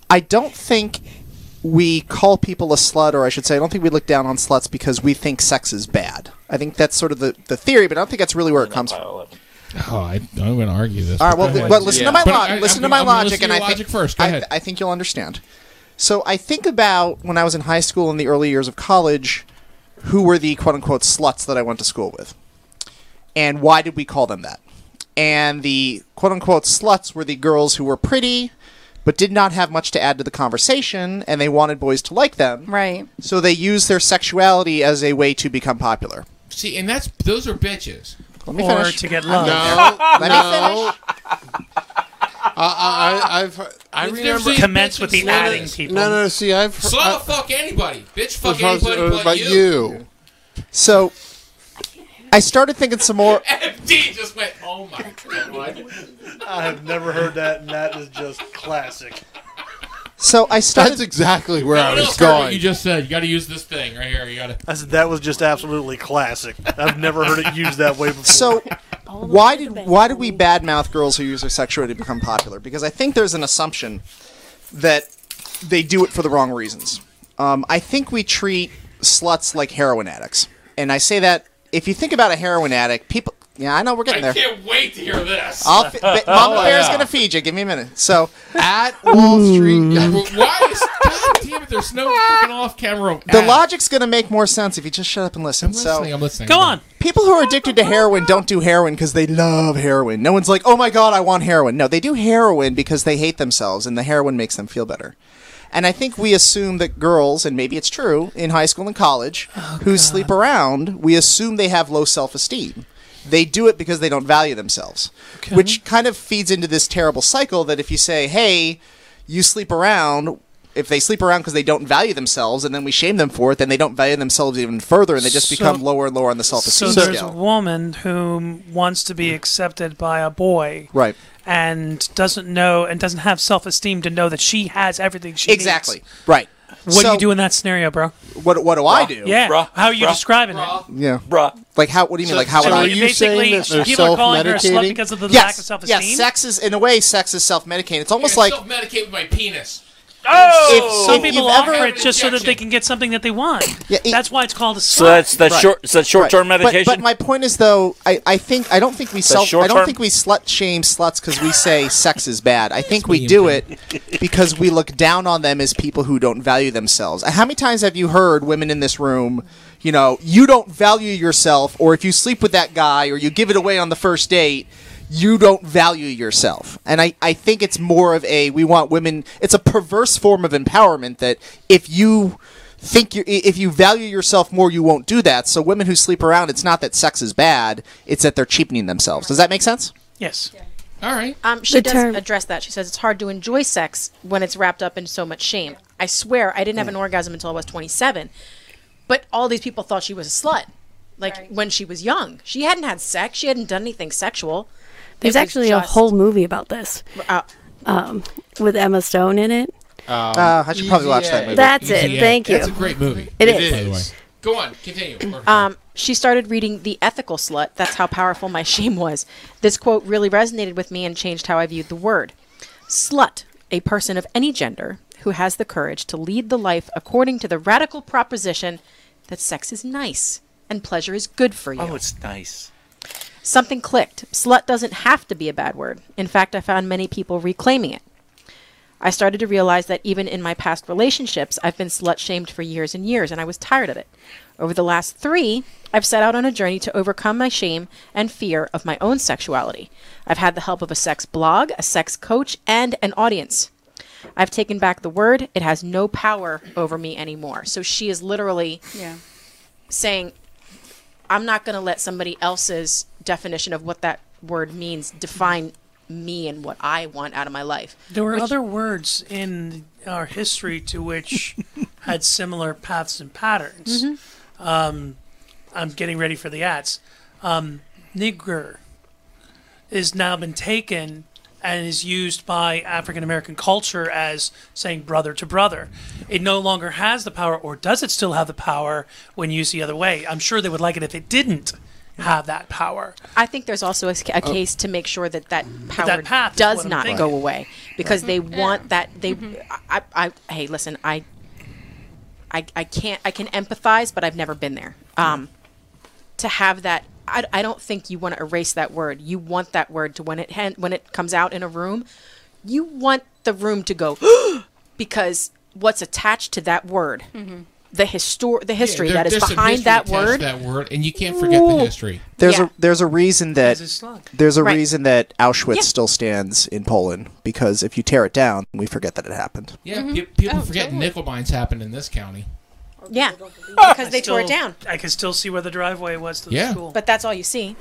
[SPEAKER 9] I don't think we call people a slut, or I should say, I don't think we look down on sluts because we think sex is bad. I think that's sort of the, the theory, but I don't think that's really where it comes from.
[SPEAKER 3] Oh, I, I'm going to argue this.
[SPEAKER 9] All right. Well,
[SPEAKER 3] Go ahead.
[SPEAKER 9] well listen to my
[SPEAKER 3] But
[SPEAKER 9] lo-
[SPEAKER 3] I- I'm
[SPEAKER 9] listen to
[SPEAKER 3] gonna-
[SPEAKER 9] my
[SPEAKER 3] I'm gonna
[SPEAKER 9] logic,
[SPEAKER 3] listen
[SPEAKER 9] and
[SPEAKER 3] to
[SPEAKER 9] I
[SPEAKER 3] your
[SPEAKER 9] think
[SPEAKER 3] logic first. Go
[SPEAKER 9] I,
[SPEAKER 3] ahead.
[SPEAKER 9] I think you'll understand. So I think about when I was in high school in the early years of college, who were the quote unquote sluts that I went to school with, and why did we call them that? And the quote unquote sluts were the girls who were pretty, but did not have much to add to the conversation, and they wanted boys to like them.
[SPEAKER 4] Right.
[SPEAKER 9] So they used their sexuality as a way to become popular.
[SPEAKER 3] See, and that's those are bitches.
[SPEAKER 9] Let me
[SPEAKER 8] Or
[SPEAKER 9] finish.
[SPEAKER 8] to get love.
[SPEAKER 9] No,
[SPEAKER 8] Let
[SPEAKER 9] no.
[SPEAKER 8] me
[SPEAKER 10] I, I, I've, I
[SPEAKER 8] It's
[SPEAKER 10] remember.
[SPEAKER 8] different. Commence with the
[SPEAKER 10] No, no,
[SPEAKER 8] adding people.
[SPEAKER 10] No, no, see, I've.
[SPEAKER 3] Slut
[SPEAKER 10] I-
[SPEAKER 3] fuck anybody. Bitch
[SPEAKER 10] was
[SPEAKER 3] fuck
[SPEAKER 10] supposed to-
[SPEAKER 9] uh,
[SPEAKER 3] anybody but,
[SPEAKER 10] uh, but you.
[SPEAKER 9] So I started thinking some more.
[SPEAKER 3] MD just went, oh my god.
[SPEAKER 13] I have never heard that, and that is just classic.
[SPEAKER 9] So I started.
[SPEAKER 10] That's exactly where I
[SPEAKER 3] No,
[SPEAKER 10] was
[SPEAKER 3] heard what
[SPEAKER 10] going.
[SPEAKER 3] You just said you got to use this thing right here. You got to.
[SPEAKER 13] I said that was just absolutely classic. I've never heard it used that way before.
[SPEAKER 9] So why did why did we badmouth girls who use their sexuality to become popular? Because I think there's an assumption that they do it for the wrong reasons. Um, I think we treat sluts like heroin addicts, and I say that if you think about a heroin addict, people Yeah, I know we're getting
[SPEAKER 3] I
[SPEAKER 9] there.
[SPEAKER 3] can't wait to hear this. Oh,
[SPEAKER 9] I'll fi- ba- Mama
[SPEAKER 17] Oh,
[SPEAKER 9] Bear's gonna feed you. Give me a minute. So at Wall Street,
[SPEAKER 3] Why is God damn it? There's no fucking off-camera.
[SPEAKER 9] the
[SPEAKER 3] ad.
[SPEAKER 9] logic's gonna make more sense if you just shut up and listen. so
[SPEAKER 3] listening, I'm listening. Go on.
[SPEAKER 9] People who are addicted to heroin don't do heroin because they love heroin. No one's like, oh my god, I want heroin. No, they do heroin because they hate themselves, and the heroin makes them feel better. And I think we assume that girls, and maybe it's true, in high school and college,
[SPEAKER 8] Oh,
[SPEAKER 9] who sleep around, we assume they have low self esteem. They do it because they don't value themselves, which kind of feeds into this terrible cycle that if you say, hey, you sleep around, if they sleep around because they don't value themselves, and then we shame them for it, then they don't value themselves even further, and they just
[SPEAKER 8] So-
[SPEAKER 9] become lower and lower on the self
[SPEAKER 8] So
[SPEAKER 9] esteem
[SPEAKER 8] there's a
[SPEAKER 9] scale. Mm.
[SPEAKER 8] woman who wants to be accepted by a boy,
[SPEAKER 9] Right.
[SPEAKER 8] And doesn't know and doesn't have self-esteem to know that she has everything she
[SPEAKER 9] Exactly.
[SPEAKER 8] needs.
[SPEAKER 9] Right.
[SPEAKER 8] What do you do in that scenario, bro?
[SPEAKER 9] What What do I do?
[SPEAKER 8] Yeah. how are you
[SPEAKER 9] bruh,
[SPEAKER 8] describing it?
[SPEAKER 9] Yeah.
[SPEAKER 7] Bruh.
[SPEAKER 9] Like how? What do you mean?
[SPEAKER 8] So-
[SPEAKER 9] like how
[SPEAKER 8] so
[SPEAKER 9] would I?
[SPEAKER 8] are you Basically, saying that they're people are calling her a slut self-medicating? because of the
[SPEAKER 9] yes.
[SPEAKER 8] lack of self-esteem?
[SPEAKER 9] Yes. Sex is in a way, sex is self-medicating. It's almost
[SPEAKER 3] I
[SPEAKER 9] like
[SPEAKER 3] self-medicate with my penis.
[SPEAKER 8] Oh, some
[SPEAKER 9] if
[SPEAKER 8] people
[SPEAKER 9] you've
[SPEAKER 8] offer
[SPEAKER 9] ever-
[SPEAKER 8] it just so that they can get something that they want. that's why it's called a slut.
[SPEAKER 7] So that's that's
[SPEAKER 9] Right.
[SPEAKER 7] short. So that's short-term
[SPEAKER 9] Right. But-
[SPEAKER 7] medication.
[SPEAKER 9] But, my point is, though, I, I think I don't think we
[SPEAKER 7] The
[SPEAKER 9] self. I don't
[SPEAKER 7] short-term-
[SPEAKER 9] think we slut shame sluts because we say sex is bad. I think we do it because we look down on them as people who don't value themselves. How many times have you heard women in this room? You know, you don't value yourself, or if you sleep with that guy, or you give it away on the first date. You don't value yourself. And I, I think it's more of a, we want women, it's a perverse form of empowerment that if you think you i- if you value yourself more you won't do that so women who sleep around it's not that sex is bad it's that they're cheapening themselves does that make sense
[SPEAKER 8] Yes.
[SPEAKER 3] All right.
[SPEAKER 5] Um, she
[SPEAKER 9] The
[SPEAKER 5] does
[SPEAKER 9] term-
[SPEAKER 5] address that. She says it's hard to enjoy sex when it's wrapped up in so much shame. I swear I didn't have an orgasm until I was 27. But all these people thought she was a slut. Like when she was young, she hadn't had sex. She hadn't done anything sexual.
[SPEAKER 12] There's
[SPEAKER 5] It was
[SPEAKER 12] actually a
[SPEAKER 5] just-
[SPEAKER 12] whole movie about this, um, with Emma Stone in it.
[SPEAKER 9] Uh, I should probably watch that movie.
[SPEAKER 12] That's it. Thank you.
[SPEAKER 9] That's a great movie.
[SPEAKER 12] It
[SPEAKER 9] It
[SPEAKER 12] is.
[SPEAKER 9] is. By the way.
[SPEAKER 3] Go on. Continue.
[SPEAKER 5] Um, she started reading The Ethical Slut. That's how powerful my shame was. This quote really resonated with me and changed how I viewed the word. Slut, a person of any gender who has the courage to lead the life according to the radical proposition that sex is nice and pleasure is good for you.
[SPEAKER 7] oh, it's nice.
[SPEAKER 5] Something clicked. Slut doesn't have to be a bad word. In fact, I found many people reclaiming it. I started to realize that even in my past relationships, I've been slut shamed for years and years, and I was tired of it. Over the last three, I've set out on a journey to overcome my shame and fear of my own sexuality. I've had the help of a sex blog, a sex coach, and an audience. I've taken back the word. It has no power over me anymore. So she is literally
[SPEAKER 4] Yeah.
[SPEAKER 5] saying, I'm not going to let somebody else's definition of what that word means define me and what I want out of my life.
[SPEAKER 8] There were
[SPEAKER 5] Which-
[SPEAKER 8] other words in our history to which had similar paths and patterns.
[SPEAKER 5] Mhm.
[SPEAKER 8] Um, I'm getting ready for the ads. Um, nigger is now been taken and is used by African American culture as saying brother to brother. It no longer has the power, or does it still have the power when used the other way? I'm sure they would like it if it didn't have that power.
[SPEAKER 5] I think there's also a, s- a
[SPEAKER 8] Oh.
[SPEAKER 5] case to make sure that that power
[SPEAKER 8] that path is
[SPEAKER 5] does
[SPEAKER 8] what I'm
[SPEAKER 5] not
[SPEAKER 8] thinking.
[SPEAKER 5] go away because
[SPEAKER 8] Right.
[SPEAKER 5] they
[SPEAKER 8] Mhm.
[SPEAKER 5] want that they.
[SPEAKER 8] Mm-hmm.
[SPEAKER 5] I, I, I hey, listen, I, I, I can't. I can empathize, but I've never been there. Um, to have that. I, I don't think you want to erase that word. You want that word to when it hen- when it comes out in a room, you want the room to go because what's attached to that word,
[SPEAKER 8] Mm-hmm.
[SPEAKER 5] the histor- the history
[SPEAKER 3] There-
[SPEAKER 5] that is
[SPEAKER 3] there's some
[SPEAKER 5] behind
[SPEAKER 3] history
[SPEAKER 5] that
[SPEAKER 3] attached to
[SPEAKER 5] word.
[SPEAKER 3] That word, and you can't forget the
[SPEAKER 5] Ooh.
[SPEAKER 3] history.
[SPEAKER 9] there's a there's a reason that there's a
[SPEAKER 5] Right.
[SPEAKER 9] reason that Auschwitz
[SPEAKER 5] Yeah.
[SPEAKER 9] still stands in Poland because if you tear it down we forget that it happened
[SPEAKER 3] Yeah, pe- people forget nickel mines happened in this county.
[SPEAKER 5] Yeah, because they
[SPEAKER 8] I
[SPEAKER 5] tore it
[SPEAKER 8] still-
[SPEAKER 5] down.
[SPEAKER 8] I can still see where the driveway was to the
[SPEAKER 3] Yeah.
[SPEAKER 8] school.
[SPEAKER 5] But that's all you see.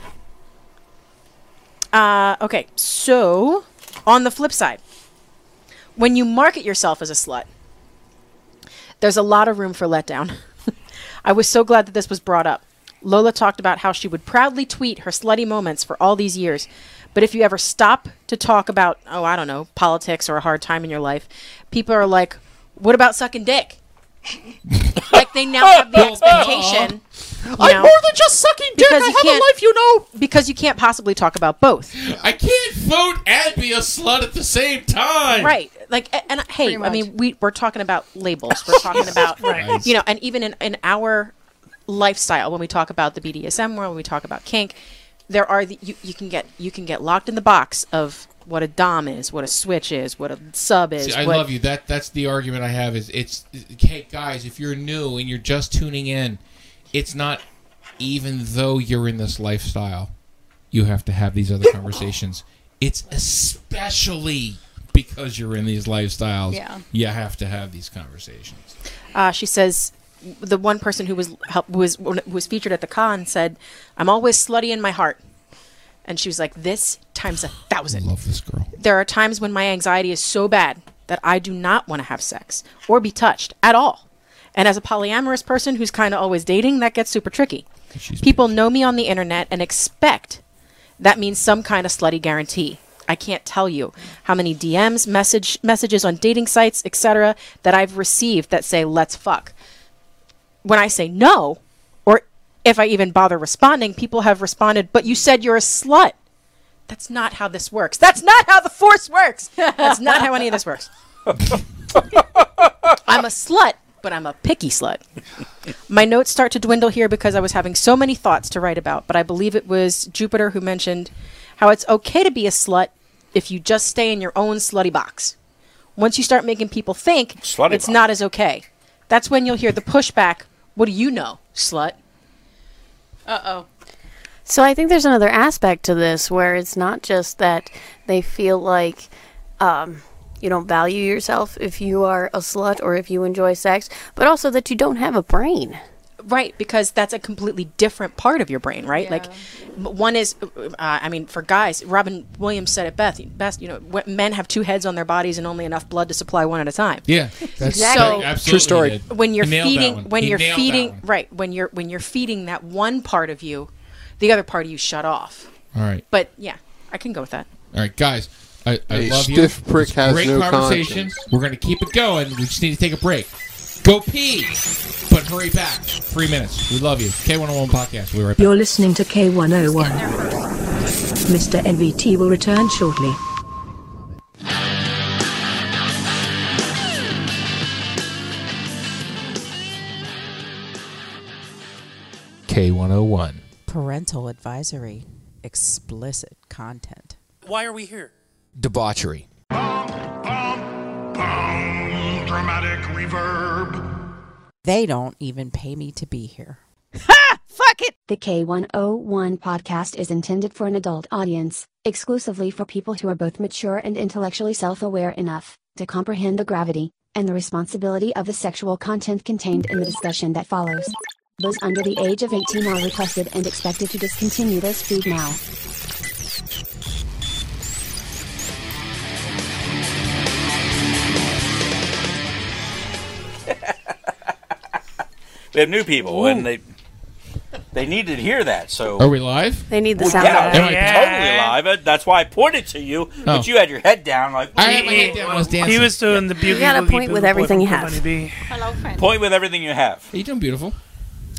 [SPEAKER 5] Uh, okay, so on the flip side, when you market yourself as a slut, there's a lot of room for letdown. I was so glad that this was brought up. Lola talked about how she would proudly tweet her slutty moments for all these years. But if you ever stop to talk about, oh, I don't know, politics or a hard time in your life, people are like, what about sucking dick? like they now have the expectation.
[SPEAKER 9] I'm
[SPEAKER 5] know,
[SPEAKER 9] more than just sucking dick. I have a life, you know.
[SPEAKER 5] Because you can't possibly talk about both.
[SPEAKER 3] I can't vote and be a slut at the same time.
[SPEAKER 5] Right. Like, a- and, uh, hey, I mean, we, we're talking about labels. We're talking about,
[SPEAKER 3] Christ.
[SPEAKER 5] you know, and even in, in our lifestyle, when we talk about the BDSM world, when we talk about kink, there are the, you, you can get you can get locked in the box of what a dom is, what a switch is, what a sub is.
[SPEAKER 3] See, I
[SPEAKER 5] what-
[SPEAKER 3] love you. That that's the argument I have. Is it's okay, guys. If you're new and you're just tuning in, it's not even though you're in this lifestyle, you have to have these other conversations. It's especially because you're in these lifestyles.
[SPEAKER 5] Yeah.
[SPEAKER 3] you have to have these conversations.
[SPEAKER 5] Uh, she says the one person who was help, who was who was featured at the con said, "I'm always slutty in my heart," and she was like, "This times a thousand.
[SPEAKER 3] Love this girl.
[SPEAKER 5] There are times when my anxiety is so bad that I do not want to have sex or be touched at all. And as a polyamorous person who's kind of always dating, that gets super tricky. People know me on the internet and expect that means some kind of slutty guarantee. I can't tell you how many DMs, message messages on dating sites, etc., that I've received that say "let's fuck." When I say no, or if I even bother responding, people have responded, "But you said you're a slut." That's not how this works. That's not how the force works. That's not how any of this works. I'm a slut, but I'm a picky slut. My notes start to dwindle here because I was having so many thoughts to write about, but I believe it was Jupiter who mentioned how it's okay to be a slut if you just stay in your own slutty box. Once you start making people think
[SPEAKER 7] Slutty
[SPEAKER 5] it's
[SPEAKER 7] box.
[SPEAKER 5] not as okay, that's when you'll hear the pushback. What do you know, slut?
[SPEAKER 4] Uh oh.
[SPEAKER 12] So I think there's another aspect to this where it's not just that they feel like um, you don't value yourself if you are a slut or if you enjoy sex, but also that you don't have a brain.
[SPEAKER 5] Right, because that's a completely different part of your brain, right? Like, m- one is, uh, I mean, for guys, Robin Williams said it best. Best, you know, wh- men have two heads on their bodies and only enough blood to supply one at a time.
[SPEAKER 3] Yeah, that's
[SPEAKER 5] So
[SPEAKER 3] absolutely did.
[SPEAKER 5] When you're
[SPEAKER 3] He nailed that
[SPEAKER 5] feeding,
[SPEAKER 3] one.
[SPEAKER 5] when
[SPEAKER 3] He
[SPEAKER 5] you're
[SPEAKER 3] nailed that
[SPEAKER 5] feeding,
[SPEAKER 3] one.
[SPEAKER 5] right? When you're when you're feeding that one part of you, the other part of you shut off.
[SPEAKER 3] All right.
[SPEAKER 5] But yeah, I can go with that.
[SPEAKER 3] All right, guys. I, I
[SPEAKER 10] A
[SPEAKER 3] love
[SPEAKER 10] stiff
[SPEAKER 3] you.
[SPEAKER 10] prick
[SPEAKER 3] It's a
[SPEAKER 10] has
[SPEAKER 3] great
[SPEAKER 10] no
[SPEAKER 3] conversation. We're gonna keep it going. We just need to take a break. Go pee, but hurry back. Three minutes. We love you. K101 podcast. We'll be right back.
[SPEAKER 1] You're listening to K101. Mr. NVT will return shortly.
[SPEAKER 3] K101.
[SPEAKER 22] Parental advisory. Explicit content.
[SPEAKER 8] Why are we here?
[SPEAKER 3] Debauchery.
[SPEAKER 17] Dramatic reverb.
[SPEAKER 22] They don't even pay me to be here.
[SPEAKER 4] Fuck it!
[SPEAKER 16] The K101 podcast is intended for an adult audience, exclusively for people who are both mature and intellectually self aware enough to comprehend the gravity and the responsibility of the sexual content contained in the discussion that follows. Those under the age of 18 are requested and expected to discontinue this feed now.
[SPEAKER 7] We have new people, and they they need to hear that. So
[SPEAKER 3] Are we live?
[SPEAKER 12] They need the
[SPEAKER 7] Well,
[SPEAKER 12] sound.
[SPEAKER 7] yeah,
[SPEAKER 12] of
[SPEAKER 7] we're
[SPEAKER 12] it.
[SPEAKER 7] totally live. Uh, That's why I pointed to you,
[SPEAKER 3] Oh.
[SPEAKER 7] but you had your head down. Like
[SPEAKER 3] I had my head down. I was dancing.
[SPEAKER 8] He was doing the beauty.
[SPEAKER 12] You gotta point with everything you have.
[SPEAKER 4] Hello, friend.
[SPEAKER 7] Point with everything you have.
[SPEAKER 3] Are you doing beautiful?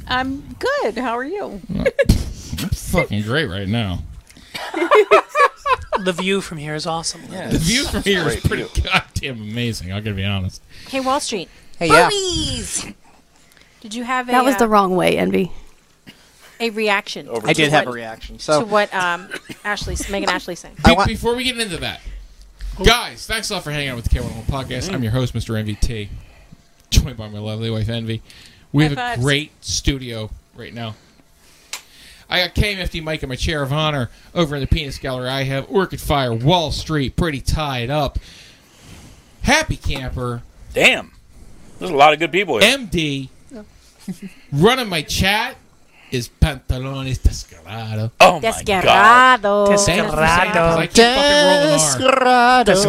[SPEAKER 4] I'm good. How are you?
[SPEAKER 3] Fucking great right now.
[SPEAKER 8] The view from here is awesome. Yeah,
[SPEAKER 3] The view from here is pretty goddamn amazing. I'm gonna be honest.
[SPEAKER 5] Hey, Wall Street.
[SPEAKER 9] Hey, yeah.
[SPEAKER 5] Boobies! Did you have a
[SPEAKER 12] That was
[SPEAKER 5] uh,
[SPEAKER 12] the wrong way, Envy.
[SPEAKER 5] a reaction?
[SPEAKER 9] I did
[SPEAKER 5] to
[SPEAKER 9] have a
[SPEAKER 5] what-
[SPEAKER 9] reaction. So
[SPEAKER 5] to what um, Ashley, Megan Ashley saying.
[SPEAKER 3] Be- before we get into that, guys, thanks a lot for hanging out with the K101 podcast.
[SPEAKER 5] Mm-hmm.
[SPEAKER 3] I'm your host, Mr. MVT, joined by my lovely wife, Envy. We
[SPEAKER 4] High
[SPEAKER 3] have
[SPEAKER 4] fives.
[SPEAKER 3] a great studio right now. I got KMFD Mike in my chair of honor over in the penis gallery. I have Orchid Fire, Wall Street, pretty tied up. Happy Camper,
[SPEAKER 7] Damn, there's a lot of good people here.
[SPEAKER 3] MD, running my chat is Pantalones Descarado.
[SPEAKER 7] Oh my god.
[SPEAKER 5] Descarado.
[SPEAKER 3] I can't fucking roll an R.
[SPEAKER 9] Descarado.
[SPEAKER 3] So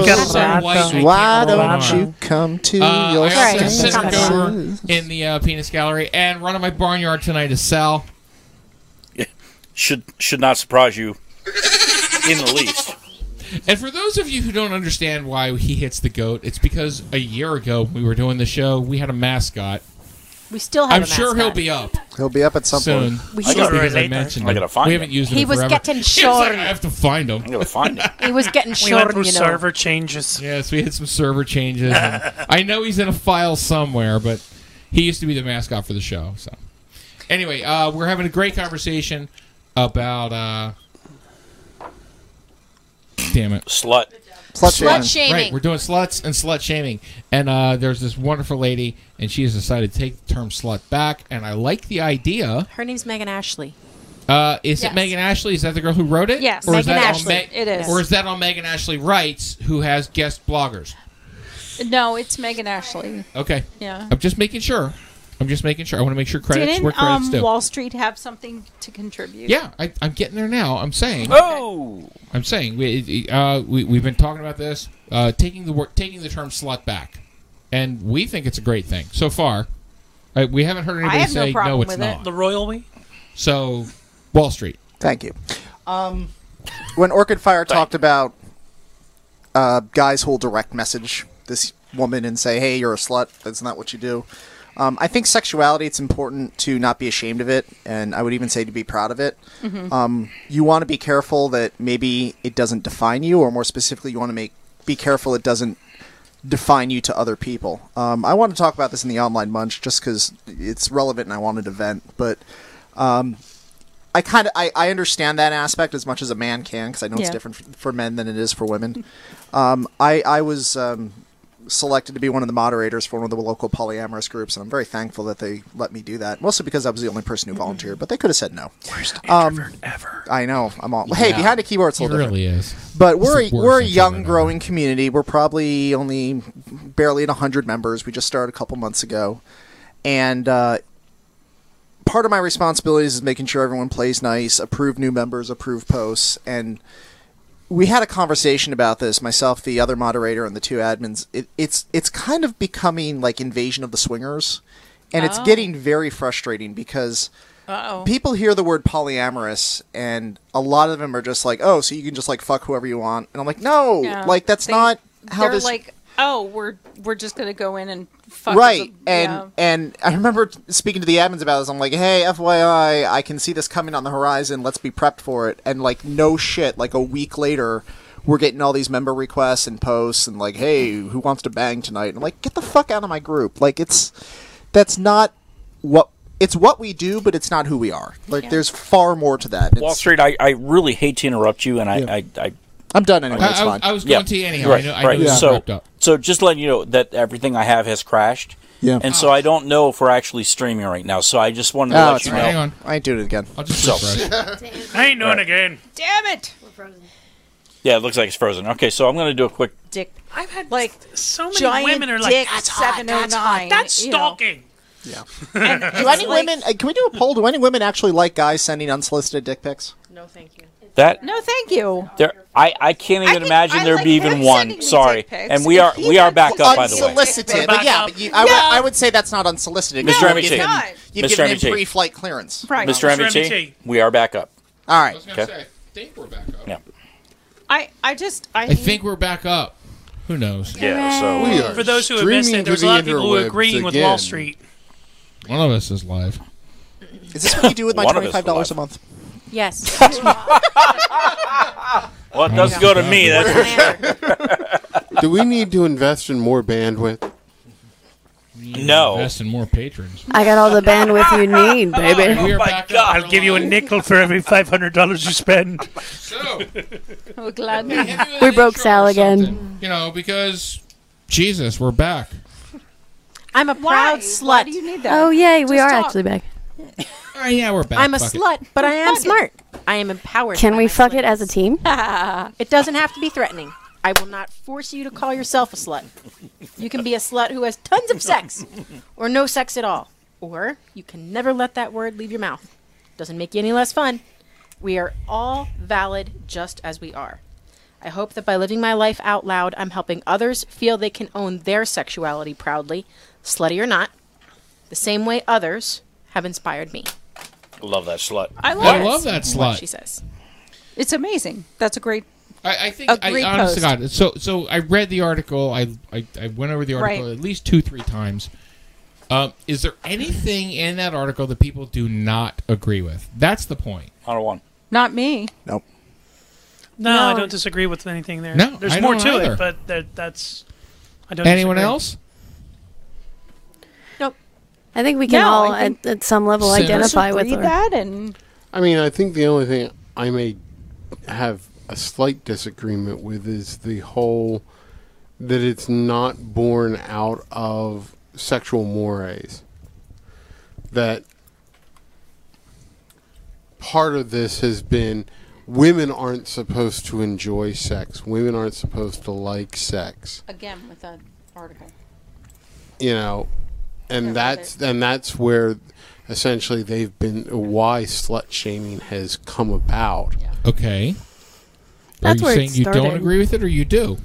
[SPEAKER 3] white, I can't
[SPEAKER 9] Why
[SPEAKER 3] roll an
[SPEAKER 9] don't
[SPEAKER 3] R.
[SPEAKER 9] you come to
[SPEAKER 3] Uh,
[SPEAKER 9] your
[SPEAKER 3] I also have
[SPEAKER 9] senses?
[SPEAKER 3] Cedric over in the uh, penis gallery, and running my barnyard tonight is Sal.
[SPEAKER 7] Should should not surprise you in the least.
[SPEAKER 3] And for those of you who don't understand why he hits the goat, it's because a year ago when we were doing the show, we had a mascot.
[SPEAKER 5] We still have.
[SPEAKER 3] I'm
[SPEAKER 5] a
[SPEAKER 3] sure he'll
[SPEAKER 5] mascot.
[SPEAKER 3] be up
[SPEAKER 9] He'll be up at some
[SPEAKER 3] soon.
[SPEAKER 9] point.
[SPEAKER 5] We
[SPEAKER 3] Just
[SPEAKER 5] should-
[SPEAKER 3] because I
[SPEAKER 7] Later.
[SPEAKER 3] mentioned
[SPEAKER 7] I
[SPEAKER 3] him.
[SPEAKER 7] gotta find
[SPEAKER 3] We
[SPEAKER 7] him.
[SPEAKER 3] haven't used him
[SPEAKER 5] He
[SPEAKER 3] in
[SPEAKER 5] was
[SPEAKER 3] forever.
[SPEAKER 5] getting
[SPEAKER 3] He was like,
[SPEAKER 5] shorn.
[SPEAKER 3] I have to find him.
[SPEAKER 7] I'm gonna find it.
[SPEAKER 5] He was getting
[SPEAKER 8] We went
[SPEAKER 5] short,
[SPEAKER 8] through
[SPEAKER 5] you know.
[SPEAKER 8] server changes.
[SPEAKER 3] Yes, we had some server changes. and I know he's in a file somewhere, but he used to be the mascot for the show. So, anyway, uh, we're having a great conversation about uh, Damn it.
[SPEAKER 7] Slut.
[SPEAKER 9] Slut shaming.
[SPEAKER 3] Right, we're doing sluts and slut shaming. And uh, there's this wonderful lady, and she has decided to take the term slut back. And I like the idea.
[SPEAKER 5] Her name's Megan Ashley.
[SPEAKER 3] Uh, is
[SPEAKER 5] Yes.
[SPEAKER 3] it Megan Ashley? Is that the girl who wrote it?
[SPEAKER 5] Yes.
[SPEAKER 3] is
[SPEAKER 5] Megan
[SPEAKER 3] that on
[SPEAKER 5] Ashley. It is.
[SPEAKER 3] Or is that on Megan Ashley Writes, who has guest bloggers?
[SPEAKER 4] No, it's Megan Ashley.
[SPEAKER 3] Okay.
[SPEAKER 4] Yeah.
[SPEAKER 3] I'm just making sure. I'm just making sure. I want to make sure credits
[SPEAKER 4] Didn't
[SPEAKER 3] where credits
[SPEAKER 4] um,
[SPEAKER 3] due.
[SPEAKER 4] Wall Street have something to contribute?
[SPEAKER 3] Yeah, I, I'm getting there now. I'm saying.
[SPEAKER 7] Oh.
[SPEAKER 3] I'm saying we uh, we we've been talking about this, uh, taking the word, taking the term slut back, and we think it's a great thing so far. Uh, we haven't heard anybody
[SPEAKER 8] have no
[SPEAKER 3] say no,
[SPEAKER 8] problem
[SPEAKER 3] it's
[SPEAKER 8] with it.
[SPEAKER 3] not.
[SPEAKER 8] The royal we.
[SPEAKER 3] So, Wall Street.
[SPEAKER 9] Thank you. Um, when Orchid Fire talked about uh, guys who'll direct message this woman and say, "Hey, you're a slut. That's not what you do." Um, I think sexuality. It's important to not be ashamed of it, and I would even say to be proud of it.
[SPEAKER 3] Mm-hmm.
[SPEAKER 6] Mhm.
[SPEAKER 9] Um, you want to be careful that maybe it doesn't define you, or more specifically, you want to make be careful it doesn't define you to other people. Um, I want to talk about this in the online munch just because it's relevant and I wanted to vent, but. Um, I kind of I, I understand that aspect as much as a man can because I know it's
[SPEAKER 6] Yeah.
[SPEAKER 9] different f- for men than it is for women. um, I I was um, selected to be one of the moderators for one of the local polyamorous groups, and I'm very thankful that they let me do that. Mostly because I was the only person who volunteered, but they could have said no. Mm-hmm. Worst introvert ever. I know. I'm all hey
[SPEAKER 3] Yeah.
[SPEAKER 9] behind a keyboard. It's a
[SPEAKER 3] It
[SPEAKER 9] little different.
[SPEAKER 3] really is.
[SPEAKER 9] But
[SPEAKER 3] It's
[SPEAKER 9] we're
[SPEAKER 3] the worst
[SPEAKER 9] a, we're
[SPEAKER 3] introvert
[SPEAKER 9] a young, growing community. We're probably only barely at 100 members. We just started a couple months ago. And uh, part of my responsibilities is making sure everyone plays nice, approve new members, approve posts. And we had a conversation about this, myself, the other moderator, and the two admins. It, it's, it's kind of becoming like Invasion of the Swingers. And it's
[SPEAKER 6] Oh.
[SPEAKER 9] getting very frustrating because
[SPEAKER 4] Oh.
[SPEAKER 6] Uh-oh.
[SPEAKER 9] people hear the word polyamorous and a lot of them are just like oh so you can just like fuck whoever you want and i'm like no
[SPEAKER 4] Yeah.
[SPEAKER 9] like that's
[SPEAKER 4] They-
[SPEAKER 9] not how
[SPEAKER 4] They're
[SPEAKER 9] this
[SPEAKER 4] like, oh, we're we're just gonna go in and fuck with
[SPEAKER 9] right
[SPEAKER 4] the-
[SPEAKER 9] and
[SPEAKER 4] yeah.
[SPEAKER 9] and i remember t- speaking to the admins about this i'm like hey fyi i can see this coming on the horizon let's be prepped for it and like no shit like a week later we're getting all these member requests and posts and like hey who wants to bang tonight and i'm like get the fuck out of my group like it's that's not what it's what we do but it's not who we are like there's far more to that It's-
[SPEAKER 7] Wall Street, I, I really hate to interrupt you, and I, I, I
[SPEAKER 9] I'm done anyway.
[SPEAKER 3] I- it's I- fine. I was going to you anyhow. I
[SPEAKER 7] Right,
[SPEAKER 3] know- I
[SPEAKER 7] right.
[SPEAKER 3] knew it was
[SPEAKER 7] so,
[SPEAKER 3] wrapped up.
[SPEAKER 7] so just letting you know that everything I have has crashed.
[SPEAKER 9] Yeah.
[SPEAKER 7] And
[SPEAKER 3] Oh.
[SPEAKER 7] so I don't know if we're actually streaming right now. So I just wanted to
[SPEAKER 9] Oh,
[SPEAKER 7] let
[SPEAKER 9] it's
[SPEAKER 7] you
[SPEAKER 9] fine.
[SPEAKER 7] know.
[SPEAKER 9] Hang on. I ain't doing it again. I'll just
[SPEAKER 7] so,
[SPEAKER 8] I ain't doing
[SPEAKER 7] Right.
[SPEAKER 8] it again.
[SPEAKER 4] Damn it!
[SPEAKER 7] yeah, it looks like it's frozen. Okay, so I'm going to do a quick.
[SPEAKER 4] Dick.
[SPEAKER 8] I've had
[SPEAKER 4] like
[SPEAKER 8] so many
[SPEAKER 4] giant
[SPEAKER 8] women are like,
[SPEAKER 4] dick
[SPEAKER 8] "That's hot,
[SPEAKER 5] oh
[SPEAKER 8] that's hot,
[SPEAKER 4] 709,"
[SPEAKER 8] that's
[SPEAKER 4] you know.
[SPEAKER 8] stalking.
[SPEAKER 9] Yeah.
[SPEAKER 4] And
[SPEAKER 9] do
[SPEAKER 4] it's
[SPEAKER 9] any
[SPEAKER 4] like-
[SPEAKER 9] women? uh, Can we do a poll? Do any women actually like guys sending unsolicited dick pics?
[SPEAKER 5] No, thank you.
[SPEAKER 7] That
[SPEAKER 4] No, thank you.
[SPEAKER 7] there, I, I can't even imagine there'd be even one. Sorry,
[SPEAKER 9] pics.
[SPEAKER 7] and we are we are back up by the way.
[SPEAKER 9] Unsolicited, but yeah, but you, I, would, I would say that's not unsolicited.
[SPEAKER 7] Mr.
[SPEAKER 9] You've
[SPEAKER 7] MT.
[SPEAKER 9] given him- You've
[SPEAKER 7] Mr.
[SPEAKER 9] given him
[SPEAKER 7] MT.
[SPEAKER 9] pre-flight clearance.
[SPEAKER 7] Mr. MT, we are back up.
[SPEAKER 9] All right.
[SPEAKER 7] Okay.
[SPEAKER 3] think we're back up.
[SPEAKER 7] Yeah.
[SPEAKER 4] I I just I,
[SPEAKER 3] I think we're back up. Who knows?
[SPEAKER 7] Yeah, so-
[SPEAKER 8] We are For those who have missed it, there's a lot of people who are agreeing with Wall Street.
[SPEAKER 3] One of us is live.
[SPEAKER 9] Is this what you do with my
[SPEAKER 3] One of us
[SPEAKER 9] twenty-five dollars a month?
[SPEAKER 5] Yes.
[SPEAKER 7] Well, it does
[SPEAKER 10] Yeah.
[SPEAKER 7] go to me. That's for sure.
[SPEAKER 10] Do we need to invest in more bandwidth?
[SPEAKER 7] No.
[SPEAKER 3] Invest in more patrons.
[SPEAKER 12] I got all the bandwidth you need, baby.
[SPEAKER 8] I'll give you a nickel for every five hundred dollars you spend.
[SPEAKER 4] Oh, glad
[SPEAKER 12] We broke Sal again.
[SPEAKER 3] You know, because Jesus, we're back.
[SPEAKER 5] I'm a proud slut. Why do
[SPEAKER 4] you need that?
[SPEAKER 12] Oh yay, we
[SPEAKER 5] Just
[SPEAKER 12] are
[SPEAKER 5] talk.
[SPEAKER 12] actually back.
[SPEAKER 3] Oh yeah, we're back.
[SPEAKER 5] I'm a
[SPEAKER 3] Fuck it.
[SPEAKER 5] slut, but I am smart. I am empowered.
[SPEAKER 12] Can
[SPEAKER 5] by
[SPEAKER 12] we
[SPEAKER 5] my
[SPEAKER 12] fuck it as a team?
[SPEAKER 5] slut. It doesn't have to be threatening. I will not force you to call yourself a slut. You can be a slut who has tons of sex, or no sex at all, or you can never let that word leave your mouth. Doesn't make you any less fun. We are all valid just as we are. I hope that by living my life out loud, I'm helping others feel they can own their sexuality proudly, slutty or not, the same way others have inspired me.
[SPEAKER 7] Love that slut.
[SPEAKER 4] I love it.
[SPEAKER 5] What She says.
[SPEAKER 4] It's amazing. That's a great.
[SPEAKER 3] I, I think I, honest to God, so so I read the article. I I, I went over the article
[SPEAKER 4] Right.
[SPEAKER 3] at least two three times. Um, is there anything in that article that people do not agree with? That's the point.
[SPEAKER 7] Not a one.
[SPEAKER 4] Not me.
[SPEAKER 9] Nope.
[SPEAKER 8] No, I
[SPEAKER 4] No.
[SPEAKER 8] don't disagree with anything there.
[SPEAKER 3] No,
[SPEAKER 8] there's
[SPEAKER 3] I
[SPEAKER 8] more
[SPEAKER 3] don't
[SPEAKER 8] to
[SPEAKER 3] either.
[SPEAKER 8] it, but that, that's. I don't.
[SPEAKER 3] Anyone
[SPEAKER 8] disagree.
[SPEAKER 3] else?
[SPEAKER 12] I think we can
[SPEAKER 4] No,
[SPEAKER 12] all
[SPEAKER 4] I think-
[SPEAKER 12] at, at some level identify with
[SPEAKER 4] Disagree
[SPEAKER 12] her.
[SPEAKER 4] that and
[SPEAKER 10] I mean, I think the only thing I may have a slight disagreement with is the whole that it's not born out of sexual mores. That part of this has been women aren't supposed to enjoy sex. Women aren't supposed to like sex.
[SPEAKER 4] Again, with that article.
[SPEAKER 10] You know, and that's and that's where essentially they've been why slut shaming has come about.
[SPEAKER 3] Okay.
[SPEAKER 10] That's
[SPEAKER 3] Are you
[SPEAKER 10] where it
[SPEAKER 3] saying you don't
[SPEAKER 10] started.
[SPEAKER 3] agree with it, or you do?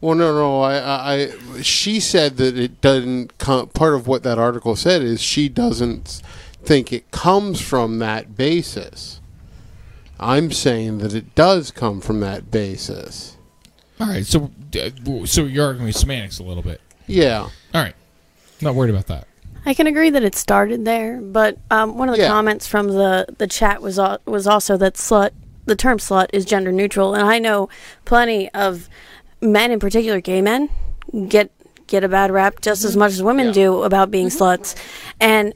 [SPEAKER 10] Well, no, no. I, I, I she said that it doesn't come. Part of what that article said is she doesn't think it comes from that basis. I'm saying that it does come from that basis.
[SPEAKER 3] All right. So, uh, so you're arguing with semantics a little bit.
[SPEAKER 10] Yeah.
[SPEAKER 3] All right. Not worried about that.
[SPEAKER 12] I can agree that it started there, but um, one of the
[SPEAKER 3] Yeah.
[SPEAKER 12] comments from the, the chat was al- was also that slut the term slut is gender neutral, and I know plenty of men, in particular gay men, get get a bad rap just
[SPEAKER 5] Mm-hmm.
[SPEAKER 12] as much as women do about being sluts, and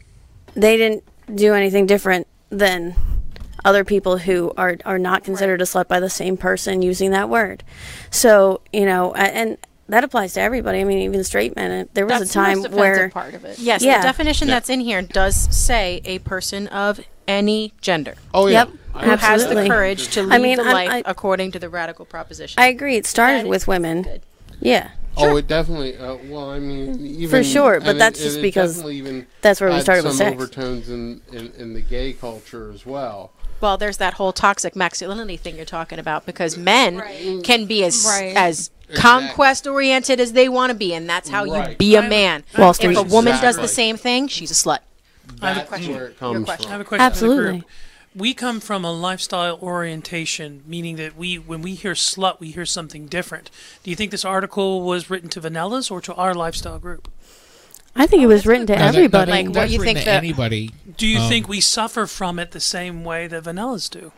[SPEAKER 12] they didn't do anything different than other people who are are not considered a slut by the same person using that word. So you know, a- and that applies to everybody. I mean, even straight men. There was
[SPEAKER 5] That's
[SPEAKER 12] a
[SPEAKER 5] the most
[SPEAKER 12] time
[SPEAKER 5] offensive
[SPEAKER 12] where
[SPEAKER 5] part of it. Yes,
[SPEAKER 12] Yeah.
[SPEAKER 5] the definition
[SPEAKER 12] Yeah.
[SPEAKER 5] that's in here does say a person of any gender.
[SPEAKER 12] Oh, yeah. Yep,
[SPEAKER 5] who has the
[SPEAKER 12] absolutely.
[SPEAKER 5] courage to
[SPEAKER 12] I
[SPEAKER 5] lead
[SPEAKER 12] mean,
[SPEAKER 5] the
[SPEAKER 12] I'm-
[SPEAKER 5] life
[SPEAKER 12] I-
[SPEAKER 5] according to the radical proposition.
[SPEAKER 12] I agree. It started with women. Yeah.
[SPEAKER 10] Oh, it definitely. Uh, well, I mean, even
[SPEAKER 12] For sure, but
[SPEAKER 10] and it-
[SPEAKER 12] that's
[SPEAKER 10] and
[SPEAKER 12] just
[SPEAKER 10] it
[SPEAKER 12] because
[SPEAKER 10] definitely even
[SPEAKER 12] that's where we
[SPEAKER 10] had
[SPEAKER 12] started with
[SPEAKER 10] some
[SPEAKER 12] sex.
[SPEAKER 10] overtones in, in in the gay culture as well.
[SPEAKER 5] Well, there's that whole toxic masculinity thing you're talking about because men can be as
[SPEAKER 26] Right.
[SPEAKER 5] as conquest oriented as they want to be, and that's how you
[SPEAKER 26] Right.
[SPEAKER 5] be a
[SPEAKER 26] I'm-
[SPEAKER 5] man.
[SPEAKER 26] Wall
[SPEAKER 5] if
[SPEAKER 26] Street.
[SPEAKER 5] a woman does
[SPEAKER 26] Exactly.
[SPEAKER 5] the same thing, she's a slut.
[SPEAKER 8] I have a
[SPEAKER 10] That's
[SPEAKER 8] question.
[SPEAKER 10] where it comes
[SPEAKER 8] Your question.
[SPEAKER 10] from.
[SPEAKER 8] I have a question. for the group.
[SPEAKER 10] Absolutely.
[SPEAKER 8] We come from a lifestyle orientation, meaning that we, when we hear slut, we hear something different. Do you think this article was written to vanillas or to our lifestyle group?
[SPEAKER 12] I think it
[SPEAKER 5] Oh,
[SPEAKER 12] was written to everybody.
[SPEAKER 3] anybody.
[SPEAKER 8] Do you
[SPEAKER 3] Um,
[SPEAKER 8] think we suffer from it the same way that vanillas do?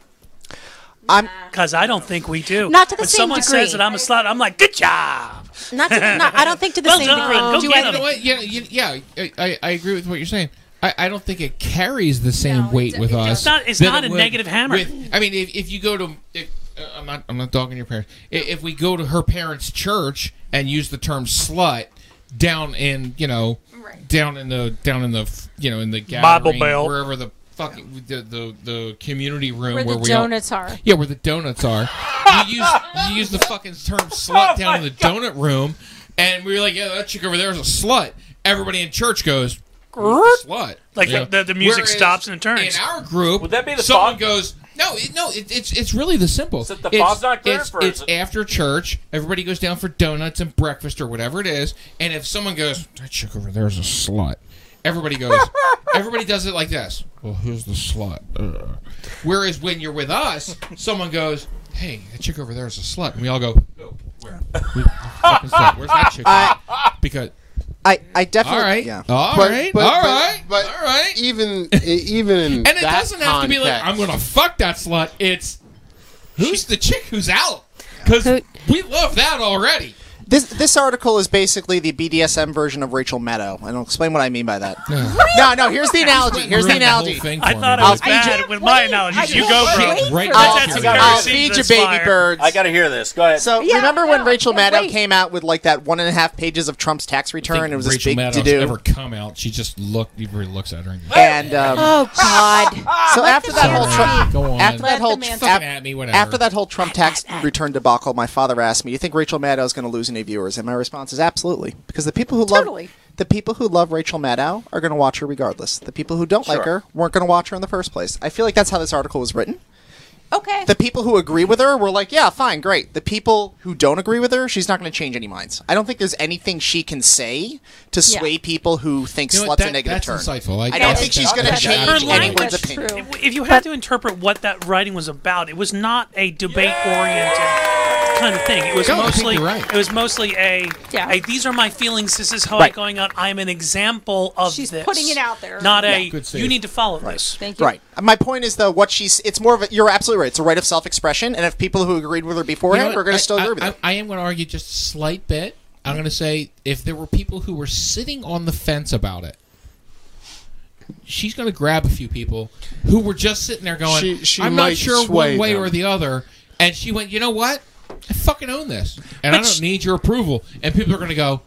[SPEAKER 9] I'm
[SPEAKER 8] because I don't think we do.
[SPEAKER 5] Not to the
[SPEAKER 8] when
[SPEAKER 5] same
[SPEAKER 8] someone says
[SPEAKER 5] degree.
[SPEAKER 8] that I'm a slut, I'm like, good job.
[SPEAKER 5] Not to- not- I don't think to the
[SPEAKER 8] Well
[SPEAKER 5] same
[SPEAKER 8] done.
[SPEAKER 5] degree.
[SPEAKER 8] Go
[SPEAKER 5] Do
[SPEAKER 8] get
[SPEAKER 5] I-
[SPEAKER 8] 'em.
[SPEAKER 5] You know what?
[SPEAKER 3] Yeah, you- yeah, I, I, I agree with what you're saying. I, I don't think it carries the same weight with us.
[SPEAKER 8] It's not- it's
[SPEAKER 3] than
[SPEAKER 8] not
[SPEAKER 3] it
[SPEAKER 8] a
[SPEAKER 3] would
[SPEAKER 8] negative hammer.
[SPEAKER 3] with- I mean, if, if you go to, if, uh, I'm not I'm not dogging your parents. I- If we go to her parents' church and use the term slut down in you know down in the down in the you know in the
[SPEAKER 2] Bible
[SPEAKER 3] gathering,
[SPEAKER 2] Belt.
[SPEAKER 3] wherever the fucking the, the the community room
[SPEAKER 2] Where
[SPEAKER 3] where,
[SPEAKER 2] the
[SPEAKER 3] we all-
[SPEAKER 2] donuts are.
[SPEAKER 3] Yeah, where the donuts are. you use you use the fucking term slut down in the donut room, and we were like, yeah, that chick over there is a slut. Everybody in church goes, "Who's a slut.
[SPEAKER 8] Like
[SPEAKER 3] You know?
[SPEAKER 8] the, the, the music
[SPEAKER 3] Whereas
[SPEAKER 8] stops and it turns.
[SPEAKER 3] In our group,
[SPEAKER 8] Would that be the
[SPEAKER 3] someone
[SPEAKER 8] Fog-
[SPEAKER 3] goes, no, it, no, it, it's it's really the simple. Is it
[SPEAKER 7] the
[SPEAKER 3] it's,
[SPEAKER 7] Fosnock group
[SPEAKER 3] it's,
[SPEAKER 7] or is
[SPEAKER 3] it's after church. Everybody goes down for donuts and breakfast or whatever it is. And if someone goes, that chick over there is a slut. Everybody goes. everybody does it like this. Well, who's the slut? Uh. Whereas when you're with us, someone goes, "Hey, that chick over there is a slut," and we all go, "No, where? Who the fuck is that? Where's that chick?" because
[SPEAKER 9] I, I definitely.
[SPEAKER 3] All right.
[SPEAKER 9] Yeah.
[SPEAKER 3] All
[SPEAKER 9] But-
[SPEAKER 3] right.
[SPEAKER 9] but-
[SPEAKER 3] all
[SPEAKER 9] but-
[SPEAKER 3] right.
[SPEAKER 10] But
[SPEAKER 3] all right.
[SPEAKER 10] Even e, even in
[SPEAKER 3] and it
[SPEAKER 10] that
[SPEAKER 3] doesn't have to be like I'm
[SPEAKER 10] context-
[SPEAKER 3] gonna fuck that slut. It's who's the chick who's out because we love that already.
[SPEAKER 9] This this article is basically the BDSM version of Rachel Maddow, and I'll explain what I mean by that. no, no. Here's the analogy. Here's the
[SPEAKER 8] Ruined the whole
[SPEAKER 9] analogy.
[SPEAKER 8] thing I for thought me. I was bad with my analogies. You go, bro. Right now,
[SPEAKER 9] I'll,
[SPEAKER 8] that's a
[SPEAKER 9] I'll
[SPEAKER 8] kerosene
[SPEAKER 9] feed you
[SPEAKER 8] that's
[SPEAKER 9] baby
[SPEAKER 8] fire.
[SPEAKER 9] birds.
[SPEAKER 7] I got to hear this. Go ahead.
[SPEAKER 9] So remember when Rachel Maddow came out with like that one and a half pages of Trump's tax return? and It was this
[SPEAKER 3] Rachel
[SPEAKER 9] big
[SPEAKER 3] Maddow's
[SPEAKER 9] to do.
[SPEAKER 3] ever come out. She just looked. Everybody looks at her. And,
[SPEAKER 9] And um,
[SPEAKER 3] oh
[SPEAKER 9] God! So
[SPEAKER 3] Let
[SPEAKER 9] after
[SPEAKER 3] the
[SPEAKER 9] that
[SPEAKER 3] man
[SPEAKER 9] whole
[SPEAKER 3] speak. Go on.
[SPEAKER 9] Trump, after
[SPEAKER 3] Let
[SPEAKER 9] that
[SPEAKER 3] the
[SPEAKER 9] whole
[SPEAKER 3] man
[SPEAKER 9] af-
[SPEAKER 3] speak. Fucking at me, whatever.
[SPEAKER 9] after that whole Trump tax return debacle, my father asked me, "You think Rachel Maddow is going to lose any viewers?" And my response is absolutely, because the people who love the people who love Rachel Maddow are going to watch her regardless. The people who don't like
[SPEAKER 7] Sure.
[SPEAKER 9] her weren't going to watch her in the first place. I feel like that's how this article was written.
[SPEAKER 5] Okay.
[SPEAKER 9] The people who agree with her were like, "Yeah, fine, great." The people who don't agree with her, she's not going to change any minds. I don't think there's anything she can say to
[SPEAKER 8] Yeah.
[SPEAKER 9] sway people who think
[SPEAKER 3] You know
[SPEAKER 9] slut's
[SPEAKER 3] what,
[SPEAKER 9] a
[SPEAKER 3] that- that's
[SPEAKER 9] negative term.
[SPEAKER 3] insightful. I
[SPEAKER 9] I don't
[SPEAKER 3] like
[SPEAKER 9] think
[SPEAKER 3] that.
[SPEAKER 9] she's going to
[SPEAKER 3] That's
[SPEAKER 9] change
[SPEAKER 3] actually
[SPEAKER 9] anyone's
[SPEAKER 3] That's
[SPEAKER 9] opinion.
[SPEAKER 8] If- If you had to interpret what that writing was about, it was not a debate-oriented kind of thing. It was
[SPEAKER 3] No, I think
[SPEAKER 8] mostly
[SPEAKER 3] you're right.
[SPEAKER 8] it was mostly a, a these are my feelings. This is how I'm
[SPEAKER 9] Right.
[SPEAKER 8] going out. I'm an example of
[SPEAKER 4] She's
[SPEAKER 8] this.
[SPEAKER 4] putting it out there.
[SPEAKER 8] Not
[SPEAKER 9] Yeah.
[SPEAKER 8] a
[SPEAKER 9] Good save.
[SPEAKER 8] you need to follow this.
[SPEAKER 4] Thank
[SPEAKER 9] Right. My point is though, what she's it's more of a you're absolutely right. It's a right of self expression, and if people who agreed with her
[SPEAKER 3] You
[SPEAKER 9] beforehand
[SPEAKER 3] know
[SPEAKER 9] are
[SPEAKER 3] what?
[SPEAKER 9] going
[SPEAKER 3] I-
[SPEAKER 9] to still
[SPEAKER 3] I,
[SPEAKER 9] agree with
[SPEAKER 3] I,
[SPEAKER 9] her.
[SPEAKER 3] I am going to argue just a slight bit. I'm going to say if there were people who were sitting on the fence about it, she's going to grab a few people who were just sitting there going,
[SPEAKER 10] She- she
[SPEAKER 3] "I'm not
[SPEAKER 10] might
[SPEAKER 3] sure one
[SPEAKER 10] sway
[SPEAKER 3] way
[SPEAKER 10] them.
[SPEAKER 3] or the other," And she went, you know what? I fucking own this, and I
[SPEAKER 4] But
[SPEAKER 3] don't
[SPEAKER 4] sh-
[SPEAKER 3] need your approval. And people are going to go,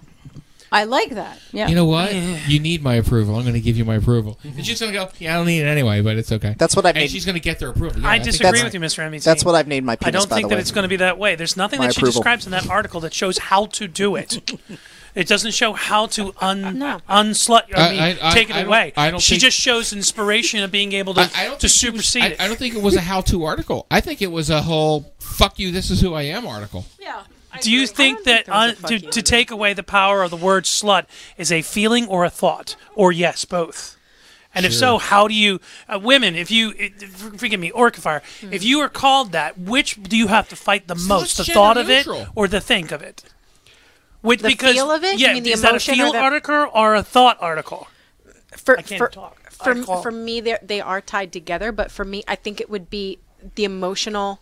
[SPEAKER 4] I like that. Yeah. Mm-hmm.
[SPEAKER 3] you know what? You need my approval. I'm going to give you my approval. And she's going to go, yeah, I don't need it anyway, but it's okay.
[SPEAKER 9] That's what I've
[SPEAKER 3] And
[SPEAKER 9] made-
[SPEAKER 3] she's going to get their approval. Yeah,
[SPEAKER 8] I
[SPEAKER 3] think
[SPEAKER 8] disagree
[SPEAKER 3] that's
[SPEAKER 8] with you,
[SPEAKER 3] right.
[SPEAKER 8] Mr. MVP.
[SPEAKER 9] That's what I've named my
[SPEAKER 8] I
[SPEAKER 9] penis,
[SPEAKER 8] don't
[SPEAKER 9] by
[SPEAKER 8] think
[SPEAKER 9] the
[SPEAKER 8] that
[SPEAKER 9] way.
[SPEAKER 8] it's going to be that way. There's nothing
[SPEAKER 9] My
[SPEAKER 8] that she
[SPEAKER 9] approval.
[SPEAKER 8] describes in that article that shows how to do it. It doesn't show how to un unslut. I
[SPEAKER 3] I-
[SPEAKER 8] mean,
[SPEAKER 3] I- I-
[SPEAKER 8] take it
[SPEAKER 3] I don't-
[SPEAKER 8] away.
[SPEAKER 3] I don't
[SPEAKER 8] she
[SPEAKER 3] think-
[SPEAKER 8] just shows inspiration of being able to to supersede it.
[SPEAKER 3] I, I don't think it was a how-to article. I think it was a whole "fuck you, this is who I am" article.
[SPEAKER 8] do you think that un, to, to take away the power of the word slut is a feeling or a thought or yes both and if so
[SPEAKER 6] Sure.
[SPEAKER 8] how do you uh, women if you it, f- forgive me orca fire
[SPEAKER 6] Hmm.
[SPEAKER 8] if you are called that which do you have to fight the most the
[SPEAKER 6] gender
[SPEAKER 8] thought of it
[SPEAKER 6] neutral.
[SPEAKER 8] or the think of it Which,
[SPEAKER 6] The
[SPEAKER 8] because
[SPEAKER 6] feel of it? You
[SPEAKER 8] yeah
[SPEAKER 6] mean the
[SPEAKER 8] is
[SPEAKER 6] emotion
[SPEAKER 8] that a
[SPEAKER 6] or
[SPEAKER 8] feel
[SPEAKER 6] the-
[SPEAKER 8] article or a thought article
[SPEAKER 5] for
[SPEAKER 8] I can't
[SPEAKER 5] for,
[SPEAKER 8] talk.
[SPEAKER 5] for
[SPEAKER 8] I call-
[SPEAKER 5] for me they're- they are tied together but for me i think it would be the emotional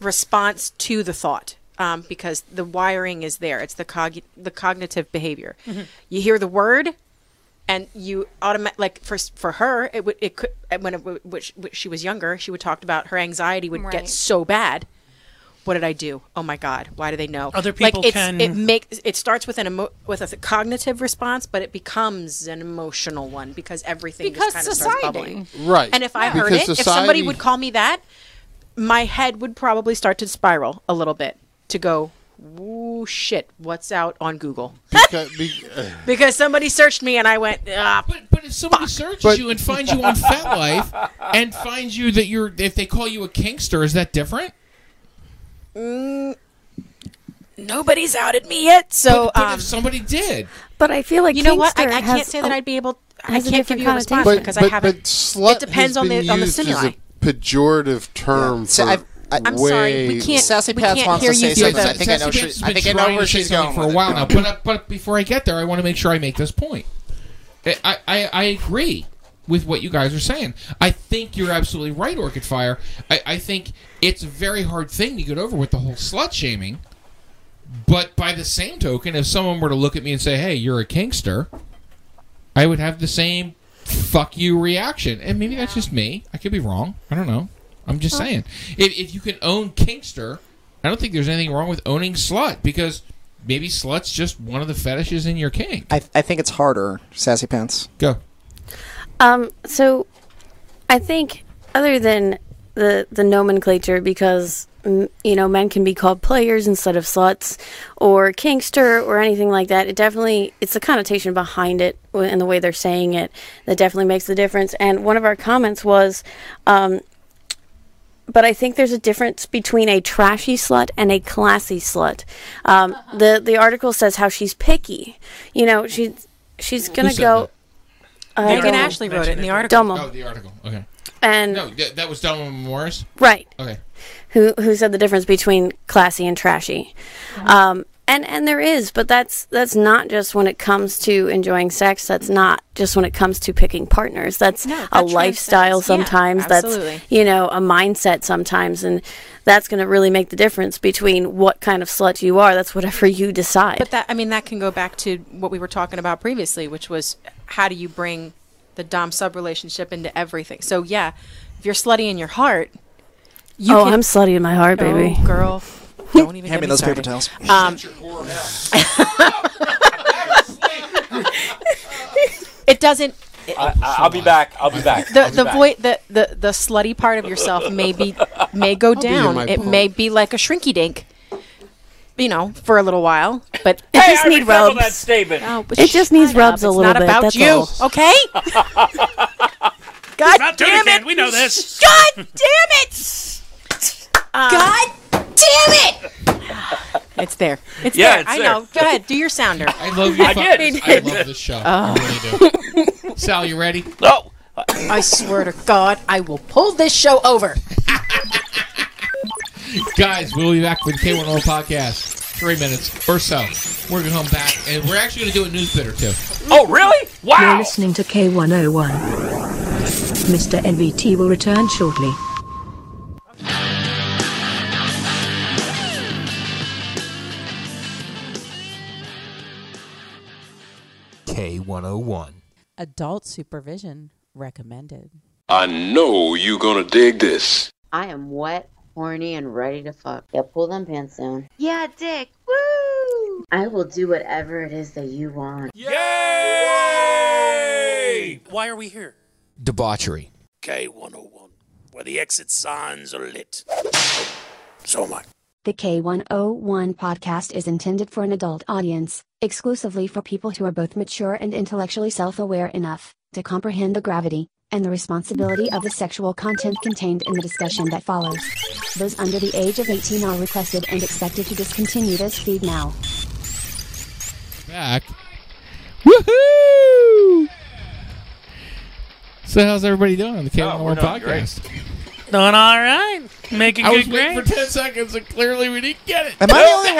[SPEAKER 5] response to the thought um, because the wiring is there it's the cog- the cognitive behavior
[SPEAKER 6] Mhm.
[SPEAKER 5] you hear the word and you automatic like for s- for her it would it could and when, it, w- which, which she was younger she would talk about her anxiety would
[SPEAKER 6] Right.
[SPEAKER 5] get so bad what did I do? Oh my God! Why do they know?
[SPEAKER 6] Other people
[SPEAKER 5] like it's,
[SPEAKER 6] can-
[SPEAKER 5] It makes it starts with an emo- with a cognitive response, but it becomes an emotional one because everything
[SPEAKER 4] Because
[SPEAKER 5] just kind
[SPEAKER 4] society.
[SPEAKER 5] of starts bubbling.
[SPEAKER 10] Right.
[SPEAKER 5] And if I heard
[SPEAKER 10] Because
[SPEAKER 5] it, if somebody
[SPEAKER 10] society-
[SPEAKER 5] would call me that, my head would probably start to spiral a little bit to go, "Ooh, shit! What's out on Google?"
[SPEAKER 10] Because, be- uh,
[SPEAKER 5] Because somebody searched me and I went, ah.
[SPEAKER 3] But, but if somebody searches you and finds you on FetLife and finds you that you're, if they call you a kinkster, is that different?
[SPEAKER 5] Mm, nobody's outed me yet, so.
[SPEAKER 3] But- but
[SPEAKER 5] um,
[SPEAKER 3] if somebody did,
[SPEAKER 12] But I feel like
[SPEAKER 5] you know what? I,
[SPEAKER 12] Kingster
[SPEAKER 5] I
[SPEAKER 12] has
[SPEAKER 5] can't say that
[SPEAKER 12] a-
[SPEAKER 5] I'd be able. I
[SPEAKER 12] has a
[SPEAKER 5] can't give
[SPEAKER 12] different
[SPEAKER 5] you a response
[SPEAKER 12] connotation.
[SPEAKER 5] because I
[SPEAKER 10] but,
[SPEAKER 5] haven't.
[SPEAKER 10] but slut
[SPEAKER 5] it depends
[SPEAKER 10] has
[SPEAKER 5] on the
[SPEAKER 10] been
[SPEAKER 5] on the
[SPEAKER 10] used as
[SPEAKER 5] stimuli.
[SPEAKER 10] a pejorative term for
[SPEAKER 9] I've- I- I'm sorry, we
[SPEAKER 10] way-
[SPEAKER 5] can't-
[SPEAKER 9] Sassy we Pants
[SPEAKER 5] um,
[SPEAKER 9] can't wants to hear you say through something. the- I think I know she-
[SPEAKER 3] has
[SPEAKER 9] I
[SPEAKER 3] been
[SPEAKER 9] think I know
[SPEAKER 3] trying
[SPEAKER 9] where
[SPEAKER 3] to say
[SPEAKER 9] she's
[SPEAKER 3] something
[SPEAKER 9] going
[SPEAKER 3] for a
[SPEAKER 9] with
[SPEAKER 3] while
[SPEAKER 9] it.
[SPEAKER 3] now. But, I- but before I get there, I want to make sure I make this point. I, I, uh, I- I agree with what you guys are saying. I think you're absolutely right, Orchid Fire. I, I think it's a very hard thing to get over with the whole slut shaming. But by the same token, if someone were to look at me and say, "Hey, you're a kingster," I would have the same fuck you reaction. And maybe that's just me. I could be wrong. I don't know. I'm just saying. If, if you can own Kingster, I don't think there's anything wrong with owning slut because maybe slut's just one of the fetishes in your king.
[SPEAKER 9] I, I think it's harder, Sassy Pants.
[SPEAKER 3] Go.
[SPEAKER 12] Um, so I think other than the the nomenclature, because mm, you know men can be called players instead of sluts or kingster or anything like that. It definitely it's the connotation behind it w- and the way they're saying it that definitely makes the difference. And one of our comments was. Um, but I think there's a difference between a trashy slut and a classy slut. Um, the the article says how she's picky. You know, she she's gonna
[SPEAKER 3] said
[SPEAKER 12] go.
[SPEAKER 5] Megan
[SPEAKER 12] Delmo-
[SPEAKER 5] Ashley wrote it in the article.
[SPEAKER 12] Delmo.
[SPEAKER 3] Oh, the article. Okay.
[SPEAKER 12] And-
[SPEAKER 3] no, th- that was Donald Morris.
[SPEAKER 12] Right.
[SPEAKER 3] Okay.
[SPEAKER 12] who who said the difference between classy and trashy.
[SPEAKER 23] Mm-hmm.
[SPEAKER 12] Um, and and there is, but that's that's not just when it comes to enjoying sex. That's not just when it comes to picking partners. That's a lifestyle sometimes.
[SPEAKER 5] absolutely.
[SPEAKER 12] that's you know a mindset sometimes, and that's going to really make the difference between what kind of slut you are. That's whatever you decide.
[SPEAKER 5] But that I mean that can go back to what we were talking about previously, which was how do you bring the dom sub relationship into everything? So yeah, if you're slutty in your heart, you
[SPEAKER 12] oh,
[SPEAKER 5] can-
[SPEAKER 12] I'm slutty in my heart, baby.
[SPEAKER 5] Oh, girl, don't even
[SPEAKER 9] Hand me
[SPEAKER 5] get
[SPEAKER 9] those
[SPEAKER 5] started.
[SPEAKER 9] paper towels.
[SPEAKER 5] Um, it doesn't. it-
[SPEAKER 7] I, I, will be back. I'll be back.
[SPEAKER 5] the
[SPEAKER 7] I'll be
[SPEAKER 5] the
[SPEAKER 7] back.
[SPEAKER 5] void the, the the slutty part of yourself may be may go
[SPEAKER 7] be in
[SPEAKER 5] down.
[SPEAKER 7] my
[SPEAKER 5] It
[SPEAKER 7] pump.
[SPEAKER 5] may be like a shrinky dink, you know, for a little while. But
[SPEAKER 7] Hey, I resemble that statement.
[SPEAKER 5] Oh, but
[SPEAKER 12] It just needs rubs a
[SPEAKER 5] it's
[SPEAKER 12] little
[SPEAKER 5] not
[SPEAKER 12] bit.
[SPEAKER 5] about
[SPEAKER 12] that's
[SPEAKER 5] you,
[SPEAKER 12] all.
[SPEAKER 5] okay? God
[SPEAKER 8] Not dirty
[SPEAKER 5] damn
[SPEAKER 8] can,
[SPEAKER 5] it!
[SPEAKER 8] we know this.
[SPEAKER 5] God damn it! Um, God damn it! It's there. It's
[SPEAKER 6] Yeah,
[SPEAKER 5] there.
[SPEAKER 6] it's
[SPEAKER 5] I
[SPEAKER 6] there.
[SPEAKER 5] know. Go ahead, do your sounder. Uh,
[SPEAKER 3] I love you.
[SPEAKER 5] I
[SPEAKER 3] fuckers.
[SPEAKER 5] did.
[SPEAKER 3] I love this show. I really do. Sal, you ready?
[SPEAKER 7] No.
[SPEAKER 5] I swear to God, I will pull this show over.
[SPEAKER 3] Guys, we'll be back with the K1O podcast. Three minutes or so. We're going to come back, and we're actually going to do a news bit or two.
[SPEAKER 7] Oh, really?
[SPEAKER 1] You're listening to K101. Mr. NVT will return shortly.
[SPEAKER 22] K101. Adult supervision recommended.
[SPEAKER 14] I know you gonna dig this.
[SPEAKER 23] I am what horny and ready to fuck. Yeah, pull them pants down.
[SPEAKER 21] Yeah, dick. Woo!
[SPEAKER 23] I will do whatever it is that you want.
[SPEAKER 17] Yay!
[SPEAKER 8] Why are we here?
[SPEAKER 3] Debauchery.
[SPEAKER 17] K101, where the exit signs are lit. So am I.
[SPEAKER 16] The K101 podcast is intended for an adult audience, exclusively for people who are both mature and intellectually self aware enough to comprehend the gravity and the responsibility of the sexual content contained in the discussion that follows. Those under the age of 18 are requested and expected to discontinue this feed now.
[SPEAKER 3] Back. Woohoo! So how's everybody doing on the K101
[SPEAKER 8] Oh, we're doing great.
[SPEAKER 3] podcast?
[SPEAKER 8] Doing all right. Making
[SPEAKER 3] I
[SPEAKER 8] good
[SPEAKER 3] was waiting
[SPEAKER 8] grades.
[SPEAKER 3] for 10 seconds and clearly we didn't get it.
[SPEAKER 9] Am I the only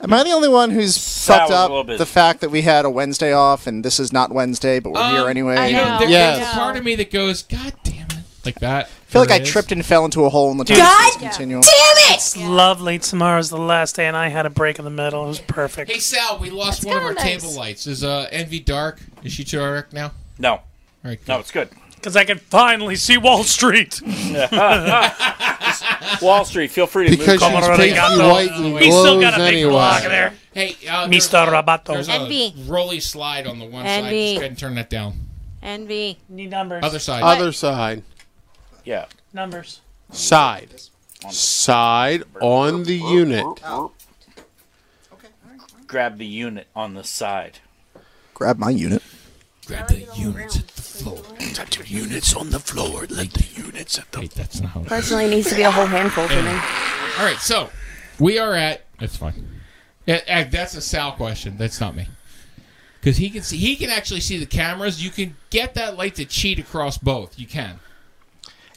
[SPEAKER 9] Am I the only one who's fucked
[SPEAKER 7] was a little
[SPEAKER 9] up
[SPEAKER 7] busy.
[SPEAKER 9] the fact that we had a Wednesday off and this is not Wednesday, but we're here anyway?
[SPEAKER 3] Um, I know, there-
[SPEAKER 9] Yes.
[SPEAKER 3] There's a part of me that goes, God damn it. Like that.
[SPEAKER 9] I feel like I
[SPEAKER 3] There it is.
[SPEAKER 9] tripped and fell into a hole in the
[SPEAKER 8] Dude.
[SPEAKER 9] time
[SPEAKER 8] God
[SPEAKER 9] space continuum.
[SPEAKER 8] Damn it! It's lovely. Tomorrow's the last day, and I had a break in the middle. It was perfect.
[SPEAKER 3] Hey, Sal, we lost one of our table lights. Is uh, Envy dark? Is she dark now?
[SPEAKER 7] No. All
[SPEAKER 3] right,
[SPEAKER 7] No, it's good.
[SPEAKER 8] Because I can finally see Wall Street.
[SPEAKER 7] Wall Street, feel free to move.
[SPEAKER 10] Because she's pinky white and
[SPEAKER 8] He's still
[SPEAKER 10] glows
[SPEAKER 8] got a big
[SPEAKER 10] anyway.
[SPEAKER 8] block there.
[SPEAKER 3] Hey, uh,
[SPEAKER 8] Mr. Rabato.
[SPEAKER 3] There's a rolly slide on the one side.
[SPEAKER 8] Envy.
[SPEAKER 3] Just go ahead and turn that down.
[SPEAKER 5] Envy.
[SPEAKER 8] Need numbers.
[SPEAKER 3] Other side.
[SPEAKER 10] Other side.
[SPEAKER 7] Yeah.
[SPEAKER 8] Numbers.
[SPEAKER 10] Side. Side on the unit.
[SPEAKER 7] Grab the unit on the side.
[SPEAKER 9] Grab my unit.
[SPEAKER 17] Grab the units at the floor. Grab the units on the floor. Like the units at the
[SPEAKER 3] Wait, that's not how
[SPEAKER 12] Personally, it needs to be a whole handful for me.
[SPEAKER 3] All right, so we are at. That's fine. Yeah, uh, that's a Sal question. That's not me. Because he can see, he can actually see the cameras. You can get that light to cheat across both. You can.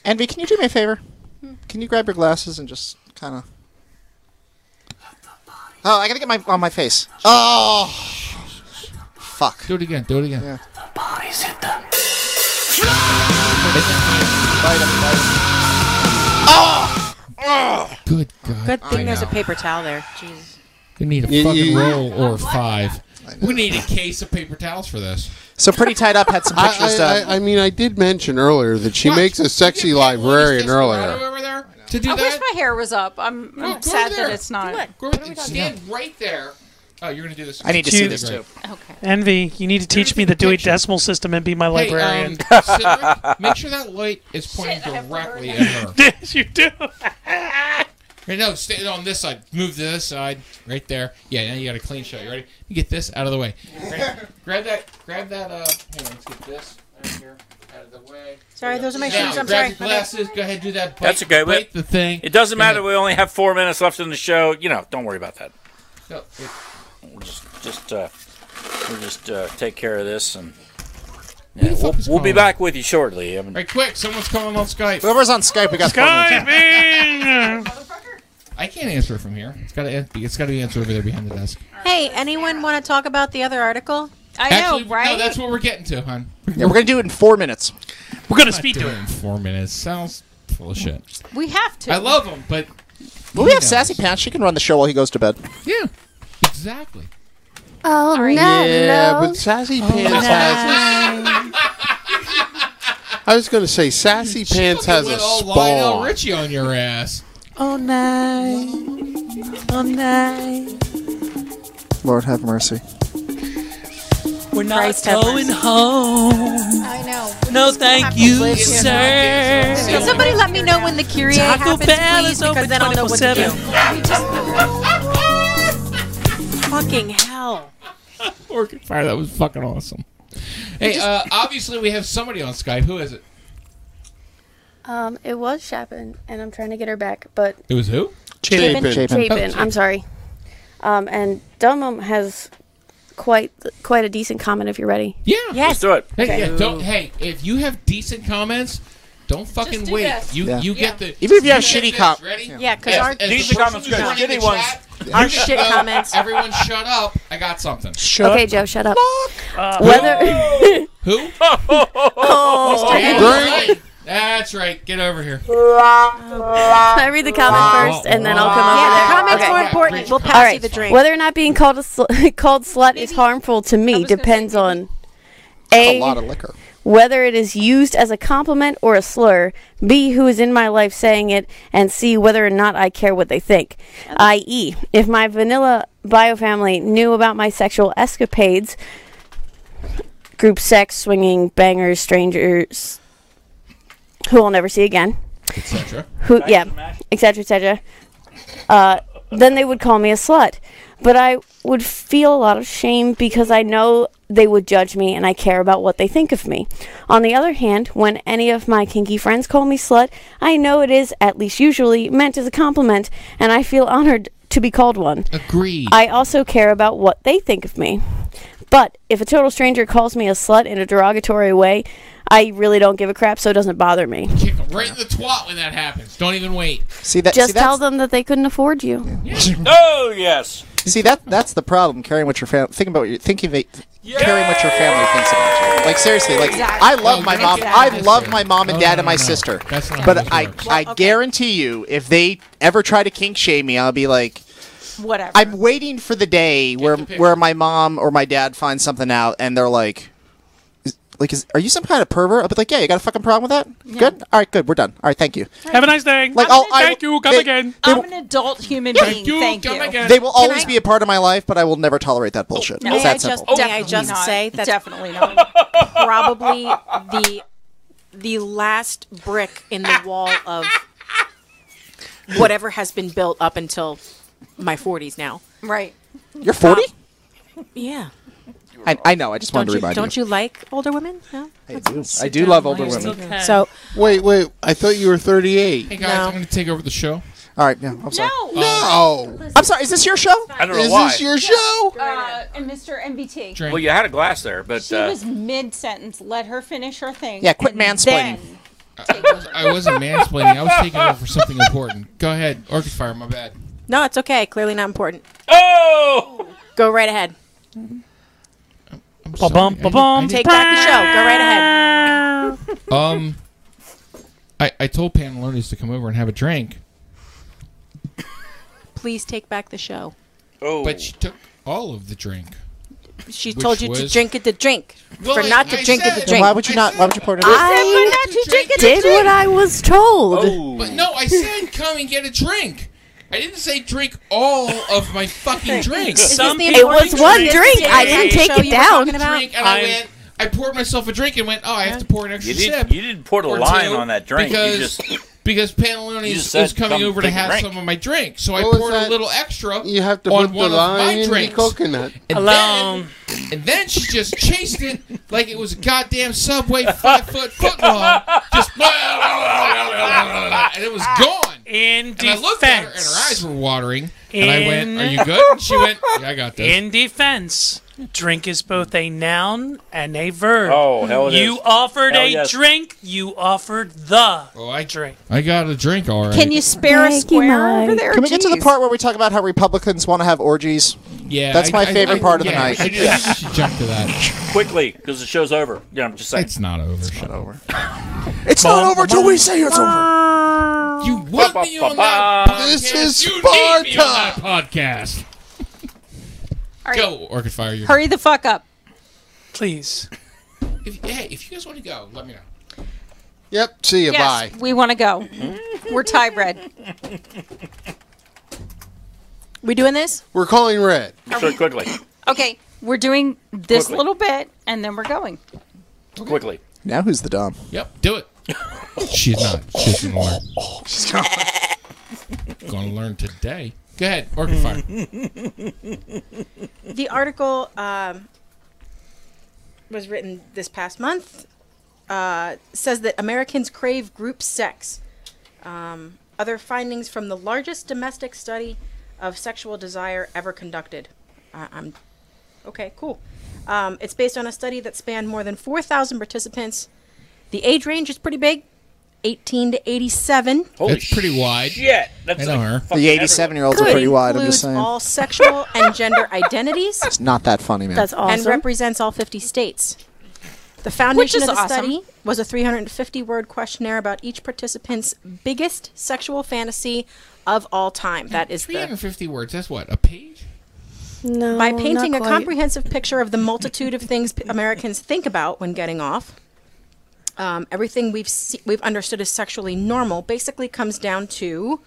[SPEAKER 9] Envy, can you do me a favor? Can you grab your glasses and just kind of? Oh, I gotta get my on my face. Oh, fuck!
[SPEAKER 3] Do it again. Do it again.
[SPEAKER 9] Yeah.
[SPEAKER 17] bodies hit the.
[SPEAKER 3] Ah!
[SPEAKER 5] Oh!
[SPEAKER 3] Good God.
[SPEAKER 5] Good
[SPEAKER 3] I
[SPEAKER 5] thing there's a
[SPEAKER 3] know.
[SPEAKER 5] paper towel there. Jesus.
[SPEAKER 3] We need a
[SPEAKER 9] You-
[SPEAKER 3] fucking
[SPEAKER 9] you-
[SPEAKER 3] roll or five. We need a case of paper towels for this.
[SPEAKER 9] So pretty tied up had some
[SPEAKER 10] I,
[SPEAKER 9] pictures
[SPEAKER 10] I-
[SPEAKER 9] done.
[SPEAKER 10] I- I mean, I did mention earlier that she makes a sexy librarian earlier.
[SPEAKER 3] Over there to do
[SPEAKER 4] I
[SPEAKER 3] that.
[SPEAKER 4] wish my hair was up. I'm, I'm
[SPEAKER 3] go
[SPEAKER 4] sad
[SPEAKER 3] there.
[SPEAKER 4] that it's not.
[SPEAKER 3] Go over and stand right there. Oh, you're gonna do this.
[SPEAKER 8] Dude. Envy, you need to teach me the Dewey Decimal System and be my
[SPEAKER 3] Hey,
[SPEAKER 8] librarian.
[SPEAKER 3] um, Cedric, make sure that light is pointing directly at her.
[SPEAKER 8] yes, you do.
[SPEAKER 3] Hey, no, stay on this side. Move to this side. Right there. Yeah, now you got a clean shot. You ready? You get this out of the way. Grab, grab that. Grab that. Uh, hang on. Let's get this out of here, out of the way.
[SPEAKER 5] Sorry, those are my
[SPEAKER 3] Now,
[SPEAKER 5] shoes. I'm
[SPEAKER 3] grab
[SPEAKER 5] sorry.
[SPEAKER 3] your glasses. Go ahead, do that. Bite,
[SPEAKER 7] That's okay.
[SPEAKER 3] Bite
[SPEAKER 7] Wait.
[SPEAKER 3] the thing.
[SPEAKER 7] It doesn't matter. We only have four minutes left in the show. You know, don't worry about that.
[SPEAKER 3] No, it-
[SPEAKER 7] We'll just, just, uh, we'll just uh, take care of this, and
[SPEAKER 3] Who
[SPEAKER 7] yeah,
[SPEAKER 3] the fuck
[SPEAKER 7] we'll,
[SPEAKER 3] is
[SPEAKER 7] we'll be
[SPEAKER 3] calling?
[SPEAKER 7] back with you shortly. I mean,
[SPEAKER 3] Right, quick! Someone's calling on Skype.
[SPEAKER 9] Whoever's on Skype, we got
[SPEAKER 8] Mm-hmm.
[SPEAKER 3] I can't answer it from here. It's got to. It's got to be answered over there behind the desk.
[SPEAKER 5] Hey, anyone want to talk about the other article?
[SPEAKER 4] I
[SPEAKER 3] Actually, No, that's what we're getting to, hon.
[SPEAKER 9] Yeah, we're gonna do it in four minutes.
[SPEAKER 8] We're gonna
[SPEAKER 3] speed to it in four minutes. Sounds full of shit.
[SPEAKER 4] We have to.
[SPEAKER 3] I love him, but
[SPEAKER 9] Well, we have Sassy Pants. She can run the show while he goes to bed.
[SPEAKER 3] yeah, exactly.
[SPEAKER 12] Oh, no.
[SPEAKER 10] Yeah,
[SPEAKER 12] no.
[SPEAKER 10] but Sassy
[SPEAKER 9] Oh.
[SPEAKER 10] Pants has. I was going to say Sassy Pants
[SPEAKER 3] Fucking
[SPEAKER 10] has a
[SPEAKER 3] went all Lionel
[SPEAKER 10] spawn.
[SPEAKER 3] Richie on your ass.
[SPEAKER 22] Oh, night. Oh, night.
[SPEAKER 9] Lord have mercy.
[SPEAKER 22] We're
[SPEAKER 5] not Christ have going mercy.
[SPEAKER 22] home.
[SPEAKER 5] I know.
[SPEAKER 22] No, thank you, sir.
[SPEAKER 5] Can somebody let me know when the Kyrie
[SPEAKER 22] Taco
[SPEAKER 5] happens,
[SPEAKER 22] Bell
[SPEAKER 5] please,
[SPEAKER 22] is open
[SPEAKER 5] because then I'll know what to
[SPEAKER 22] 24/7.
[SPEAKER 5] do. Fucking hell.
[SPEAKER 3] Orchid Fire. That was fucking awesome. Hey, uh, obviously we have somebody on Skype. Who is it?
[SPEAKER 12] Um, it was Chapin, and I'm trying to get her back, but
[SPEAKER 3] It was who?
[SPEAKER 10] Chapin.
[SPEAKER 12] Chapin. I'm sorry. Um, and Dumum has quite quite a decent comment if you're ready.
[SPEAKER 3] Yeah.
[SPEAKER 7] Let's do it.
[SPEAKER 3] Hey, yeah, don't. Hey, if you have decent comments, don't fucking
[SPEAKER 5] do
[SPEAKER 3] wait.
[SPEAKER 5] this.
[SPEAKER 3] You
[SPEAKER 9] Yeah.
[SPEAKER 3] you
[SPEAKER 5] Yeah.
[SPEAKER 3] get the
[SPEAKER 9] Even if you have
[SPEAKER 3] get
[SPEAKER 9] shitty
[SPEAKER 3] this,
[SPEAKER 9] cop-
[SPEAKER 3] Ready?
[SPEAKER 5] Yeah, 'cause
[SPEAKER 3] As-
[SPEAKER 5] our-
[SPEAKER 3] as the
[SPEAKER 7] These
[SPEAKER 3] person
[SPEAKER 7] comments
[SPEAKER 3] who's
[SPEAKER 7] are good.
[SPEAKER 3] running the
[SPEAKER 7] Shitty ones.
[SPEAKER 3] chat,
[SPEAKER 5] Our
[SPEAKER 3] you uh,
[SPEAKER 5] shit
[SPEAKER 3] go,
[SPEAKER 5] comments.
[SPEAKER 3] Everyone, shut up! I got something.
[SPEAKER 8] Shut
[SPEAKER 12] okay, Joe, shut up. Whether
[SPEAKER 3] Uh, Who?
[SPEAKER 12] oh,
[SPEAKER 3] That's right. That's right. Get over here.
[SPEAKER 12] I read the comment first, and then I'll come over there.
[SPEAKER 5] Yeah, the comments
[SPEAKER 12] Okay.
[SPEAKER 5] more important. We'll pass
[SPEAKER 12] All
[SPEAKER 5] you
[SPEAKER 12] right.
[SPEAKER 5] the drink.
[SPEAKER 12] Whether or not being called a sl- called slut is harmful to me depends on
[SPEAKER 9] That's
[SPEAKER 12] a,
[SPEAKER 9] a lot of liquor.
[SPEAKER 12] whether it is used as a compliment or a slur, B, who is in my life saying it, and C, whether or not I care what they think. I.e., if my vanilla bio family knew about my sexual escapades, group sex, swinging, bangers, strangers, who I'll never see again.
[SPEAKER 3] Etc.
[SPEAKER 12] Who, yeah, etc. etc. Uh, then they would call me a slut, but I would feel a lot of shame because I know they would judge me and I care about what they think of me. On the other hand, when any of my kinky friends call me slut, I know it is at least usually meant as a compliment, and I feel honored to be called one.
[SPEAKER 3] Agreed.
[SPEAKER 12] I also care about what they think of me. But if a total stranger calls me a slut in a derogatory way, I really don't give a crap, so it doesn't bother me.
[SPEAKER 3] Right in the twat when that happens. Don't even wait.
[SPEAKER 9] See that? see,
[SPEAKER 12] Just tell
[SPEAKER 9] that's,
[SPEAKER 12] them that they couldn't afford you.
[SPEAKER 7] Oh yes.
[SPEAKER 9] see that? That's the problem. Caring what your family thinking about what you thinking they caring what your family thinks about you. Like seriously, like
[SPEAKER 10] Exactly.
[SPEAKER 9] I love
[SPEAKER 10] No,
[SPEAKER 9] my
[SPEAKER 10] you
[SPEAKER 9] mom.
[SPEAKER 10] can't
[SPEAKER 9] I
[SPEAKER 10] do that.
[SPEAKER 9] love my mom and
[SPEAKER 10] No,
[SPEAKER 9] dad
[SPEAKER 10] no,
[SPEAKER 9] and my
[SPEAKER 10] no, no.
[SPEAKER 9] sister.
[SPEAKER 10] That's not how
[SPEAKER 9] but
[SPEAKER 10] this
[SPEAKER 9] I I guarantee you, if they ever try to kink shame me, I'll be like.
[SPEAKER 4] Whatever.
[SPEAKER 9] I'm waiting for the day where where my mom or my dad finds something out and they're like, is, like, is, are you some kind of pervert? I'll be like, yeah, you got a fucking problem with that? Good. All right, good. We're done. All right, thank you.
[SPEAKER 8] Have a nice day.
[SPEAKER 9] Like, I'll- I- Thank you, come they- again. they
[SPEAKER 4] I'm
[SPEAKER 9] will-
[SPEAKER 4] an adult human
[SPEAKER 9] Yeah.
[SPEAKER 4] being. Thank you.
[SPEAKER 9] They will always be a part of my life, but I will never tolerate that bullshit.
[SPEAKER 4] no.
[SPEAKER 9] It's
[SPEAKER 4] May I
[SPEAKER 9] that
[SPEAKER 4] just-
[SPEAKER 9] simple.
[SPEAKER 4] Oh,
[SPEAKER 5] May I
[SPEAKER 4] definitely
[SPEAKER 5] just
[SPEAKER 4] not.
[SPEAKER 5] say that's
[SPEAKER 4] definitely not.
[SPEAKER 5] probably the the last brick in the wall of whatever has been built up until my 40s now.
[SPEAKER 4] Right.
[SPEAKER 9] You're 40?
[SPEAKER 5] Yeah.
[SPEAKER 9] I, I know. I just wanted
[SPEAKER 5] don't
[SPEAKER 9] to
[SPEAKER 5] you,
[SPEAKER 9] remind
[SPEAKER 5] don't you. like older women? No.
[SPEAKER 9] I do. I do love older women.
[SPEAKER 5] So
[SPEAKER 10] wait, wait. I thought you were 38.
[SPEAKER 3] Hey guys, I'm going to take over the show.
[SPEAKER 9] All right, no, I'm sorry.
[SPEAKER 10] No. I'm
[SPEAKER 9] Oh. sorry. Is this your show?
[SPEAKER 7] I don't know
[SPEAKER 10] Is
[SPEAKER 7] why.
[SPEAKER 10] this your show?
[SPEAKER 4] Uh, and Mr. MBT.
[SPEAKER 7] Well, you had a glass there, but
[SPEAKER 4] She
[SPEAKER 7] uh,
[SPEAKER 4] was mid sentence. Let her finish her thing.
[SPEAKER 9] Yeah, quit
[SPEAKER 4] and
[SPEAKER 9] mansplaining.
[SPEAKER 4] then-
[SPEAKER 3] I wasn't mansplaining. I was taking over for something important. Go ahead, Orchid Fire. My bad.
[SPEAKER 5] No, it's okay. Clearly not important.
[SPEAKER 7] Oh!
[SPEAKER 5] Go right ahead.
[SPEAKER 8] Ba-bum, ba-bum.
[SPEAKER 5] Take back the show. Go right ahead.
[SPEAKER 3] Um, I I told Panelones to come over and have a drink,
[SPEAKER 5] Please take back the show.
[SPEAKER 7] Oh.
[SPEAKER 3] but she took all of the drink.
[SPEAKER 5] She
[SPEAKER 3] Which
[SPEAKER 5] told you to
[SPEAKER 3] was-
[SPEAKER 5] drink it to drink.
[SPEAKER 3] Well,
[SPEAKER 5] for not to
[SPEAKER 3] I
[SPEAKER 5] drink
[SPEAKER 3] said-
[SPEAKER 5] it to drink.
[SPEAKER 9] Why would you not? Why would you pour it?
[SPEAKER 12] I did what I was told.
[SPEAKER 8] Oh,
[SPEAKER 3] But no, I said come and get a drink. I didn't say drink all of my fucking drinks.
[SPEAKER 12] Is this Some the people important It was one drink? drink. I didn't take Show it you were down. talking about?
[SPEAKER 3] Drink, and I
[SPEAKER 12] I'm-
[SPEAKER 3] went. I poured myself a drink and went. Oh, I have to pour an extra
[SPEAKER 7] You didn't-
[SPEAKER 3] sip.
[SPEAKER 7] you didn't pour the
[SPEAKER 3] or
[SPEAKER 7] line
[SPEAKER 3] two
[SPEAKER 7] on that drink. You
[SPEAKER 3] because
[SPEAKER 7] just-
[SPEAKER 3] because Pantalone
[SPEAKER 7] you just
[SPEAKER 3] is,
[SPEAKER 7] said,
[SPEAKER 3] is coming
[SPEAKER 7] "Come
[SPEAKER 3] over to
[SPEAKER 7] take a
[SPEAKER 3] have
[SPEAKER 7] drink."
[SPEAKER 3] some of my drink, so I
[SPEAKER 10] What was
[SPEAKER 3] poured a
[SPEAKER 10] that?
[SPEAKER 3] little extra.
[SPEAKER 10] You have to
[SPEAKER 3] on
[SPEAKER 10] put
[SPEAKER 3] one
[SPEAKER 10] the
[SPEAKER 3] of my
[SPEAKER 10] lime in the
[SPEAKER 3] drinks.
[SPEAKER 10] coconut.
[SPEAKER 3] And
[SPEAKER 10] Alone.
[SPEAKER 3] Then, and then she just chased it like it was a goddamn subway five foot foot long. Just and it was gone.
[SPEAKER 8] In
[SPEAKER 3] and I looked at her and
[SPEAKER 8] defense.
[SPEAKER 3] her eyes were watering. And I went,
[SPEAKER 8] In-
[SPEAKER 3] "Are you good?" And she went, "Yeah, I got this."
[SPEAKER 8] In defense, drink is both a noun and a verb.
[SPEAKER 3] Oh, hell it
[SPEAKER 8] You
[SPEAKER 3] is.
[SPEAKER 8] offered
[SPEAKER 3] Hell
[SPEAKER 8] a
[SPEAKER 3] yes.
[SPEAKER 8] drink. You offered the
[SPEAKER 3] oh, I,
[SPEAKER 8] drink.
[SPEAKER 3] I got a drink, all right.
[SPEAKER 4] spare
[SPEAKER 8] a square over there?
[SPEAKER 9] Can we get to the
[SPEAKER 8] Jeez.
[SPEAKER 9] part where we talk about how Republicans want to have orgies?
[SPEAKER 3] Yeah,
[SPEAKER 9] that's
[SPEAKER 3] I-
[SPEAKER 9] my
[SPEAKER 3] I-
[SPEAKER 9] favorite
[SPEAKER 3] I-
[SPEAKER 9] part of
[SPEAKER 3] yeah,
[SPEAKER 9] the
[SPEAKER 3] we
[SPEAKER 9] night.
[SPEAKER 3] should- we should jump to that.
[SPEAKER 7] quickly because the show's over. Yeah, I'm just saying.
[SPEAKER 3] It's not over. It's not
[SPEAKER 9] over. It's not over till we say it's over.
[SPEAKER 3] You want me on that podcast?
[SPEAKER 10] This is
[SPEAKER 3] You need me on that
[SPEAKER 10] Sparta.
[SPEAKER 3] podcast. Go, Orchid Fire. You're
[SPEAKER 4] Hurry the fuck up.
[SPEAKER 8] Please.
[SPEAKER 3] If, hey, if you guys want to go, let me know.
[SPEAKER 10] Yep. See you.
[SPEAKER 4] Yes,
[SPEAKER 10] Bye.
[SPEAKER 4] we want to go. We're tie bred.
[SPEAKER 5] We doing this?
[SPEAKER 10] We're calling Red.
[SPEAKER 7] So quickly,
[SPEAKER 4] Okay, we're doing this
[SPEAKER 7] Quickly.
[SPEAKER 4] little bit, and then we're going.
[SPEAKER 7] quickly.
[SPEAKER 9] Now who's the dumb?
[SPEAKER 3] Yep, do it. She's not. She's gonna learn.
[SPEAKER 9] She's
[SPEAKER 3] gonna learn. today. Go ahead, Orchid Fire.
[SPEAKER 8] Mm-hmm.
[SPEAKER 5] The article um, was written this past month. Uh, says that Americans crave group sex. Um, other findings from the largest domestic study of sexual desire ever conducted. I I'm okay. Cool. Um, it's based on a study that spanned more than 4,000 participants. The age range is pretty big, 18 to 87.
[SPEAKER 3] That's pretty wide.
[SPEAKER 7] Shit,
[SPEAKER 3] I know her.
[SPEAKER 9] The 87 year olds are
[SPEAKER 5] Could
[SPEAKER 9] pretty wide. I'm
[SPEAKER 5] includes
[SPEAKER 9] just saying.
[SPEAKER 5] all sexual and gender identities.
[SPEAKER 9] It's not that funny, man.
[SPEAKER 5] And represents all 50 states. The foundation
[SPEAKER 4] Which is
[SPEAKER 5] of the
[SPEAKER 4] awesome.
[SPEAKER 5] study was a 350 word questionnaire about each participant's biggest sexual fantasy of all time. That is the
[SPEAKER 3] 350 words. That's what a page.
[SPEAKER 12] No,
[SPEAKER 5] by painting
[SPEAKER 12] not
[SPEAKER 5] a
[SPEAKER 12] quite.
[SPEAKER 5] comprehensive picture of the multitude of things p- Americans think about when getting off, um, everything we've se- we've understood as sexually normal basically comes down to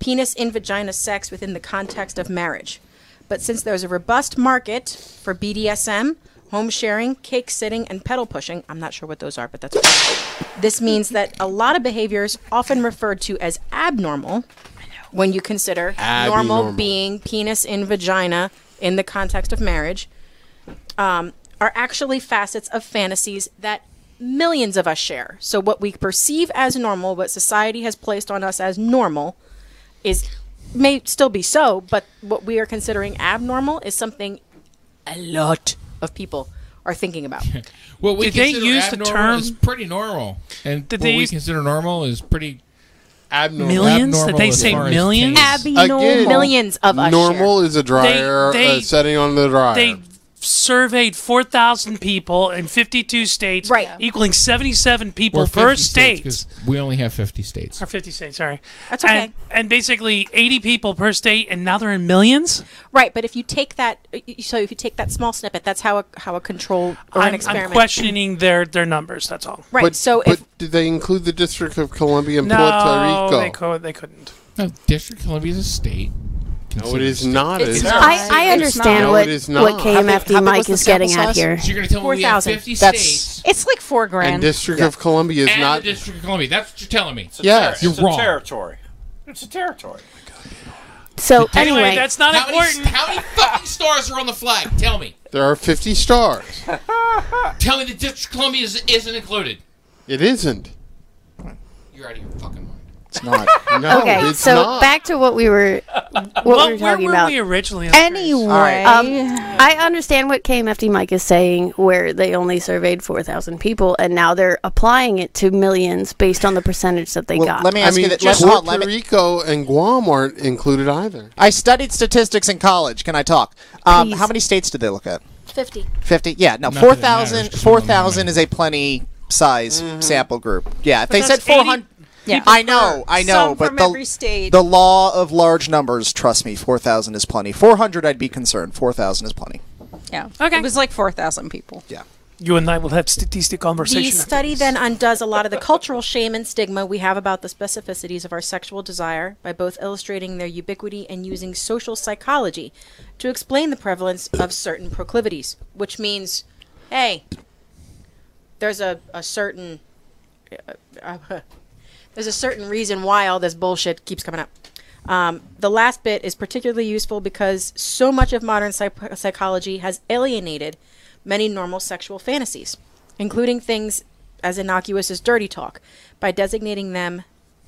[SPEAKER 5] penis in vagina sex within the context of marriage. But since there's a robust market for BDSM, home sharing, cake sitting, and pedal pushing, I'm not sure what those are, but that's this means that a lot of behaviors, often referred to as abnormal, when you consider normal
[SPEAKER 26] Abnormal.
[SPEAKER 5] being penis in vagina in the context of marriage, um, are actually facets of fantasies that millions of us share. So, what we perceive as normal, what society has placed on us as normal, is may still be so, but what we are considering abnormal is something a lot of people are thinking about.
[SPEAKER 3] Well, we
[SPEAKER 5] Did they
[SPEAKER 3] consider
[SPEAKER 5] use the
[SPEAKER 3] abnormal
[SPEAKER 5] term-
[SPEAKER 3] is pretty normal, and
[SPEAKER 5] Did
[SPEAKER 3] what
[SPEAKER 5] they
[SPEAKER 3] we
[SPEAKER 5] use-
[SPEAKER 3] consider normal is pretty abnormal.
[SPEAKER 8] Millions?
[SPEAKER 3] Abnormal
[SPEAKER 8] Did they
[SPEAKER 3] as
[SPEAKER 8] say
[SPEAKER 3] far as
[SPEAKER 8] millions?
[SPEAKER 3] taste.
[SPEAKER 5] Again, millions of us
[SPEAKER 10] Normal
[SPEAKER 5] share.
[SPEAKER 10] is a dryer,
[SPEAKER 8] They- they-
[SPEAKER 10] a setting on the dryer.
[SPEAKER 8] They surveyed 4,000 people in 52 states, right. equaling 77 people
[SPEAKER 3] Or 50
[SPEAKER 8] per
[SPEAKER 3] states,
[SPEAKER 8] state.
[SPEAKER 3] 'cause we only have fifty states.
[SPEAKER 8] Or 50 states, sorry.
[SPEAKER 5] That's okay.
[SPEAKER 8] And- and basically 80 people per state, and now they're in millions?
[SPEAKER 5] Right, but if you take that, so if you take that small snippet, that's how a, how a control or an
[SPEAKER 8] I'm,
[SPEAKER 5] experiment.
[SPEAKER 8] I'm questioning their, their numbers, that's all.
[SPEAKER 5] Right,
[SPEAKER 10] But,
[SPEAKER 5] so
[SPEAKER 10] but did they include the District of Columbia and
[SPEAKER 8] No,
[SPEAKER 10] Puerto Rico?
[SPEAKER 8] they, co- they couldn't.
[SPEAKER 3] No, District of Columbia is a state.
[SPEAKER 10] No, it is not.
[SPEAKER 3] It's
[SPEAKER 10] is it?
[SPEAKER 3] not. I- I understand
[SPEAKER 10] No,
[SPEAKER 3] what-
[SPEAKER 10] it is
[SPEAKER 3] what
[SPEAKER 10] not.
[SPEAKER 3] came How big- after how big Mike was the is getting sample at size? here.
[SPEAKER 10] And
[SPEAKER 3] So you're gonna tell me we have
[SPEAKER 4] 4,000.
[SPEAKER 3] 50
[SPEAKER 4] That's-
[SPEAKER 3] states?
[SPEAKER 4] It's like four grand.
[SPEAKER 10] District of Columbia is
[SPEAKER 3] and
[SPEAKER 10] not.
[SPEAKER 3] the District of Columbia. That's what you're telling me.
[SPEAKER 10] a Yes. terri-
[SPEAKER 3] you're
[SPEAKER 10] it's a
[SPEAKER 3] wrong.
[SPEAKER 7] territory. It's a territory.
[SPEAKER 12] So
[SPEAKER 3] Anyway,
[SPEAKER 12] anyway,
[SPEAKER 3] that's not important. how many fucking stars are on the flag? Tell me.
[SPEAKER 10] There are 50 stars.
[SPEAKER 3] Tell me the District of Columbia is, isn't included.
[SPEAKER 10] It isn't.
[SPEAKER 3] You're out of your fucking mind.
[SPEAKER 10] It's not. No,
[SPEAKER 12] okay,
[SPEAKER 10] it's
[SPEAKER 12] so
[SPEAKER 10] not.
[SPEAKER 12] back to what we were what we
[SPEAKER 8] Well,
[SPEAKER 12] were
[SPEAKER 8] where
[SPEAKER 12] talking
[SPEAKER 8] were
[SPEAKER 12] about.
[SPEAKER 8] we originally? I'm curious.
[SPEAKER 12] Anyway,
[SPEAKER 8] All right.
[SPEAKER 12] um, I understand what KMFD Mike is saying, where they only surveyed four thousand people, and now they're applying it to millions based on the percentage that they got.
[SPEAKER 9] let me ask
[SPEAKER 10] I mean,
[SPEAKER 9] you that-
[SPEAKER 10] just
[SPEAKER 9] let- hold on,
[SPEAKER 10] Puerto
[SPEAKER 9] let me-
[SPEAKER 10] Rico and Guam aren't included either.
[SPEAKER 9] I studied statistics in college. Can I talk? Um,
[SPEAKER 10] Please.
[SPEAKER 9] how many states did they look at?
[SPEAKER 5] 50.
[SPEAKER 9] 50? Yeah, no,
[SPEAKER 10] Not that it
[SPEAKER 9] 4,000
[SPEAKER 10] matters,
[SPEAKER 9] 4,000 is a plenty size
[SPEAKER 4] Mm-hmm.
[SPEAKER 9] sample group. Yeah, if they said 400.
[SPEAKER 4] Yeah.
[SPEAKER 9] I know, I know,
[SPEAKER 4] Some
[SPEAKER 9] but
[SPEAKER 4] from
[SPEAKER 9] the,
[SPEAKER 4] every state.
[SPEAKER 9] the law of large numbers, trust me, 4,000 is plenty. 400, I'd be concerned. 4,000 is plenty.
[SPEAKER 4] yeah. Okay. It was like four thousand people.
[SPEAKER 9] Yeah.
[SPEAKER 8] You and I will have statistic
[SPEAKER 5] The
[SPEAKER 8] conversation.
[SPEAKER 5] study then undoes a lot of the cultural shame and stigma we have about the specificities of our sexual desire by both illustrating their ubiquity and using social psychology to explain the prevalence of certain proclivities, which means, hey, there's a, a certain uh, uh, there's a certain reason why all this bullshit keeps coming up. Um, the last bit is particularly useful because so much of modern psych- psychology has alienated many normal sexual fantasies, including things as innocuous as dirty talk, by designating them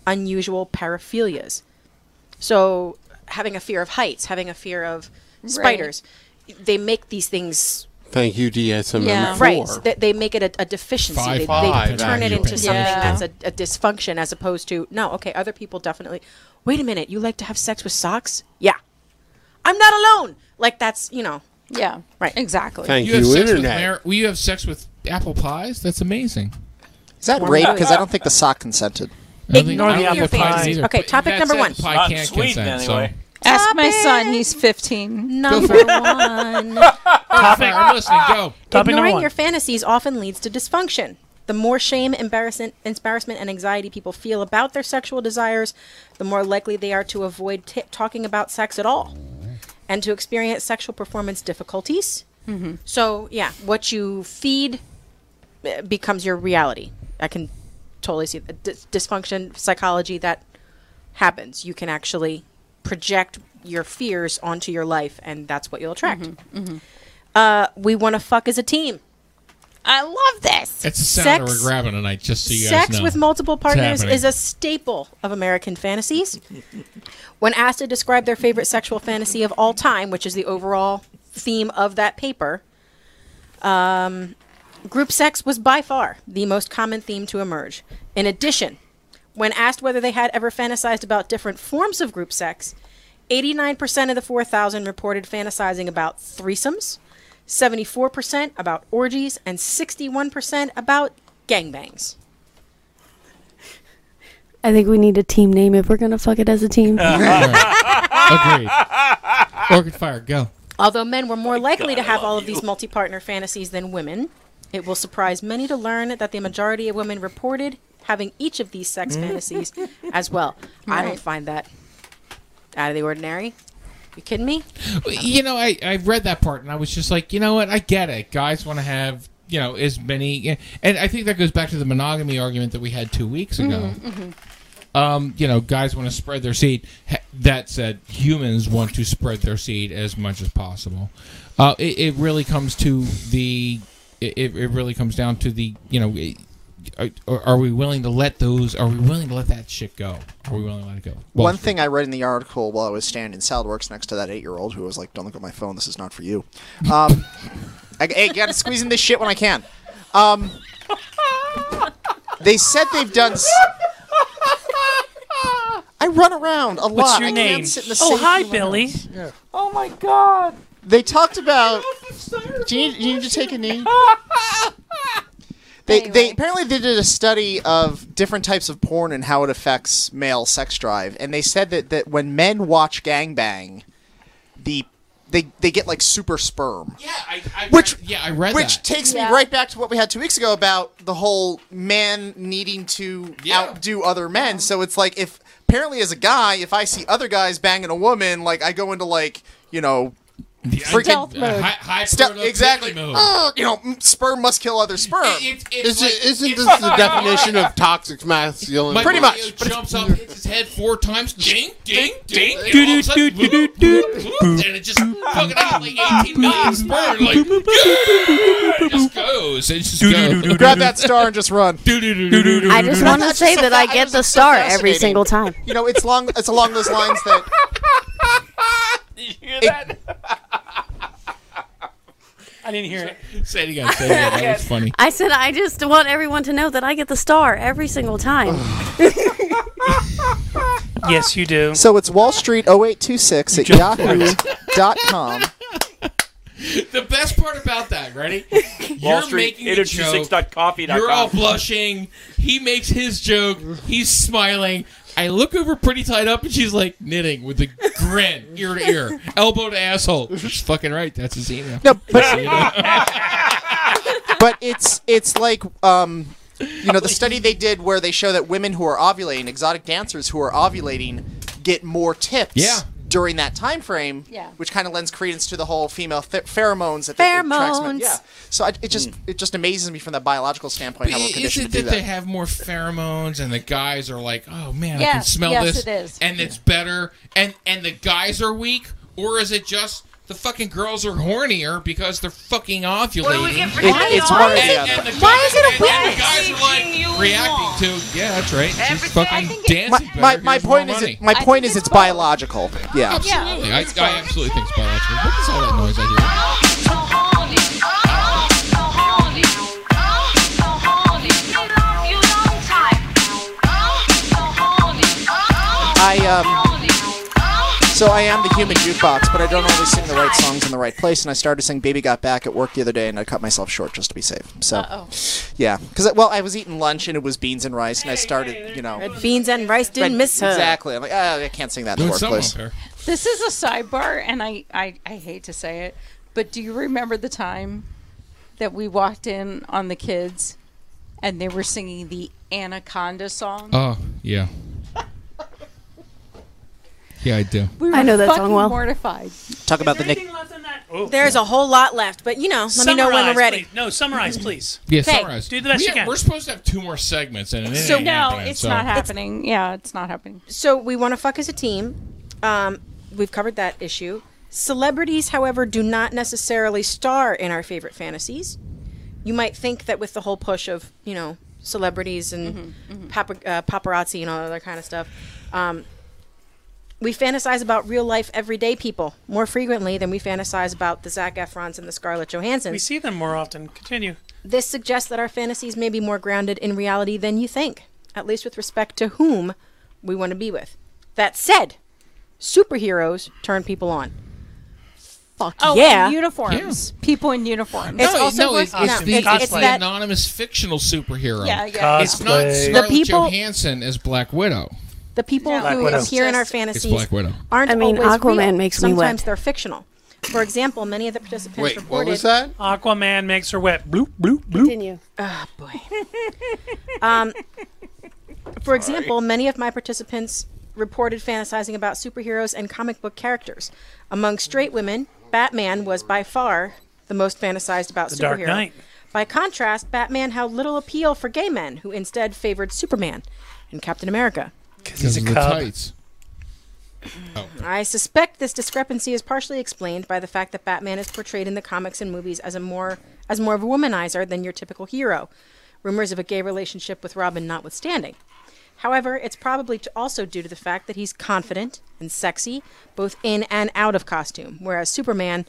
[SPEAKER 5] unusual paraphilias. So, having a fear of heights, having a fear of
[SPEAKER 4] Right.
[SPEAKER 5] spiders, they make these things
[SPEAKER 10] Thank you, DSM.
[SPEAKER 5] Right. So they, they make it a, a deficiency.
[SPEAKER 10] Five,
[SPEAKER 5] they, they
[SPEAKER 10] five,
[SPEAKER 5] turn it
[SPEAKER 10] actually.
[SPEAKER 5] into something
[SPEAKER 10] Yeah.
[SPEAKER 5] that's a, a dysfunction as opposed to, no, okay, other people definitely. Wait a minute, you like to have sex with socks? Yeah. I'm not alone. Like, that's, you know.
[SPEAKER 4] Yeah.
[SPEAKER 5] Right.
[SPEAKER 4] Exactly.
[SPEAKER 10] Thank
[SPEAKER 3] have
[SPEAKER 10] you,
[SPEAKER 3] sex with
[SPEAKER 10] Internet.
[SPEAKER 3] mar- well, you have sex with apple pies? That's amazing.
[SPEAKER 9] Is that
[SPEAKER 3] Wow.
[SPEAKER 9] rape? Because I don't think the sock consented.
[SPEAKER 3] Ignore I don't the think apple your pies. pies either.
[SPEAKER 5] Okay, topic
[SPEAKER 3] That
[SPEAKER 5] number
[SPEAKER 3] said,
[SPEAKER 5] one.
[SPEAKER 3] the pie Not can't Sweden, consent, so- anyway.
[SPEAKER 4] Ask my son. He's fifteen.
[SPEAKER 5] Number one. Topic.
[SPEAKER 3] I'm listening. Go.
[SPEAKER 5] Ah, Ignoring your fantasies often leads to dysfunction. The more shame, embarrassment, embarrassment, and anxiety people feel about their sexual desires, the more likely they are to avoid t- talking about sex at all and to experience sexual performance difficulties.
[SPEAKER 4] Mhm.
[SPEAKER 5] So, yeah, what you feed uh, becomes your reality. I can totally see the dys- dysfunction psychology that happens. You can actually project your fears onto your life, and that's what you'll attract. Uh, we want to fuck as a team. I love this.
[SPEAKER 3] That's the sound
[SPEAKER 5] Sex-
[SPEAKER 3] we're grabbing tonight, just so you guys
[SPEAKER 5] Sex
[SPEAKER 3] know.
[SPEAKER 5] with multiple
[SPEAKER 3] It's
[SPEAKER 5] partners
[SPEAKER 3] happening.
[SPEAKER 5] is a staple of American fantasies. when asked to describe their favorite sexual fantasy of all time, which is the overall theme of that paper, um, group sex was by far the most common theme to emerge. In addition, when asked whether they had ever fantasized about different forms of group sex, 89% of the 4,000 reported fantasizing about threesomes, 74% about orgies, and 61% about gangbangs.
[SPEAKER 12] I think we need a team name if we're gonna fuck it as a team.
[SPEAKER 3] Agreed. Orchid fire, go.
[SPEAKER 5] Although men were more likely to have all of these multi partner fantasies than women, It will surprise many to learn that the majority of women reported having each of these sex
[SPEAKER 26] Mm.
[SPEAKER 5] fantasies as well. I don't
[SPEAKER 26] Right.
[SPEAKER 5] find that out of the ordinary. You kidding me?
[SPEAKER 3] you know, I, I read that part and I was just like, you know what? I get it. Guys want to have, you know, as many. And I think that goes back to the monogamy argument that we had two weeks ago. Um, you know, guys want to spread their seed. Ha- That said, humans want to spread their seed as much as possible. Uh, it, it really comes to the. It, it it really comes down to the. You know, it- are, are we willing to let those? Are we willing to let that shit go? Are we willing to let it go? Well,
[SPEAKER 9] One thing I read in the article while I was standing in SolidWorks next to that eight-year-old who was like, "Don't look at my phone. This is not for you." Um, I, hey, gotta squeeze in this shit when I can. Um, they said they've done. S- I run around a lot.
[SPEAKER 8] What's your
[SPEAKER 9] I can't
[SPEAKER 8] name?
[SPEAKER 9] sit in the
[SPEAKER 8] Oh,
[SPEAKER 9] safe
[SPEAKER 8] hi,
[SPEAKER 9] and run around.
[SPEAKER 8] Billy.
[SPEAKER 9] Oh my god. They talked about. Do you, do you need to take a knee? They, they apparently they did a study of different types of porn and how it affects male sex drive, and they said that, that when men watch gangbang, the they they get like super sperm. Yeah,
[SPEAKER 3] I, I
[SPEAKER 9] which
[SPEAKER 3] yeah I read
[SPEAKER 9] which
[SPEAKER 3] that.
[SPEAKER 9] takes
[SPEAKER 3] Yeah.
[SPEAKER 9] me right back to what we had two weeks ago about the whole man needing to outdo other men. So it's like if apparently as a guy, if I see other guys banging a woman, like I go into like you know. Freaking
[SPEAKER 10] Stealth mode.
[SPEAKER 9] Hi-
[SPEAKER 3] high
[SPEAKER 10] productivity
[SPEAKER 9] exactly.
[SPEAKER 10] mode.
[SPEAKER 9] Oh, you know, m- sperm must kill other sperm.
[SPEAKER 10] Is it, isn't this the definition of toxic masculinity?
[SPEAKER 9] Pretty much.
[SPEAKER 3] Mario jumps up, hits his head four times, ding, ding, ding,
[SPEAKER 10] ding,
[SPEAKER 3] and all of a sudden,
[SPEAKER 10] doo, doo,
[SPEAKER 3] whoop, whoop, whoop, and it just fucking out like 18 million sperm, like, yeah, it just goes, it just goes.
[SPEAKER 9] Grab that star and just run.
[SPEAKER 12] I just want to say that I get the star every
[SPEAKER 9] fascinating.
[SPEAKER 12] single time.
[SPEAKER 9] You know, it's long. It's along those lines that.
[SPEAKER 8] I didn't hear it.
[SPEAKER 3] Say it again, say it again, that was funny.
[SPEAKER 12] I said I just want everyone to know that I get the star every single time.
[SPEAKER 8] Yes, you do.
[SPEAKER 9] So it's Wall Street 0826 at yahoo.com.
[SPEAKER 3] The best part about that, ready?
[SPEAKER 7] Wall
[SPEAKER 3] You're
[SPEAKER 7] Street,
[SPEAKER 3] making the joke. You're all blushing. He makes his joke. He's smiling. I look over pretty tied up, and she's like knitting with a grin, ear to ear, elbow to asshole. She's fucking right. That's his email.
[SPEAKER 9] No, but, but it's it's like um, you know the study they did where they show that women who are ovulating, exotic dancers who are ovulating, get more tips.
[SPEAKER 3] Yeah.
[SPEAKER 9] During that time frame,
[SPEAKER 5] Yeah.
[SPEAKER 9] which kind of lends credence to the whole female th- pheromones that that attracts men.
[SPEAKER 5] Pheromones.
[SPEAKER 9] Yeah. So I, it just it just amazes me from the biological standpoint how we're
[SPEAKER 3] Mm. But is
[SPEAKER 9] conditioned
[SPEAKER 3] it
[SPEAKER 9] to do
[SPEAKER 3] that they
[SPEAKER 9] that.
[SPEAKER 3] have more pheromones and the guys are like, oh man, I can
[SPEAKER 9] Yes,
[SPEAKER 3] smell
[SPEAKER 9] yes,
[SPEAKER 3] this,
[SPEAKER 9] it is.
[SPEAKER 3] and it's better, and and the guys are weak, or is it just the fucking girls are hornier because they're fucking ovulating?
[SPEAKER 9] It- it's one or the
[SPEAKER 3] And-
[SPEAKER 9] other.
[SPEAKER 3] and the
[SPEAKER 9] Why is it
[SPEAKER 3] guys- and- and
[SPEAKER 9] a
[SPEAKER 3] the
[SPEAKER 9] weakness?
[SPEAKER 3] guys are like reacting to, yeah, that's right. She's fucking dancing
[SPEAKER 9] My,
[SPEAKER 3] better.
[SPEAKER 9] my, my
[SPEAKER 3] Here's
[SPEAKER 9] point
[SPEAKER 3] more
[SPEAKER 9] is
[SPEAKER 3] money.
[SPEAKER 9] it, my point is it's biological. Yeah.
[SPEAKER 3] Absolutely. I, I absolutely think it's biological. What is all that noise I hear?
[SPEAKER 9] I um. So I am the human jukebox, but I don't always sing the right songs in the right place. And I started to sing "Baby Got Back" at work the other day, and I cut myself short just to be safe. So,
[SPEAKER 5] Uh-oh.
[SPEAKER 9] yeah, because well, I was eating lunch and it was beans and rice, and I started, you know,
[SPEAKER 5] Red beans and rice didn't
[SPEAKER 9] red-
[SPEAKER 5] miss her.
[SPEAKER 9] Exactly. I'm like, oh, I can't sing that in the
[SPEAKER 5] Doing something
[SPEAKER 9] workplace.
[SPEAKER 5] up
[SPEAKER 4] This is a sidebar, and I, I, I hate to say it, but do you remember the time that we walked in on the kids and they were singing the Anaconda song?
[SPEAKER 3] Oh yeah, yeah, I do.
[SPEAKER 4] We were
[SPEAKER 12] I know that song
[SPEAKER 4] fucking
[SPEAKER 12] well.
[SPEAKER 4] Mortified.
[SPEAKER 9] Talk about the Nick.
[SPEAKER 5] There's a whole lot left, but you know, let me know when we're
[SPEAKER 8] Summarize,
[SPEAKER 5] ready.
[SPEAKER 8] please. No, summarize, please.
[SPEAKER 3] Yeah, summarize.
[SPEAKER 8] Do the best
[SPEAKER 3] we
[SPEAKER 8] you can.
[SPEAKER 3] We're supposed to have two more segments, and it
[SPEAKER 5] So-
[SPEAKER 3] ain't
[SPEAKER 5] No,
[SPEAKER 3] happening,
[SPEAKER 5] it's
[SPEAKER 3] so.
[SPEAKER 5] not happening.
[SPEAKER 4] Happening. Yeah, it's not happening.
[SPEAKER 5] So we want to fuck as a team. Um, we've covered that issue. Celebrities, however, do not necessarily star in our favorite fantasies. You might think that with the whole push of you know celebrities and papar- uh, paparazzi and all that other kind of stuff, um, we fantasize about real life everyday people more frequently than we fantasize about the Zac Efrons and the Scarlett Johansons.
[SPEAKER 8] We see them more often. Continue.
[SPEAKER 5] This suggests that our fantasies may be more grounded in reality than you think, at least with respect to whom we want to be with. That said, superheroes turn people on. Fuck
[SPEAKER 4] Oh,
[SPEAKER 5] yeah.
[SPEAKER 4] and uniforms. People in uniforms.
[SPEAKER 3] no, it- no, it's, it's the, it's the
[SPEAKER 5] that-
[SPEAKER 3] anonymous fictional superhero.
[SPEAKER 5] Yeah, yeah.
[SPEAKER 3] It's not
[SPEAKER 5] Cosplay. The
[SPEAKER 3] Scarlett
[SPEAKER 5] people-
[SPEAKER 3] Johansson as Black Widow.
[SPEAKER 5] The people
[SPEAKER 3] Black
[SPEAKER 5] who
[SPEAKER 3] Widow.
[SPEAKER 5] appear in our
[SPEAKER 3] It's
[SPEAKER 5] fantasies
[SPEAKER 3] Black Widow.
[SPEAKER 5] aren't
[SPEAKER 12] I mean,
[SPEAKER 5] always
[SPEAKER 12] Aquaman
[SPEAKER 5] real.
[SPEAKER 12] makes me
[SPEAKER 5] Sometimes
[SPEAKER 12] wet.
[SPEAKER 5] they're fictional. For example, many of the participants reported.
[SPEAKER 8] Aquaman makes her wet. Bloop, bloop, bloop.
[SPEAKER 5] Continue. Oh boy. um, for
[SPEAKER 8] Sorry.
[SPEAKER 5] example, many of my participants reported fantasizing about superheroes and comic book characters. Among straight women, Batman was by far the most fantasized about
[SPEAKER 8] The
[SPEAKER 5] superhero.
[SPEAKER 8] Dark Knight.
[SPEAKER 5] By contrast, Batman held little appeal for gay men, who instead favored Superman and Captain America.
[SPEAKER 8] Because he's a
[SPEAKER 10] of the
[SPEAKER 8] cub.
[SPEAKER 10] tights. Oh.
[SPEAKER 5] I suspect this discrepancy is partially explained by the fact that Batman is portrayed in the comics and movies as a more as more of a womanizer than your typical hero. Rumors of a gay relationship with Robin notwithstanding. However, it's probably t- also due to the fact that he's confident and sexy, both in and out of costume, whereas Superman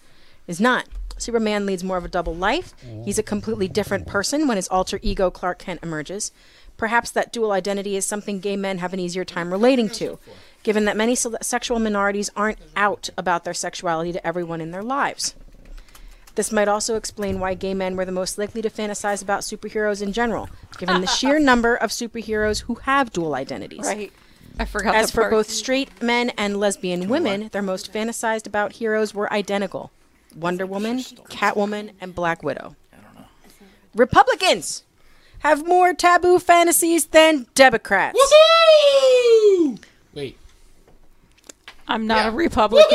[SPEAKER 5] is not. Superman leads more of a double life. He's a completely different person when his alter ego Clark Kent emerges. Perhaps that dual identity is something gay men have an easier time relating to, given that many se- sexual minorities aren't out about their sexuality to everyone in their lives. This might also explain why gay men were the most likely to fantasize about superheroes in general, given the sheer number of superheroes who have dual identities.
[SPEAKER 4] Right. I forgot
[SPEAKER 5] As
[SPEAKER 4] that
[SPEAKER 5] for
[SPEAKER 4] part.
[SPEAKER 5] both straight men and lesbian women, their most fantasized about heroes were identical Wonder Woman, Catwoman, and Black Widow. Republicans have more taboo fantasies than Democrats. Woohoo!
[SPEAKER 3] Wait.
[SPEAKER 5] I'm not a Republican,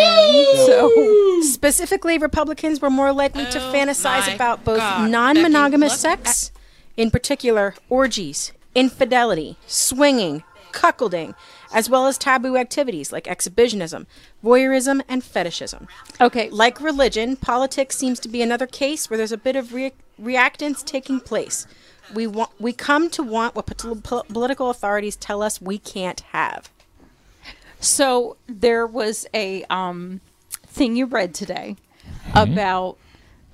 [SPEAKER 5] so specifically, Republicans were more likely to fantasize about both non-monogamous sex, in particular orgies, infidelity, swinging, cuckolding, as well as taboo activities like exhibitionism, voyeurism, and fetishism. Okay, like religion, politics seems to be another case where there's a bit of re- reactance taking place. We want, we come to want what pol- pol- political authorities tell us we can't have.
[SPEAKER 4] So there was a um, thing you read today
[SPEAKER 3] Mm-hmm.
[SPEAKER 4] about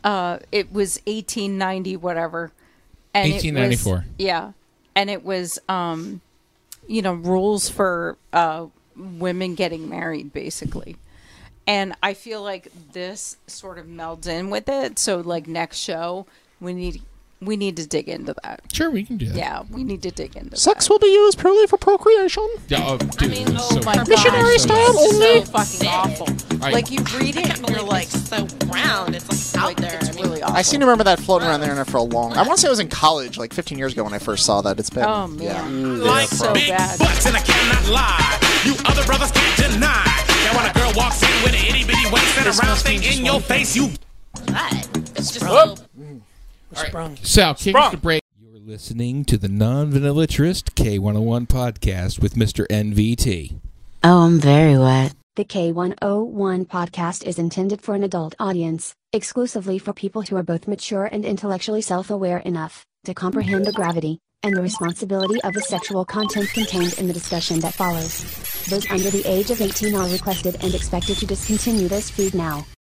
[SPEAKER 4] uh, it was 1890 whatever. And it was-
[SPEAKER 3] 1894.
[SPEAKER 4] yeah, and it was um, you know rules for uh, women getting married basically. And I feel like this sort of melds in with it. So like next show we need we need to dig into that.
[SPEAKER 3] Sure, we can do that.
[SPEAKER 4] Yeah, we need to dig into
[SPEAKER 9] Sex will be used purely for procreation.
[SPEAKER 3] Yeah, oh, dude,
[SPEAKER 4] oh my God.
[SPEAKER 9] Missionary style only.
[SPEAKER 4] So fucking awful.
[SPEAKER 3] Right.
[SPEAKER 4] Like you read it and you're like so round. It's like out there. It's really awful.
[SPEAKER 9] I seem to remember that floating around the internet for a long. I want to say I was in college, like 15 years ago, when I first saw that. It's been.
[SPEAKER 4] Oh, man.
[SPEAKER 9] Yeah.
[SPEAKER 17] Like big butts and I cannot lie. You other brothers can't deny that when a girl walks in with an itty bitty waist and a round thing in your face, you
[SPEAKER 27] It's just
[SPEAKER 8] Sprung.
[SPEAKER 3] So, kick us
[SPEAKER 8] Sprung.
[SPEAKER 3] to break. You're listening to the non vanillatrist K101 podcast with Mr. NVT.
[SPEAKER 16] Oh, I'm very wet.
[SPEAKER 28] The
[SPEAKER 16] K101 podcast is intended for an adult audience, exclusively for people who are both mature and intellectually self aware enough to comprehend the gravity and the responsibility of the sexual content contained in the discussion that follows. Those under the age of 18 are requested and expected to discontinue this feed now.